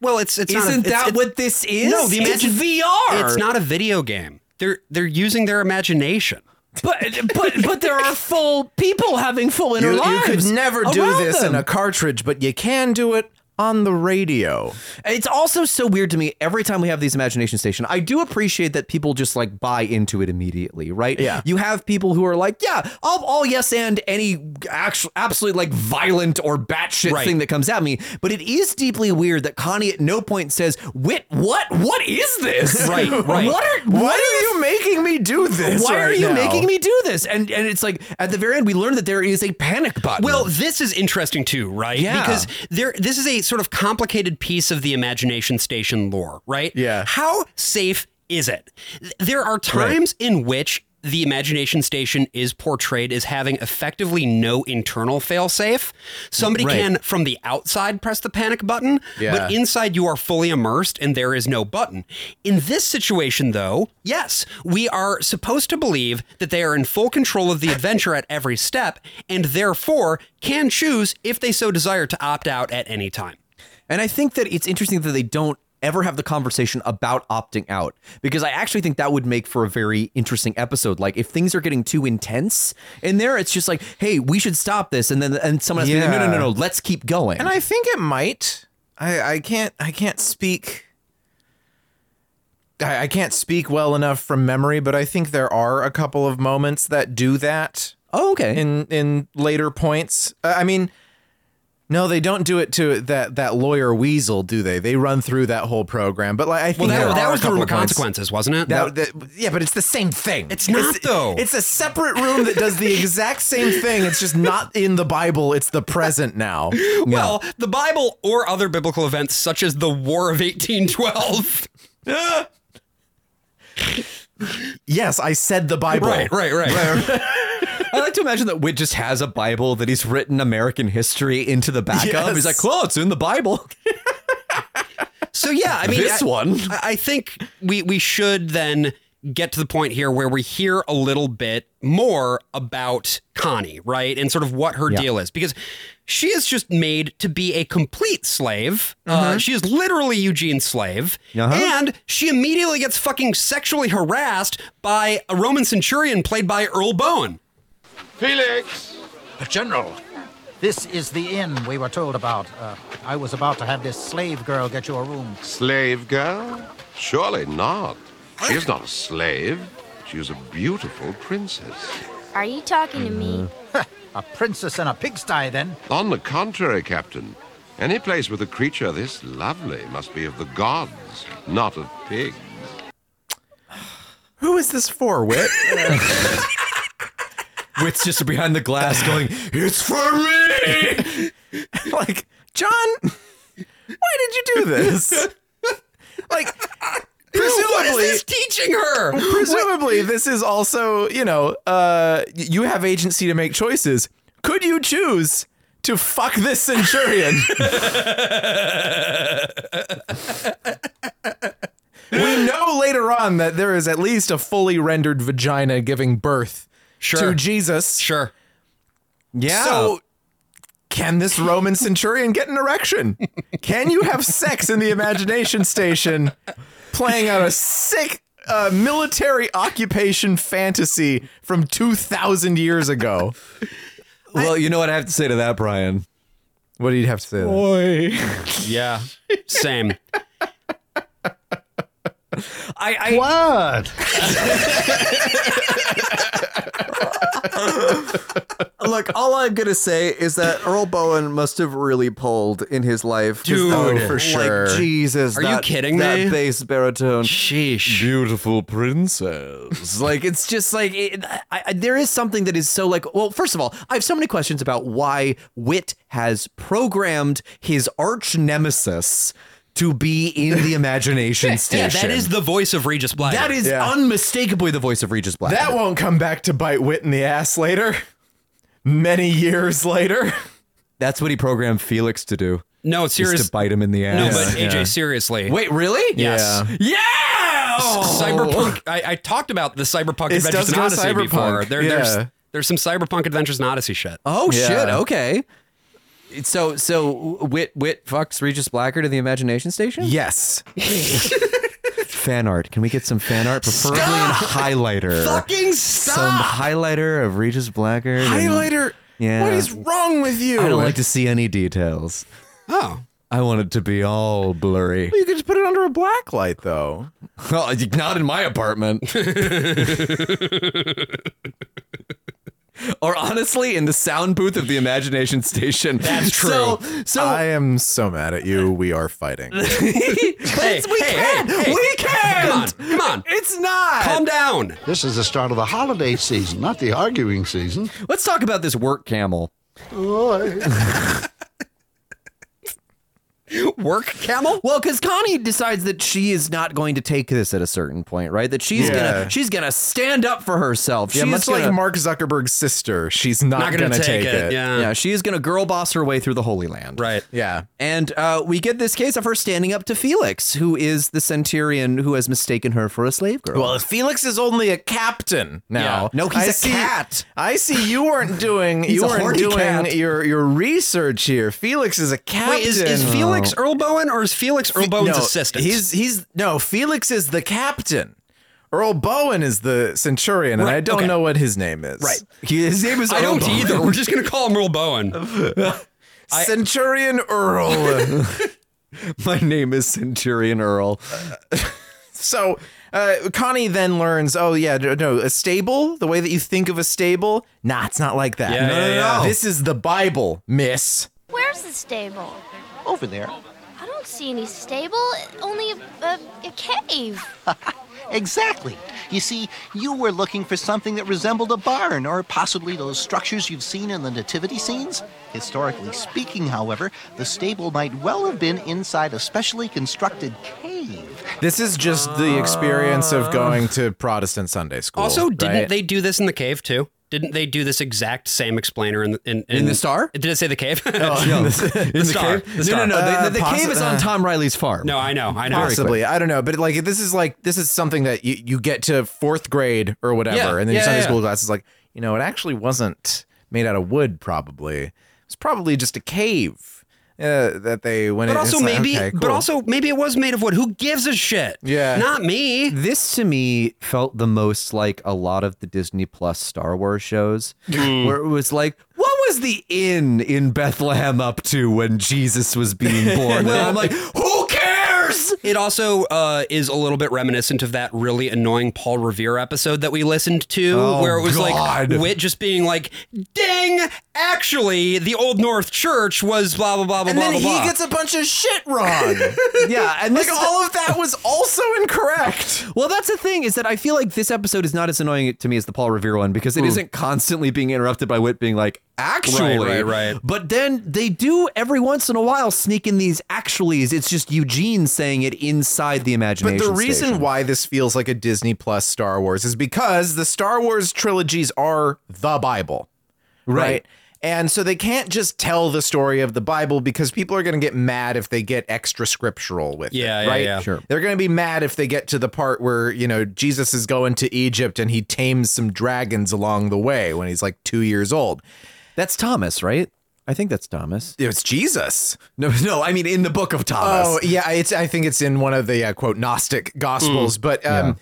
[SPEAKER 1] Well, it's it's not a-
[SPEAKER 2] Isn't
[SPEAKER 1] it's-
[SPEAKER 2] that
[SPEAKER 1] it's-
[SPEAKER 2] what this is?
[SPEAKER 1] No, the
[SPEAKER 2] It's
[SPEAKER 1] imagine-
[SPEAKER 2] VR.
[SPEAKER 1] It's not a video game. They're they're using their imagination.
[SPEAKER 2] But but but there are full people having full inner
[SPEAKER 3] you, you
[SPEAKER 2] lives.
[SPEAKER 3] could never do
[SPEAKER 2] around
[SPEAKER 3] this in
[SPEAKER 2] them.
[SPEAKER 3] a cartridge, but you can do it on the radio.
[SPEAKER 2] It's also so weird to me every time we have these imagination station. I do appreciate that people just like buy into it immediately, right?
[SPEAKER 3] Yeah.
[SPEAKER 2] You have people who are like, yeah, I'll all yes and any actual absolutely like violent or batshit
[SPEAKER 1] Right.
[SPEAKER 2] thing that comes at me. But it is deeply weird that Connie at no point says, "Wit, what? What is this?
[SPEAKER 1] Right, right.
[SPEAKER 2] What
[SPEAKER 3] Why
[SPEAKER 2] are? what
[SPEAKER 3] are you making me do this?
[SPEAKER 2] Why are
[SPEAKER 3] right
[SPEAKER 2] you
[SPEAKER 3] now?
[SPEAKER 2] making me do this? And and it's like at the very end we learn that there is a panic button.
[SPEAKER 1] Well, this is interesting too, right?
[SPEAKER 2] Yeah.
[SPEAKER 1] Because there this is a sort of complicated piece of the imagination station lore, right?
[SPEAKER 3] Yeah.
[SPEAKER 1] How safe is it? Th- There are times in which the imagination station is portrayed as having effectively no internal failsafe. Somebody
[SPEAKER 3] Right.
[SPEAKER 1] can from the outside press the panic button,
[SPEAKER 3] Yeah.
[SPEAKER 1] but inside you are fully immersed and there is no button. In this situation though, yes, we are supposed to believe that they are in full control of the adventure at every step and therefore can choose if they so desire to opt out at any time.
[SPEAKER 2] And I think that it's interesting that they don't ever have the conversation about opting out because I actually think that would make for a very interesting episode. Like if things are getting too intense in there, it's just like, hey, we should stop this, and then and someone has to be like, no, no, no, no, let's keep going.
[SPEAKER 3] And I think it might. I, I can't I can't speak I, I can't speak well enough from memory, but I think there are a couple of moments that do that.
[SPEAKER 2] Oh, okay.
[SPEAKER 3] In in later points. Uh, I mean no, they don't do it to that that lawyer weasel, do they? They run through that whole program. But like I
[SPEAKER 1] Well,
[SPEAKER 3] think there
[SPEAKER 1] that, that
[SPEAKER 3] are
[SPEAKER 1] was
[SPEAKER 3] a
[SPEAKER 1] the room
[SPEAKER 3] couple
[SPEAKER 1] of
[SPEAKER 3] points-
[SPEAKER 1] consequences, wasn't it?
[SPEAKER 3] That, that- yeah, but it's the same thing.
[SPEAKER 1] It's not, though.
[SPEAKER 3] It's a separate room that does the exact same thing. It's just not in the Bible. It's the present now.
[SPEAKER 1] well, the Bible or other biblical events such as the War of 1812.
[SPEAKER 3] Yes, I said the Bible.
[SPEAKER 1] Right, right, right.
[SPEAKER 2] I like to imagine that Whit just has a Bible that he's written American history into the back of. He's
[SPEAKER 1] Yes.
[SPEAKER 2] like, well, it's in the Bible.
[SPEAKER 1] So yeah, I mean
[SPEAKER 2] This
[SPEAKER 1] I-
[SPEAKER 2] one.
[SPEAKER 1] I, I think we we should then get to the point here where we hear a little bit more about Connie, right, and sort of what her
[SPEAKER 2] Yeah.
[SPEAKER 1] deal is because she is just made to be a complete slave. Uh, she is literally Eugene's slave,
[SPEAKER 2] Uh-huh.
[SPEAKER 1] and she immediately gets fucking sexually harassed by a Roman centurion played by Earl Bowen.
[SPEAKER 10] Felix!
[SPEAKER 7] General, this is the inn we were told about. Uh, I was about to have this slave girl get you a room.
[SPEAKER 10] Slave girl? Surely not. She is not a slave. She is a beautiful princess.
[SPEAKER 15] Are you talking to me?
[SPEAKER 7] Uh. A princess in a pigsty, then.
[SPEAKER 10] On the contrary, Captain, any place with a creature this lovely must be of the gods, not of pigs.
[SPEAKER 3] Who is this for, Whit?
[SPEAKER 2] Whit's just behind the glass going, it's for me.
[SPEAKER 3] like, John, why did you do this? like, presumably,
[SPEAKER 1] What is this teaching her?
[SPEAKER 3] presumably, this is also, you know, uh, y- you have agency to make choices. Could you choose
[SPEAKER 2] to fuck this centurion.
[SPEAKER 3] we know later on that there is at least a fully rendered vagina giving birth to Jesus.
[SPEAKER 1] Sure.
[SPEAKER 3] Yeah. So can this Roman centurion get an erection? Can you have sex in the imagination station playing out a sick uh, military occupation fantasy from 2,000 years ago?
[SPEAKER 2] well, you know what I have to say to that, Brian?
[SPEAKER 3] What do you have to say? to that?
[SPEAKER 2] Boy.
[SPEAKER 1] Yeah. Same.
[SPEAKER 2] I, I Look, all I'm gonna say is that Earl Bowen must have really pulled in his life, 'cause
[SPEAKER 1] Dude.
[SPEAKER 2] that-
[SPEAKER 1] Oh, for sure.
[SPEAKER 2] Like Jesus,
[SPEAKER 1] Are you
[SPEAKER 2] that-
[SPEAKER 1] kidding
[SPEAKER 2] that
[SPEAKER 1] me?
[SPEAKER 2] bass baritone,
[SPEAKER 1] sheesh,
[SPEAKER 2] beautiful princess. like it's just like it, I, I, there is something that is so like. Well, first of all, I have so many questions about why Wit has programmed his arch nemesis to be in the imagination
[SPEAKER 1] Yeah,
[SPEAKER 2] station.
[SPEAKER 1] that is the voice of Regis Black.
[SPEAKER 2] That is unmistakably the voice of Regis Black.
[SPEAKER 3] That won't come back to bite Wit in the ass later. Many years later.
[SPEAKER 2] That's what he programmed Felix to do.
[SPEAKER 1] No,
[SPEAKER 2] Just
[SPEAKER 1] serious-
[SPEAKER 2] to bite him in the
[SPEAKER 1] No,
[SPEAKER 2] ass.
[SPEAKER 1] but AJ, seriously.
[SPEAKER 2] Wait, really?
[SPEAKER 1] Yes.
[SPEAKER 2] Yeah. Yeah!
[SPEAKER 1] S- Cyberpunk. I, I talked about the Cyberpunk
[SPEAKER 2] It
[SPEAKER 1] Adventures
[SPEAKER 2] does
[SPEAKER 1] in
[SPEAKER 2] go
[SPEAKER 1] Odyssey
[SPEAKER 2] cyberpunk,
[SPEAKER 1] before. There,
[SPEAKER 2] yeah.
[SPEAKER 1] There's there's some Cyberpunk Adventures in Odyssey shit.
[SPEAKER 2] Oh shit. Okay. So so Wit Wit fucks Regis Blackard in the Imagination Station.
[SPEAKER 3] Yes.
[SPEAKER 2] fan art. Can we get some fan art, preferably in highlighter?
[SPEAKER 3] Fucking
[SPEAKER 2] Some
[SPEAKER 3] stop!
[SPEAKER 2] highlighter of Regis Blackard. and-
[SPEAKER 3] Highlighter.
[SPEAKER 2] yeah.
[SPEAKER 3] What is wrong with you?
[SPEAKER 2] I don't like to see any details.
[SPEAKER 1] Oh.
[SPEAKER 2] I want it to be all blurry.
[SPEAKER 3] You could just put it under a black light, though.
[SPEAKER 2] Oh, not in my apartment. or honestly, in the sound booth of the imagination station. That's true. So, so
[SPEAKER 3] I am so mad at you. We are fighting.
[SPEAKER 2] hey, we can. We can.
[SPEAKER 1] Come on, come on.
[SPEAKER 2] It's not.
[SPEAKER 1] Calm down.
[SPEAKER 8] This is the start of the holiday season, not the arguing season.
[SPEAKER 2] Let's talk about this work camel.
[SPEAKER 1] Work camel?
[SPEAKER 2] Well, because Connie decides that she is not going to take this at a certain point, right? That she's
[SPEAKER 3] Yeah.
[SPEAKER 2] gonna she's gonna stand up for herself.
[SPEAKER 3] Yeah,
[SPEAKER 2] she's
[SPEAKER 3] much like
[SPEAKER 2] gonna-
[SPEAKER 3] Mark Zuckerberg's sister, she's not, gonna, take, it.
[SPEAKER 1] yeah.
[SPEAKER 2] she is gonna girl boss her way through the Holy Land.
[SPEAKER 1] Right.
[SPEAKER 3] Yeah.
[SPEAKER 2] And uh, we get this case of her standing up to Felix, who is the centurion who has mistaken her for a slave girl.
[SPEAKER 3] Well, Felix is only a captain now.
[SPEAKER 2] Yeah. No, he's
[SPEAKER 3] a
[SPEAKER 2] a cat.
[SPEAKER 3] I see you weren't doing
[SPEAKER 2] He's
[SPEAKER 3] you
[SPEAKER 2] a
[SPEAKER 3] weren't
[SPEAKER 2] horny
[SPEAKER 3] doing
[SPEAKER 2] cat.
[SPEAKER 3] your your research here. Felix is a captain.
[SPEAKER 1] Wait, is, is Felix Earl Bowen or is Felix Earl Bowen's
[SPEAKER 3] no,
[SPEAKER 1] assistant?
[SPEAKER 3] He's he's no, Felix is the captain. Earl Bowen is the centurion, and
[SPEAKER 1] Right,
[SPEAKER 3] I don't
[SPEAKER 1] okay.
[SPEAKER 3] know what his name is.
[SPEAKER 1] Right.
[SPEAKER 2] He- his name is
[SPEAKER 1] I
[SPEAKER 2] Earl
[SPEAKER 1] don't
[SPEAKER 2] Bowen.
[SPEAKER 1] either. We're just gonna call him Earl Bowen.
[SPEAKER 3] Centurion Earl.
[SPEAKER 2] Oh, uh, My name is Centurion Earl.
[SPEAKER 3] so uh, Connie then learns, oh yeah, no, no, a stable, the way that you think of a stable, nah, it's not like that.
[SPEAKER 1] Yeah,
[SPEAKER 3] no,
[SPEAKER 1] yeah,
[SPEAKER 3] no,
[SPEAKER 1] yeah.
[SPEAKER 3] no. This is the Bible, miss.
[SPEAKER 5] Where's the stable?
[SPEAKER 7] Over there.
[SPEAKER 5] I don't see any stable, only a, a, a cave.
[SPEAKER 7] Exactly. You see, you were looking for something that resembled a barn or possibly those structures you've seen in the nativity scenes. Historically speaking, however, the stable might well have been inside a specially constructed cave.
[SPEAKER 3] This is just the experience of going to Protestant Sunday school.
[SPEAKER 1] also, didn't
[SPEAKER 3] right?
[SPEAKER 1] they do this in the cave too? Didn't they do this exact same explainer in the in,
[SPEAKER 2] In the Star? Oh,
[SPEAKER 1] Did it say the cave?
[SPEAKER 2] No.
[SPEAKER 1] the, star.
[SPEAKER 2] cave?
[SPEAKER 1] The star.
[SPEAKER 2] No, no, no. the-
[SPEAKER 3] Uh,
[SPEAKER 2] the the
[SPEAKER 3] possi-
[SPEAKER 2] cave is on
[SPEAKER 3] uh,
[SPEAKER 2] Tom Riley's farm.
[SPEAKER 1] No, I know, I know.
[SPEAKER 3] Possibly, I don't know, but like this is like this is something that you, you get to fourth grade or whatever,
[SPEAKER 1] Yeah,
[SPEAKER 3] and then your
[SPEAKER 1] yeah,
[SPEAKER 3] Sunday
[SPEAKER 1] yeah.
[SPEAKER 3] school class is like, you know, it actually wasn't made out of wood. Probably it's probably just a cave uh, that they went.
[SPEAKER 1] But
[SPEAKER 3] in.
[SPEAKER 1] also
[SPEAKER 3] It's like,
[SPEAKER 1] maybe,
[SPEAKER 3] okay,
[SPEAKER 1] but
[SPEAKER 3] cool.
[SPEAKER 1] also maybe it was made of wood. Who gives a shit?
[SPEAKER 3] Yeah.
[SPEAKER 1] not me.
[SPEAKER 2] This to me felt the most like a lot of the Disney Plus Star Wars shows,
[SPEAKER 3] Hmm.
[SPEAKER 2] where it was like, what was the inn in Bethlehem up to when Jesus was being born? and I'm like, who cares?
[SPEAKER 1] It also uh, is a little bit reminiscent of that really annoying Paul Revere episode that we listened to,
[SPEAKER 2] Oh,
[SPEAKER 1] where it was
[SPEAKER 2] God.
[SPEAKER 1] like Wit just being like, "Ding! Actually, the Old North Church was blah blah blah blah
[SPEAKER 3] and
[SPEAKER 1] blah
[SPEAKER 3] then
[SPEAKER 1] blah."
[SPEAKER 3] he
[SPEAKER 1] blah."
[SPEAKER 3] gets a bunch of shit wrong.
[SPEAKER 2] yeah, and
[SPEAKER 3] like
[SPEAKER 2] this is-
[SPEAKER 3] all of that was also incorrect.
[SPEAKER 2] Well, that's the thing is that I feel like this episode is not as annoying to me as the Paul Revere one because it not constantly being interrupted by Whit being like, actually.
[SPEAKER 1] Right, right, right.
[SPEAKER 2] But then they do every once in a while sneak in these actuallys. It's just Eugene saying it inside the imagination.
[SPEAKER 3] But the reason
[SPEAKER 2] station.
[SPEAKER 3] why this feels like a Disney Plus Star Wars is because the Star Wars trilogies are the Bible, right?
[SPEAKER 2] Right.
[SPEAKER 3] And so they can't just tell the story of the Bible because people are going to get mad if they get extra scriptural with
[SPEAKER 1] Yeah,
[SPEAKER 3] it,
[SPEAKER 1] yeah,
[SPEAKER 3] right?
[SPEAKER 1] yeah. Sure.
[SPEAKER 3] They're going to be mad if they get to the part where, you know, Jesus is going to Egypt and he tames some dragons along the way when he's like 2 years old.
[SPEAKER 2] That's Thomas, right? I think that's Thomas.
[SPEAKER 3] It's Jesus.
[SPEAKER 2] No, no, I mean in the book of
[SPEAKER 1] Uh,
[SPEAKER 2] Thomas.
[SPEAKER 3] Oh yeah, it's I think it's in one of the uh, quote Gnostic Gospels,
[SPEAKER 2] Mm.
[SPEAKER 3] but um,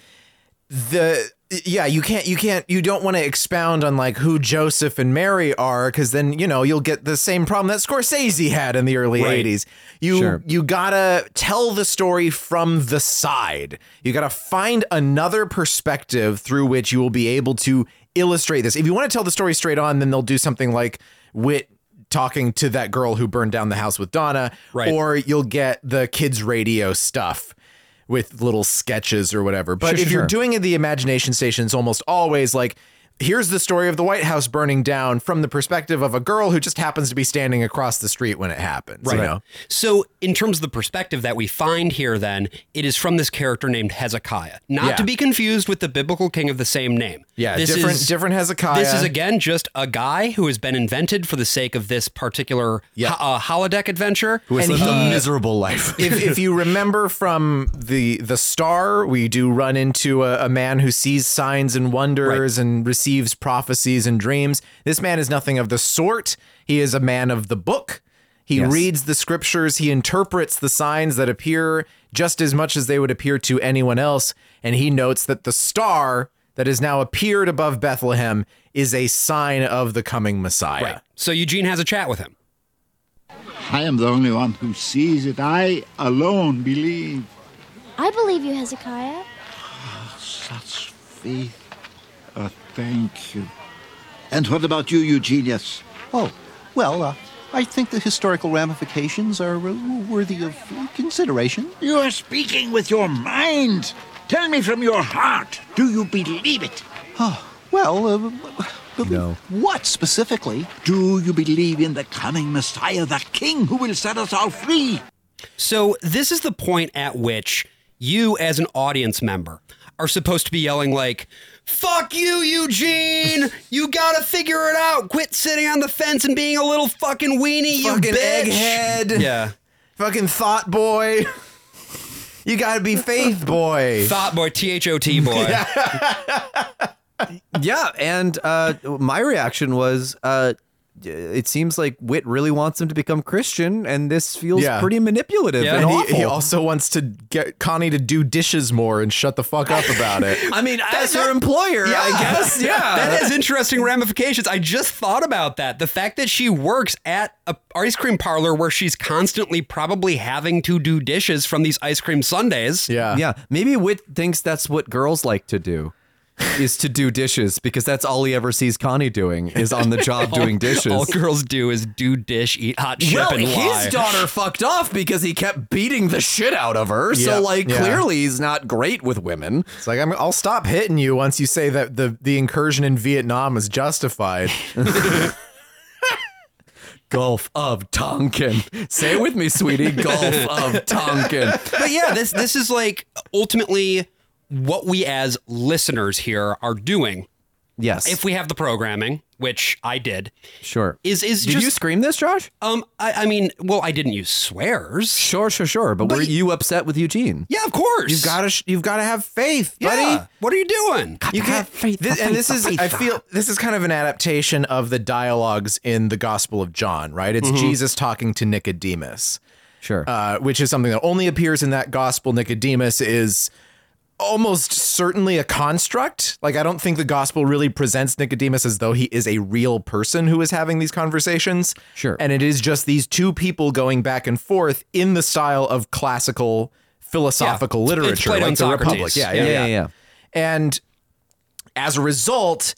[SPEAKER 3] the yeah you can't you can't you don't want to expound on like who Joseph and Mary are because then you know you'll get the same problem that Scorsese had in the early
[SPEAKER 2] Right.
[SPEAKER 3] '80s. You
[SPEAKER 2] Sure.
[SPEAKER 3] you gotta tell the story from the side. You gotta find another perspective through which you will be able to illustrate this. If you want to tell the story straight on, then they'll do something like Wit talking to that girl who burned down the house with Donna,
[SPEAKER 1] Right.
[SPEAKER 3] or you'll get the kids' radio stuff with little sketches or whatever. But
[SPEAKER 2] Sure,
[SPEAKER 3] if
[SPEAKER 2] sure,
[SPEAKER 3] you're
[SPEAKER 2] sure.
[SPEAKER 3] doing it, the imagination station, it's almost always like, here's the story of the White House burning down from the perspective of a girl who just happens to be standing across the street when it happens. you
[SPEAKER 1] Right.
[SPEAKER 3] know?
[SPEAKER 1] So, in terms of the perspective that we find here, then, it is from this character named Hezekiah, not
[SPEAKER 3] Yeah.
[SPEAKER 1] to be confused with the biblical king of the same name.
[SPEAKER 3] Yeah,
[SPEAKER 1] This
[SPEAKER 3] different-
[SPEAKER 1] is-
[SPEAKER 3] different Hezekiah.
[SPEAKER 1] This is, again, just a guy who has been invented for the sake of this particular ho- uh, holodeck adventure.
[SPEAKER 2] Who has
[SPEAKER 1] And
[SPEAKER 2] lived a
[SPEAKER 1] he-
[SPEAKER 2] miserable life.
[SPEAKER 3] if, if you remember from the the star, we do run into a, a man who sees signs and wonders and receives prophecies and dreams. This man is nothing of the sort. He is a man of the book. He
[SPEAKER 2] Yes.
[SPEAKER 3] reads the scriptures. He interprets the signs that appear just as much as they would appear to anyone else. And he notes that the star that has now appeared above Bethlehem is a sign of the coming Messiah.
[SPEAKER 1] So Eugene has a chat with him.
[SPEAKER 8] I am the only one who sees it. I alone believe.
[SPEAKER 5] I believe you, Hezekiah.
[SPEAKER 8] Such
[SPEAKER 16] Faith. Uh, thank you. And what about you, Eugenius? Oh, well, uh, I think the historical ramifications are uh, worthy of consideration.
[SPEAKER 22] You are speaking with your mind. Tell me from your heart. Do you believe it?
[SPEAKER 16] Oh, well, uh,
[SPEAKER 2] no.
[SPEAKER 16] what specifically?
[SPEAKER 22] Do you believe in the coming Messiah, the King who will set us all free?
[SPEAKER 1] So, this is the point at which you, as an audience member, are supposed to be yelling, like, fuck you, Eugene! You gotta figure it out! Quit sitting on the fence and being a little fucking weenie, you
[SPEAKER 3] fucking
[SPEAKER 1] bitch!
[SPEAKER 3] egghead.
[SPEAKER 1] Yeah.
[SPEAKER 3] Fucking thought boy. You gotta be faith boy.
[SPEAKER 1] Thought boy, T H O T boy.
[SPEAKER 2] yeah, and uh, my reaction was, uh, it seems like Wit really wants him to become Christian, and this feels
[SPEAKER 3] Yeah.
[SPEAKER 2] pretty manipulative and,
[SPEAKER 3] And he,
[SPEAKER 2] awful.
[SPEAKER 3] he also wants to get Connie to do dishes more and shut the fuck up about it.
[SPEAKER 2] I mean, as her employer, I guess. Yeah,
[SPEAKER 1] That has interesting ramifications. I just thought about that. The fact that she works at a ice cream parlor where she's constantly probably having to do dishes from these ice cream sundaes.
[SPEAKER 3] Yeah.
[SPEAKER 2] Yeah, maybe Wit thinks that's what girls like to do. is to do dishes because that's all he ever sees Connie doing is on the job
[SPEAKER 1] All-
[SPEAKER 2] doing dishes.
[SPEAKER 1] All girls do is do dish, eat hot chip,
[SPEAKER 2] well,
[SPEAKER 1] and lie.
[SPEAKER 2] his daughter fucked off because he kept beating the shit out of her.
[SPEAKER 3] Yeah.
[SPEAKER 2] So like
[SPEAKER 3] Yeah.
[SPEAKER 2] clearly he's not great with women.
[SPEAKER 3] It's like I'm, I'll stop hitting you once you say that the the incursion in Vietnam is justified.
[SPEAKER 2] Gulf of Tonkin. Say it with me, sweetie. Gulf of Tonkin.
[SPEAKER 1] but yeah, this this is like ultimately what we as listeners here are doing.
[SPEAKER 2] Yes.
[SPEAKER 1] If we have the programming, which I did,
[SPEAKER 2] Sure.
[SPEAKER 1] is is
[SPEAKER 2] Did
[SPEAKER 1] just
[SPEAKER 2] you scream this, Josh?
[SPEAKER 1] um I, I mean, well, I didn't use swears.
[SPEAKER 2] Sure, sure, sure. But, were you upset with Eugene?
[SPEAKER 1] Yeah, of course.
[SPEAKER 3] You've got to you've got to have faith,
[SPEAKER 1] Yeah.
[SPEAKER 3] buddy.
[SPEAKER 1] What are you doing?
[SPEAKER 3] You can't. This, and this is I feel this is kind of an adaptation of the dialogues in the Gospel of John, right? It's
[SPEAKER 1] Mm-hmm.
[SPEAKER 2] Mhm.
[SPEAKER 3] Jesus talking to Nicodemus.
[SPEAKER 2] Sure.
[SPEAKER 3] Uh, which is something that only appears in that gospel. Nicodemus is almost certainly a construct. Like, I don't think the gospel really presents Nicodemus as though he is a real person who is having these conversations. Sure. And it is just these two people going back and forth in the style of classical philosophical
[SPEAKER 1] It's- it's
[SPEAKER 3] literature,
[SPEAKER 1] played
[SPEAKER 3] like
[SPEAKER 1] on
[SPEAKER 3] the
[SPEAKER 1] Socrates.
[SPEAKER 3] Republic. Yeah yeah,
[SPEAKER 1] Yeah,
[SPEAKER 3] yeah,
[SPEAKER 1] yeah, yeah.
[SPEAKER 3] And as a result,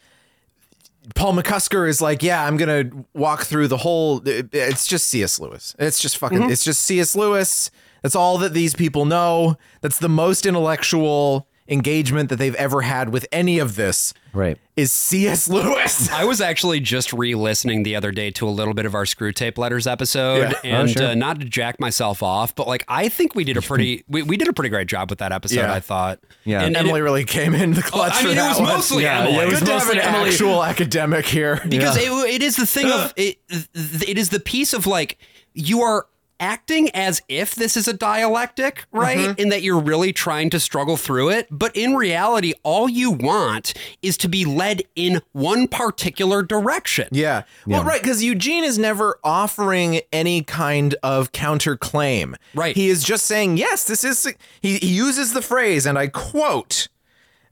[SPEAKER 3] Paul McCusker is like, yeah, I'm gonna walk through the whole. It's just C.S. Lewis. It's just fucking.
[SPEAKER 2] Mhm.
[SPEAKER 3] It's just C.S. Lewis. That's all that these people know. That's the most intellectual engagement that they've ever had with any of this
[SPEAKER 2] right.
[SPEAKER 3] is C.S. Lewis.
[SPEAKER 1] I was actually just re-listening the other day to a little bit of our Screw Tape Letters episode,
[SPEAKER 3] Yeah.
[SPEAKER 1] and
[SPEAKER 3] Oh, sure.
[SPEAKER 1] uh, not to jack myself off, but like I think we did a pretty we, we did a pretty great job with that episode.
[SPEAKER 3] Yeah.
[SPEAKER 1] I thought,
[SPEAKER 3] Yeah. And Emily really came in the clutch
[SPEAKER 1] Oh, I
[SPEAKER 3] for
[SPEAKER 1] mean,
[SPEAKER 3] that
[SPEAKER 1] it was
[SPEAKER 3] one.
[SPEAKER 1] mostly
[SPEAKER 3] Yeah,
[SPEAKER 1] Emily.
[SPEAKER 3] it was
[SPEAKER 1] Good to have
[SPEAKER 3] mostly
[SPEAKER 1] an Emily.
[SPEAKER 3] actual academic here.
[SPEAKER 1] because it, it is the thing
[SPEAKER 3] Uh.
[SPEAKER 1] of it, it is the piece of like you are acting as if this is a dialectic right
[SPEAKER 3] Mhm.
[SPEAKER 1] in that you're really trying to struggle through it but in reality all you want is to be led in one particular direction
[SPEAKER 3] yeah Well, right, because Eugene is never offering any kind of counterclaim. Right. He is just saying, yes, this is. He, he uses the phrase, and I quote,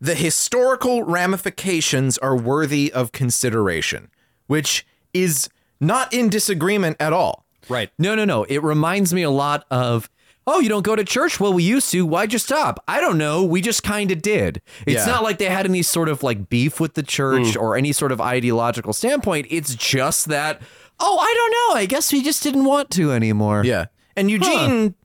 [SPEAKER 3] the historical ramifications are worthy of consideration, which is not in disagreement at all.
[SPEAKER 1] Right.
[SPEAKER 2] No, no, no. It reminds me a lot of, oh, you don't go to church? Well, we used to. Why'd you stop? I don't know. We just kind of did.
[SPEAKER 3] Yeah.
[SPEAKER 2] It's not like they had any sort of like beef with the church
[SPEAKER 1] Mm.
[SPEAKER 2] or any sort of ideological standpoint. It's just that, oh, I don't know. I guess we just didn't want to anymore.
[SPEAKER 3] Yeah. And Eugene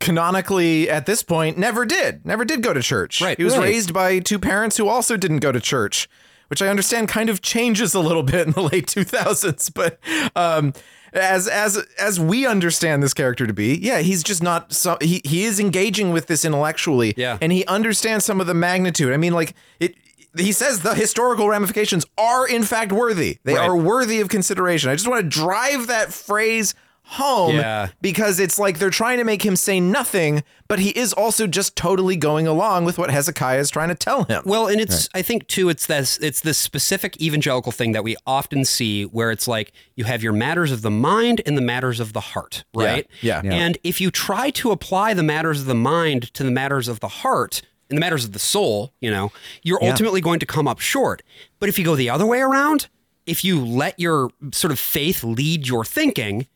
[SPEAKER 3] canonically at this point never did, never did go to church. Right. He was
[SPEAKER 2] Right.
[SPEAKER 3] raised by two parents who also didn't go to church, which I understand kind of changes a little bit in the late 2000s, but um as as as we understand this character to be, yeah, he's just not so he he is engaging with this intellectually yeah. and he understands some of the magnitude. I mean like it he says the historical ramifications are in fact worthy. They
[SPEAKER 1] Right.
[SPEAKER 3] are worthy of consideration. I just want to drive that phrase home
[SPEAKER 1] Yeah.
[SPEAKER 3] because it's like they're trying to make him say nothing, but he is also just totally going along with what Hezekiah is trying to tell him.
[SPEAKER 1] Well, and it's I think too it's this it's this specific evangelical thing that we often see where it's like you have your matters of the mind and the matters of the heart,
[SPEAKER 3] Yeah,
[SPEAKER 1] right?
[SPEAKER 3] yeah. Yeah.
[SPEAKER 1] And if you try to apply the matters of the mind to the matters of the heart and the matters of the soul, you know, you're
[SPEAKER 2] Yeah.
[SPEAKER 1] ultimately going to come up short. But if you go the other way around, if you let your sort of faith lead your thinking,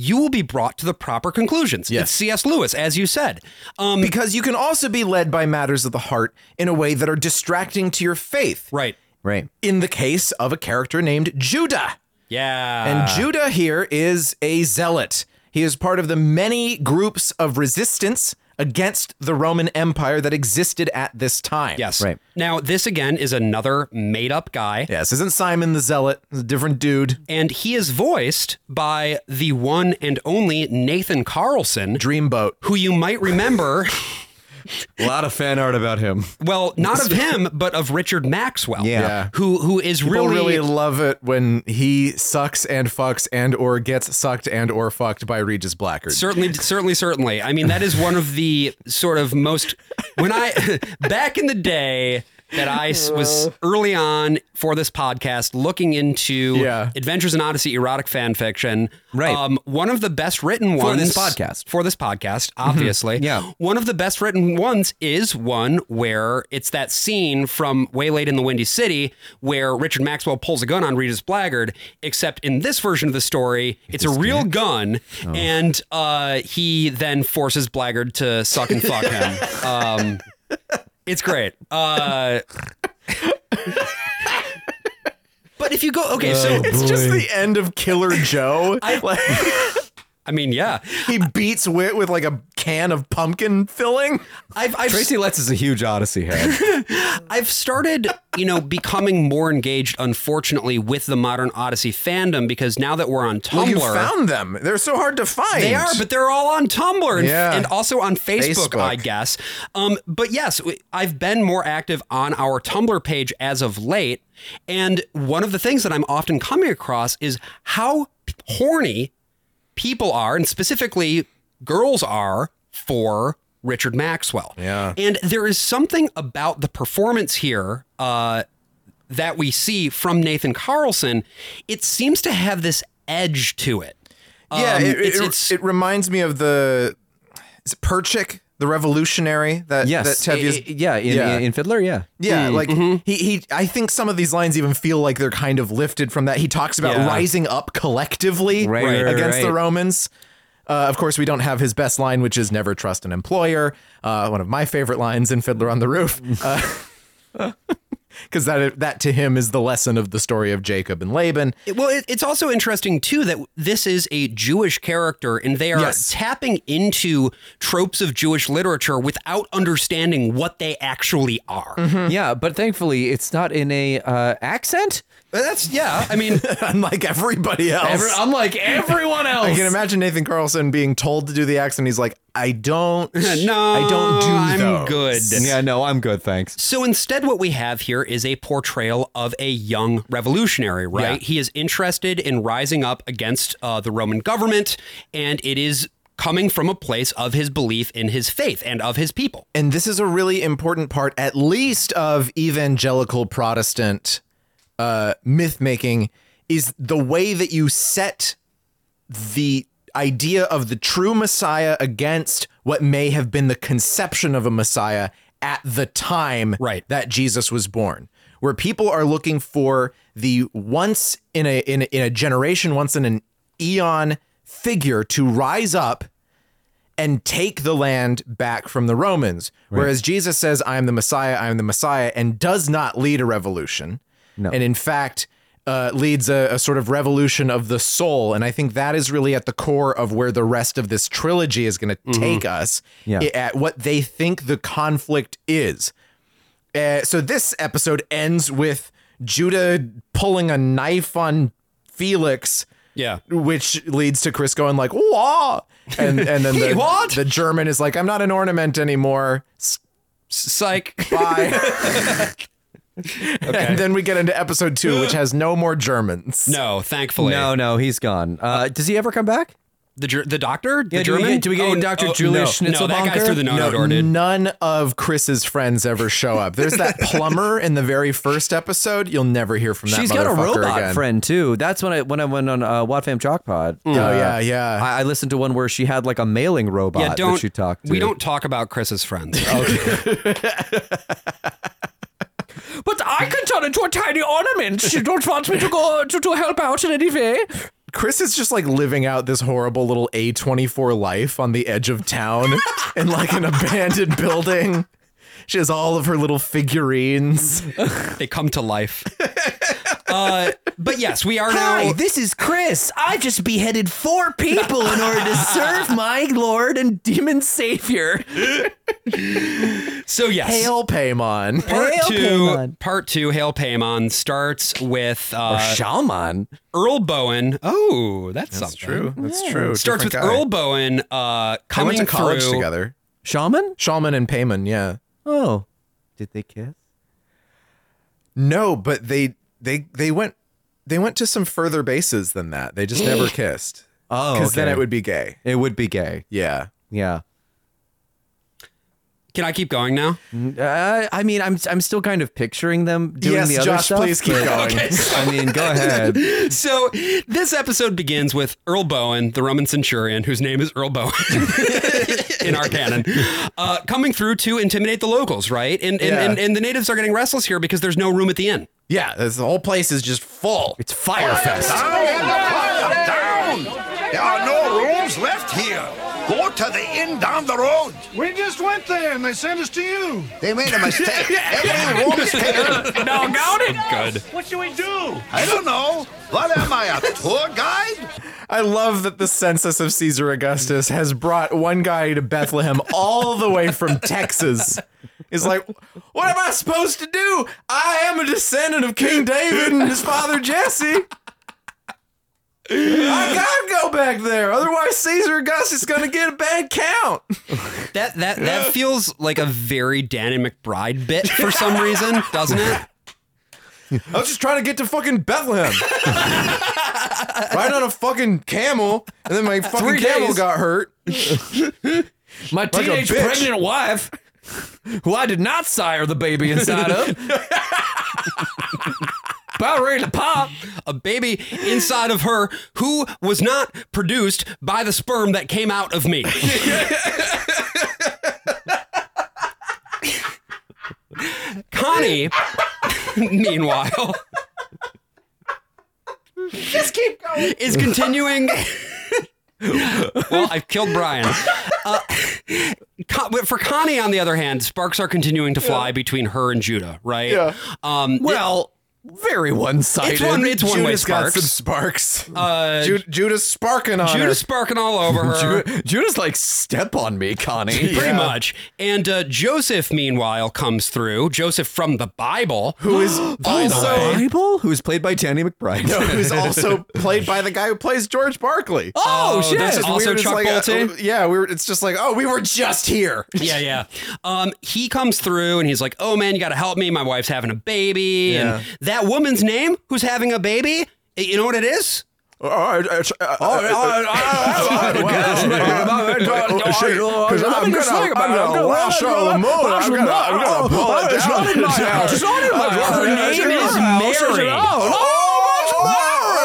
[SPEAKER 1] you will be brought to the proper conclusions. It's C.S. Lewis, as you said. Um,
[SPEAKER 3] because you can also be led by matters of the heart in a way that are distracting to your faith.
[SPEAKER 1] Right.
[SPEAKER 2] Right.
[SPEAKER 3] In the case of a character named Judah.
[SPEAKER 1] Yeah.
[SPEAKER 3] And Judah here is a zealot. He is part of the many groups of resistance against the Roman Empire that existed at this time.
[SPEAKER 1] Yes. Right. Now, this again is another made up guy.
[SPEAKER 3] Yes, isn't Simon the Zealot? It's a different dude.
[SPEAKER 1] And he is voiced by the one and only Nathan Carlson,
[SPEAKER 3] Dreamboat,
[SPEAKER 1] who you might remember,
[SPEAKER 2] A lot of fan art about him.
[SPEAKER 1] well, not of him, but of Richard Maxwell.
[SPEAKER 2] Yeah. Yeah.
[SPEAKER 1] Who who is
[SPEAKER 3] People
[SPEAKER 1] really,
[SPEAKER 3] really love it when he sucks and fucks and or gets sucked and or fucked by Regis Blackard.
[SPEAKER 1] Certainly, certainly, certainly. I mean, that is one of the sort of most when I back in the day that I s- was early on for this podcast looking into
[SPEAKER 2] Yeah.
[SPEAKER 1] Adventures in Odyssey erotic fan fiction.
[SPEAKER 2] Right.
[SPEAKER 1] Um, one of the best written
[SPEAKER 2] For
[SPEAKER 1] ones
[SPEAKER 2] this podcast.
[SPEAKER 1] For this podcast, obviously. Yeah. One of the best written ones is one where it's that scene from Way Late in the Windy City where Richard Maxwell pulls a gun on Regis Blackguard, except in this version of the story, it's a real gun, and uh, he then forces Blackguard to suck and fuck him. Um, it's great. Uh, but if you go, okay, so
[SPEAKER 3] it's just the end of Killer Joe. Like,
[SPEAKER 1] I mean, yeah,
[SPEAKER 3] he beats Wit with like a can of pumpkin filling.
[SPEAKER 1] I've, I've
[SPEAKER 2] Tracy Letts is a huge Odyssey head.
[SPEAKER 1] I've started, you know, becoming more engaged, unfortunately, with the modern Odyssey fandom because now that we're on Tumblr,
[SPEAKER 3] Well, you found them. They're so hard to find.
[SPEAKER 1] They are, but they're all on Tumblr and,
[SPEAKER 3] Yeah.
[SPEAKER 1] and also on Facebook,
[SPEAKER 3] Facebook.
[SPEAKER 1] I guess. Um, but yes, w- I've been more active on our Tumblr page as of late. And one of the things that I'm often coming across is how p- horny people are, and specifically girls are, for Richard Maxwell. Yeah. And there is something about the performance here. Uh, that we see from Nathan Carlson, it seems to have this edge to it.
[SPEAKER 3] Yeah,
[SPEAKER 1] Um,
[SPEAKER 3] it, it,
[SPEAKER 1] it's- it's-
[SPEAKER 3] it reminds me of the is it Perchik, the revolutionary that
[SPEAKER 2] yes.
[SPEAKER 3] that Tev
[SPEAKER 2] I- I-
[SPEAKER 3] used-
[SPEAKER 2] yeah, in, in- in Fiddler, yeah.
[SPEAKER 3] Yeah,
[SPEAKER 2] Mm.
[SPEAKER 3] like he he I think some of these lines even feel like they're kind of lifted from that. He talks about
[SPEAKER 2] Yeah.
[SPEAKER 3] rising up collectively
[SPEAKER 2] Right, right, right,
[SPEAKER 3] against the
[SPEAKER 2] right.
[SPEAKER 3] Romans. Uh, of course, we don't have his best line, which is "Never trust an employer." Uh, one of my favorite lines in Fiddler on the Roof. Uh, because that that to him is the lesson of the story of Jacob and Laban.
[SPEAKER 1] It- Well, it, it's also interesting too that this is a Jewish character, and they are
[SPEAKER 3] Yes.
[SPEAKER 1] tapping into tropes of Jewish literature without understanding what they actually are.
[SPEAKER 2] Yeah, but thankfully it's not in a uh, accent.
[SPEAKER 1] That's yeah. I mean,
[SPEAKER 3] unlike everybody else,
[SPEAKER 2] Every- I'm like everyone else.
[SPEAKER 3] I can imagine Nathan Carlson being told to do the accent. He's like, I don't, I don't do
[SPEAKER 1] I'm
[SPEAKER 3] those.
[SPEAKER 1] good.
[SPEAKER 2] Yeah, no, I'm good, thanks.
[SPEAKER 1] So instead, what we have here is a portrayal of a young revolutionary, right?
[SPEAKER 2] Yeah.
[SPEAKER 1] He is interested in rising up against uh, the Roman government, and it is coming from a place of his belief in his faith and of his people.
[SPEAKER 3] And this is a really important part, at least of evangelical Protestant uh, myth making, is the way that you set the idea of the true Messiah against what may have been the conception of a Messiah at the time that Jesus was born. Where people are looking for the once in a in a, in a generation, once in an eon figure to rise up and take the land back from the Romans. Whereas Jesus says, I am the Messiah, I am the Messiah, and does not lead a revolution. And in fact, uh, leads a, a sort of revolution of the soul. And I think that is really at the core of where the rest of this trilogy is going to take us
[SPEAKER 2] Yeah.
[SPEAKER 3] i- at what they think the conflict is. Uh, so this episode ends with Judah pulling a knife on Felix.
[SPEAKER 1] Yeah.
[SPEAKER 3] Which leads to Chris going like, "Wah!" And and then
[SPEAKER 1] He
[SPEAKER 3] the,
[SPEAKER 1] what?
[SPEAKER 3] the German is like, "I'm not an ornament anymore." S-
[SPEAKER 1] Psych.
[SPEAKER 3] Bye. And then we get into episode two, which has no more Germans.
[SPEAKER 1] No, thankfully.
[SPEAKER 2] No, no, he's gone. Uh, does he ever come back?
[SPEAKER 1] The Ger- the doctor, the
[SPEAKER 2] Yeah, do we
[SPEAKER 1] German.
[SPEAKER 2] get- do we get
[SPEAKER 1] oh,
[SPEAKER 2] any Dr.
[SPEAKER 1] oh,
[SPEAKER 2] Julius
[SPEAKER 1] no, no, that
[SPEAKER 2] Schnitzelbanker?
[SPEAKER 1] guy's through the no no
[SPEAKER 3] No,
[SPEAKER 1] door, dude.
[SPEAKER 3] none of Chris's friends ever show up. There's that plumber in the very first episode. You'll never hear from that.
[SPEAKER 2] She's got a
[SPEAKER 3] motherfucker
[SPEAKER 2] robot
[SPEAKER 3] again.
[SPEAKER 2] friend too. That's when I when I went on uh, Wattfam Jock Pod.
[SPEAKER 3] Oh, yeah, yeah.
[SPEAKER 2] I, I listened to one where she had like a mailing robot
[SPEAKER 1] Yeah, don't.
[SPEAKER 2] that she talked to.
[SPEAKER 1] We don't talk about Chris's friends.
[SPEAKER 12] But I can turn into a tiny ornament. You don't want me to go to, to help out in any way.
[SPEAKER 3] Chris is just like living out this horrible little A24 life on the edge of town in like an abandoned building. She has all of her little figurines.
[SPEAKER 1] they come to life. Uh, but yes, we are now.
[SPEAKER 2] Hi, this is Chris. I just beheaded four people in order to serve my Lord and demon savior.
[SPEAKER 1] So yes,
[SPEAKER 3] Hail Paimon.
[SPEAKER 1] Part
[SPEAKER 2] Hail
[SPEAKER 1] two,
[SPEAKER 2] Paimon.
[SPEAKER 1] part two, Hail Paimon starts with uh,
[SPEAKER 2] Shaman.
[SPEAKER 1] Earl Bowen. Oh, that's,
[SPEAKER 3] That's
[SPEAKER 1] something.
[SPEAKER 3] true. That's true.
[SPEAKER 1] Starts with
[SPEAKER 3] Different guy.
[SPEAKER 1] Earl Bowen uh,
[SPEAKER 3] They
[SPEAKER 1] coming
[SPEAKER 3] went to college
[SPEAKER 1] through-
[SPEAKER 3] together.
[SPEAKER 2] Shaman?
[SPEAKER 3] Shaman and Payman, yeah.
[SPEAKER 2] Oh. Did they kiss?
[SPEAKER 3] No, but they they they went they went to some further bases than that. They just never kissed.
[SPEAKER 2] Oh,
[SPEAKER 3] Because then
[SPEAKER 2] okay.
[SPEAKER 3] it would be gay.
[SPEAKER 2] It would be gay.
[SPEAKER 3] Yeah.
[SPEAKER 2] Yeah.
[SPEAKER 1] Can I keep going now?
[SPEAKER 2] Uh, I mean, I'm I'm still kind of picturing them doing
[SPEAKER 3] Yes,
[SPEAKER 2] the other
[SPEAKER 3] Josh,
[SPEAKER 2] stuff.
[SPEAKER 3] please keep
[SPEAKER 2] but-
[SPEAKER 3] going. Okay,
[SPEAKER 2] I mean, go ahead.
[SPEAKER 1] So this episode begins with Earl Bowen, the Roman centurion, whose name is Earl Bowen in our canon, uh, coming through to intimidate the locals, right? And and,
[SPEAKER 3] Yeah.
[SPEAKER 1] and and the natives are getting restless here because there's no room at the inn.
[SPEAKER 3] Yeah, this, the whole place is just full. It's Firefest.
[SPEAKER 11] Down! There are no rooms left here. Go to the inn down the road.
[SPEAKER 21] We just went there and they sent us to you.
[SPEAKER 7] They made a mistake. Every room is taken.
[SPEAKER 12] No, got it.
[SPEAKER 1] Good.
[SPEAKER 21] What should we do?
[SPEAKER 11] I don't know. What am I, a tour guide?
[SPEAKER 3] I love that the census of Caesar Augustus has brought one guy to Bethlehem all the way from Texas. Is like, what am I supposed to do? I am a descendant of King David and his father Jesse. I gotta go back there, otherwise Caesar Augustus is gonna get a bad count.
[SPEAKER 1] That that that feels like a very Danny McBride bit for some reason, doesn't it?
[SPEAKER 3] I was just trying to get to fucking Bethlehem. Riding on a fucking camel, and then my fucking
[SPEAKER 12] Three
[SPEAKER 3] camel
[SPEAKER 12] days.
[SPEAKER 3] got hurt.
[SPEAKER 12] My
[SPEAKER 3] a
[SPEAKER 12] teenage
[SPEAKER 3] bitch.
[SPEAKER 12] pregnant wife, who I did not sire the baby inside of, about ready to pop.
[SPEAKER 1] A baby inside of her who was not produced by the sperm that came out of me. Connie, meanwhile,
[SPEAKER 21] Just keep going.
[SPEAKER 1] is continuing. well, I've killed Brian. Uh, Co- Uh, but for Connie, on the other hand, sparks are continuing to fly between her and Judah, right? Yeah. Um,
[SPEAKER 2] well, very one-sided.
[SPEAKER 1] It's one, it's one way
[SPEAKER 2] Judah's got
[SPEAKER 1] sparks.
[SPEAKER 2] some
[SPEAKER 3] sparks.
[SPEAKER 1] Uh,
[SPEAKER 3] Ju- Judah's sparking on
[SPEAKER 1] Judah's
[SPEAKER 3] her.
[SPEAKER 1] sparking all over her.
[SPEAKER 2] Ju- Judah's like, step on me, Connie.
[SPEAKER 1] Pretty much. And uh, Joseph, meanwhile, comes through. Joseph from the Bible.
[SPEAKER 3] Who is also-
[SPEAKER 2] Bible, who's played by Danny McBride.
[SPEAKER 3] No, who's also played by the guy who plays George Barkley.
[SPEAKER 1] Oh, Oh, shit. that's
[SPEAKER 3] It's
[SPEAKER 1] also
[SPEAKER 3] It's
[SPEAKER 1] Chuck
[SPEAKER 3] like a-
[SPEAKER 1] Bolte?
[SPEAKER 3] yeah, we were. It's just like, oh, we were just here.
[SPEAKER 1] yeah, yeah. Um, he comes through and he's like, "Oh man, you got to help me. My wife's having a baby,
[SPEAKER 3] Yeah.
[SPEAKER 1] and that woman's name, who's having a baby, eh, you know what it is? Oh,
[SPEAKER 3] Uh, Because I'm gonna, I'm gonna wash all the mold. I'm gonna, I'm gonna pull it down.
[SPEAKER 1] Her name is Mary.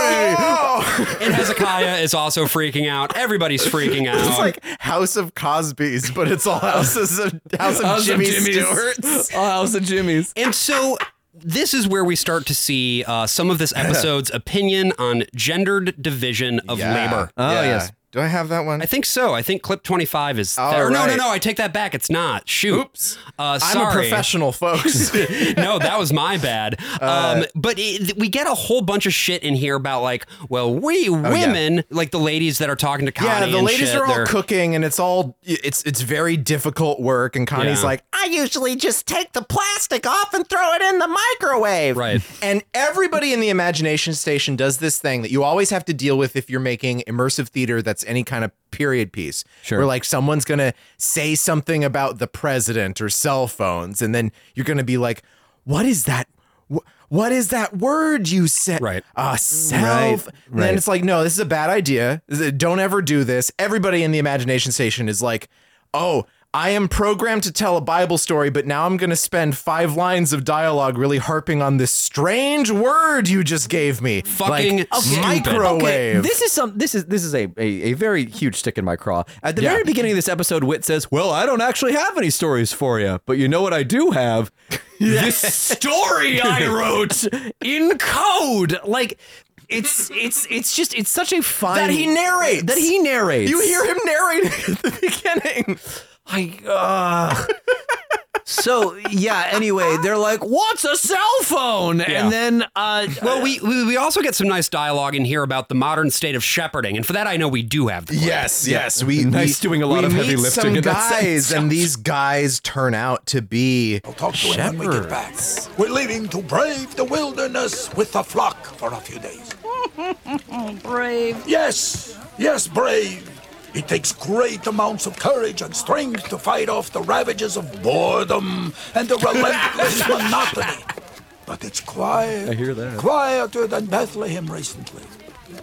[SPEAKER 1] And Hezekiah is also freaking out. Everybody's freaking out.
[SPEAKER 3] It's like House of Cosby's, but it's all houses of House of Jimmy Stewart's.
[SPEAKER 2] All House of Jimmy's.
[SPEAKER 1] And so this is where we start to see uh, some of this episode's opinion on gendered division of
[SPEAKER 3] Yeah.
[SPEAKER 1] labor.
[SPEAKER 3] Oh, Yeah. yes. Do I have that one?
[SPEAKER 1] I think so. I think clip 25 is.
[SPEAKER 3] All
[SPEAKER 1] or No, no,
[SPEAKER 3] right.
[SPEAKER 1] no. I take that back. It's not. Shoot. Oops. Uh,
[SPEAKER 3] I'm a
[SPEAKER 1] sorry.
[SPEAKER 3] professional, folks.
[SPEAKER 1] no, that was my bad. Um,
[SPEAKER 3] Uh,
[SPEAKER 1] but it, we get a whole bunch of shit in here about like, well, we
[SPEAKER 3] Oh, yeah.
[SPEAKER 1] women, like the ladies that are talking to Connie.
[SPEAKER 3] Yeah, the
[SPEAKER 1] and
[SPEAKER 3] ladies
[SPEAKER 1] shit,
[SPEAKER 3] are all
[SPEAKER 1] they're-
[SPEAKER 3] cooking, and it's all it's it's very difficult work. And Connie's
[SPEAKER 1] Yeah.
[SPEAKER 3] like, I usually just take the plastic off and throw it in the microwave.
[SPEAKER 1] Right.
[SPEAKER 3] And everybody in the imagination station does this thing that you always have to deal with if you're making immersive theater that's any kind of period piece.
[SPEAKER 2] Sure.
[SPEAKER 3] Where like someone's gonna say something about the president or cell phones, and then you're gonna be like, What is that? Wh- What is that word you said? Right. Uh, cell.
[SPEAKER 2] Right,
[SPEAKER 3] ph- and Then
[SPEAKER 2] right.
[SPEAKER 3] it's like, no, this is a bad idea. This is- Don't ever do this. Everybody in the imagination station is like, oh, I am programmed to tell a Bible story, but now I'm going to spend five lines of dialogue really harping on this strange word you just gave me.
[SPEAKER 1] Fucking
[SPEAKER 3] like,
[SPEAKER 1] stupid.
[SPEAKER 3] microwave.
[SPEAKER 1] Okay,
[SPEAKER 2] This is some. This is this is a, a, a very huge stick in my craw. At the
[SPEAKER 3] Yeah.
[SPEAKER 2] very beginning of this episode, Wit says, "Well, I don't actually have any stories for you, but you know what I do have." This story I wrote in code, like it's it's it's just it's such a fun
[SPEAKER 3] That he narrates.
[SPEAKER 2] That he narrates.
[SPEAKER 3] You hear him narrating at the beginning.
[SPEAKER 2] I uh So yeah, anyway, they're like, "What's a cell phone?"
[SPEAKER 1] Yeah.
[SPEAKER 2] And then uh
[SPEAKER 1] Well, we, we we also get some nice dialogue in here about the modern state of shepherding, and for that I know we do have. The clip.
[SPEAKER 3] Yes, yes. We
[SPEAKER 2] Nice
[SPEAKER 3] we-
[SPEAKER 2] doing a lot
[SPEAKER 3] we
[SPEAKER 2] of heavy
[SPEAKER 3] meet
[SPEAKER 2] lifting
[SPEAKER 3] Some
[SPEAKER 2] in that
[SPEAKER 3] guys,
[SPEAKER 2] sense.
[SPEAKER 3] and these guys turn out to be shepherds.
[SPEAKER 17] We're leaving to brave the wilderness with the flock for a few days.
[SPEAKER 19] Brave.
[SPEAKER 17] Yes, yes, brave. It takes great amounts of courage and strength to fight off the ravages of boredom and the relentless monotony. But it's quiet.
[SPEAKER 2] I hear that.
[SPEAKER 17] Quieter than Bethlehem recently.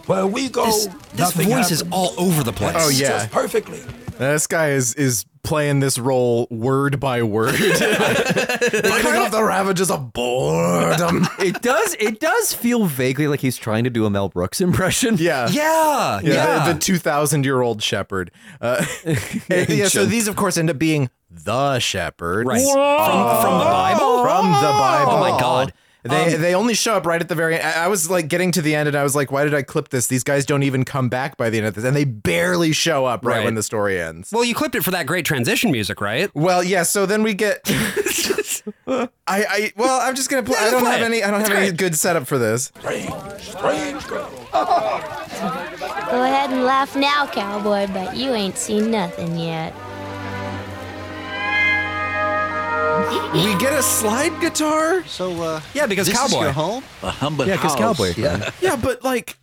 [SPEAKER 17] Where we go,
[SPEAKER 1] This, this
[SPEAKER 17] nothing
[SPEAKER 1] voice
[SPEAKER 17] happens.
[SPEAKER 1] is all over the place.
[SPEAKER 3] Oh,
[SPEAKER 17] It's
[SPEAKER 3] yeah.
[SPEAKER 17] Just perfectly.
[SPEAKER 3] This guy is is playing this role word by word. Fighting off the ravages of boredom.
[SPEAKER 2] it does it does feel vaguely like he's trying to do a Mel Brooks impression.
[SPEAKER 3] Yeah.
[SPEAKER 1] Yeah.
[SPEAKER 3] Yeah, the- the two thousand year old shepherd. Uh, and yeah, so
[SPEAKER 2] Ancient.
[SPEAKER 3] these, of course, end up being the shepherds,
[SPEAKER 1] Right. From- from the Bible?
[SPEAKER 3] From the Bible.
[SPEAKER 1] Oh, my God.
[SPEAKER 3] They,
[SPEAKER 1] Um,
[SPEAKER 3] they only show up right at the very end. I I was like getting to the end and I was like, why did I clip this? These guys don't even come back by the end of this. And they barely show up right,
[SPEAKER 1] Right.
[SPEAKER 3] when the story ends.
[SPEAKER 1] Well, you clipped it for that great transition music, right?
[SPEAKER 3] Well, yeah. So then we get. I, I, well, I'm just going to play. I don't have any, I don't have any good setup for this.
[SPEAKER 17] Strange girl.
[SPEAKER 5] Go ahead and laugh now, cowboy, but you ain't seen nothing yet.
[SPEAKER 3] We get a slide guitar.
[SPEAKER 16] So, uh,
[SPEAKER 1] yeah, because
[SPEAKER 16] this
[SPEAKER 1] cowboy.
[SPEAKER 16] Is your home?
[SPEAKER 17] A humble
[SPEAKER 2] Yeah, 'cause house. cowboy.
[SPEAKER 16] Yeah.
[SPEAKER 3] Yeah, but like,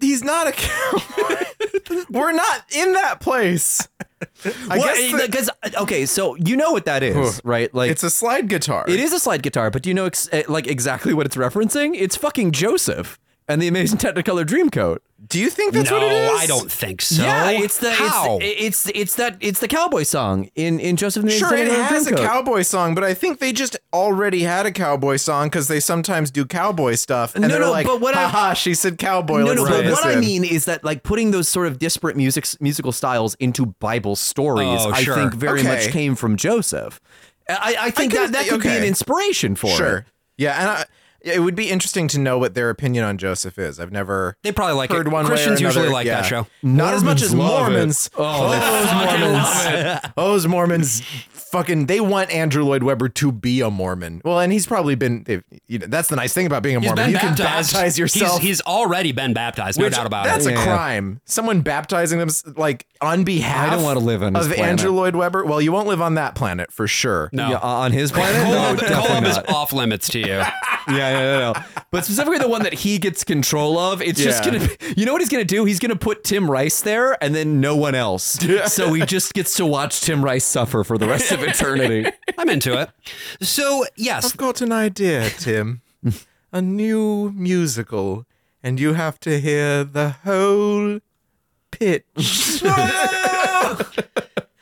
[SPEAKER 3] he's not a cowboy. We're not in that place. I
[SPEAKER 2] Well,
[SPEAKER 3] guess that-
[SPEAKER 2] because uh, okay, so you know what that is, right? Like
[SPEAKER 3] it's a slide guitar.
[SPEAKER 2] It is a slide guitar, but do you know ex- eh, like exactly what it's referencing? It's fucking Joseph and the Amazing Technicolor Dreamcoat.
[SPEAKER 3] Do you think
[SPEAKER 1] that's what it No, is? I don't think so.
[SPEAKER 2] Yeah, it's the
[SPEAKER 1] How?
[SPEAKER 2] It's, it's it's that it's the cowboy song in in Joseph and the
[SPEAKER 3] Sure, it
[SPEAKER 2] Amazing Technicolor
[SPEAKER 3] has a
[SPEAKER 2] Dreamcoat.
[SPEAKER 3] cowboy song, but I think they just already had a cowboy song because they sometimes do cowboy stuff. And
[SPEAKER 2] No,
[SPEAKER 3] they're
[SPEAKER 2] no,
[SPEAKER 3] like,
[SPEAKER 2] but what I-
[SPEAKER 3] haha, she said cowboy.
[SPEAKER 2] no,
[SPEAKER 3] let's
[SPEAKER 2] no,
[SPEAKER 3] throw
[SPEAKER 2] but
[SPEAKER 3] this
[SPEAKER 2] what I
[SPEAKER 3] in."
[SPEAKER 2] mean is that like putting those sort of disparate music musical styles into Bible stories,
[SPEAKER 1] Oh, sure.
[SPEAKER 2] I think very
[SPEAKER 1] Okay.
[SPEAKER 2] much came from Joseph. I, I think
[SPEAKER 3] I
[SPEAKER 2] that
[SPEAKER 3] can-
[SPEAKER 2] that could be an
[SPEAKER 3] okay.
[SPEAKER 2] inspiration for
[SPEAKER 3] sure.
[SPEAKER 2] it.
[SPEAKER 3] Yeah, and I, Yeah, it would be interesting to know what their opinion on Joseph is. I've never
[SPEAKER 1] They probably like
[SPEAKER 3] heard
[SPEAKER 1] it.
[SPEAKER 3] one way or
[SPEAKER 1] Christians usually
[SPEAKER 3] another.
[SPEAKER 1] like
[SPEAKER 3] Yeah.
[SPEAKER 1] that show.
[SPEAKER 3] Not as much as Mormons.
[SPEAKER 1] Mormons love it. Oh, they fucking love
[SPEAKER 3] Those Mormons. Those Mormons fucking they want Andrew Lloyd Webber to be a Mormon. Well, and he's probably been they've- you know, that's the nice thing about being a
[SPEAKER 1] He's
[SPEAKER 3] Mormon.
[SPEAKER 1] been
[SPEAKER 3] You can
[SPEAKER 1] baptized.
[SPEAKER 3] baptize yourself.
[SPEAKER 1] He's, he's already been baptized, no
[SPEAKER 3] Which-
[SPEAKER 1] doubt about
[SPEAKER 3] that's
[SPEAKER 1] it.
[SPEAKER 3] a crime. Someone baptizing them like on behalf.
[SPEAKER 2] I don't wanna live on this
[SPEAKER 3] of
[SPEAKER 2] planet.
[SPEAKER 3] Andrew Lloyd Webber. Well, you won't live on that planet for sure.
[SPEAKER 1] No. Yeah,
[SPEAKER 3] uh,
[SPEAKER 2] on his planet? No,
[SPEAKER 1] Kolob-
[SPEAKER 2] definitely
[SPEAKER 1] Kolob is
[SPEAKER 2] not.
[SPEAKER 1] off limits to you.
[SPEAKER 2] yeah, yeah, yeah, yeah. But specifically the one that he gets control of, it's just
[SPEAKER 1] Yeah.
[SPEAKER 2] gonna. Be, you know what he's gonna do? He's gonna put Tim Rice there, and then no one else.
[SPEAKER 1] Yeah.
[SPEAKER 2] So he just gets to watch Tim Rice suffer for the rest of eternity.
[SPEAKER 1] I'm into it. So yes,
[SPEAKER 3] I've got an idea, Tim. a new musical, and you have to hear the whole pitch.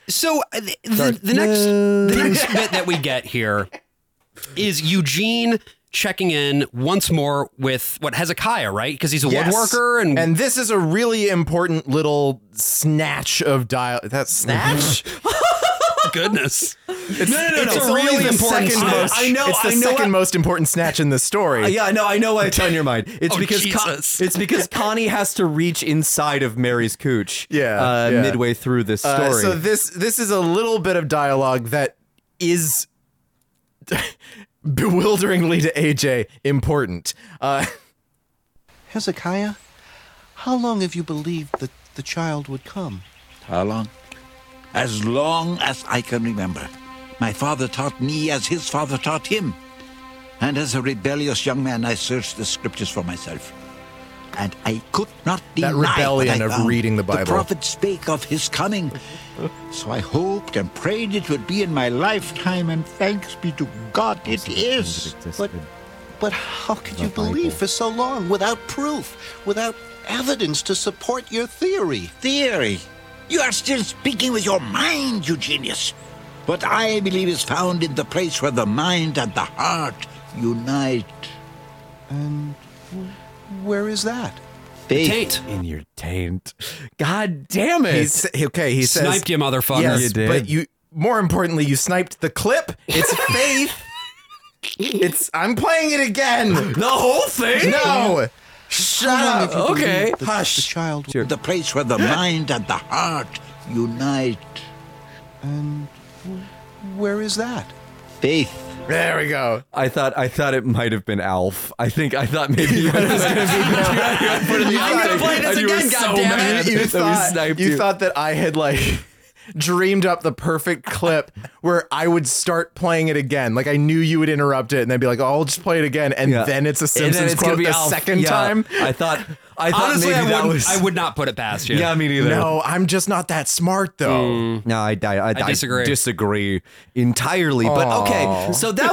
[SPEAKER 1] So uh, the, the, the next the next bit that we get here is Eugene checking in once more with what Hezekiah, right? Because he's a woodworker, and
[SPEAKER 3] this is a really important little snatch of dial. That snatch?
[SPEAKER 1] goodness,
[SPEAKER 3] it's,
[SPEAKER 2] Mm-hmm. No, no, no,
[SPEAKER 3] it's
[SPEAKER 2] no.
[SPEAKER 3] only
[SPEAKER 2] Really
[SPEAKER 3] the
[SPEAKER 2] important
[SPEAKER 3] second
[SPEAKER 2] snatch.
[SPEAKER 3] most-
[SPEAKER 2] I know,
[SPEAKER 3] It's the
[SPEAKER 2] I know
[SPEAKER 3] second
[SPEAKER 2] what-
[SPEAKER 3] most important snatch in the story.
[SPEAKER 2] Uh, yeah, I know, I know why it's on your mind. It's
[SPEAKER 3] Oh,
[SPEAKER 2] because Con-
[SPEAKER 3] Jesus.
[SPEAKER 2] it's because Connie has to reach inside of Mary's cooch.
[SPEAKER 3] Yeah,
[SPEAKER 2] uh,
[SPEAKER 3] yeah.
[SPEAKER 2] midway through this
[SPEAKER 3] Uh,
[SPEAKER 2] story.
[SPEAKER 3] so this this is a little bit of dialogue that is bewilderingly to AJ important. Uh,
[SPEAKER 16] Hezekiah, how long have you believed that the child would come?
[SPEAKER 22] How long? As long as I can remember. My father taught me as his father taught him. And as a rebellious young man, I searched the scriptures for myself. And I could not deny
[SPEAKER 3] That
[SPEAKER 22] what I
[SPEAKER 3] rebellion of
[SPEAKER 22] found.
[SPEAKER 3] reading the Bible.
[SPEAKER 22] The prophet spake of his coming. so I hoped and prayed it would be in my lifetime, and thanks be to God it is.
[SPEAKER 16] But, but how could you believe for so long without proof, without evidence to support your theory?
[SPEAKER 22] Theory? You are still speaking with your mind, you genius. What I believe is found in the place where the mind and the heart unite.
[SPEAKER 16] And where is that?
[SPEAKER 22] Faith.
[SPEAKER 2] in your taint. God damn it!
[SPEAKER 3] He's, okay, he says
[SPEAKER 1] Sniped you, motherfucker.
[SPEAKER 3] Yes,
[SPEAKER 1] You did.
[SPEAKER 3] but you more importantly, you sniped the clip. It's faith. it's I'm playing it again. The
[SPEAKER 2] whole thing?
[SPEAKER 3] No. Shut
[SPEAKER 22] How long
[SPEAKER 3] up.
[SPEAKER 22] have you believed that
[SPEAKER 3] Hush.
[SPEAKER 22] The child. The place where the mind and the heart unite.
[SPEAKER 16] And where is that?
[SPEAKER 22] Faith.
[SPEAKER 3] There we go.
[SPEAKER 2] I thought I thought it might have been Alf. I think I thought maybe you guys
[SPEAKER 3] I'm
[SPEAKER 2] gonna
[SPEAKER 1] play this again, goddammit.
[SPEAKER 2] it.
[SPEAKER 3] You
[SPEAKER 2] That we
[SPEAKER 3] thought,
[SPEAKER 2] sniped
[SPEAKER 3] you
[SPEAKER 2] you.
[SPEAKER 3] thought that I had like dreamed up the perfect clip where I would start playing it again. Like I knew you would interrupt it and then be like, oh, I'll just play it again. And
[SPEAKER 2] Yeah.
[SPEAKER 3] then it's a
[SPEAKER 2] And
[SPEAKER 3] Simpsons
[SPEAKER 2] then it's gonna
[SPEAKER 3] quote
[SPEAKER 2] be
[SPEAKER 3] the
[SPEAKER 2] Alf.
[SPEAKER 3] second
[SPEAKER 2] Yeah.
[SPEAKER 3] time.
[SPEAKER 2] I thought I thought
[SPEAKER 1] honestly,
[SPEAKER 2] maybe
[SPEAKER 1] I
[SPEAKER 2] that
[SPEAKER 1] would
[SPEAKER 2] was
[SPEAKER 1] I would not put it past you.
[SPEAKER 2] Yeah, me neither.
[SPEAKER 3] No, I'm just not that smart though.
[SPEAKER 2] No, I, I, I,
[SPEAKER 1] disagree.
[SPEAKER 2] disagree entirely. But
[SPEAKER 3] Aw.
[SPEAKER 2] okay, so that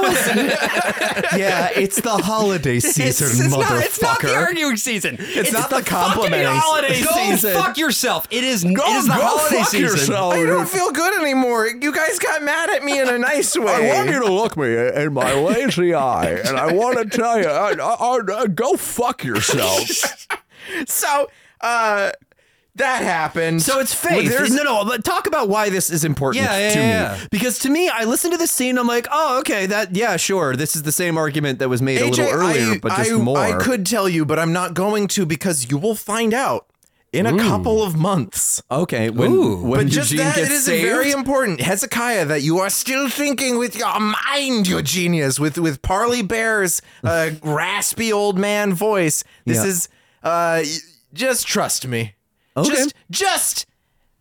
[SPEAKER 2] was yeah. It's the holiday season,
[SPEAKER 1] It's, it's
[SPEAKER 2] motherfucker.
[SPEAKER 1] not, it's not the arguing season. It's,
[SPEAKER 2] not the
[SPEAKER 1] fucking
[SPEAKER 2] complimenting
[SPEAKER 1] holiday
[SPEAKER 2] season.
[SPEAKER 1] season.
[SPEAKER 2] season.
[SPEAKER 1] Go fuck yourself. It is, it is the
[SPEAKER 2] go
[SPEAKER 1] holiday
[SPEAKER 2] fuck
[SPEAKER 1] season.
[SPEAKER 2] yourself.
[SPEAKER 3] I don't feel good anymore. You guys got mad at me in a nice way.
[SPEAKER 14] I want you to look me in my lazy eye, and I want to tell you, I, I, I, go fuck yourself.
[SPEAKER 3] so uh that happened.
[SPEAKER 2] So it's
[SPEAKER 3] Well,
[SPEAKER 2] faith.
[SPEAKER 3] there's-
[SPEAKER 2] no, no. But talk about why this is important
[SPEAKER 1] Yeah, yeah,
[SPEAKER 2] to
[SPEAKER 1] yeah.
[SPEAKER 2] me because to me, I listen to this scene. I'm like, oh, okay, that yeah, sure. This is the same argument that was made a little earlier,
[SPEAKER 3] I,
[SPEAKER 2] but just
[SPEAKER 3] I,
[SPEAKER 2] more.
[SPEAKER 3] I could tell you, but I'm not going to because you will find out in a couple of months.
[SPEAKER 2] Okay, Mm. when
[SPEAKER 3] but
[SPEAKER 2] when Eugene
[SPEAKER 3] just that,
[SPEAKER 2] gets
[SPEAKER 3] it is
[SPEAKER 2] saved,
[SPEAKER 3] very important, Hezekiah, that you are still thinking with your mind, you genius, with with Parley Bear's uh, raspy old man voice. This
[SPEAKER 2] Yeah.
[SPEAKER 3] is uh, y- just trust me.
[SPEAKER 2] Okay.
[SPEAKER 3] Just just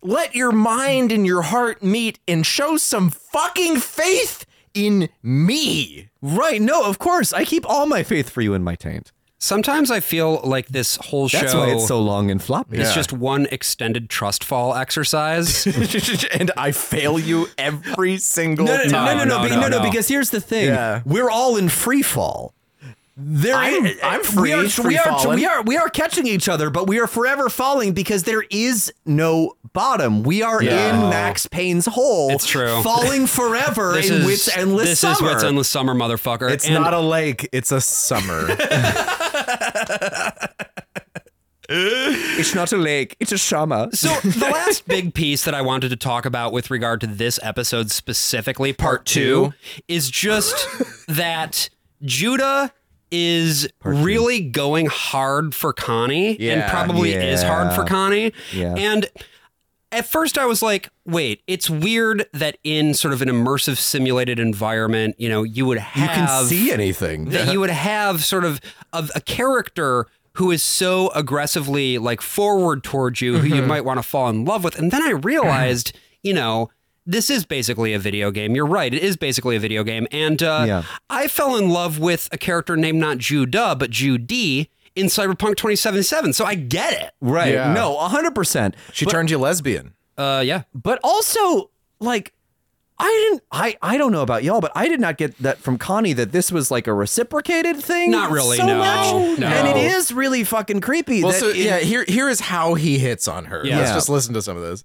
[SPEAKER 3] let your mind and your heart meet and show some fucking faith in me.
[SPEAKER 2] right? No, of course. I keep all my faith for you in my taint.
[SPEAKER 1] Sometimes I feel like this whole show
[SPEAKER 2] That's why it's so long and floppy.
[SPEAKER 1] is just one extended trust fall exercise.
[SPEAKER 3] and I fail you every single
[SPEAKER 2] No, no,
[SPEAKER 3] time.
[SPEAKER 2] no, no, no, no, be- no, no, Because here's the thing:
[SPEAKER 3] Yeah.
[SPEAKER 2] we're all in free fall. There,
[SPEAKER 3] I'm-
[SPEAKER 2] I-
[SPEAKER 3] I'm
[SPEAKER 2] We
[SPEAKER 3] free-
[SPEAKER 2] are, we, are,
[SPEAKER 3] free-falling.
[SPEAKER 2] we are we are catching each other, but we are forever falling because there is no bottom. We are
[SPEAKER 1] Yeah.
[SPEAKER 2] in Max Payne's hole.
[SPEAKER 1] It's true.
[SPEAKER 2] Falling forever
[SPEAKER 1] This
[SPEAKER 2] in
[SPEAKER 1] is-
[SPEAKER 2] Wits Endless
[SPEAKER 1] this
[SPEAKER 2] Summer.
[SPEAKER 1] is Wits Endless Summer, motherfucker.
[SPEAKER 3] It's
[SPEAKER 1] And-
[SPEAKER 3] not a lake, it's a summer.
[SPEAKER 2] it's not a lake. It's a summer.
[SPEAKER 1] So the last big piece that I wanted to talk about with regard to this episode specifically, part two, is just that Judah is really going hard for Connie
[SPEAKER 2] Yeah.
[SPEAKER 1] and probably is hard for
[SPEAKER 2] Yeah.
[SPEAKER 1] Connie.
[SPEAKER 2] Yeah.
[SPEAKER 1] And at first I was like, wait, it's weird that in sort of an immersive simulated environment, you know, you would have
[SPEAKER 3] You can see anything.
[SPEAKER 1] that
[SPEAKER 3] Yeah.
[SPEAKER 1] you would have sort of of a character who is so aggressively like forward towards you who you
[SPEAKER 2] Mhm.
[SPEAKER 1] might want to fall in love with and then i realized you know this is basically a video game you're right it is basically a video game and uh, i fell in love with a character named not judah but judy in cyberpunk 2077 so i get it
[SPEAKER 2] Right. No, 100%.
[SPEAKER 3] She turned you lesbian.
[SPEAKER 1] Uh yeah.
[SPEAKER 2] But also like I didn't I I don't know about y'all, but I did not get that from Connie that this was like a reciprocated thing.
[SPEAKER 3] Not really,
[SPEAKER 2] so
[SPEAKER 3] no.
[SPEAKER 2] much.
[SPEAKER 3] No.
[SPEAKER 2] And it is really fucking creepy.
[SPEAKER 3] Well,
[SPEAKER 2] that
[SPEAKER 3] so,
[SPEAKER 2] it-
[SPEAKER 3] yeah, here here is how he hits on her.
[SPEAKER 2] Yeah.
[SPEAKER 3] Let's
[SPEAKER 2] Yeah.
[SPEAKER 3] just listen to some of this.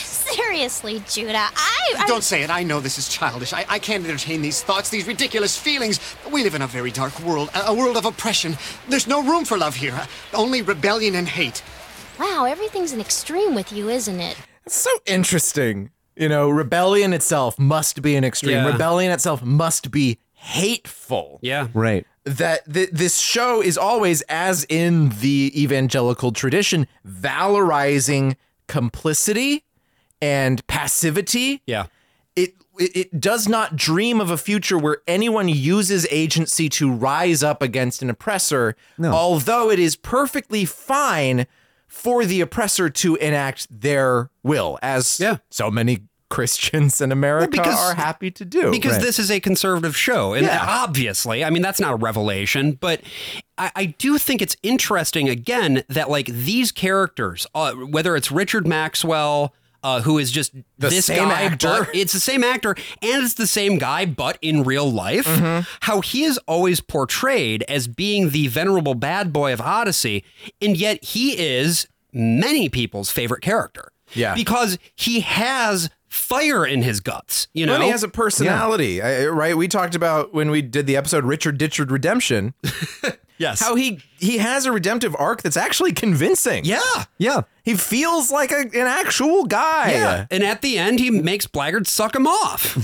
[SPEAKER 15] Seriously, Judah, I. I
[SPEAKER 21] Don't say it. I know this is childish. I, I can't entertain these thoughts, these ridiculous feelings. We live in a very dark world, a, a world of oppression. There's no room for love here, uh, only rebellion and hate.
[SPEAKER 15] Wow, everything's an extreme with you, isn't it?
[SPEAKER 3] It's so interesting. You know, rebellion itself must be an extreme.
[SPEAKER 2] Yeah.
[SPEAKER 3] Rebellion itself must be hateful.
[SPEAKER 1] Yeah.
[SPEAKER 2] Right.
[SPEAKER 3] That th- this show is always, as in the evangelical tradition, valorizing complicity and passivity.
[SPEAKER 1] Yeah.
[SPEAKER 3] It, it it does not dream of a future where anyone uses agency to rise up against an oppressor, although it is perfectly fine for the oppressor to enact their will, as so many Christians in America are happy to do.
[SPEAKER 1] Because this is a conservative show. And
[SPEAKER 3] Yeah.
[SPEAKER 1] obviously, I mean, that's not a revelation, but I, I do think it's interesting, again, that like these characters, uh, whether it's Richard Maxwell, uh, who is just
[SPEAKER 2] The
[SPEAKER 1] this
[SPEAKER 2] same
[SPEAKER 1] guy,
[SPEAKER 2] actor.
[SPEAKER 1] but- it's the same actor, and it's the same guy, but in real life.
[SPEAKER 3] Mm-hmm.
[SPEAKER 1] How he is always portrayed as being the venerable bad boy of Odyssey, and yet he is many people's favorite character.
[SPEAKER 3] Yeah.
[SPEAKER 1] because he has fire in his guts. You know,
[SPEAKER 3] Well, he has a personality, I- right? We talked about when we did the episode Richard Ditchard Redemption.
[SPEAKER 1] yes,
[SPEAKER 3] how he he has a redemptive arc that's actually convincing.
[SPEAKER 1] Yeah,
[SPEAKER 2] yeah.
[SPEAKER 3] He feels like a, an actual guy.
[SPEAKER 1] Yeah. And at the end, he makes Blackguard suck him off.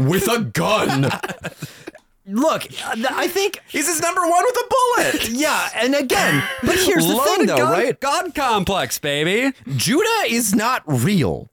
[SPEAKER 3] With a gun.
[SPEAKER 2] Look, I think
[SPEAKER 3] he's his number one with a bullet.
[SPEAKER 2] yeah, and again, but here's the
[SPEAKER 1] Loaded
[SPEAKER 2] thing, though,
[SPEAKER 1] God,
[SPEAKER 2] right?
[SPEAKER 1] God complex, baby.
[SPEAKER 2] Judah is not real.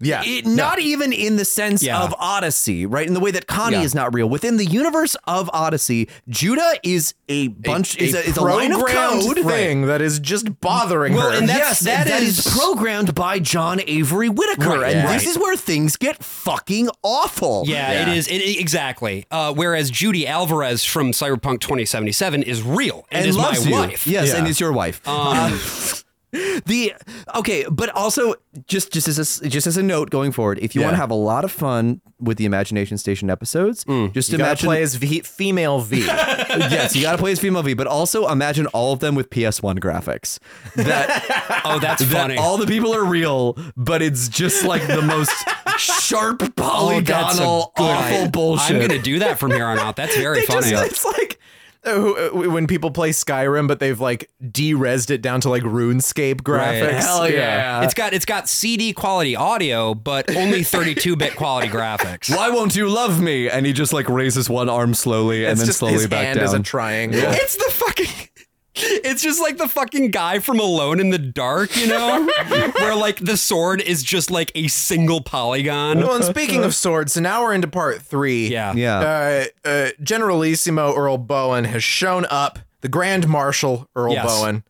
[SPEAKER 3] Yeah.
[SPEAKER 2] It, Not even in the sense
[SPEAKER 1] Yeah.
[SPEAKER 2] of Odyssey, right? In the way that Connie
[SPEAKER 1] Yeah.
[SPEAKER 2] is not real. Within the universe of Odyssey, Judah is a bunch is a, is a line of
[SPEAKER 3] programmed
[SPEAKER 2] code
[SPEAKER 3] thing that is just bothering her.
[SPEAKER 2] yes, that is, programmed by John Avery Whitaker,
[SPEAKER 1] Right,
[SPEAKER 2] and
[SPEAKER 1] yeah.
[SPEAKER 2] this is where things get fucking awful.
[SPEAKER 1] Yeah, it is. It, it- exactly. Uh, whereas Judy Alvarez from Cyberpunk 2077 is real and,
[SPEAKER 2] and,
[SPEAKER 1] is
[SPEAKER 2] loves
[SPEAKER 1] my
[SPEAKER 2] you.
[SPEAKER 1] wife.
[SPEAKER 2] Yes, and is your wife.
[SPEAKER 1] Um,
[SPEAKER 2] the okay, but also just just as a, just as a note going forward, if you want to
[SPEAKER 3] Yeah.
[SPEAKER 2] have a lot of fun with the Imagination Station episodes, just
[SPEAKER 3] Hmm. You gotta
[SPEAKER 2] imagine
[SPEAKER 3] play as v- female V.
[SPEAKER 2] yes, you got to play as female V, but also imagine all of them with PS1 graphics. That
[SPEAKER 1] oh, that's
[SPEAKER 2] that
[SPEAKER 1] funny.
[SPEAKER 2] All the people are real, but it's just like the most sharp
[SPEAKER 1] Oh, that's a
[SPEAKER 2] polygonal
[SPEAKER 1] good
[SPEAKER 2] awful
[SPEAKER 1] idea.
[SPEAKER 2] bullshit.
[SPEAKER 1] I'm gonna do that from here on out. That's very
[SPEAKER 3] They
[SPEAKER 1] funny.
[SPEAKER 3] Just, it's like uh, who- uh, when people play Skyrim, but they've like de-resed it down to like RuneScape graphics.
[SPEAKER 1] Right. It's got it's got CD quality audio, but only 32 bit quality graphics.
[SPEAKER 2] Why won't you love me? And he just like raises one arm slowly and
[SPEAKER 3] It's
[SPEAKER 2] then
[SPEAKER 3] just
[SPEAKER 2] slowly
[SPEAKER 3] his
[SPEAKER 2] back
[SPEAKER 3] hand
[SPEAKER 2] down.
[SPEAKER 3] is a triangle.
[SPEAKER 2] Yeah.
[SPEAKER 1] It's the fucking. It's just like the fucking guy from Alone in the Dark, you know, where like the sword is just like a single polygon.
[SPEAKER 3] Well, and speaking of swords, so now we're into part three. Yeah.
[SPEAKER 2] Yeah.
[SPEAKER 3] Uh, uh, Generalissimo Earl Bowen has shown up. The Grand Marshal Earl
[SPEAKER 2] Yes.
[SPEAKER 3] Bowen.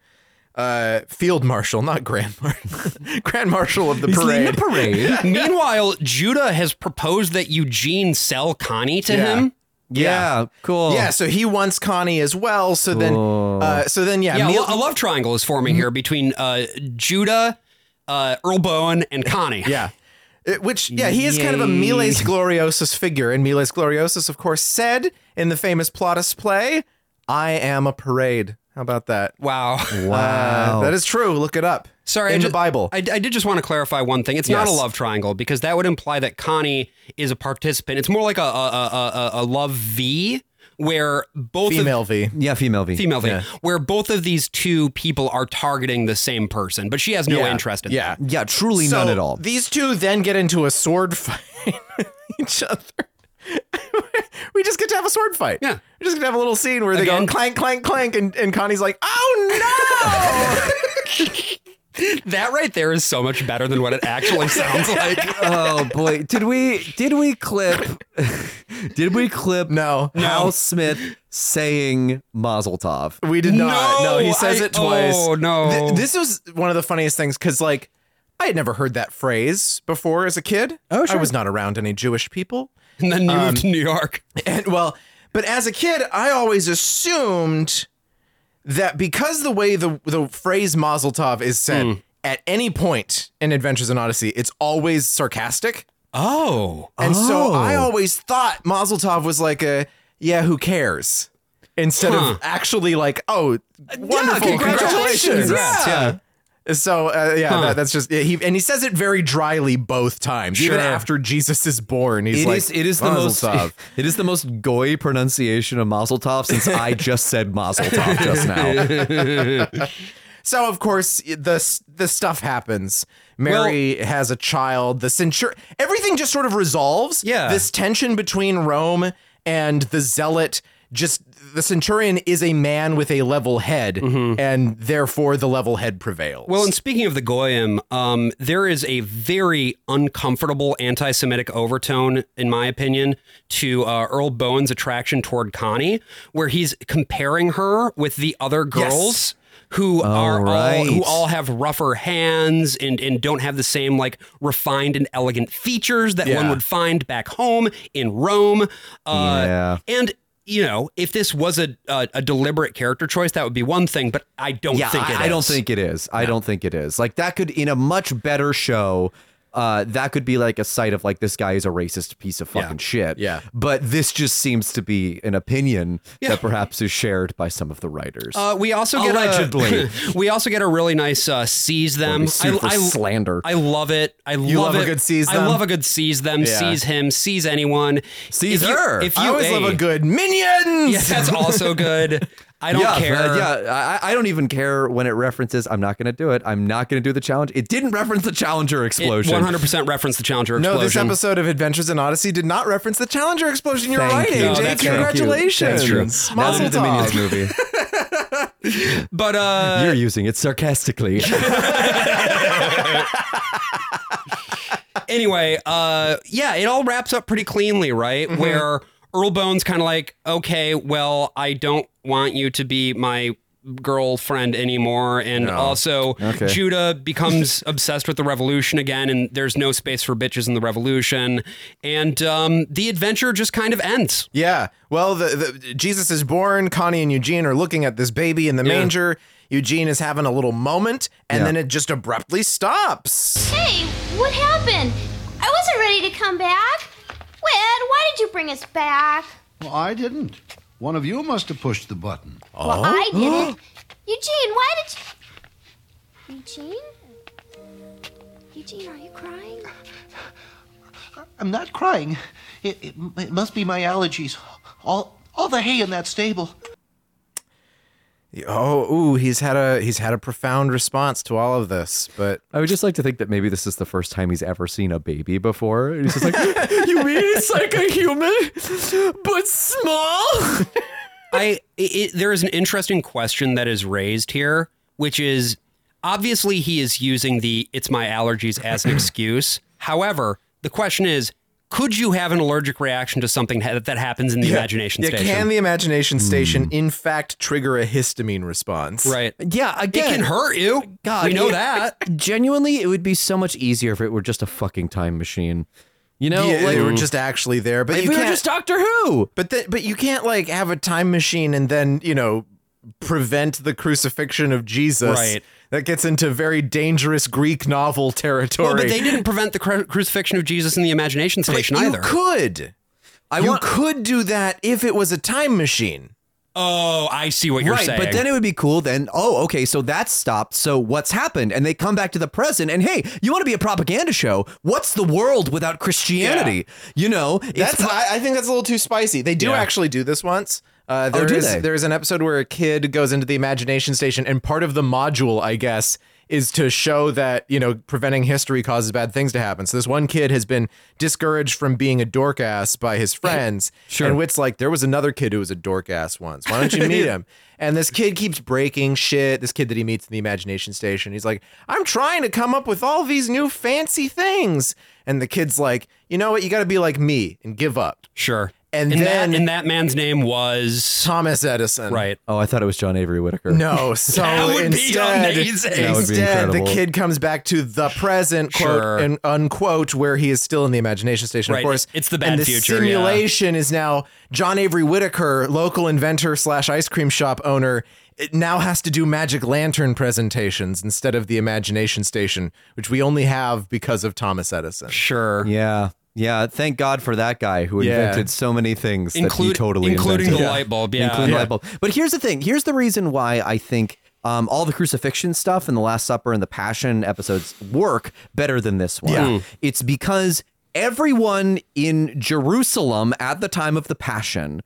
[SPEAKER 3] Uh, Field Marshal, not Grand Marshal. Grand Marshal of the parade.
[SPEAKER 1] Meanwhile, Judah has proposed that Eugene sell Connie to him.
[SPEAKER 2] Yeah, cool.
[SPEAKER 3] Yeah, so he wants Connie as well. So then, uh, so then, yeah,
[SPEAKER 1] yeah,
[SPEAKER 3] Mm-hmm.
[SPEAKER 1] a
[SPEAKER 3] Mil-
[SPEAKER 1] lo- a love triangle is forming here between uh, Judah, uh, Earl Bowen, and Connie.
[SPEAKER 3] Yeah. It-
[SPEAKER 1] oh,
[SPEAKER 3] Which, yeah, he is kind of a Miles Gloriosus figure. And Miles Gloriosus, of course, said in the famous Plautus play, I am a parade. How about that?
[SPEAKER 1] Wow.
[SPEAKER 2] Wow.
[SPEAKER 3] that is true. Look it up.
[SPEAKER 1] Sorry,
[SPEAKER 3] in
[SPEAKER 1] I
[SPEAKER 3] the
[SPEAKER 1] ju-
[SPEAKER 3] Bible.
[SPEAKER 1] I, I did just want to clarify one thing. It's not a
[SPEAKER 3] Yes.
[SPEAKER 1] love triangle because that would imply that Connie is a participant. It's more like a a, a, a, a love V where both of-
[SPEAKER 3] Female V.
[SPEAKER 2] Yeah, female V.
[SPEAKER 1] female V,
[SPEAKER 2] Yeah.
[SPEAKER 1] where both of these two people are targeting the same person, but she has no
[SPEAKER 3] Yeah.
[SPEAKER 1] interest in
[SPEAKER 3] Yeah.
[SPEAKER 1] that.
[SPEAKER 2] Yeah, truly
[SPEAKER 3] So
[SPEAKER 2] none at all.
[SPEAKER 3] These two then get into a sword fight with each other. we just get to have a sword fight.
[SPEAKER 1] Yeah.
[SPEAKER 3] We just get to have a little scene where they go clank, clank, clank, and, and Connie's like, oh no!
[SPEAKER 1] That right there is so much better than what it actually sounds like.
[SPEAKER 2] oh boy, did we did we clip? did we clip?
[SPEAKER 3] No,
[SPEAKER 2] Hal Smith saying Mazel Tov.
[SPEAKER 3] We did not. No, Oh, he says it twice.
[SPEAKER 1] Oh,
[SPEAKER 3] Th-
[SPEAKER 2] this
[SPEAKER 3] this was one of the funniest things because, like, I had never heard that phrase before as a kid. Oh,
[SPEAKER 2] sure.
[SPEAKER 3] I was not around any Jewish people.
[SPEAKER 1] And
[SPEAKER 3] Um,
[SPEAKER 1] then you moved to New York.
[SPEAKER 3] And well, but as a kid, I always assumed that because the way the the phrase Mazel Tov is said
[SPEAKER 1] Hmm.
[SPEAKER 3] at any point in Adventures in Odyssey, it's always sarcastic.
[SPEAKER 1] Oh,
[SPEAKER 3] and so
[SPEAKER 2] Oh.
[SPEAKER 3] I always thought Mazel Tov was like a yeah, who cares? Instead
[SPEAKER 2] Huh.
[SPEAKER 3] of actually like, oh, wonderful,
[SPEAKER 2] congratulations.
[SPEAKER 3] congratulations.
[SPEAKER 2] Congrats, yeah.
[SPEAKER 3] So uh, yeah,
[SPEAKER 2] Huh.
[SPEAKER 3] that, that's just yeah, he and he says it very dryly both times. Even
[SPEAKER 2] Sure.
[SPEAKER 3] after Jesus is born,
[SPEAKER 2] it
[SPEAKER 3] he's
[SPEAKER 2] is
[SPEAKER 3] like,
[SPEAKER 2] it is the
[SPEAKER 3] "Mazel
[SPEAKER 2] most
[SPEAKER 3] tov."
[SPEAKER 2] it is the most goy pronunciation of Mazel Tov since I just said Mazel Tov just now.
[SPEAKER 3] so of course the the stuff happens. Mary has a child. The centur everything just sort of resolves.
[SPEAKER 1] Yeah.
[SPEAKER 3] this tension between Rome and the zealot. Just the centurion is a man with a level head,
[SPEAKER 1] Mm-hmm.
[SPEAKER 3] and therefore the level head prevails.
[SPEAKER 1] Well, and speaking of the Goyim, um, there is a very uncomfortable anti Semitic overtone, in my opinion, to uh, Earl Bowen's attraction toward Connie, where he's comparing her with the other
[SPEAKER 3] Yes.
[SPEAKER 1] girls. Who are all
[SPEAKER 2] right.
[SPEAKER 1] who all have rougher hands and and don't have the same like refined and elegant features that one
[SPEAKER 2] Yeah.
[SPEAKER 1] would find back home in Rome. Uh,
[SPEAKER 2] Yeah.
[SPEAKER 1] And you know, if this was a, a a deliberate character choice, that would be one thing. But I don't
[SPEAKER 2] yeah,
[SPEAKER 1] think
[SPEAKER 2] I,
[SPEAKER 1] it is.
[SPEAKER 2] I don't think it is. I don't think it is. Like that could in a much better show. Uh, that could be like a site of like this guy is a racist piece of fucking shit.
[SPEAKER 3] Yeah.
[SPEAKER 2] But this just seems to be an opinion
[SPEAKER 1] Yeah.
[SPEAKER 2] that perhaps is shared by some of the writers.
[SPEAKER 1] Uh, we also get
[SPEAKER 2] Allegedly.
[SPEAKER 1] A, we also get a really nice uh, seize them.
[SPEAKER 2] be sued for slander.
[SPEAKER 1] I love it. I
[SPEAKER 2] You
[SPEAKER 1] love,
[SPEAKER 2] love a
[SPEAKER 1] it.
[SPEAKER 2] good seize
[SPEAKER 1] I
[SPEAKER 2] them?
[SPEAKER 1] love a good seize them.
[SPEAKER 2] Yeah.
[SPEAKER 1] Seize him. Seize anyone.
[SPEAKER 2] Seize
[SPEAKER 1] if you,
[SPEAKER 2] her.
[SPEAKER 1] If you
[SPEAKER 2] I always
[SPEAKER 1] hey.
[SPEAKER 2] love a
[SPEAKER 3] good minions.
[SPEAKER 1] Yeah, that's also good. I don't
[SPEAKER 2] yeah,
[SPEAKER 1] care.
[SPEAKER 2] uh, yeah, I, I don't even care when it references. I'm not going to do it. I'm not going to do the challenge. It didn't reference the Challenger explosion.
[SPEAKER 1] One hundred percent reference the Challenger
[SPEAKER 3] no,
[SPEAKER 1] explosion.
[SPEAKER 3] this episode of Adventures in Odyssey did not reference the Challenger explosion. You're
[SPEAKER 1] Thank
[SPEAKER 3] right,
[SPEAKER 1] you.
[SPEAKER 3] AJ.
[SPEAKER 1] That's true.
[SPEAKER 3] Congratulations.
[SPEAKER 1] That's true.
[SPEAKER 2] Now
[SPEAKER 3] Mazel
[SPEAKER 2] that the Minions
[SPEAKER 3] tov.
[SPEAKER 2] movie.
[SPEAKER 1] but uh,
[SPEAKER 2] You're using it sarcastically.
[SPEAKER 1] anyway, uh, yeah, it all wraps up pretty cleanly, right?
[SPEAKER 3] Mm-hmm.
[SPEAKER 2] Mhm.
[SPEAKER 1] Where Earl Bone's kind of like, okay, well, I don't want you to be my girlfriend anymore, and
[SPEAKER 2] No.
[SPEAKER 1] also
[SPEAKER 2] Okay.
[SPEAKER 1] Judah becomes obsessed with the revolution again, and there's no space for bitches in the revolution, and um, the adventure just kind of ends.
[SPEAKER 3] Yeah. Well, the, the Jesus is born. Connie and Eugene are looking at this baby in the
[SPEAKER 1] Yeah.
[SPEAKER 3] manger. Eugene is having a little moment, and
[SPEAKER 2] Yeah.
[SPEAKER 3] then it just abruptly stops.
[SPEAKER 5] Hey, what happened? I wasn't ready to come back. Wed, why did you bring us back?
[SPEAKER 18] Well, I didn't. One of you must have pushed the button. Oh,
[SPEAKER 5] Well, I didn't. Eugene, why did you. Eugene? Eugene, are you crying?
[SPEAKER 7] I'm not crying. It, it, it must be my allergies. All, all the hay in that stable.
[SPEAKER 3] Oh, ooh, he's had a he's had a profound response to all of this, but
[SPEAKER 2] I would just like to think that maybe this is the first time he's ever seen a baby before. He's just like,
[SPEAKER 14] you mean it's like a human, but small?
[SPEAKER 1] I it, there is an interesting question that is raised here, which is obviously he is using the "it's my allergies" as an excuse. However, the question is, could you have an allergic reaction to something ha- that happens in the imagination
[SPEAKER 3] yeah,
[SPEAKER 1] station?
[SPEAKER 3] can the imagination
[SPEAKER 2] Hmm.
[SPEAKER 3] station in fact trigger a histamine response?
[SPEAKER 1] Right.
[SPEAKER 2] yeah, again,
[SPEAKER 1] can hurt you.
[SPEAKER 2] God,
[SPEAKER 1] We know
[SPEAKER 2] it-
[SPEAKER 1] that.
[SPEAKER 2] Genuinely, it would be so much easier if it were just a fucking time machine. You know,
[SPEAKER 3] Yeah,
[SPEAKER 2] like
[SPEAKER 3] they were just actually there, but
[SPEAKER 2] If
[SPEAKER 3] you
[SPEAKER 2] we were
[SPEAKER 3] can't
[SPEAKER 2] just Doctor Who.
[SPEAKER 3] But then, but you can't like have a time machine and then you know prevent the crucifixion of Jesus.
[SPEAKER 1] Right.
[SPEAKER 3] That gets into very dangerous Greek novel territory.
[SPEAKER 1] Well, but they didn't prevent the cru- crucifixion of Jesus in the imagination station
[SPEAKER 3] you
[SPEAKER 1] either.
[SPEAKER 3] could. I you could do that if it was a time machine.
[SPEAKER 1] Oh, I see what you're
[SPEAKER 2] right,
[SPEAKER 1] saying.
[SPEAKER 2] but then it would be cool. Then, oh, okay, so that stopped. So what's happened? And they come back to the present. And hey, you want to be a propaganda show? What's the world without Christianity? You know, it's
[SPEAKER 3] That's I, I think that's a little too spicy. They do
[SPEAKER 2] Yeah.
[SPEAKER 3] actually do this once. Uh,
[SPEAKER 2] Oh,
[SPEAKER 3] there
[SPEAKER 2] do
[SPEAKER 3] is-
[SPEAKER 2] they?
[SPEAKER 3] there is an episode where a kid goes into the imagination station, and part of the module, I guess, is to show that you know preventing history causes bad things to happen. So this one kid has been discouraged from being a dork ass by his friends,
[SPEAKER 1] Sure.
[SPEAKER 3] and Witt's like, there was another kid who was a dork ass once. Why don't you meet him? And this kid keeps breaking shit. This kid that he meets in the imagination station, he's like, I'm trying to come up with all these new fancy things, and the kid's like, you know what? You got to be like me and give up.
[SPEAKER 1] Sure.
[SPEAKER 3] And,
[SPEAKER 1] And
[SPEAKER 3] then
[SPEAKER 1] that, and that man's name was
[SPEAKER 3] Thomas Edison. Right.
[SPEAKER 2] Oh, I thought it was John Avery Whitaker.
[SPEAKER 3] No, so
[SPEAKER 1] That would be
[SPEAKER 3] instead,
[SPEAKER 1] amazing.
[SPEAKER 2] That would be
[SPEAKER 3] instead the
[SPEAKER 2] incredible.
[SPEAKER 3] kid comes back to the present, quote
[SPEAKER 1] Sure.
[SPEAKER 3] and unquote, where he is still in the imagination station.
[SPEAKER 1] Right.
[SPEAKER 3] Of course,
[SPEAKER 1] It's the
[SPEAKER 3] and
[SPEAKER 1] bad
[SPEAKER 3] the
[SPEAKER 1] future, yeah.
[SPEAKER 3] Simulation is now John Avery Whitaker, local inventor slash ice cream shop owner. It now has to do Magic Lantern presentations instead of the imagination station, which we only have because of Thomas Edison.
[SPEAKER 1] Sure.
[SPEAKER 2] Yeah. Yeah. Thank God for that guy who
[SPEAKER 3] Yeah.
[SPEAKER 2] invented so many things that he
[SPEAKER 1] Include-
[SPEAKER 2] totally
[SPEAKER 1] including
[SPEAKER 2] invented.
[SPEAKER 1] the light bulb, yeah.
[SPEAKER 2] Including
[SPEAKER 1] Yeah.
[SPEAKER 2] light bulb. But here's the thing. Here's the reason why I think um, all the crucifixion stuff and the Last Supper and the Passion episodes work better than this one.
[SPEAKER 1] Yeah. Mm.
[SPEAKER 2] It's because everyone in Jerusalem at the time of the Passion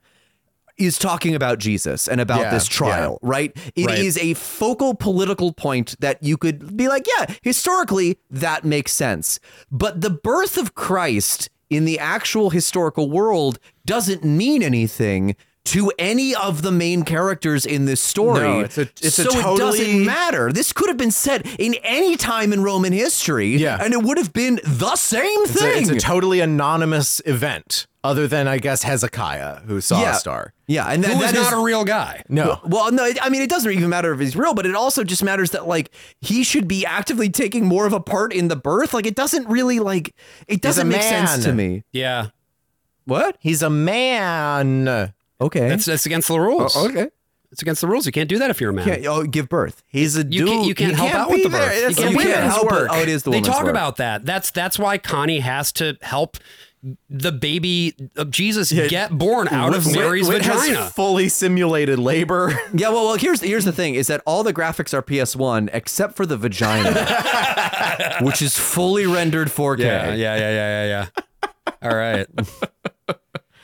[SPEAKER 2] is talking about Jesus and about
[SPEAKER 1] Yeah,
[SPEAKER 2] this trial,
[SPEAKER 1] yeah.
[SPEAKER 2] right? It is
[SPEAKER 1] Right.
[SPEAKER 2] a focal political point that you could be like, yeah, historically, that makes sense. But the birth of Christ in the actual historical world doesn't mean anything to any of the main characters in this story.
[SPEAKER 3] No, it's a- it's
[SPEAKER 2] so
[SPEAKER 3] a
[SPEAKER 2] it doesn't
[SPEAKER 3] totally-
[SPEAKER 2] matter. This could have been said in any time in Roman history, yeah. and it would have been the same
[SPEAKER 3] It's a,
[SPEAKER 2] thing.
[SPEAKER 3] it's a totally anonymous event, other than I guess Hezekiah, who saw
[SPEAKER 2] Yeah.
[SPEAKER 3] a star.
[SPEAKER 2] Yeah, and
[SPEAKER 3] Who
[SPEAKER 2] that,
[SPEAKER 3] is
[SPEAKER 2] that is
[SPEAKER 3] not a real guy. No.
[SPEAKER 2] Well, well, no. it- I mean, it doesn't even matter if he's real, but it also just matters that like he should be actively taking more of a part in the birth. Like it doesn't really like it doesn't make sense to me.
[SPEAKER 1] Yeah.
[SPEAKER 2] What?
[SPEAKER 3] He's a man.
[SPEAKER 2] Okay.
[SPEAKER 1] That's that's against the rules.
[SPEAKER 2] O- okay.
[SPEAKER 1] It's against the rules. You can't do that if you're a man.
[SPEAKER 2] Can't- oh, give birth. He's a
[SPEAKER 1] You
[SPEAKER 2] dude.
[SPEAKER 1] can't, you can't
[SPEAKER 2] He
[SPEAKER 1] help
[SPEAKER 2] can't
[SPEAKER 1] out with
[SPEAKER 2] be
[SPEAKER 1] the
[SPEAKER 2] there.
[SPEAKER 1] birth. you
[SPEAKER 2] That's the
[SPEAKER 1] can't
[SPEAKER 2] women's
[SPEAKER 1] help
[SPEAKER 2] work.
[SPEAKER 1] it.
[SPEAKER 2] Oh, it is the
[SPEAKER 1] They
[SPEAKER 2] women's
[SPEAKER 1] talk
[SPEAKER 2] work.
[SPEAKER 1] about that. That's that's why Connie has to help the baby of Jesus get born out of
[SPEAKER 3] Whit-
[SPEAKER 1] Mary's
[SPEAKER 3] Whit has
[SPEAKER 1] vagina.
[SPEAKER 3] fully simulated labor.
[SPEAKER 2] Yeah, well, well, here's here's the thing: is that all the graphics are PS1 except for the vagina, which is fully rendered 4K.
[SPEAKER 1] Yeah, yeah, yeah, yeah, yeah, yeah. All right.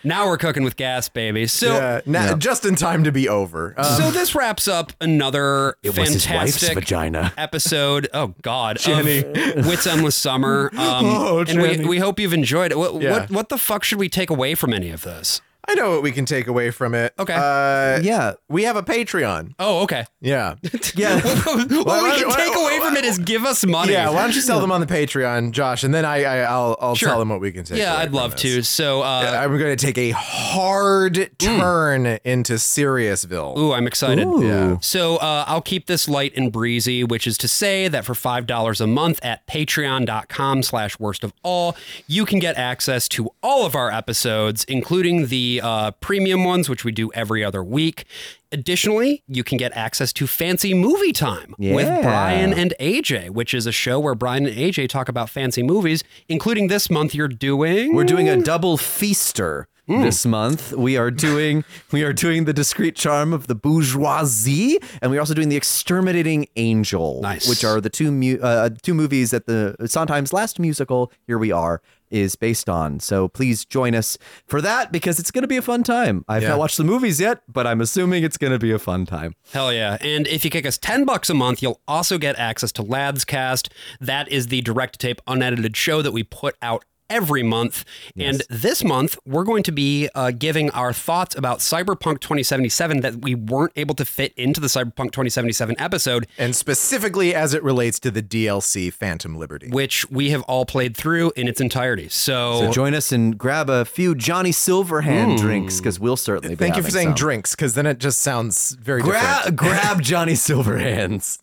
[SPEAKER 1] Now we're cooking with gas, baby. So
[SPEAKER 3] yeah, na- just in time to be over. Um,
[SPEAKER 1] so this wraps up another
[SPEAKER 2] It was his
[SPEAKER 1] fantastic
[SPEAKER 2] wife's vagina.
[SPEAKER 1] episode. Oh God, of
[SPEAKER 2] Jenny.
[SPEAKER 1] Wits Endless Summer. Um,
[SPEAKER 3] Oh,
[SPEAKER 1] and we,
[SPEAKER 3] Jenny.
[SPEAKER 1] we hope you've enjoyed it. What,
[SPEAKER 3] Yeah.
[SPEAKER 1] what what the fuck should we take away from any of this?
[SPEAKER 3] I know what we can take away from it. Okay. Uh,
[SPEAKER 2] yeah,
[SPEAKER 3] we have a Patreon.
[SPEAKER 1] Oh, okay.
[SPEAKER 3] Yeah.
[SPEAKER 2] Yeah.
[SPEAKER 1] what
[SPEAKER 3] Why-
[SPEAKER 1] we
[SPEAKER 3] why-
[SPEAKER 1] can
[SPEAKER 3] why-
[SPEAKER 1] take away from it is give us money.
[SPEAKER 3] Yeah. Why don't you sell them on the Patreon, Josh, and then I, I I'll I'll
[SPEAKER 1] Sure.
[SPEAKER 3] tell them what we can take.
[SPEAKER 1] Yeah,
[SPEAKER 3] away
[SPEAKER 1] I'd
[SPEAKER 3] from
[SPEAKER 1] love
[SPEAKER 3] this.
[SPEAKER 1] to. So uh,
[SPEAKER 3] Yeah, I'm going to take a hard turn into Seriousville.
[SPEAKER 1] Hmm. Ooh, I'm excited.
[SPEAKER 3] Ooh. Yeah.
[SPEAKER 1] So uh, I'll keep this light and breezy, which is to say that for $5 a month at patreon.com slash worst of all, you can get access to all of our episodes, including the uh, premium ones, which we do every other week. Additionally, you can get access to Fancy Movie Time with
[SPEAKER 2] Yeah.
[SPEAKER 1] Brian and AJ, which is a show where Brian and AJ talk about fancy movies, including this month you're doing.
[SPEAKER 2] We're doing a double feaster this month. We are doing we are doing the discreet charm of the bourgeoisie, and we're also doing the exterminating angel,
[SPEAKER 1] Nice.
[SPEAKER 2] which are the two mu- uh, two movies that the Sondheim's last musical Here We Are is based on. So please join us for that because it's going to be a fun time. I've
[SPEAKER 1] Yeah.
[SPEAKER 2] not watched the movies yet, but I'm assuming it's going to be a fun time.
[SPEAKER 1] Hell yeah. And if you kick us 10 bucks a month, you'll also get access to Lads Cast. That is the direct to tape unedited show that we put out every month. And this month, we're going to be uh, giving our thoughts about Cyberpunk 2077 that we weren't able to fit into the Cyberpunk 2077 episode.
[SPEAKER 3] And specifically as it relates to the DLC Phantom Liberty.
[SPEAKER 1] Which we have all played through in its entirety. So,
[SPEAKER 3] Oh.
[SPEAKER 2] So join us and grab a few Johnny Silverhand
[SPEAKER 1] Mm.
[SPEAKER 2] drinks because we'll certainly. be
[SPEAKER 3] Hmm. Thank you for
[SPEAKER 2] having
[SPEAKER 3] saying
[SPEAKER 2] some.
[SPEAKER 3] drinks, because then it just sounds very
[SPEAKER 2] Grab,
[SPEAKER 3] different.
[SPEAKER 2] grab Johnny Silverhands.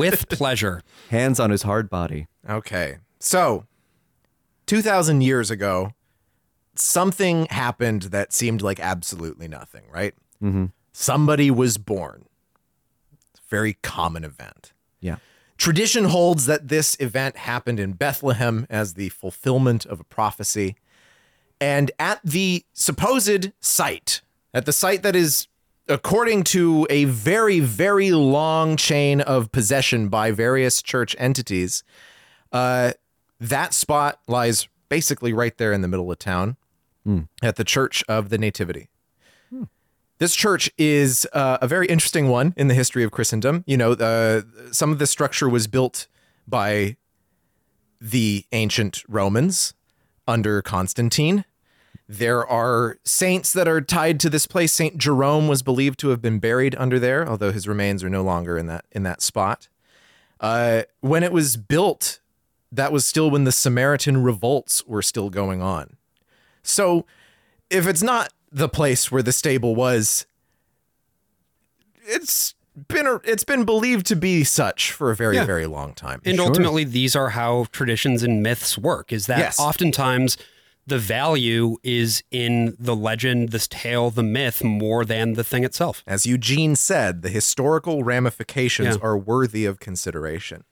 [SPEAKER 1] With pleasure.
[SPEAKER 2] Hands on his hard body.
[SPEAKER 3] Okay. So, 2000 years ago, something happened that seemed like absolutely nothing, right?
[SPEAKER 2] Mm-hmm.
[SPEAKER 3] Somebody was born. It's a very common event.
[SPEAKER 2] Yeah.
[SPEAKER 3] Tradition holds that this event happened in Bethlehem as the fulfillment of a prophecy. And at the supposed site, at the site that is, according to a very, very long chain of possession by various church entities, uh, that spot lies basically right there in the middle of town
[SPEAKER 2] Hmm.
[SPEAKER 3] at the Church of the Nativity. This church is uh, a very interesting one in the history of Christendom. You know, uh, some of this structure was built by the ancient Romans under Constantine. There are saints that are tied to this place. Saint Jerome was believed to have been buried under there, although his remains are no longer in that in that spot. Uh, when it was built, that was still when the Samaritan revolts were still going on. So, if it's not the place where the stable was, it's been a, it's been believed to be such for a very
[SPEAKER 1] Yeah.
[SPEAKER 3] very long time.
[SPEAKER 1] And ultimately, these are how traditions and myths work is that
[SPEAKER 3] Yes.
[SPEAKER 1] oftentimes the value is in the legend, this tale, the myth, more than the thing itself.
[SPEAKER 3] As Eugene said, the historical ramifications
[SPEAKER 1] Yeah.
[SPEAKER 3] are worthy of consideration.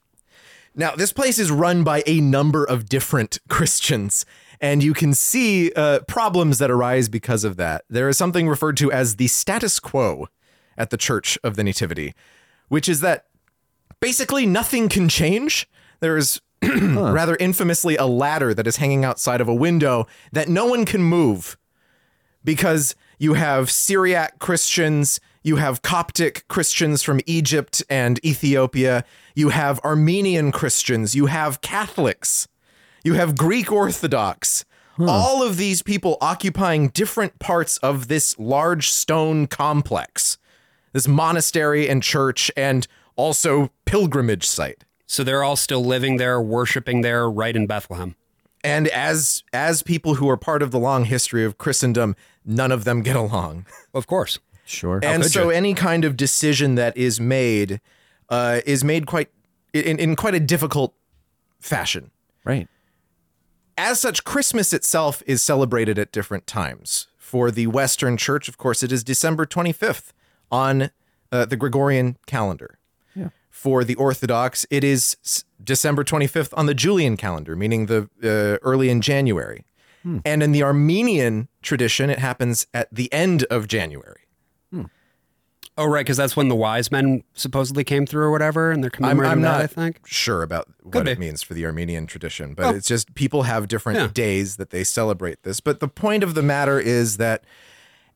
[SPEAKER 3] Now, this place is run by a number of different Christians, and you can see uh, problems that arise because of that. There is something referred to as the status quo at the Church of the Nativity, which is that basically nothing can change. There is rather infamously a ladder that is hanging outside of a window that no one can move because you have Syriac Christians, you have Coptic Christians from Egypt and Ethiopia, you have Armenian Christians, you have Catholics, you have Greek Orthodox. All of these people occupying different parts of this large stone complex, this monastery and church, and also pilgrimage site.
[SPEAKER 1] So they're all still living there, worshiping there, right in Bethlehem.
[SPEAKER 3] And as as people who are part of the long history of Christendom, none of them get along.
[SPEAKER 1] Of course.
[SPEAKER 2] Sure.
[SPEAKER 3] and so any kind of decision that is made uh, is made quite in, in quite a difficult fashion
[SPEAKER 2] right
[SPEAKER 3] as such christmas itself is celebrated at different times for the western church of course it is december 25th on uh, the gregorian calendar
[SPEAKER 2] Yeah.
[SPEAKER 3] for the orthodox it is s- december 25th on the julian calendar meaning the uh, early in january
[SPEAKER 2] Hmm.
[SPEAKER 3] and in the armenian tradition it happens at the end of january
[SPEAKER 1] Oh, right, because that's when the wise men supposedly came through or whatever, and they're
[SPEAKER 3] I'm,
[SPEAKER 1] commemorating
[SPEAKER 3] I'm
[SPEAKER 1] that,
[SPEAKER 3] not
[SPEAKER 1] I think.
[SPEAKER 3] sure about
[SPEAKER 1] Could
[SPEAKER 3] what it
[SPEAKER 1] be.
[SPEAKER 3] means for the Armenian tradition, but
[SPEAKER 1] Oh.
[SPEAKER 3] it's just people have different
[SPEAKER 1] Yeah.
[SPEAKER 3] days that they celebrate this. But the point of the matter is that,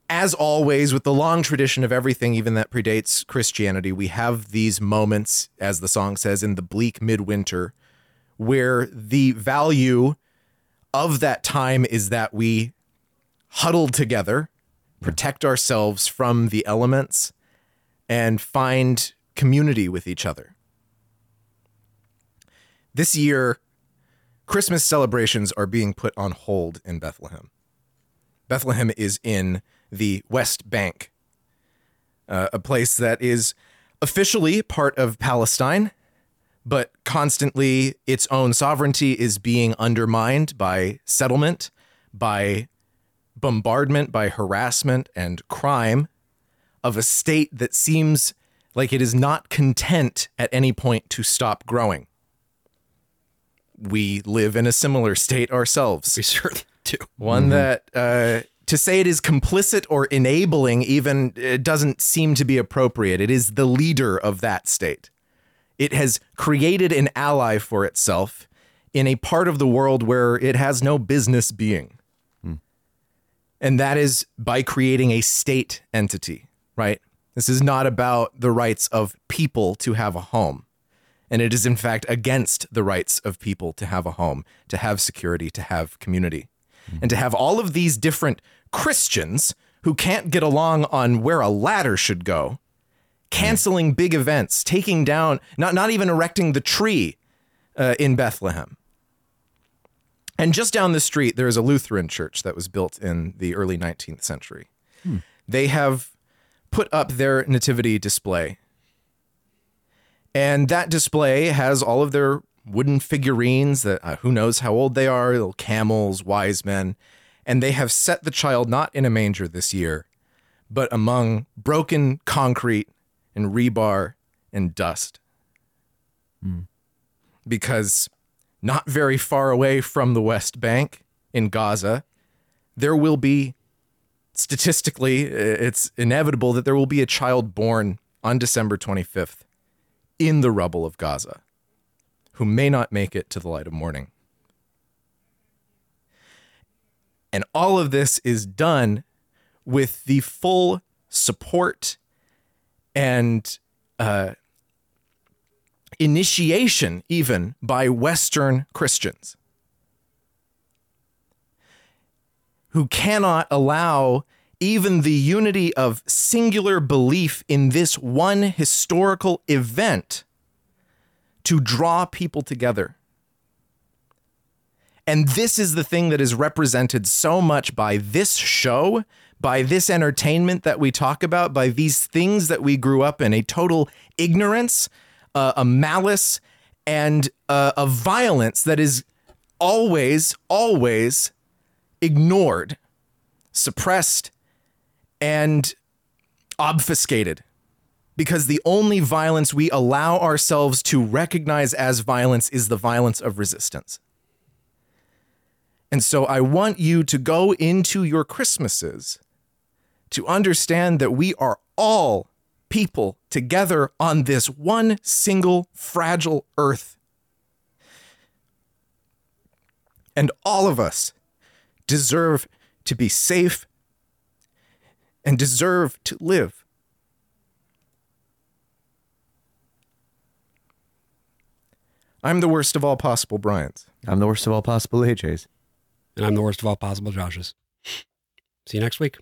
[SPEAKER 3] as always, with the long tradition of everything, even that predates Christianity, we have these moments, as the song says, in the bleak midwinter, where the value of that time is that we huddle together, protect ourselves from the elements, and find community with each other. This year, Christmas celebrations are being put on hold in Bethlehem. Bethlehem is in the West Bank, uh, a place that is officially part of Palestine, but constantly its own sovereignty is being undermined by settlement, by bombardment, by harassment and crime of a state that seems like it is not content at any point to stop growing. We live in a similar state ourselves. We
[SPEAKER 1] certainly do.
[SPEAKER 3] One that uh, to say it is complicit or enabling even it doesn't seem to be appropriate. It is the leader of that state. It has created an ally for itself in a part of the world where it has no business being. And that is by creating a state entity, right? This is not about the rights of people to have a home. And it is, in fact, against the rights of people to have a home, to have security, to have community. And to have all of these different Christians who can't get along on where a ladder should go, canceling big events, taking down, not, not even erecting the tree uh, in Bethlehem. And just down the street, there is a Lutheran church that was built in the early 19th century.
[SPEAKER 13] Hmm.
[SPEAKER 3] They have put up their nativity display. And that display has all of their wooden figurines that uh, who knows how old they are, little camels, wise men. And they have set the child not in a manger this year, but among broken concrete and rebar and dust because not very far away from the West Bank in Gaza, there will be statistically, i- it's inevitable that there will be a child born on December 25th in the rubble of Gaza who may not make it to the light of morning. And all of this is done with the full support, and uh, initiation, even by Western Christians who cannot allow even the unity of singular belief in this one historical event to draw people together. And this is the thing that is represented so much by this show, by this entertainment that we talk about, by these things that we grew up in a total ignorance, uh, a malice, and uh, a violence that is always, always ignored, suppressed, and obfuscated. Because the only violence we allow ourselves to recognize as violence is the violence of resistance. And so I want you to go into your Christmases to understand that we are all people together on this one single fragile earth. And all of us deserve to be safe and deserve to live. I'm the worst of all possible Bryants.
[SPEAKER 2] I'm the worst of all possible AJs.
[SPEAKER 1] And I'm the worst of all possible Joshes. See you next week.